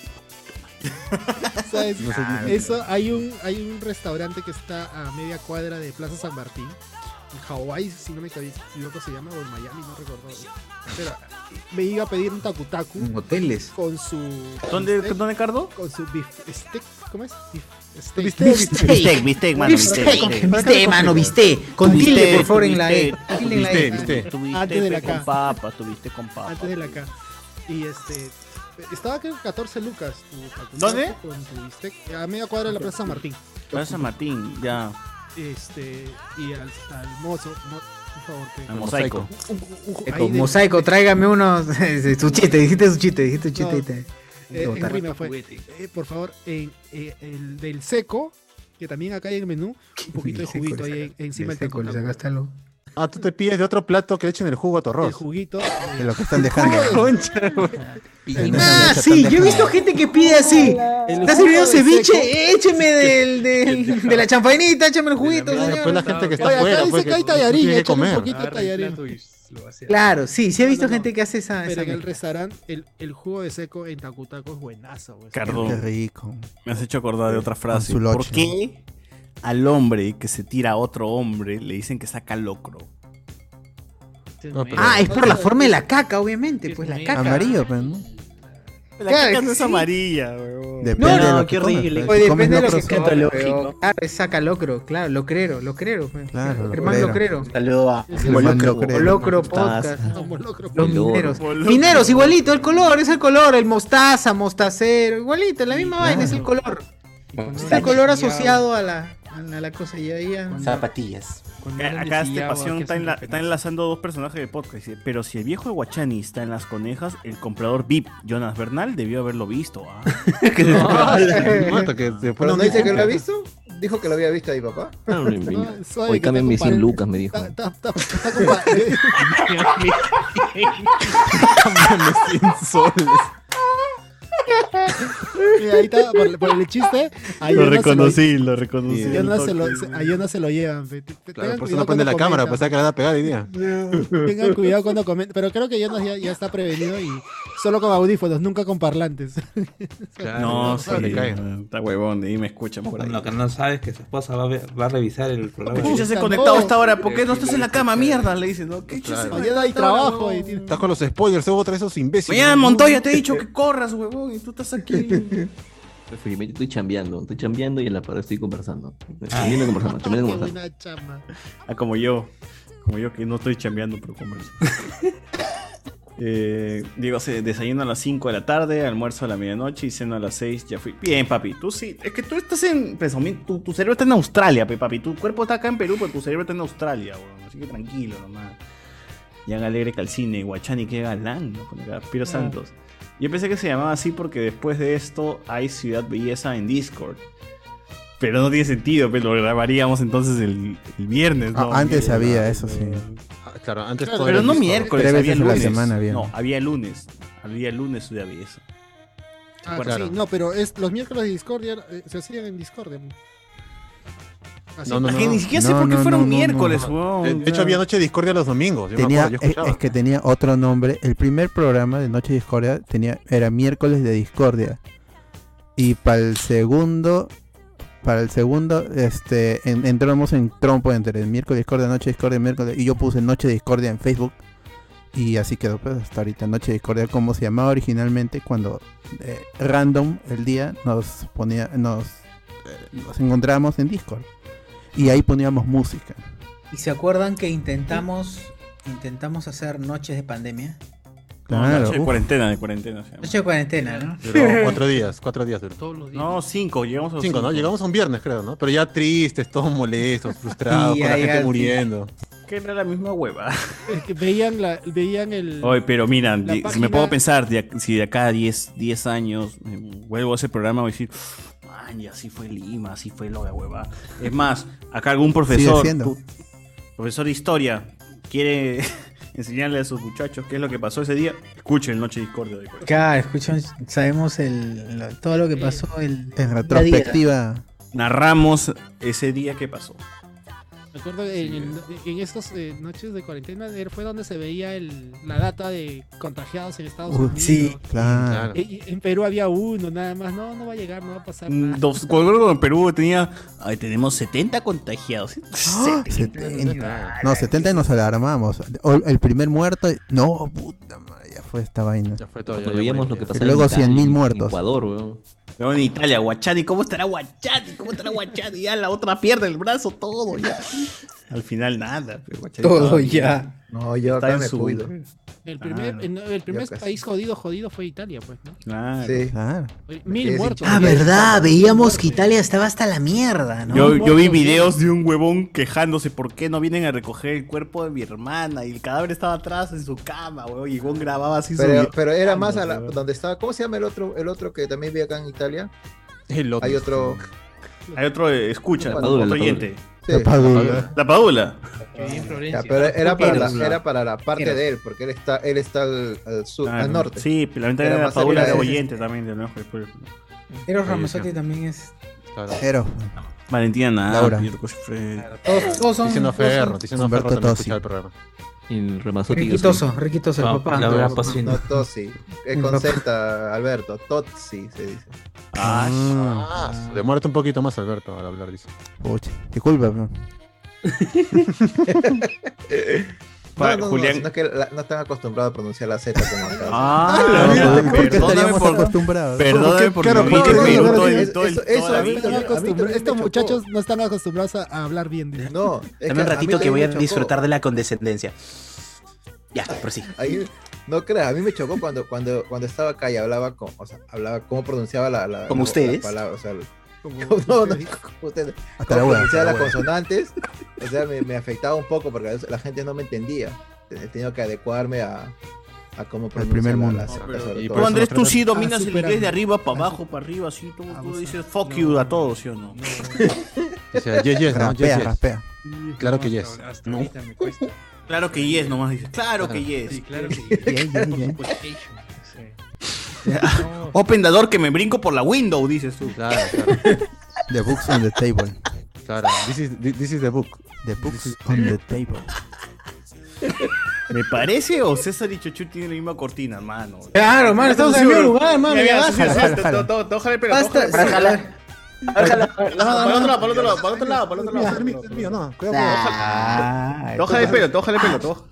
S11: ¿sabes?
S10: No sé, no.
S11: Eso, hay un, hay un restaurante que está a media cuadra de Plaza San Martín. En Hawái, si no me caí, loco se llama, o en Miami, no recuerdo. Pero me iba a pedir un tacu tacu.
S1: Moteles.
S11: Con su.
S3: ¿Dónde-
S11: bistec-
S3: dónde, Cardo?
S11: Con su bistec. ¿Cómo es? Bistec.
S1: Bistec, bistec, bistec, mano, bistec, bistec. Bistec, mano, bistec. Con tilde,
S3: Bistec,
S1: por favor, en la E.
S3: bistec,
S1: Tilde en la E.
S3: bistec, bistec. Tuviste
S11: Antes de la
S3: con
S11: K.
S3: papa, tuviste con papa.
S11: Antes de la K. Y este. Estaba creo que 14 lucas. Tu tacu
S3: ¿Dónde?
S11: tacu Con tu bistec. A media cuadra de la Plaza San Martín.
S3: Plaza San Martín, ya.
S11: Este. Y al, al mozo. mo- por favor, que.
S3: Al mosaico.
S11: Un- un- un-
S1: Eco,
S11: ahí de-
S1: mosaico, tráigame unos. tu chiste, dijiste su chiste, dijiste su chiste. y te-
S11: Eh,
S1: te
S11: en
S1: botaron.
S11: rima fue. Eh, por favor, en, eh, el del seco, que también acá hay en el menú, un poquito de
S1: Del seco,
S11: juguito
S1: le
S11: ahí en- encima del
S2: Este,
S11: taco. taco.
S2: Ah, tú te pides de otro plato que le echen el jugo a tu arroz. El
S11: juguito.
S5: De lo que están dejando.
S2: Concha, güey.
S1: Ah, sí, yo he visto gente que pide así. Está sirviendo ceviche, écheme del, del- de la champainita, écheme el juguito,
S2: Después la
S1: señor.
S2: gente que está
S11: Oye, acá
S2: afuera,
S11: dice
S2: pues,
S11: que hay
S2: tú- tú
S11: tallarín,
S2: tienes que
S11: échale un
S2: comer.
S11: poquito de tallarín.
S1: Claro, sí, sí he visto gente que hace esa.
S11: Pero
S1: esa
S11: en el
S1: mezcla.
S11: restaurante, el, el jugo de seco en Takutaco es buenazo. güey.
S3: Cardo.
S5: Qué rico.
S3: Me has hecho acordar de otra frase.
S5: Con su
S3: ¿Por
S5: loche.
S3: qué al hombre que se tira a otro hombre le dicen que saca locro?
S1: Ah, es por la forma de la caca, obviamente, pues la caca.
S5: Amarillo, pero ¿no?
S3: La
S1: Claro,
S3: caca no es
S1: sí.
S3: amarilla, weón.
S5: Depende
S1: no,
S5: de lo
S1: no,
S5: que comes, pues.
S1: Oye,
S5: Si comes
S1: depende de lo
S5: locro,
S1: que
S5: sí.
S1: comas, pero, Claro, es saca locro, claro, locrero, locrero. pues.
S5: Claro,
S1: Hermano
S5: locrero.
S1: locrero.
S10: Saludo a
S5: El Molocro.
S1: Molocro, Molocro podcast.
S11: No, molocro.
S1: Los mineros. Mineros, igualito, el color, es el color, el mostaza, mostacero, igualito, la misma vaina, es el color. Es el color asociado a la, a la cosa. Y ahí ya-
S10: Zapatillas.
S3: Acá- Acá este pasión está, enla- está enlazando dos personajes de podcast. Dice, Pero si el viejo de Guachani está en las conejas, el comprador VIP, Jonas Bernal, debió haberlo visto. ¿ah?
S2: Mata, que se
S4: ¿Pero
S2: fueron
S4: no dice
S2: de-
S4: que lo ha visto? Dijo que lo había visto ahí,
S16: Ah,
S4: papá.
S11: Suave,
S16: Hoy
S11: que
S16: cámbiame
S11: está
S16: 100
S11: compadre.
S16: lucas, me dijo.
S11: Está- está- está- está compadre.
S2: Cámbiame 100 soles.
S11: Mira, ahí está, por, por el chiste. a
S3: Lo
S11: Jonas se
S3: reconocí, lo reconocí.
S11: A Jonas se lo, se- a Jonas se lo llevan. fe. Te- te-
S2: Claro,
S11: tengan
S2: por eso
S11: cuidado
S2: no prende la
S11: cuando
S2: cámara,
S11: comentan.
S2: pues que la van a pegar hoy día.
S11: Tengan cuidado cuando comenten. Pero creo que Jonas ya, ya está prevenido y solo con audífonos, nunca con parlantes.
S3: Ah, No, sí,
S2: le caigan.
S3: está huevón, y me escuchan por ahí.
S14: Lo que no sabes es que su esposa va a, ver- va a revisar el programa.
S3: Chucha, se ha conectado hasta ahora, ¿por qué no
S16: Eh,
S3: estás en la cama? Mierda, le dicen, ¿no? ¿Qué chucha se
S2: Claro.
S11: Mañana hay
S3: conecta ahora,
S11: trabajo.
S3: huevón?
S11: y tiene-
S2: Estás con los spoilers, luego traes esos imbéciles.
S3: Mañana Montoya te he dicho que corras, huevón, y tú estás aquí.
S16: Felizmente estoy chambeando, estoy chambeando y en la pared estoy conversando.
S14: Ah,
S16: Chambeando y conversando,
S11: Qué
S16: chambeando y conversando.
S11: buena chamba.
S3: Ah, como yo. Como yo que no estoy chambeando, pero converso. Eh, Diego se desayuno a las 5 de la tarde, almuerzo a la medianoche y cena a las 6. Ya fui. Bien, papi. Tú sí. Es que tú estás en. presumiendo- tu, tu cerebro está en Australia, pe, papi. Tu cuerpo está acá en Perú, pero tu cerebro está en Australia, weón. Así que tranquilo nomás. Yan Alegre Calcine, Guachani, qué galán, ¿no? Pone acá, Piro
S11: Ah.
S3: Santos. Yo pensé que se llamaba así porque después de esto hay Ciudad Belleza en Discord. Pero no tiene sentido, pero lo grabaríamos entonces el, el viernes, ¿no?
S5: Ah, antes
S3: Mierda.
S5: había eso, sí.
S2: Ah, Claro, antes
S3: Claro,
S2: todo
S3: pero
S2: era
S3: no
S2: listo.
S3: miércoles,
S5: Tres
S3: había
S5: veces a la
S3: lunes.
S5: semana había.
S3: No, había lunes. Había lunes Ciudad Belleza.
S11: Ah,
S3: Bueno,
S11: sí, no, pero es, los miércoles de Discordia eh, se hacían en Discordia. Así.
S2: No, no,
S3: Es
S2: no.
S3: que ni siquiera sé por qué
S5: no,
S3: fueron
S5: no, no,
S3: miércoles,
S5: no.
S3: weón.
S2: De, de hecho, había Noche de Discordia los domingos. Yo me
S5: Tenía,
S2: acuerdo, yo
S5: es,
S2: escuchaba.
S5: es que tenía otro nombre. El primer programa de Noche Discordia tenía, era miércoles de Discordia. Y para el segundo, para el segundo, este, en- entramos en trompo entre el miércoles Discordia, Noche Discordia, miércoles. Y yo puse Noche Discordia en Facebook. Y así quedó pues hasta ahorita Noche Discordia, como se llamaba originalmente, cuando eh, random el día nos ponía, nos, eh, nos encontrábamos en Discord. Y ahí poníamos música.
S8: ¿Y se acuerdan que intentamos intentamos hacer noches de pandemia?
S5: Claro,
S3: noche de
S5: uf.
S3: cuarentena, de cuarentena. se llama.
S8: Noche de cuarentena, ¿no?
S2: Duró cuatro días, cuatro días duró.
S3: No, cinco, llegamos a los
S2: Cinco, ¿no? Llegamos a un viernes, creo, ¿no? Pero ya tristes, todos molestos, frustrados,
S3: Sí,
S2: con la
S3: ahí
S2: gente
S3: al-
S2: muriendo.
S3: Que era la misma hueva.
S11: Es que veían, la, veían el.
S3: Oye, pero mira,
S11: La
S3: di- si
S11: página-
S3: me puedo pensar, de ac- si de acá a 10, 10 años eh, vuelvo a ese programa, voy a decir, "Uf, man, y así fue Lima, así fue lo de hueva. Es más, acá algún profesor,
S5: Sigue siendo.
S3: tu- profesor de historia, quiere enseñarle a sus muchachos qué es lo que pasó ese día. Escuchen Noche Discordia de colegio.
S8: Claro, escuchan, sabemos el, lo- todo lo que pasó el,
S5: en
S3: Narramos ese día que pasó.
S11: Recuerdo en, en, en estas eh, noches de cuarentena era- fue donde se veía el- la data de contagiados en Estados
S5: Uy,
S11: Unidos.
S5: sí,
S2: Ah.
S5: claro.
S11: E- y en Perú había uno, nada más. No, no va a llegar, no va a pasar
S2: Mm.
S11: nada.
S3: Mm, Dos, cuando en Perú tenía, "Ay, tenemos 70 contagiados.
S5: 70. No, 70 nos alarmamos. O- El primer muerto, no, puta madre, ya fue esta vaina. Ya
S16: fue todo, ya, Cuando ya veíamos fue. lo que pasaba
S5: Luego
S16: en Italia,
S5: 100.000
S16: en
S5: muertos.
S16: Ecuador, weón.
S3: Luego en Italia, Guachani, ¿cómo estará Guachani? ¿Cómo estará Guachani? Ya la otra pierde el brazo, todo ya. Al final nada. pero Guachani
S4: Todo
S3: estaba
S4: ya.
S3: bien.
S4: No, yo acá
S3: Está en
S4: me cuido.
S11: El primer,
S3: Claro.
S11: en- el primer
S4: casi.
S11: país jodido, jodido fue Italia, pues, ¿no?
S3: Claro.
S5: Claro.
S11: Mil muertos.
S8: Ah, verdad, veíamos que Italia estaba hasta la mierda, ¿no?
S3: Yo, yo vi videos de un huevón quejándose por qué no vienen a recoger el cuerpo de mi hermana y el cadáver estaba atrás en su cama, huevón. Y el huevón grababa así su
S4: Pero,
S3: video.
S4: pero era más a la-
S3: Huevón.
S4: donde estaba. ¿Cómo se llama el otro, el otro que también vi acá en Italia?
S2: El
S4: Hay otro.
S3: Hay otro, eh, escucha,
S4: La Padula,
S3: otro
S4: la
S3: oyente.
S4: Padula. Sí. La Padula.
S3: La Padula.
S4: Ya, pero era para la,
S3: Era-
S4: era para la parte
S3: era. Ah,
S4: de él, porque él está, él está al, al sur,
S3: Claro.
S4: al norte.
S3: Sí, pero lamentablemente
S4: Era
S3: la
S4: más
S3: Padula
S4: cerca
S3: era
S4: de-
S3: oyente también de Enojo después.
S8: Eros Ramazzotti también es.
S5: Pero.
S3: Valentina Nada,
S5: Laura.
S3: Pirco Cifre.
S8: Todos, todos son.
S2: Diciendo
S8: todos son-
S2: Ferro, diciendo
S5: Humberto
S2: Ferro también
S5: Tozzi.
S2: escuchaba el programa.
S16: Y Ramazotti.
S8: Riquitoso, riquitoso, el
S16: Ah,
S8: papá.
S16: la verdad,
S8: No,
S16: pues, sí.
S4: No, Tozzi. Eh,
S8: El
S4: con
S8: papá.
S4: Z, Alberto. Tozzi se dice.
S2: Ah, su- demórate un poquito más, Alberto, al hablar, dice.
S5: Pucha, disculpa, pero-
S4: No,
S3: Pa-
S4: no, no,
S3: Julián-
S4: sino que la- no están acostumbrados a pronunciar la Z como acá.
S3: Ah, la
S4: No,
S3: mierda,
S4: no,
S3: ¿por
S4: perdóname
S3: qué estaríamos acostumbrados? Perdóname por
S4: claro,
S3: mi
S4: no,
S3: vida,
S4: no,
S3: mi
S4: no,
S3: vida,
S4: no,
S3: todo el-
S4: eso-
S3: todo el-
S4: eso-
S3: toda
S4: eso
S3: la
S4: a mí
S3: vida.
S4: también- a mí
S11: Acostumbra-
S4: también me
S11: Estos
S4: chocó.
S11: muchachos no están acostumbrados a a hablar bien.
S4: No, es
S11: de- Dame
S4: que
S11: un
S4: a mí
S11: ratito que
S4: también
S11: voy
S10: Voy
S11: a
S10: a
S4: me chocó.
S10: disfrutar de la condescendencia. Ya, por sí.
S4: Ahí, no creas, a mí me chocó cuando, cuando, cuando estaba acá y hablaba, con, o sea, hablaba cómo pronunciaba la, la, la-
S10: Como ustedes.
S4: la palabra, o sea, no, no, como ustedes.
S5: Hasta la
S4: Cómo
S5: hueá.
S4: pronunciaba
S5: hasta la
S4: las
S5: hueá.
S4: consonantes, o sea, me, me afectaba un poco porque a veces la gente no me entendía. He tenido que adecuarme a, a cómo pronunciar
S5: primer
S4: la-
S5: mundo.
S4: la
S5: No,
S4: Z,
S5: pero-
S4: sobre
S5: y
S3: Tú,
S4: todo.
S3: pues, Andrés, tú sí dominas
S11: Ah,
S3: el
S11: superando.
S3: inglés de arriba para abajo, para arriba, así. Tú,
S12: Ah,
S3: tú dices fuck you a todos, ¿sí o no?
S2: O sea, yes, yes, ¿no? Yes,
S5: Raspea,
S2: yes.
S5: raspea.
S2: Claro que yes.
S12: Hasta ahorita me cuesta.
S3: Claro que yes, nomás dices. Claro que yes.
S12: Sí, claro que yes.
S5: Yeah, yeah,
S12: Por
S5: yeah.
S12: supuestation, sí. No,
S3: Open the door que me brinco por la window, dices tú.
S2: Claro, claro.
S5: The books on the table.
S2: claro. This is, this is the book.
S5: The books on the table.
S3: ¿Me parece o César y Chochu tienen la misma cortina, mano?
S8: Claro, mano, estamos en el mismo lugar, mano,
S3: Mira,
S8: ya
S3: mira,
S8: bájala,
S3: sí,
S8: jala,
S3: sí,
S8: jala.
S3: todo- todo- todo jala el pelo, todo
S8: Basta,
S3: jala el pelo.
S8: sí,
S3: Para el otro lado, para el otro lado, para el otro lado, para el otro lado.
S2: Es mío, no.
S8: Ah,
S3: Todo jala el pelo, todo jala el pelo, todo.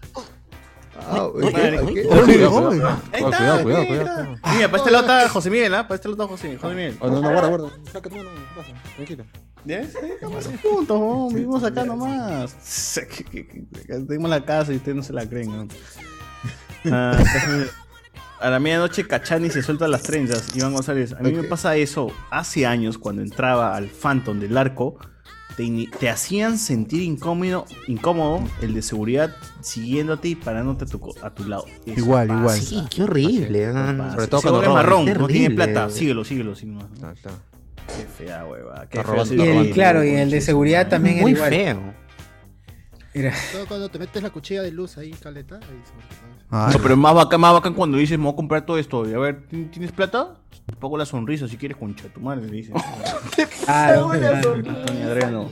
S4: Ah, uy,
S3: Madre,
S4: ay,
S3: uy,
S4: qué-
S2: Cuidado,
S5: Uy, uy.
S2: cuidado,
S3: Ahí
S2: cuidado,
S3: está,
S2: cuidado, cuidado,
S3: ahí está.
S2: cuidado.
S3: Mira, para este lado está José Miguel, ¿ah? Para
S2: Pues
S3: este lado está José Miguel, José Miguel.
S2: Oh, no, no, guarda, guarda. Sácate, no, no, pasa, tranquilo.
S3: ¿Ya? Sí, estamos juntos, vamos, vivimos acá nomás. Tenemos la casa y ustedes no se la creen, ¿no? Ah, a la medianoche Cachani se suelta las trenzas, Iván González. A mí me
S4: Ok.
S3: pasa eso hace años cuando entraba al Phantom del arco. Te, ini- te hacían sentir incómodo, incómodo el de seguridad siguiéndote y parándote a tu, co- a tu lado. Eso
S5: Igual,
S3: pasa,
S5: igual.
S10: Sí, qué horrible.
S3: pasa.
S2: Sobre todo
S3: Ese
S2: cuando
S3: huevón es
S2: roban.
S3: marrón, no tiene
S10: Terrible.
S3: plata. Síguelo, síguelo. sí, no.
S2: Está, está.
S3: Qué fea, hueva. Qué
S2: Está
S3: feo
S2: robando,
S3: ese
S8: Y el-
S3: huevón.
S8: claro, y el de seguridad también era
S10: Muy
S8: igual.
S10: feo.
S8: Era-
S11: Todo cuando te metes la cuchilla de luz ahí, caleta. ahí se-
S5: Ah,
S3: No, pero es más bacán, más bacán cuando dices, me voy a comprar todo esto. Y a ver, ¿tien- ¿tienes plata? Te pago la sonrisa si quieres, concha tu madre, le dices.
S8: Claro, claro.
S3: Tony Adriano.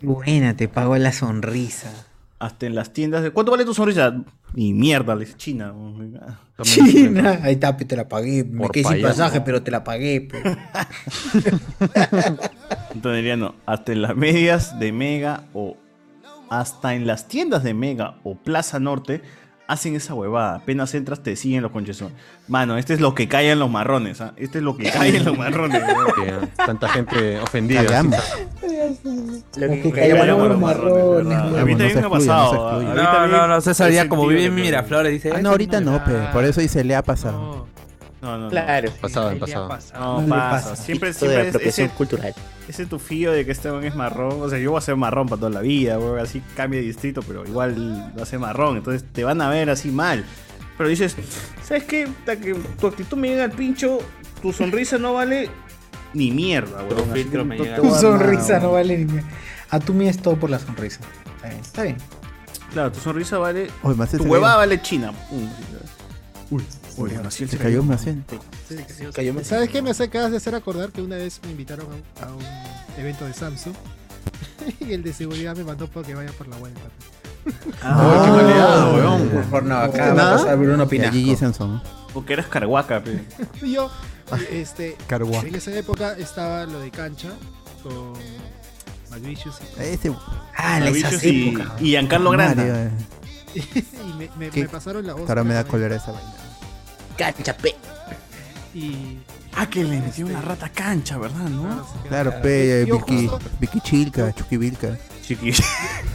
S8: Buena, te pago la sonrisa.
S3: Hasta en las tiendas de. ¿Cuánto vale tu sonrisa? Ni mierda, le dice China.
S1: Ah,
S8: China. Ahí está, pe, te la pagué. Me
S2: Por
S8: quedé sin
S2: payaso.
S8: pasaje, pero te la pagué. pues. pe.
S3: Tony Adriano, hasta en las medias de Mega o. Hasta en las tiendas de Mega o Plaza Norte hacen esa huevada. Apenas entras, te siguen los conchesones. Mano, este es lo que callan los marrones. ¿ah? Este es lo que callan los marrones. huevón.
S2: Que Tanta gente ofendida.
S5: Cagamos.
S8: Lo que
S3: Ahí
S8: caía para
S3: llamaron
S8: los marrones.
S3: los marrones, ¿verdad?
S8: güey.
S3: A mí también me ha
S5: Ah,
S3: pasado. a
S5: No se excluya, no se excluya.
S3: mí
S14: No,
S3: también
S14: no, no, César
S3: he
S14: ya como
S3: sentido
S14: vive en
S3: que-
S14: Miraflores dice.
S5: Ah, no, ahorita no, pe, por eso dice le ha pasado.
S11: No,
S3: No, no, no.
S10: Claro.
S2: Pasado, en
S12: ¿qué le ha
S2: pasado.
S12: pasado?
S3: No,
S8: No le
S3: pasa.
S8: pasa.
S3: Siempre,
S10: Esto de
S3: siempre es-
S10: apropiación
S3: ese,
S10: cultural.
S3: ese tufío de que este man es marrón. O sea, yo voy a ser marrón para toda la vida, güey. Así cambia de distrito, pero igual va a ser marrón. Entonces te van a ver así mal. Pero dices, ¿sabes qué? Puta, que tu actitud me llega al pincho, tu sonrisa no vale. ni mierda,
S14: Tu
S3: weón.
S14: filtro me llega.
S1: Tu sonrisa no vale ni mierda. A tu mía es todo por la sonrisa. Está bien. Está bien.
S3: Claro, tu sonrisa vale.
S5: Uy, Maciel
S3: tu
S5: se
S3: huevada
S5: cayó.
S3: vale China. Pum. Uy, uy, Maciel
S5: Se cayó Maciel.
S3: Cayó Maciel.
S11: ¿Sabes qué me hace- acabas de hacer acordar que una vez me invitaron a un, a un evento de Samsung y el de seguridad me mandó para que vaya por la vuelta.
S3: Ah, qué maleado, weón.
S11: Por favor, no,
S3: acá va a pasar Bruno Pinasco.
S5: Gigi Samson.
S3: Porque eras carhuaca, pe.
S11: Y yo, este,
S5: Carguá.
S11: en esa época estaba lo de cancha con Malvicious. y con-
S5: Ese-
S1: Ah,
S5: la
S3: Mauricius y, y Giancarlo Grande.
S5: Mario,
S11: y me, me-
S5: ¿Qué?
S11: me pasaron la voz.
S5: Ahora me da cólera esa vaina.
S10: Cancha, pe.
S11: Y. Este,
S3: Ah, que le metió una rata cancha, ¿verdad? ¿No?
S5: Claro, pe, eh,
S11: Yo
S5: Vicky,
S11: justo-
S5: Vicky Chilca, Chuquivilca.
S3: Chiqui.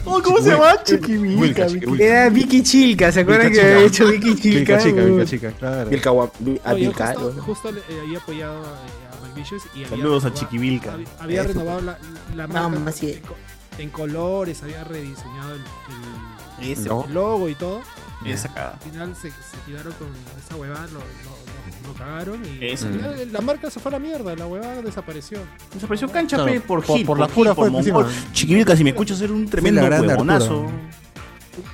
S10: Oh, ¿Cómo se llama? Chiquivilca.
S1: Era Eh, Vicky Chilca, ¿se acuerdan
S10: Vilca
S1: que había
S10: Chica.
S1: hecho Vicky Chilca?
S10: Vilca Chica, Vilca
S1: Uh.
S10: Chica,
S2: claro.
S10: Vilca Guap- Vi- a
S11: No, yo
S10: Vilca,
S11: justo,
S10: ¿no?
S11: justo le eh, había apoyado eh, a Malvicious y había
S3: Saludos a
S11: renovado-
S3: Chiquivilca.
S11: hab- Había
S3: Eso.
S11: renovado la, la
S10: No,
S11: marca
S10: más
S11: en, co- en colores, había rediseñado el, el-
S3: Ese.
S11: el logo y todo.
S3: Y esa cagada.
S11: Al final se, se tiraron con esa huevada, lo, lo- lo- lo cagaron y
S3: Eso.
S11: al final la marca se fue a la mierda, la huevada desapareció.
S3: Desapareció cancha,
S11: Claro,
S3: pe, por
S11: por-
S3: Gil.
S11: por la
S3: Gil,
S11: pura
S3: por
S11: fue encima.
S3: mongol. Chiquivilca, si me escuchas, era un tremendo
S5: la grande
S3: huevonazo.
S5: Arturo.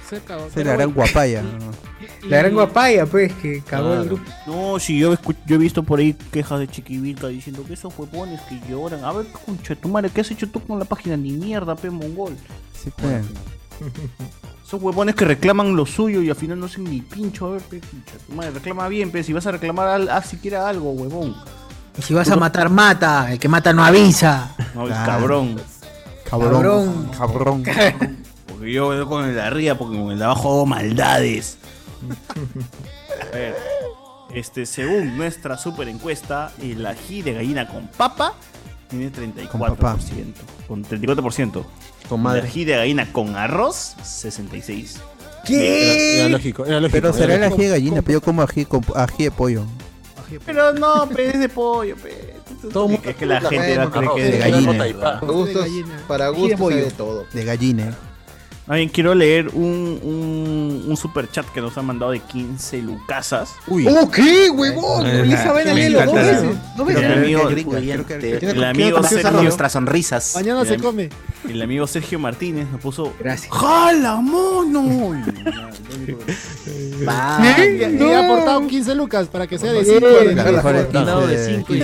S11: Se cagó.
S5: Esa es la gran guapaya. ¿no?
S1: La gran guapaya, pues, que cagó el
S3: Claro.
S1: grupo.
S3: No, si yo, escu- yo he visto por ahí quejas de Chiquivilca diciendo que esos huevones que lloran. A ver, concha de tu madre, ¿qué has hecho tú con la página? Ni mierda, pe, mongol.
S5: Sí, pe.
S3: Esos huevones que reclaman lo suyo y al final no hacen ni pincho. A ver, pe, concha de tu madre, reclama bien, pe. Si vas a reclamar, al- haz siquiera algo, huevón.
S1: Y si vas a matar, mata. El que mata no avisa.
S3: No, el
S1: Claro.
S3: cabrón.
S1: Cabrón.
S5: Cabrón.
S3: Porque yo veo con el de arriba, porque con el de abajo hago maldades. A ver, este, según nuestra super encuesta, el ají de gallina con papa tiene 34%. Con, 34%.
S2: Con Oh, madre.
S3: El ají de gallina con arroz, 66%.
S5: ¿Qué?
S2: Era, era lógico, era lógico.
S5: Pero
S2: era
S5: será el
S2: lógico.
S5: ají de gallina, pero yo como ají, con, ají de pollo.
S3: Pero no, pe, es de pollo, pe. es que la gente va a creer que es de gallina.
S4: Para gustos, para
S3: Ají de
S4: gustos hay
S3: pollo.
S4: de todo.
S5: De gallina.
S3: Ay, quiero leer un, un, un super chat que nos han mandandado de 15 lucasas.
S5: Uy.
S1: ¿Cómo qué, huevón?
S3: Eh,
S1: Y esa
S3: me
S1: vaina léelo dos
S3: encanta.
S1: veces. Dos
S3: Pero
S1: veces.
S3: el amigo, el amigo Sergio,
S10: nuestras sonrisas.
S11: Mañana se
S3: El am-
S11: come.
S3: El amigo Sergio Martínez nos puso. Gracias.
S11: ¡Jala, mono! Ah, Y
S3: ¿Sí?
S11: y ha aportado 15 lucas para que sea de
S3: Sí,
S11: 5
S3: claro, mejor es
S5: No, de 5 y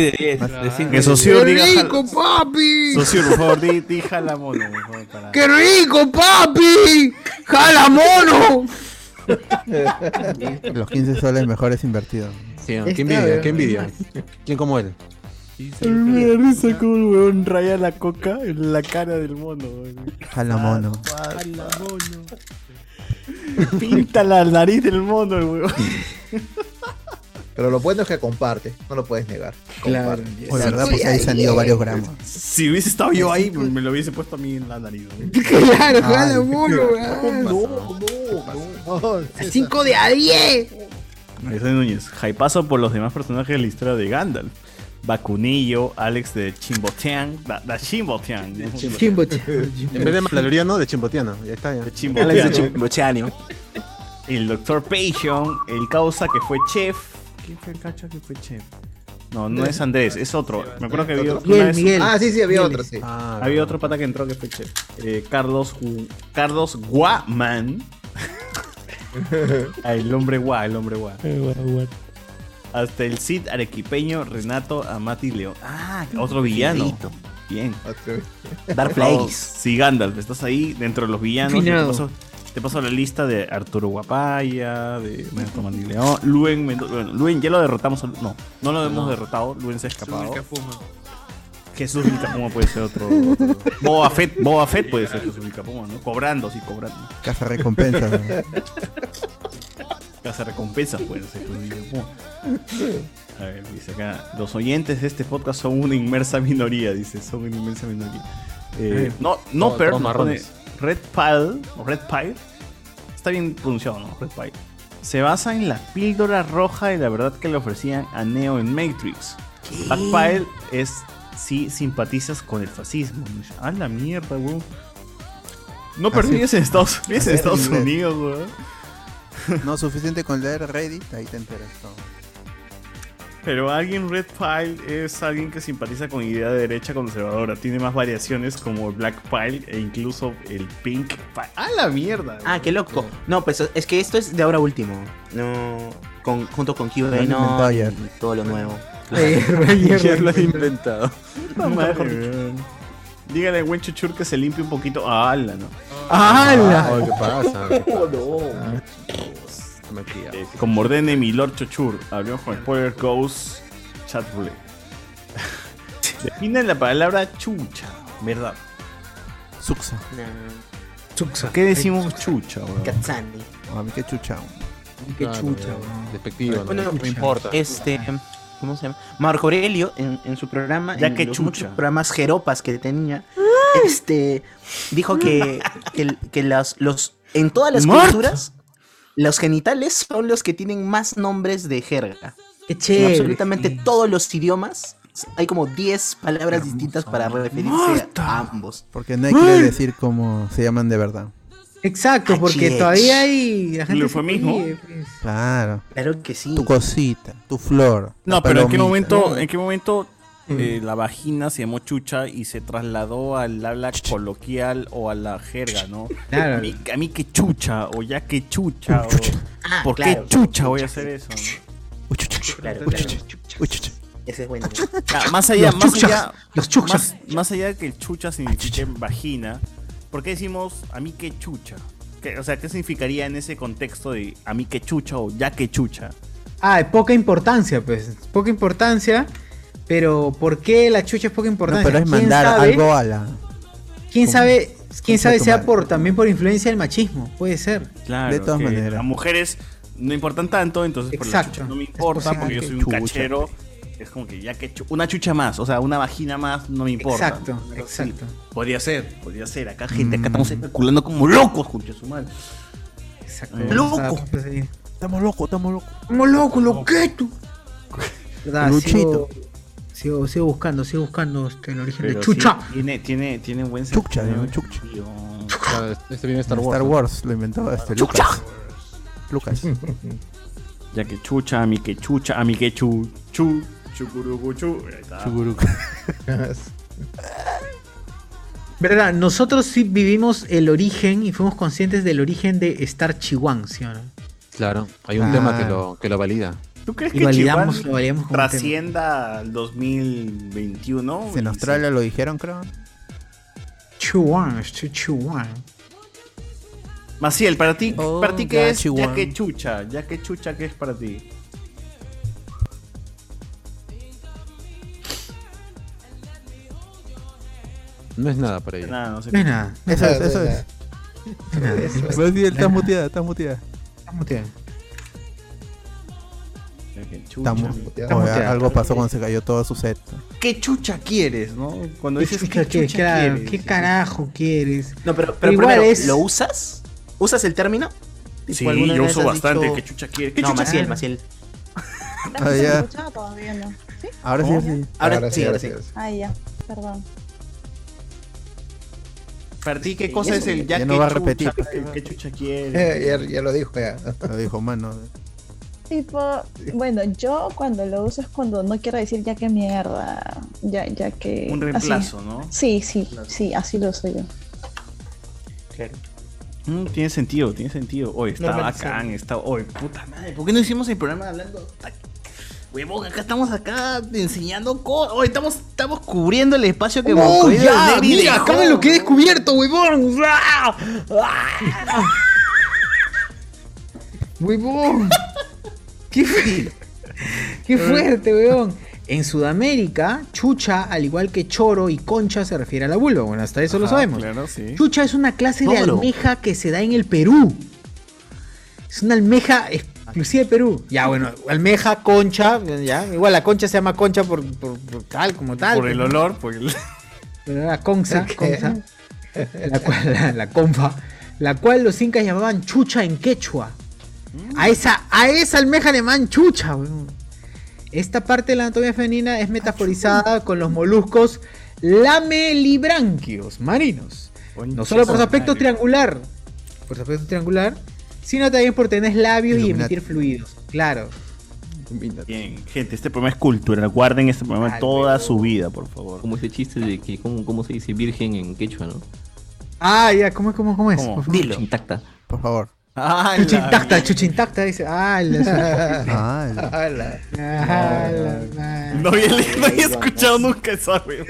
S5: de 10.
S3: Que socio diga. jala-
S1: papi!
S3: Socio, por favor, di, di jala mono. por favor, para-
S1: ¡Qué rico, papi! ¡Jala mono!
S5: eh, Los 15 soles mejores invertidos.
S2: Sí,
S5: ¿no?
S2: qué envidia, qué envidia. ¿Quién como él?
S3: Me da risa como el weón raya la coca en la cara del mono. weón.
S5: Jala mono.
S11: Jala mono.
S3: Pinta la nariz del mono, el weón.
S4: Pero lo bueno es que comparte, no lo puedes negar. Comparte.
S5: O la verdad, pues ahí se han ido varios gramos.
S3: Si hubiese estado yo ahí, me lo hubiese puesto a mí en la nariz. weón.
S1: Claro, jala
S11: Ah,
S5: Ay,
S1: mono, weón.
S11: oh,
S1: A 5 de a 10.
S3: Alexander Núñez, hypazo por los demás personajes de la historia de Gandalf. Bacunillo, Alex de Chimbotean, da, da Chimbotean.
S1: Chimbotean.
S2: En vez de mandaloriano, de chimbotiano. Ya está, ya. De
S3: Alex de Chimbotean. El Doctor Pation, el causa que fue chef. ¿Quién fue el cacho que fue chef? No, no es Andrés, es otro. Me acuerdo que había una vez- Ah,
S4: Ah, sí, sí, había otro, sí.
S3: Había otro pata que entró que fue chef. Eh, Carlos, Gu- Carlos Guaman. Ah, el hombre gua, el hombre gua. Hasta el Cid arequipeño Renato Amati León. Ah,
S4: Mm,
S3: otro villano.
S4: Felito.
S3: Bien.
S10: Dark
S3: Por favor,
S10: Plagueis.
S4: Oh.
S3: Si Gandalf, estás ahí dentro de los villanos. yo Te
S10: Finado.
S3: paso, te paso la lista de Arturo Guapaya, de Renato Amati León. Luen Mendoza. Bueno, Luen ya lo derrotamos. al- No, no lo hemos derrotado. Luen se ha escapado. Jesús Vilcapuma puede ser otro. otro. Boba Fett, Boba Fett puede ser Jesús Vilcapuma, ¿no? Cobrando, sí, cobrando.
S5: Casa recompensa.
S3: Casa recompensas puede ser pues, Jesús Vilcapuma. A ver, dice acá. Los oyentes de este podcast son una inmersa minoría, dice. Son una inmersa minoría. Eh, no, no,
S2: Todos-
S3: pero
S2: todos
S3: nos pone
S2: marrones.
S3: Red Pile, o Red Pile. ¿Eh? Está bien pronunciado, ¿no? Red Pile. Se basa en la píldora roja de la verdad que le ofrecían a Neo en Matrix. Black Pile es si simpatizas con el fascismo. A la mierda, weón. No, pero
S5: Así-
S3: vives en Estados, vives en
S5: así es
S3: Estados
S5: inglés.
S3: Unidos, weón.
S5: No, suficiente con leer Reddit, ahí te enteras todo.
S3: Pero alguien Red Pile es alguien que simpatiza con idea de derecha conservadora. Tiene más variaciones como el Black Pile e incluso el Pink Pile. ¡A la mierda!
S10: Ah, qué loco. No, pues es que esto es de ahora último. No. Con, junto con
S5: Lo han inventado
S10: Cubano y
S5: ayer.
S10: todo lo nuevo.
S3: Ayer lo he inventado.
S10: Nunca mejor dicho.
S3: Dígale a Wen Chuchur que se limpie un poquito. ¡Hala, no!
S1: ¡Hala!
S3: Ay, Ah, ¿Qué pasa? ¿Qué
S2: Ah,
S3: pasa?
S10: no.
S3: Eh, con Mordene, mi Lord Chochur. Hablamos con Spoiler Ghost Chat Roulette. Definen la palabra chucha, ¿verdad?
S5: Suxa.
S3: Suxa. ¿Qué decimos chucha, weón?
S10: Katsani.
S5: A mí qué chucha.
S1: Qué chucha,
S2: Despectivo,
S10: Bueno,
S2: ¿no?
S10: no
S2: me importa.
S10: Este, ¿cómo se llama? Marco Aurelio, en, en su programa,
S3: Ya
S10: en
S3: que
S10: los
S3: chucha.
S10: muchos programas jeropas que tenía, este, dijo que, que, que las- los, en todas las
S1: Marta.
S10: culturas, los genitales son los que tienen más nombres de jerga.
S1: Qué
S10: En
S1: chévere.
S10: absolutamente todos los idiomas hay como 10 palabras distintas para referirse a ambos.
S5: Porque nadie quiere decir cómo se llaman de verdad.
S1: Exacto,
S2: Ah,
S1: porque
S10: Achich.
S1: todavía hay. La gente se
S3: Eufemismo.
S1: ríe, pues.
S5: Claro.
S10: Claro que sí.
S5: Tu cosita, tu flor.
S3: No,
S5: la
S3: pero ¿en qué
S5: palomita.
S3: momento, en qué momento eh, la vagina se llamó chucha y se trasladó al habla coloquial o a la jerga, ¿no?
S1: Claro.
S3: A mí, a mí que chucha, o ya que chucha, o
S10: Ah,
S3: ¿por
S10: claro.
S3: qué chucha voy a hacer eso? ¿no?
S10: Claro,
S3: Uy,
S10: claro.
S5: Uy, chucha.
S10: Ese es bueno.
S3: Ah, más allá,
S10: Los
S3: más
S10: chuchas,
S3: allá,
S10: los chuchas.
S3: Más, más allá de que el chucha signifique vagina, ¿por qué decimos a mí que chucha? ¿Qué- o sea, ¿qué significaría en ese contexto de a mí que chucha o ya que chucha?
S1: Ah, de poca importancia, pues. Poca importancia. Pero, ¿por qué la chucha es poca
S5: No,
S1: importancia?
S5: pero es
S1: ¿Quién
S5: mandar
S1: sabe?
S5: algo a la.
S1: ¿Quién
S5: con-
S1: sabe, quién
S5: concha
S1: sabe
S5: tu
S1: sea
S5: madre.
S1: por también por influencia del machismo? Puede ser.
S3: Claro,
S5: De todas
S3: que
S5: maneras.
S3: Las mujeres no importan tanto, entonces por la
S1: Exacto.
S3: chucha no me
S1: Es
S3: importa
S1: posible.
S3: porque yo
S1: Ah,
S3: soy
S1: qué
S3: un
S1: chucha.
S3: cachero. Es como que ya que chu- una chucha más, o sea, una vagina más no me importa.
S1: Exacto,
S3: Una cosa así.
S1: exacto.
S3: Podría ser, podría ser. Acá gente,
S5: Mm.
S3: acá estamos especulando como locos, concha su madre.
S1: Exacto.
S3: Eh,
S5: Ah,
S3: loco.
S5: pues Estamos locos, estamos locos.
S1: Estamos locos, loqueto. ¿Verdad? Sigo,
S5: Luchito.
S1: sigo, sigo buscando, sigo buscando este, el origen
S3: Pero sí,
S1: de chucha.
S3: tiene, tiene, tiene buen Chucha,
S5: chucha.
S2: Este viene
S5: Star
S2: Star
S5: Wars,
S2: Wars. ¿no?
S5: lo inventó este Lucas. Lucas.
S3: Ya que chucha, a mi que chucha, a mi que chu, chu, chucurucuchu. Ahí está.
S5: Chuguruca.
S1: ¿Verdad? Nosotros sí vivimos el origen y fuimos conscientes del origen de Star Chihuahua, ¿sí o no?
S2: Claro, hay un
S1: Ah.
S2: tema que lo, que lo valida.
S3: ¿Tú crees
S1: Y
S3: que
S1: validamos-
S3: Chivas
S1: lo validamos como
S3: trascienda al 2021?
S5: En
S3: Y
S5: Australia lo dijeron, creo.
S1: Chihuahua, este Chihuahua.
S3: sí. Maciel, para ti,
S5: Oh,
S3: para ti
S5: ya,
S3: qué es
S5: Chihuahua.
S3: ya que chucha, ya que chucha qué es para ti.
S2: No es nada para ella.
S3: Nada, no sé.
S1: No es nada.
S5: Eso es, eso es. Pero sí, está
S1: Nada.
S5: muteada, está muteada.
S1: Estamos bien.
S3: Ya que chucha.
S5: Estamos.
S4: Está
S5: Oye,
S1: muteada.
S5: algo pasó cuando se cayó todo su set.
S3: ¿Qué chucha quieres, no? Cuando
S1: ¿Qué
S3: dices
S1: chucha
S3: qué
S1: quieres?
S3: chucha
S1: Claro,
S3: quieres.
S1: ¿Qué carajo quieres?
S10: No, pero, pero
S1: Igual
S10: primero,
S1: es-
S10: ¿lo usas? ¿Usas el término? Tipo,
S3: Sí,
S10: ¿alguna
S3: yo
S10: vez
S3: uso
S10: has
S3: bastante
S10: dicho-
S3: qué chucha quieres. ¿Qué
S10: no,
S3: chucha
S10: Maciel,
S3: quieres?
S10: Maciel.
S5: Ah, ya.
S7: Todavía no. ¿Sí?
S5: Ahora sí, sí.
S10: Ahora, sí, ahora sí.
S7: Ah, ya. Perdón.
S3: Para ti qué cosa
S7: Ya
S3: es el ya,
S5: no
S3: que
S5: va a
S3: chucha,
S5: repetir.
S3: ¿Qué, qué chucha
S4: Eh,
S3: quieres?
S4: ya, ya lo dijo ya.
S5: Lo dijo, mano.
S7: Tipo, bueno, yo cuando lo uso es cuando no quiero decir ya que mierda. Ya, ya que.
S3: Un
S7: así.
S3: reemplazo, ¿no?
S7: Sí, sí, sí, así lo uso yo.
S3: Mm, tiene sentido, tiene sentido. Hoy está
S10: Normalizado.
S3: bacán, está. Hoy, puta madre. ¿Por qué no hicimos el programa hablando? ta- Huevón, acá estamos acá enseñando cosas. Hoy estamos, estamos cubriendo el espacio que
S1: ¡Oh,
S3: Broncoideo
S1: ya!
S3: Negri
S1: ¡Mira,
S3: dejó.
S1: acá me lo que he descubierto, huevón! ¡Ah! ¡Ah! ¡Huevón! ¡Qué, fe- qué fuerte, huevón! En Sudamérica, chucha, al igual que choro y concha, se refiere al abuelo. Bueno, hasta eso lo
S3: Ajá,
S1: sabemos.
S3: Claro, sí.
S1: Chucha es una clase de
S10: Toro.
S1: almeja que se da en el Perú. Es una almeja exclusiva de Perú. Ya, bueno, almeja, concha, ya. Igual la concha se llama concha por, por- por tal, como tal.
S3: Por el
S1: pues,
S3: olor, por el.
S1: pero era concha,
S4: ¿Qué?
S1: concha. La cual, la, la confa. La cual los incas llamaban chucha en quechua.
S3: Mm.
S1: A esa, a esa almeja le llamaban chucha, weón. Esta parte de la anatomía femenina es
S3: Ah,
S1: metaforizada con los moluscos lamelibranquios marinos. No solo por su aspecto triangular, por su aspecto triangular, sino también por tener labios y
S5: Illuminati.
S1: emitir fluidos. Claro.
S3: Bien, gente, este programa es cultural. Guarden este programa
S16: Ay,
S3: toda su vida, por favor.
S16: Como ese chiste de que cómo, cómo se dice virgen en quechua, ¿no?
S1: Ah, ya, ¿cómo, cómo, cómo es? Por favor.
S16: Intacta.
S5: Por favor.
S1: Chucha intacta, chucha intacta, dice. Ah, la
S5: Ah, la-
S1: Ah, la-
S3: No había, le- no había escuchado nunca esa wea.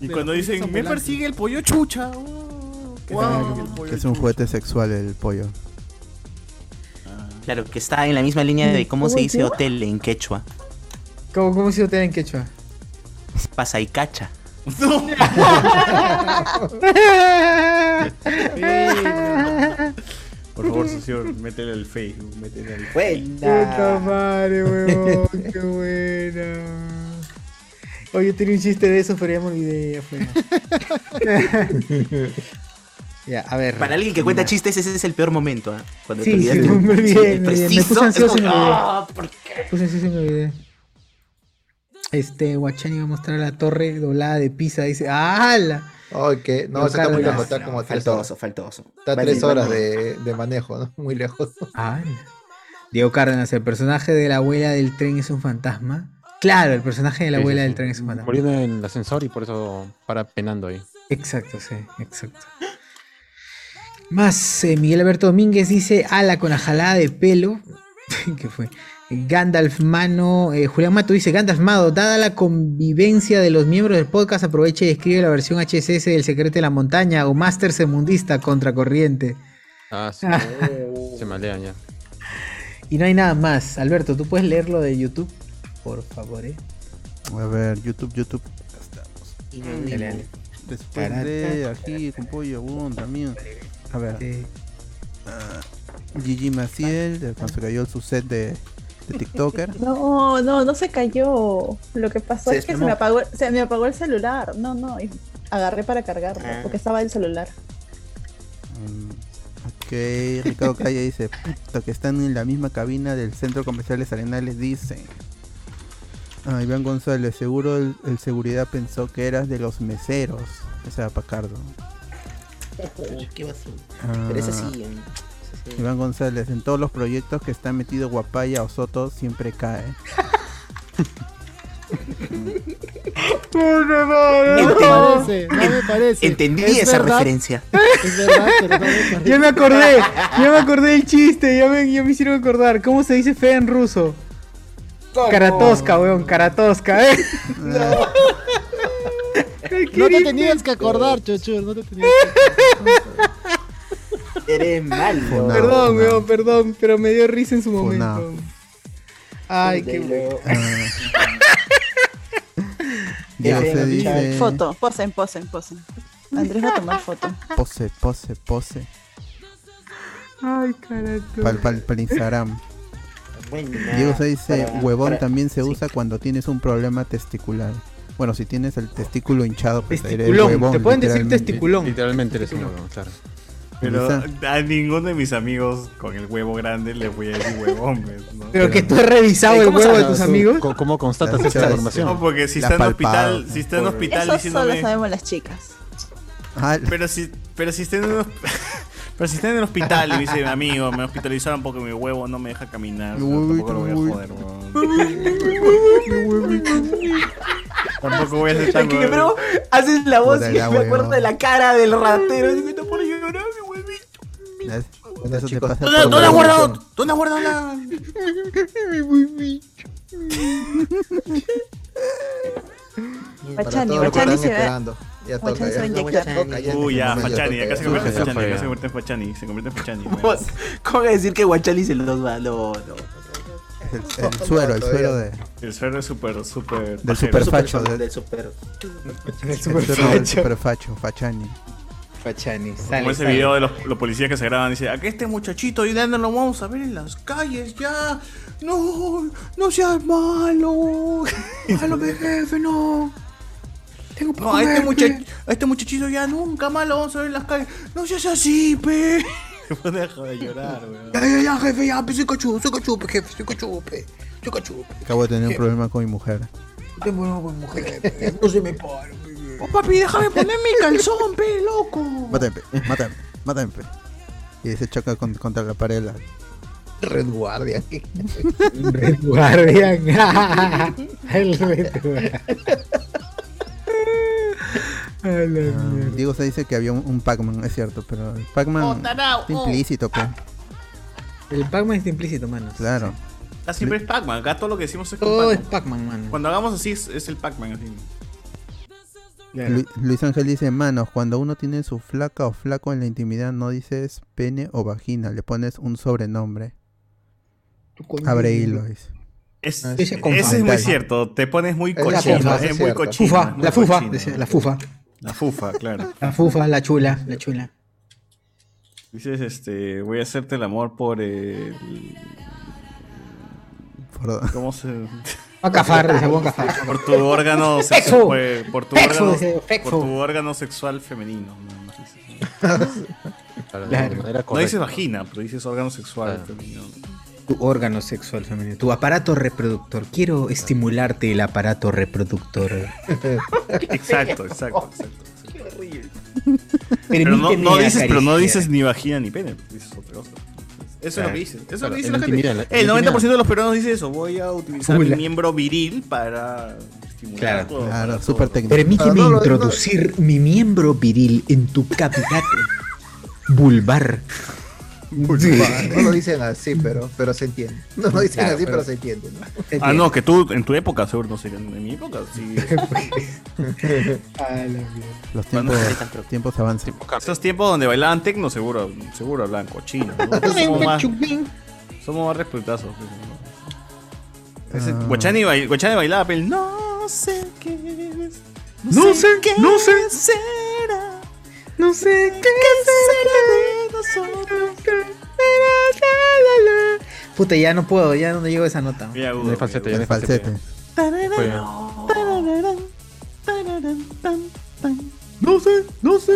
S3: Y cuando dicen, me persigue el pollo chucha. oh, que
S5: Claro,
S3: tal,
S5: que es un juguete sexual el pollo.
S10: Claro, que está en la misma línea de cómo se
S1: ¿Cómo
S10: dice
S1: qué?
S10: hotel en quechua.
S1: ¿Cómo, cómo se hotel en quechua?
S10: Es pasaicacha.
S3: Por favor, señor, métele al Facebook, métele al
S1: Puta madre, huevón, qué buena. Oye, tenía un chiste de eso, pero ya me olvidé. ya fue. ya, a ver.
S10: Para alguien que cuenta
S1: Ya.
S10: chistes, ese es el peor momento. ¿ah? Cuando
S1: Sí, sí,
S10: olvidas de-
S1: me
S10: sí,
S1: olvidé,
S10: el
S1: me olvidé. Me
S10: preciso,
S1: puse ansioso
S10: es
S1: y me
S10: como,
S1: olvidé.
S10: "Ah, ¿por qué?".
S1: Puse ansioso y me olvidé. Este, Guachani iba a mostrar la torre doblada de Pisa. Dice, ¡ala!
S4: Ay, que no,
S1: Lo
S4: eso está muy
S1: cargas.
S4: lejos, está como tres
S10: faltoso,
S4: horas.
S10: faltoso.
S4: Está
S1: Vale,
S4: tres
S1: vale.
S4: horas de, de manejo, ¿no? Muy lejos.
S1: ¡Ala! Diego Cárdenas, ¿el personaje de la abuela del tren es un fantasma? Claro, el personaje de la
S2: Sí, sí,
S1: abuela del
S2: sí.
S1: tren es un fantasma.
S2: Murió en el ascensor y por eso para penando ahí.
S1: Exacto, sí, exacto. Más, eh, Miguel Alberto Domínguez dice, ala con la jalada de pelo. ¿Qué fue? Gandalf Mano, eh, Julián Mato dice, Gandalf Mado, dada la convivencia de los miembros del podcast, aprovecha y escribe la versión HSS del Secreto de la Montaña o Master Semundista Contracorriente.
S2: Ah, sí. se malean ya.
S1: Y no hay nada más. Alberto, ¿tú puedes leerlo de YouTube? Por favor, ¿eh?
S5: A ver, YouTube, YouTube. Acá estamos.
S1: Dale, dale.
S5: Después de aquí, con pollo, huevón, también. A ver. Ah, Gigi Maciel, de cuando se cayó su set de, de TikToker.
S7: No, no, no se cayó. Lo que pasó
S5: Se
S7: es que se
S5: desplomó.
S7: me, apagó, se me apagó el celular. No, no, y agarré para cargarlo
S3: Ah.
S7: porque estaba el celular.
S5: Mm, Ok, Ricardo Calle dice, puta, que están en la misma cabina del Centro Comercial de Arenales, dicen. Ah, Iván González, seguro el, el seguridad pensó que eras de los meseros. Ese era Pacardo.
S10: Qué basura.
S5: Ah.
S10: Pero ese sí.
S11: eh.
S10: em, ese sí.
S5: Iván González, en todos los proyectos que está metido Guapaya o Soto, siempre cae.
S11: No me parece, no me parece.
S10: Entendí
S11: Es
S10: esa
S11: verdad,
S10: referencia.
S11: Es verdad, pero no me parece.
S1: Ya me acordé, ya me acordé del chiste, ya me, ya me hicieron acordar. ¿Cómo se dice fe en ruso? Karatosca, weón, Karatosca, ¿eh?
S11: No te tenías que acordar, Chochur, no te tenías
S10: Eres malo.
S1: perdón, weón, perdón, pero me dio risa en su momento.
S5: Funado.
S1: Ay, qué weón.
S5: Diego se dice,
S7: Foto, posen, posen, posen. Andrés va a tomar foto.
S5: pose, pose, pose.
S1: Ay, carajo.
S5: Para el Instagram. Diego se dice,
S1: Para-
S5: huevón
S1: para-
S5: también se usa cuando tienes un problema testicular. Bueno, si tienes el testículo hinchado, pues eres
S1: Testiculón,
S5: huevón,
S1: te pueden decir
S5: literalmente.
S1: testiculón.
S2: Literalmente eres un huevón, claro.
S3: Pero
S5: Lisa.
S3: a ninguno de mis amigos con el huevo grande le voy a decir huevón, pues, ¿no?
S1: Pero que tú has revisado
S3: Ey,
S1: el
S3: ¿cómo
S1: huevo de
S3: sabes?
S1: tus amigos.
S2: Co- ¿Cómo constatas
S5: La
S2: esta
S5: chucha,
S2: información?
S3: No, porque si
S5: La
S3: está en
S5: palpado,
S3: hospital, si está en
S5: por-
S3: hospital
S7: Eso solo
S3: diciéndome.
S7: sabemos las chicas.
S5: Ah,
S3: Pero si, pero si está en un hosp- pero si está en el hospital y me dice, amigo, me hospitalizaron porque mi huevo no me deja caminar. o sea, tampoco lo voy a joder, weón. Tampoco voy a hacer eh. tan
S10: Tranquilo,
S3: weón.
S10: pero haces la voz
S5: Puta,
S10: y me
S5: ya,
S10: acuerdo
S5: huevón.
S10: de la cara del ratero. Digo, está por llorar, mi huevito.
S5: Las- eso te pasa
S10: ¿Dónde,
S5: por
S10: dónde has
S5: huevón.
S10: guardado? ¿Dónde has guardado la.?
S4: Para todos los que están esperando. Ya toca,
S7: Guachani se va a
S4: ya.
S7: inyectar.
S4: toca, ya.
S3: Uy, ya, Fachani, acá se convierte en
S4: Eso
S3: Fachani,
S4: fue.
S3: acá se convierte en Fachani, se convierte en Fachani.
S10: ¿Cómo cómo voy a decir que Guachali se los va? No, no.
S5: El, el suero, el suero de...
S3: El suero es súper, súper. pajero.
S5: Del superfacho,
S10: Del
S5: del-
S10: super.
S1: El
S5: el suero del
S1: superfacho.
S5: superfacho, Fachani.
S1: Fachani,
S3: Como
S1: sale.
S3: ese
S1: sale.
S3: video de los, los policías que se graban, dice, acá este muchachito y no lo vamos a ver en las calles ya. No, no seas malo. Malo mi jefe, no. No, a este, mucha- a este muchachito ya nunca más lo vamos a ver en las calles. No seas así, pe. Se pone a joder, llorar, weón.
S8: Ya, ya, ya, jefe, ya, pues, soy cachupe, soy cachupe, jefe, soy cachupe, soy cachupe.
S5: Acabo de tener un problema con mi mujer.
S8: Tengo una buena mujer, jefe, no se me paro.
S3: Oh, papi, déjame poner mi calzón, pe, loco.
S5: eh, Mátame, pe, mátame, mátame. pe. Y se choca con- contra la pared. la-
S4: Red Guardian.
S1: Red Guardian. El Red Guardian.
S5: Ah, Diego se dice que había un, un Pac-Man, es cierto, pero el Pac-Man
S1: Oh, tarao,
S5: está
S1: oh.
S5: implícito, pe.
S1: El Pac-Man está implícito, mano.
S5: Claro.
S3: Acá siempre es Pac-Man, acá todo lo que decimos es con
S1: Todo es
S3: Pac-Man.
S1: Pac-Man, mano.
S3: Cuando hagamos así es, es el Pac-Man, así.
S5: Lu- Luis Ángel dice, manos, cuando uno tiene su flaca o flaco en la intimidad no dices pene o vagina, le pones un sobrenombre.
S1: coño.
S5: Abre hilo, dice.
S3: Es-
S5: Ah,
S3: ese es muy
S5: Fundamental.
S3: cierto, te pones muy
S1: Es la
S3: cochino,
S1: fufa,
S3: es,
S1: es
S3: muy
S1: cierto.
S3: cochino.
S1: Fufa,
S3: muy
S1: la fufa,
S3: cochino.
S1: decía, la fufa.
S3: La fufa, claro.
S1: La fufa, la chula, la chula.
S3: Dices, este, voy a hacerte el amor por el... ¿Cómo se...?
S1: a cafar, decía, voy a cafar.
S3: Por tu órgano
S1: Sexo.
S3: sexual... Por, por tu
S1: Sexo,
S3: órgano,
S1: decía,
S3: por
S1: sexo.
S3: tu órgano sexual femenino. nada más dices.
S1: Claro.
S3: No dices vagina, pero dices órgano sexual
S1: Ah.
S3: femenino.
S1: Tu órgano sexual femenino, tu aparato reproductor. Quiero estimularte el aparato reproductor.
S3: exacto, exacto, exacto. Qué
S10: horrible.
S3: Pero no, no
S1: Permíteme
S3: dices, pero no
S1: acariciar.
S3: dices ni vagina ni pene, dices otra cosa. Eso es lo que dices. Eso es lo
S1: Ah. Claro,
S3: que dice
S1: en
S3: la
S1: la
S3: gente.
S1: intimidad, en la
S3: el
S1: intimidad.
S3: 90% de los peruanos dice eso. Voy a utilizar
S1: Fula.
S3: mi miembro viril para estimular
S1: Claro,
S3: todo.
S5: Claro, súper técnico.
S1: Permíteme introducir mi miembro viril en tu cavidad vulvar.
S4: No lo dicen así, pero, pero se entiende. No lo dicen
S3: Claro,
S4: así, pero,
S3: pero-
S4: se entiende. ¿no?
S3: Ah, no, que tú en tu época seguro no sería. En mi época sí.
S5: Los
S3: Cuando-
S5: tiempos, tiempos avanzan.
S3: Esos tiempos donde bailaban tecno, seguro, seguro hablaban cochino. ¿no? Somos más, somos más respetuosos. pues, ¿no? Ese-
S5: Ah.
S3: Guachani, bail- Guachani bailaba, pero no sé qué es.
S1: No sé, no sé.
S3: será.
S1: No sé qué
S3: será de nosotros.
S1: Puta, ya no puedo, ya no llego a esa nota.
S3: Mira,
S2: No hay falsete, ya no hay
S5: falsete.
S1: No sé, no sé.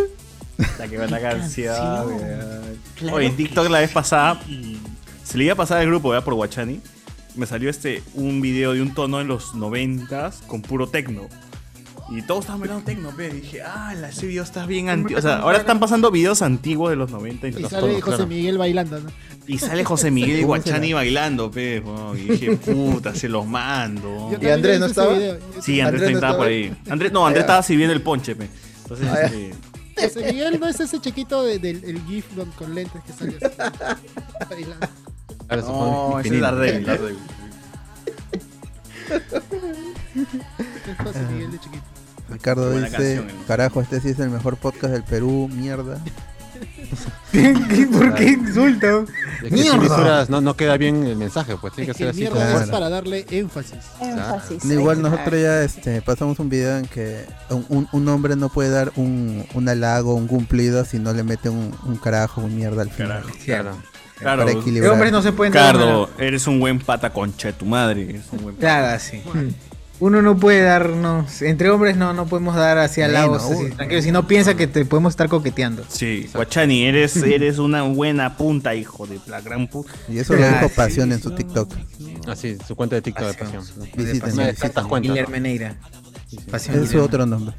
S3: La que va la canción.
S1: canción.
S3: weón.
S1: Claro
S3: Oye, en TikTok la vez pasada, se le iba a pasar al grupo, ¿verdad? Por Guachani. Me salió este un video de un tono en los noventas con puro tecno. Y todos estaban bailando tecno, pe. Y dije, ah, la- ese video está bien antiguo. O sea, ahora están pasando videos antiguos de los 90 y,
S11: Y
S3: los
S11: sale
S3: tonos,
S11: José
S3: claro.
S11: Miguel bailando, ¿no?
S3: Y sale José Miguel y
S11: ¿Cómo
S3: Guachani
S11: será?
S3: bailando, pe. weón. Y dije, puta, se los mando.
S4: Yo ¿Y Andrés también no hice ese estaba? video.
S3: Sí, Andrés,
S4: Andrés no
S3: estaba por ahí.
S4: estaba.
S3: Andrés, no,
S4: Ah,
S3: Andrés
S4: ya.
S3: estaba sirviendo el ponche, pe. Entonces,
S4: Ah, ya.
S3: este,
S11: José Miguel no es ese chiquito de- del el GIF con, con lentes que sale así, bailando.
S3: No, esa es la regla, la regla.
S11: Es José Miguel de chiquito.
S5: Ricardo
S11: Buena
S5: dice,
S11: canción, ¿no?
S5: carajo, este sí es el mejor podcast del Perú, mierda.
S1: ¿Por qué insulta?
S2: Es que si misuras, no, no queda bien el mensaje, pues tiene que ser
S11: Que
S2: así.
S11: mierda
S2: como-
S11: es para darle énfasis.
S5: No, igual nosotros ya este, pasamos un video en que un, un- un hombre no puede dar un, un halago, un cumplido si no le mete un, un carajo, un mierda al final.
S3: Claro.
S5: Para equilibrar. Los hombres no se pueden dar
S3: Cardo, eres un buen pata concha de tu madre. Eres un buen
S1: Claro, sí. Uno no puede darnos, entre hombres no, no podemos dar hacia
S3: Sí,
S1: halagos,
S3: no,
S1: así,
S3: uy.
S1: tranquilo, si no piensa que te podemos estar coqueteando.
S3: Sí, Guachani, eres, eres una buena punta, hijo de la gran puta.
S5: Y eso lo dijo Pasión en su TikTok.
S2: Así, su cuenta de TikTok de pasión.
S5: Visiten,
S2: Una de tantas
S5: visiten.
S2: cuentas.
S1: Miller Meneira. Pasión
S5: Es su
S1: Guillermo.
S5: otro nombre.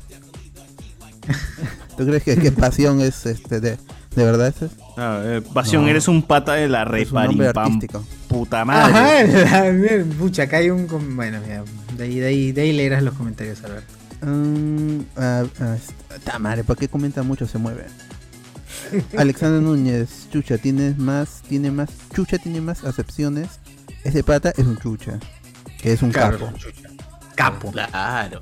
S5: ¿Tú crees que, que pasión es este de, de verdad ese?
S3: Ah, eh, Pasión,
S5: No.
S3: eres un pata de la
S5: Es un nombre
S3: reparimpam.
S5: artístico.
S3: Puta
S1: Ajá,
S3: madre.
S1: Ah, la- mira, pucha, acá hay un... com- Bueno, mira, de ahí, de ahí, de ahí leerás los comentarios, Alberto.
S5: Mm, ah, ah, est- ta madre, ¿por qué comenta mucho? Se mueve. Alexander Núñez, chucha, tienes más, tiene más, chucha tiene más acepciones. Ese pata es un chucha, que es un
S1: Claro,
S5: capo.
S1: Capo.
S10: Claro.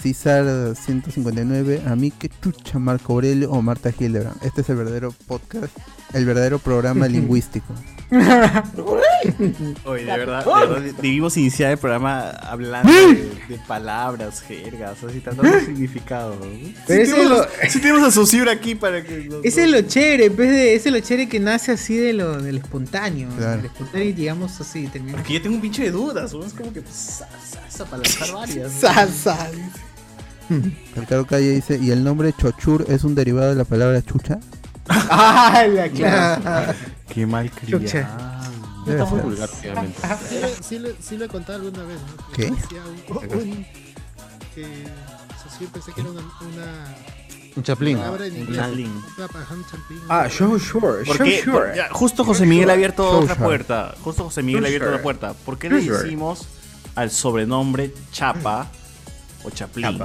S5: César 159, a mí que chucha Marco Aurelio o Marta Hildebrand. Este es el verdadero podcast, el verdadero programa lingüístico.
S3: Oye, de verdad, de verdad, debimos iniciar el programa hablando
S1: ¿Eh?
S3: de, de palabras, jergas, así tratando de significado. Si
S1: Pero ese
S3: tenemos,
S1: ¿Eh? lo-
S3: sí tenemos a Susibra aquí para que... nos-
S1: Ese es lo chévere, pues, de- ese es lo chévere que nace así de lo, del espontáneo.
S3: Claro.
S1: Del espontáneo y digamos así, termina.
S3: Porque yo tengo un pinche de dudas, ¿no? es como que... pues, sa- sa- sa para lanzar varias. ¿no?
S1: Sa- sa-
S5: Ricardo Calle dice, ¿y el nombre Chochur es un derivado de la palabra chucha?
S1: ¡Ah, la clase!
S3: Qué mal
S1: Chucha.
S5: Debe
S2: Está muy
S5: ser.
S2: vulgar, obviamente.
S11: Ah, Sí, lo- sí, lo- sí lo he contado alguna vez, ¿no? Que
S5: ¿Qué?
S11: decía un- un- que, o sea, sí, pensé que era una, una-
S2: Un chaplín.
S11: Palabra en inglés.
S3: Chaplin.
S1: Ah, sure, sure,
S3: Porque
S1: sure, sure.
S3: ya, justo José Miguel ha abierto
S1: Sure,
S3: otra
S1: sure.
S3: puerta. Justo José Miguel ha
S1: Sure,
S3: abierto
S1: sure.
S3: otra puerta. ¿Por qué le
S1: Sure, sure.
S3: hicimos al sobrenombre Chapa o Chaplin?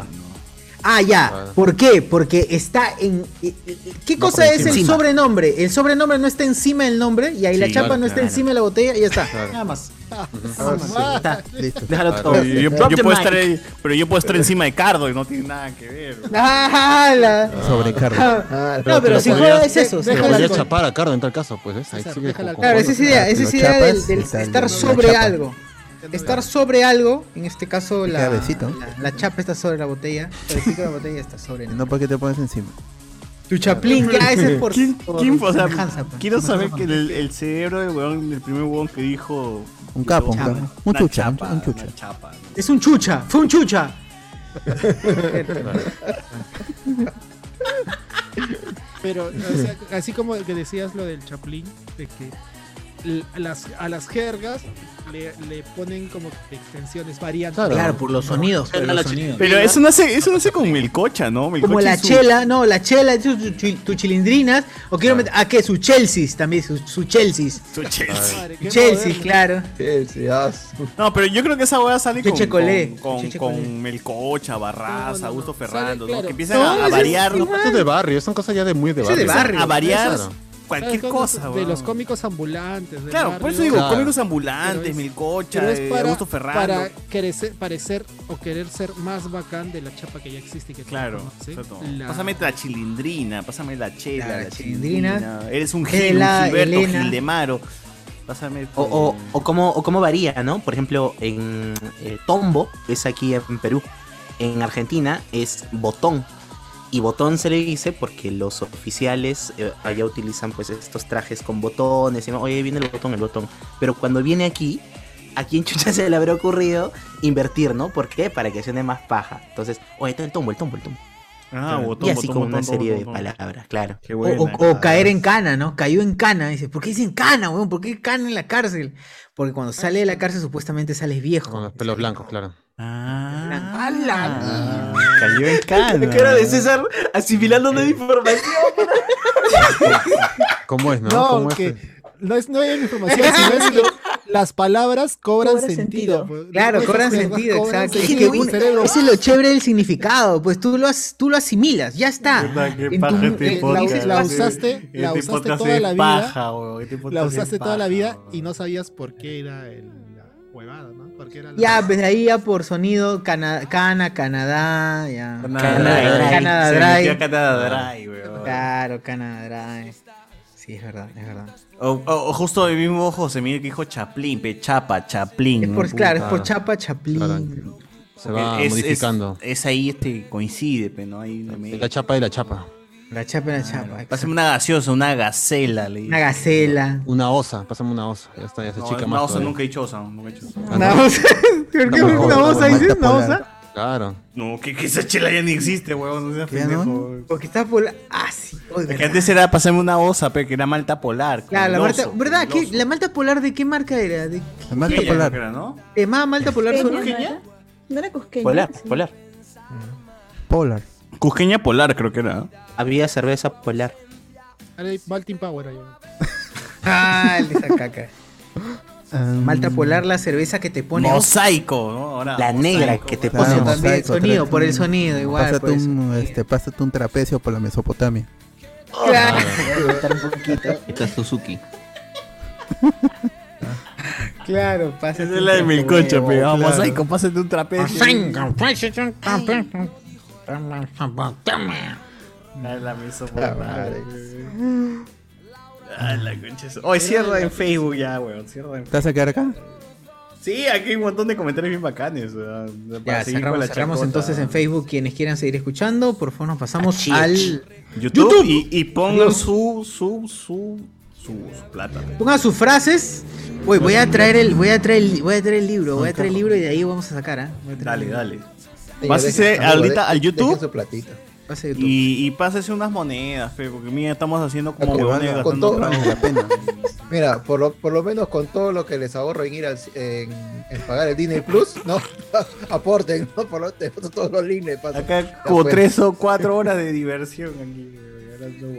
S1: Ah, ya. ¿Por qué? Porque está en. eh, eh, ¿Qué
S3: Va
S1: cosa
S3: por
S1: es el
S3: encima.
S1: sobrenombre? El sobrenombre no está encima del nombre y ahí la
S3: Sí,
S1: chapa
S3: claro,
S1: no está
S3: claro.
S1: encima de la botella y ya está.
S3: Claro.
S1: Nada más.
S3: Está,
S1: listo.
S3: Déjalo
S1: Claro.
S3: todo. Yo, yo
S1: Drop the
S3: puedo estar,
S1: mic.
S3: ahí- pero yo puedo estar encima de Cardo y no tiene nada que ver.
S1: Ah, la- Ah,
S2: Sobrecarga.
S1: No, pero si juega es eso.
S2: Se
S1: sí.
S2: podría chapar a Cardo en tal caso, pues. ¿ves? Ahí sí que-
S1: Claro, esa es idea, esa es
S2: Lo
S1: idea del,
S2: chapas
S1: del
S2: y tal,
S1: estar
S2: lo
S1: sobre
S2: chapas.
S1: algo. Estar sobre algo, en este caso la,
S5: queda besito.
S1: la, la chapa está sobre la botella, el besito de la botella está sobre el...
S5: No, ¿para qué te pones encima?
S1: Tu chaplín, ya ese es por...
S3: ¿Quién,
S1: por-
S3: quién- o sea,
S1: Hansa, pues.
S3: quiero saber que el, el cerebro del weón, el primer weón que dijo.
S5: Un capo, un
S3: Chapa,
S5: capo. Un
S3: una
S5: chucha,
S3: chapa,
S5: un chucha.
S3: una chapa.
S1: Es un chucha, fue un chucha.
S11: Pero, o sea, así como que decías lo del Chaplin, de que l- las, a las jergas le, le ponen como extensiones variantes.
S1: Claro, por los sonidos, por los sonidos.
S3: Pero eso no hace, eso no hace con Melcocha, ¿no? Melcocha
S1: Como la
S3: es un-
S1: chela, no, la chela, tu, tu- tu- tu chilindrinas, o quiero meter... Ah, ¿qué? Su Chelsea también, su, su Chelsea.
S3: Su Chelsea.
S1: Su Chelsea, claro.
S3: No, pero yo creo que esa weá sale con,
S1: Leche colé,
S3: con, con,
S1: leche
S3: con
S1: colé.
S3: Melcocha, Barraza, Augusto Ferrando, ¿no?
S11: claro.
S3: que empiezan
S11: No,
S3: a, a
S11: eso es
S3: variar.
S11: igual.
S2: Eso es de barrio, son cosas ya de muy de
S3: Eso
S2: barrio.
S3: es de barrio. A variar cualquier
S11: Claro,
S3: cosa,
S11: De
S3: weón.
S11: los cómicos ambulantes. del
S3: Claro, por eso
S11: barrio.
S3: digo, cómicos ambulantes, Melcocha,
S11: Pero es
S3: eh,
S11: para,
S3: Augusto Ferrando.
S11: para crecer- parecer o querer ser más bacán de la chapa que ya existe. y Que
S3: Claro,
S11: tenemos, ¿sí?
S3: exacto.
S11: La-
S3: Pásame la chilindrina, pásame la chela,
S11: La
S3: la,
S11: chilindrina.
S3: chilindrina. Eres un Gil,
S11: Chela,
S3: un Gilberto,
S11: Elena.
S3: Gildemaro. Pásame.
S10: O, o, o cómo, o cómo varía, ¿no? Por ejemplo, en eh, Tombo, que es aquí en Perú, en Argentina es botón. Y botón se le dice porque los oficiales eh, allá utilizan pues estos trajes con botones. Y, Oye, viene el botón, el botón. Pero cuando viene aquí, ¿a quién chucha se le habrá ocurrido invertir, ¿no? ¿Por qué? Para que suene más paja. Entonces, oye, está el tombo, el tombo, el tombo.
S3: Ah, botón,
S10: Y así
S3: botón,
S10: como
S3: botón,
S10: una serie
S3: botón,
S10: de
S3: botón.
S10: palabras, claro.
S3: Qué
S1: O, o- o caer en cana, ¿no? Cayó en cana. Dice, ¿por qué dicen cana, weón? ¿Por qué cana en la cárcel? Porque cuando sale de la cárcel supuestamente sales viejo.
S2: Con los pelos blancos, claro.
S1: ¡Hala!
S3: Ah, Cayó en cana.
S10: La cara de César asimilando la información.
S2: ¿Cómo es, no?
S11: No,
S2: ¿Cómo es?
S11: que no es, no hay información, sino es que las palabras cobran sentido. pues.
S1: Claro,
S11: Esas
S1: cobran
S11: jergas
S1: sentido,
S11: cobran
S1: exacto. Es
S11: sentido
S1: que
S11: en
S1: un-
S11: el cerebro.
S1: ese es lo chévere del significado, pues tú lo, as- tú lo asimilas, ya está.
S3: Verdad, qué
S1: En tu-
S3: paja este
S1: en-
S11: La,
S3: podcast,
S11: la
S3: sí.
S11: usaste,
S3: Este
S11: la usaste
S3: podcast
S11: toda
S3: es
S11: la vida.
S3: paja, weón, este
S11: la
S3: podcast es
S11: usaste toda la
S3: paja,
S11: vida y no sabías por qué era el- la huevada, ¿no? Porque era la-
S1: Ya, desde ahí ya por sonido, cana, cana Canadá, ya.
S3: Canadá Dry.
S1: Canadá
S3: Se
S1: Dry.
S3: metió a Canadá Dry, weón.
S1: Claro, Canadá Dry. Sí, es verdad, es verdad.
S3: O, o- o justo el mismo José Miguel que dijo Chaplin, pe, Chapa, Chaplin.
S1: Es por,
S3: puta.
S1: claro, es por Chapa Chaplín.
S2: Se va modificando.
S3: Es, ahí este coincide, pero no hay una media.
S2: La chapa y la chapa.
S1: La chapa y la chapa.
S3: Pásame una gaseosa, una gacela, le
S1: Una gacela.
S2: Una osa, pásame una osa. Ya está, ya se
S3: No,
S2: chica
S3: una
S2: más.
S3: osa
S2: todavía.
S3: nunca he dicho osa, nunca he dicho osa.
S2: Ah, no.
S1: ¿Por
S2: No, no, no,
S1: dices?
S2: no,
S1: ¿Una
S2: no. Claro.
S3: No, que, que esa chela ya ni existe, weón. No seas pendejo. weón.
S1: Porque está polar. Ah, sí. oh,
S3: Es que
S1: verdad.
S3: antes era pásame una osa, pero que era malta polar.
S1: Claro, la
S3: con
S1: Marta,
S3: oso,
S1: ¿verdad?
S3: con
S1: ¿Qué- ¿La malta polar de qué marca era? ¿De
S5: La
S3: oso.
S5: malta
S3: Ella
S5: polar.
S3: creo que era, ¿no?
S1: qué más malta polar
S7: ¿Cusqueña,
S1: solo?
S7: no era? ¿No era cusqueña? Sí.
S5: Polar.
S3: Cusqueña polar, creo que era.
S10: Había cerveza polar.
S11: Era el Baltic Power ahí.
S1: Ah, el de esa caca. Malta polar, la cerveza que te pone.
S3: Mosaico, ¿no? Ahora,
S10: La
S3: mosaico.
S10: negra que te
S1: Claro,
S10: pone
S1: también,
S5: Mosaico,
S1: sonido,
S5: trate
S1: por el
S5: un-
S1: sonido, igual, pues.
S5: Pásate,
S1: por el
S5: un, este, pásate un trapecio por la Mesopotamia.
S1: Claro.
S3: Ah,
S16: Esta Suzuki.
S1: Claro, pasa.
S3: Esa es la de mi concha, pe. Ah, mosaico, pásate un trapecio. A la mesopotamia. A Ah, la concha. de su- Oye, cierra en Facebook ya, weón. Cierra en
S5: ¿Te vas a quedar acá?
S3: Sí, aquí hay un montón de comentarios bien bacanes. weón, para
S1: Ya,
S3: seguir con
S1: cerramos,
S3: la
S1: cerramos
S3: chacota.
S1: entonces en Facebook. Quienes quieran seguir escuchando, por favor, nos pasamos
S3: Achich.
S1: al.
S3: YouTube,
S1: YouTube.
S3: Y, y pongan
S1: Dios.
S3: su, su, su, su, su plata. weón.
S1: Pongan sus frases. Uy, voy a traer el, voy a traer el, voy a traer el libro, voy a traer el libro y de ahí vamos a sacar, ¿ah?
S3: Dale, dale.
S1: Sí,
S3: Vas a
S1: dejen-
S3: hacer
S1: amigo,
S3: ahorita
S1: de-
S3: al YouTube.
S1: dejen su platita. Pase de todo.
S3: Y, y pásese unas monedas, fe, porque mira, estamos haciendo como
S4: Con
S3: huevones
S4: todo-
S3: gastando plata.
S4: Mira, por lo, por lo menos con todo lo que les ahorro en ir al- en, en pagar el Disney Plus, no aporten, ¿no? Por lo, te paso todos los links. Acá
S3: Como tres o cuatro horas de diversión aquí.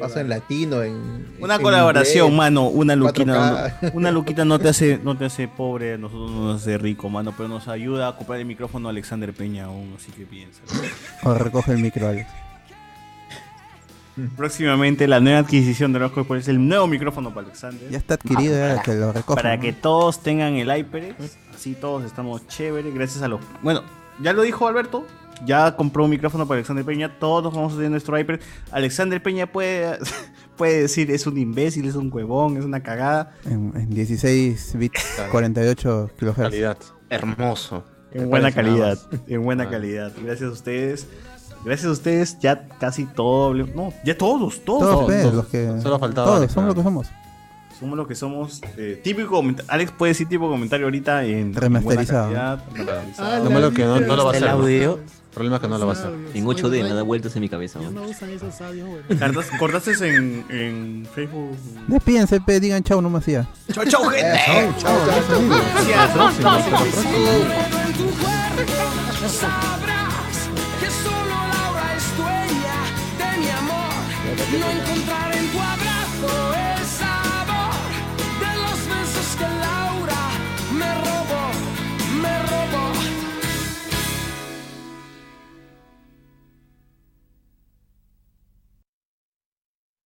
S4: Paso en latino, en.
S3: Una
S4: en
S3: colaboración,
S4: inglés,
S3: mano, una luquita,
S4: 4K.
S3: no- una luquita no te hace, no te hace pobre, a nosotros no nos hace rico, mano, pero nos ayuda a comprar el micrófono a Alexander Peña aún, así que piensa.
S5: O recoge el micro, Alex.
S3: Próximamente la nueva adquisición de los Corpus es el nuevo micrófono para Alexander.
S5: Ya está adquirido, ya que lo recojan,
S3: Para
S5: ¿no?
S3: que todos tengan el HyperX, así todos estamos chéveres, gracias a los... Bueno, ya lo dijo Alberto, ya compró un micrófono para Alexander Peña, todos vamos a tener nuestro HyperX. Alexander Peña puede, puede decir, es un imbécil, es un huevón, es una cagada.
S5: En, pues, en 16 bits, 48 kilohertz.
S3: Calidad.
S10: Hermoso.
S3: En buena calidad, en
S5: Ah.
S3: buena calidad. Gracias a ustedes. Gracias a ustedes, ya casi todo. No, ya todos, todos.
S5: Todos, pe, los que. Todos, somos lo que somos.
S3: Somos lo que somos. eh, típico comentario. Alex puede decir tipo comentario ahorita en.
S5: Remasterizado.
S3: en buena calidad, remasterizado.
S16: Lo malo que Ah, no, no lo va a hacer.
S3: El audio.
S16: El problema es que no lo va a hacer. En 8D me da vueltas en mi cabeza. weón.
S11: No usan esos sabios, güey.
S3: Cortas- Cortaste en, en Facebook.
S5: Despídense, pe, digan chau nomás y ya.
S3: Chau, chau, gente.
S5: Chau, Eh, chau, chau.
S3: Gracias.
S19: Sabrás que solo Laura es dueña de mi amor. No encontrarás.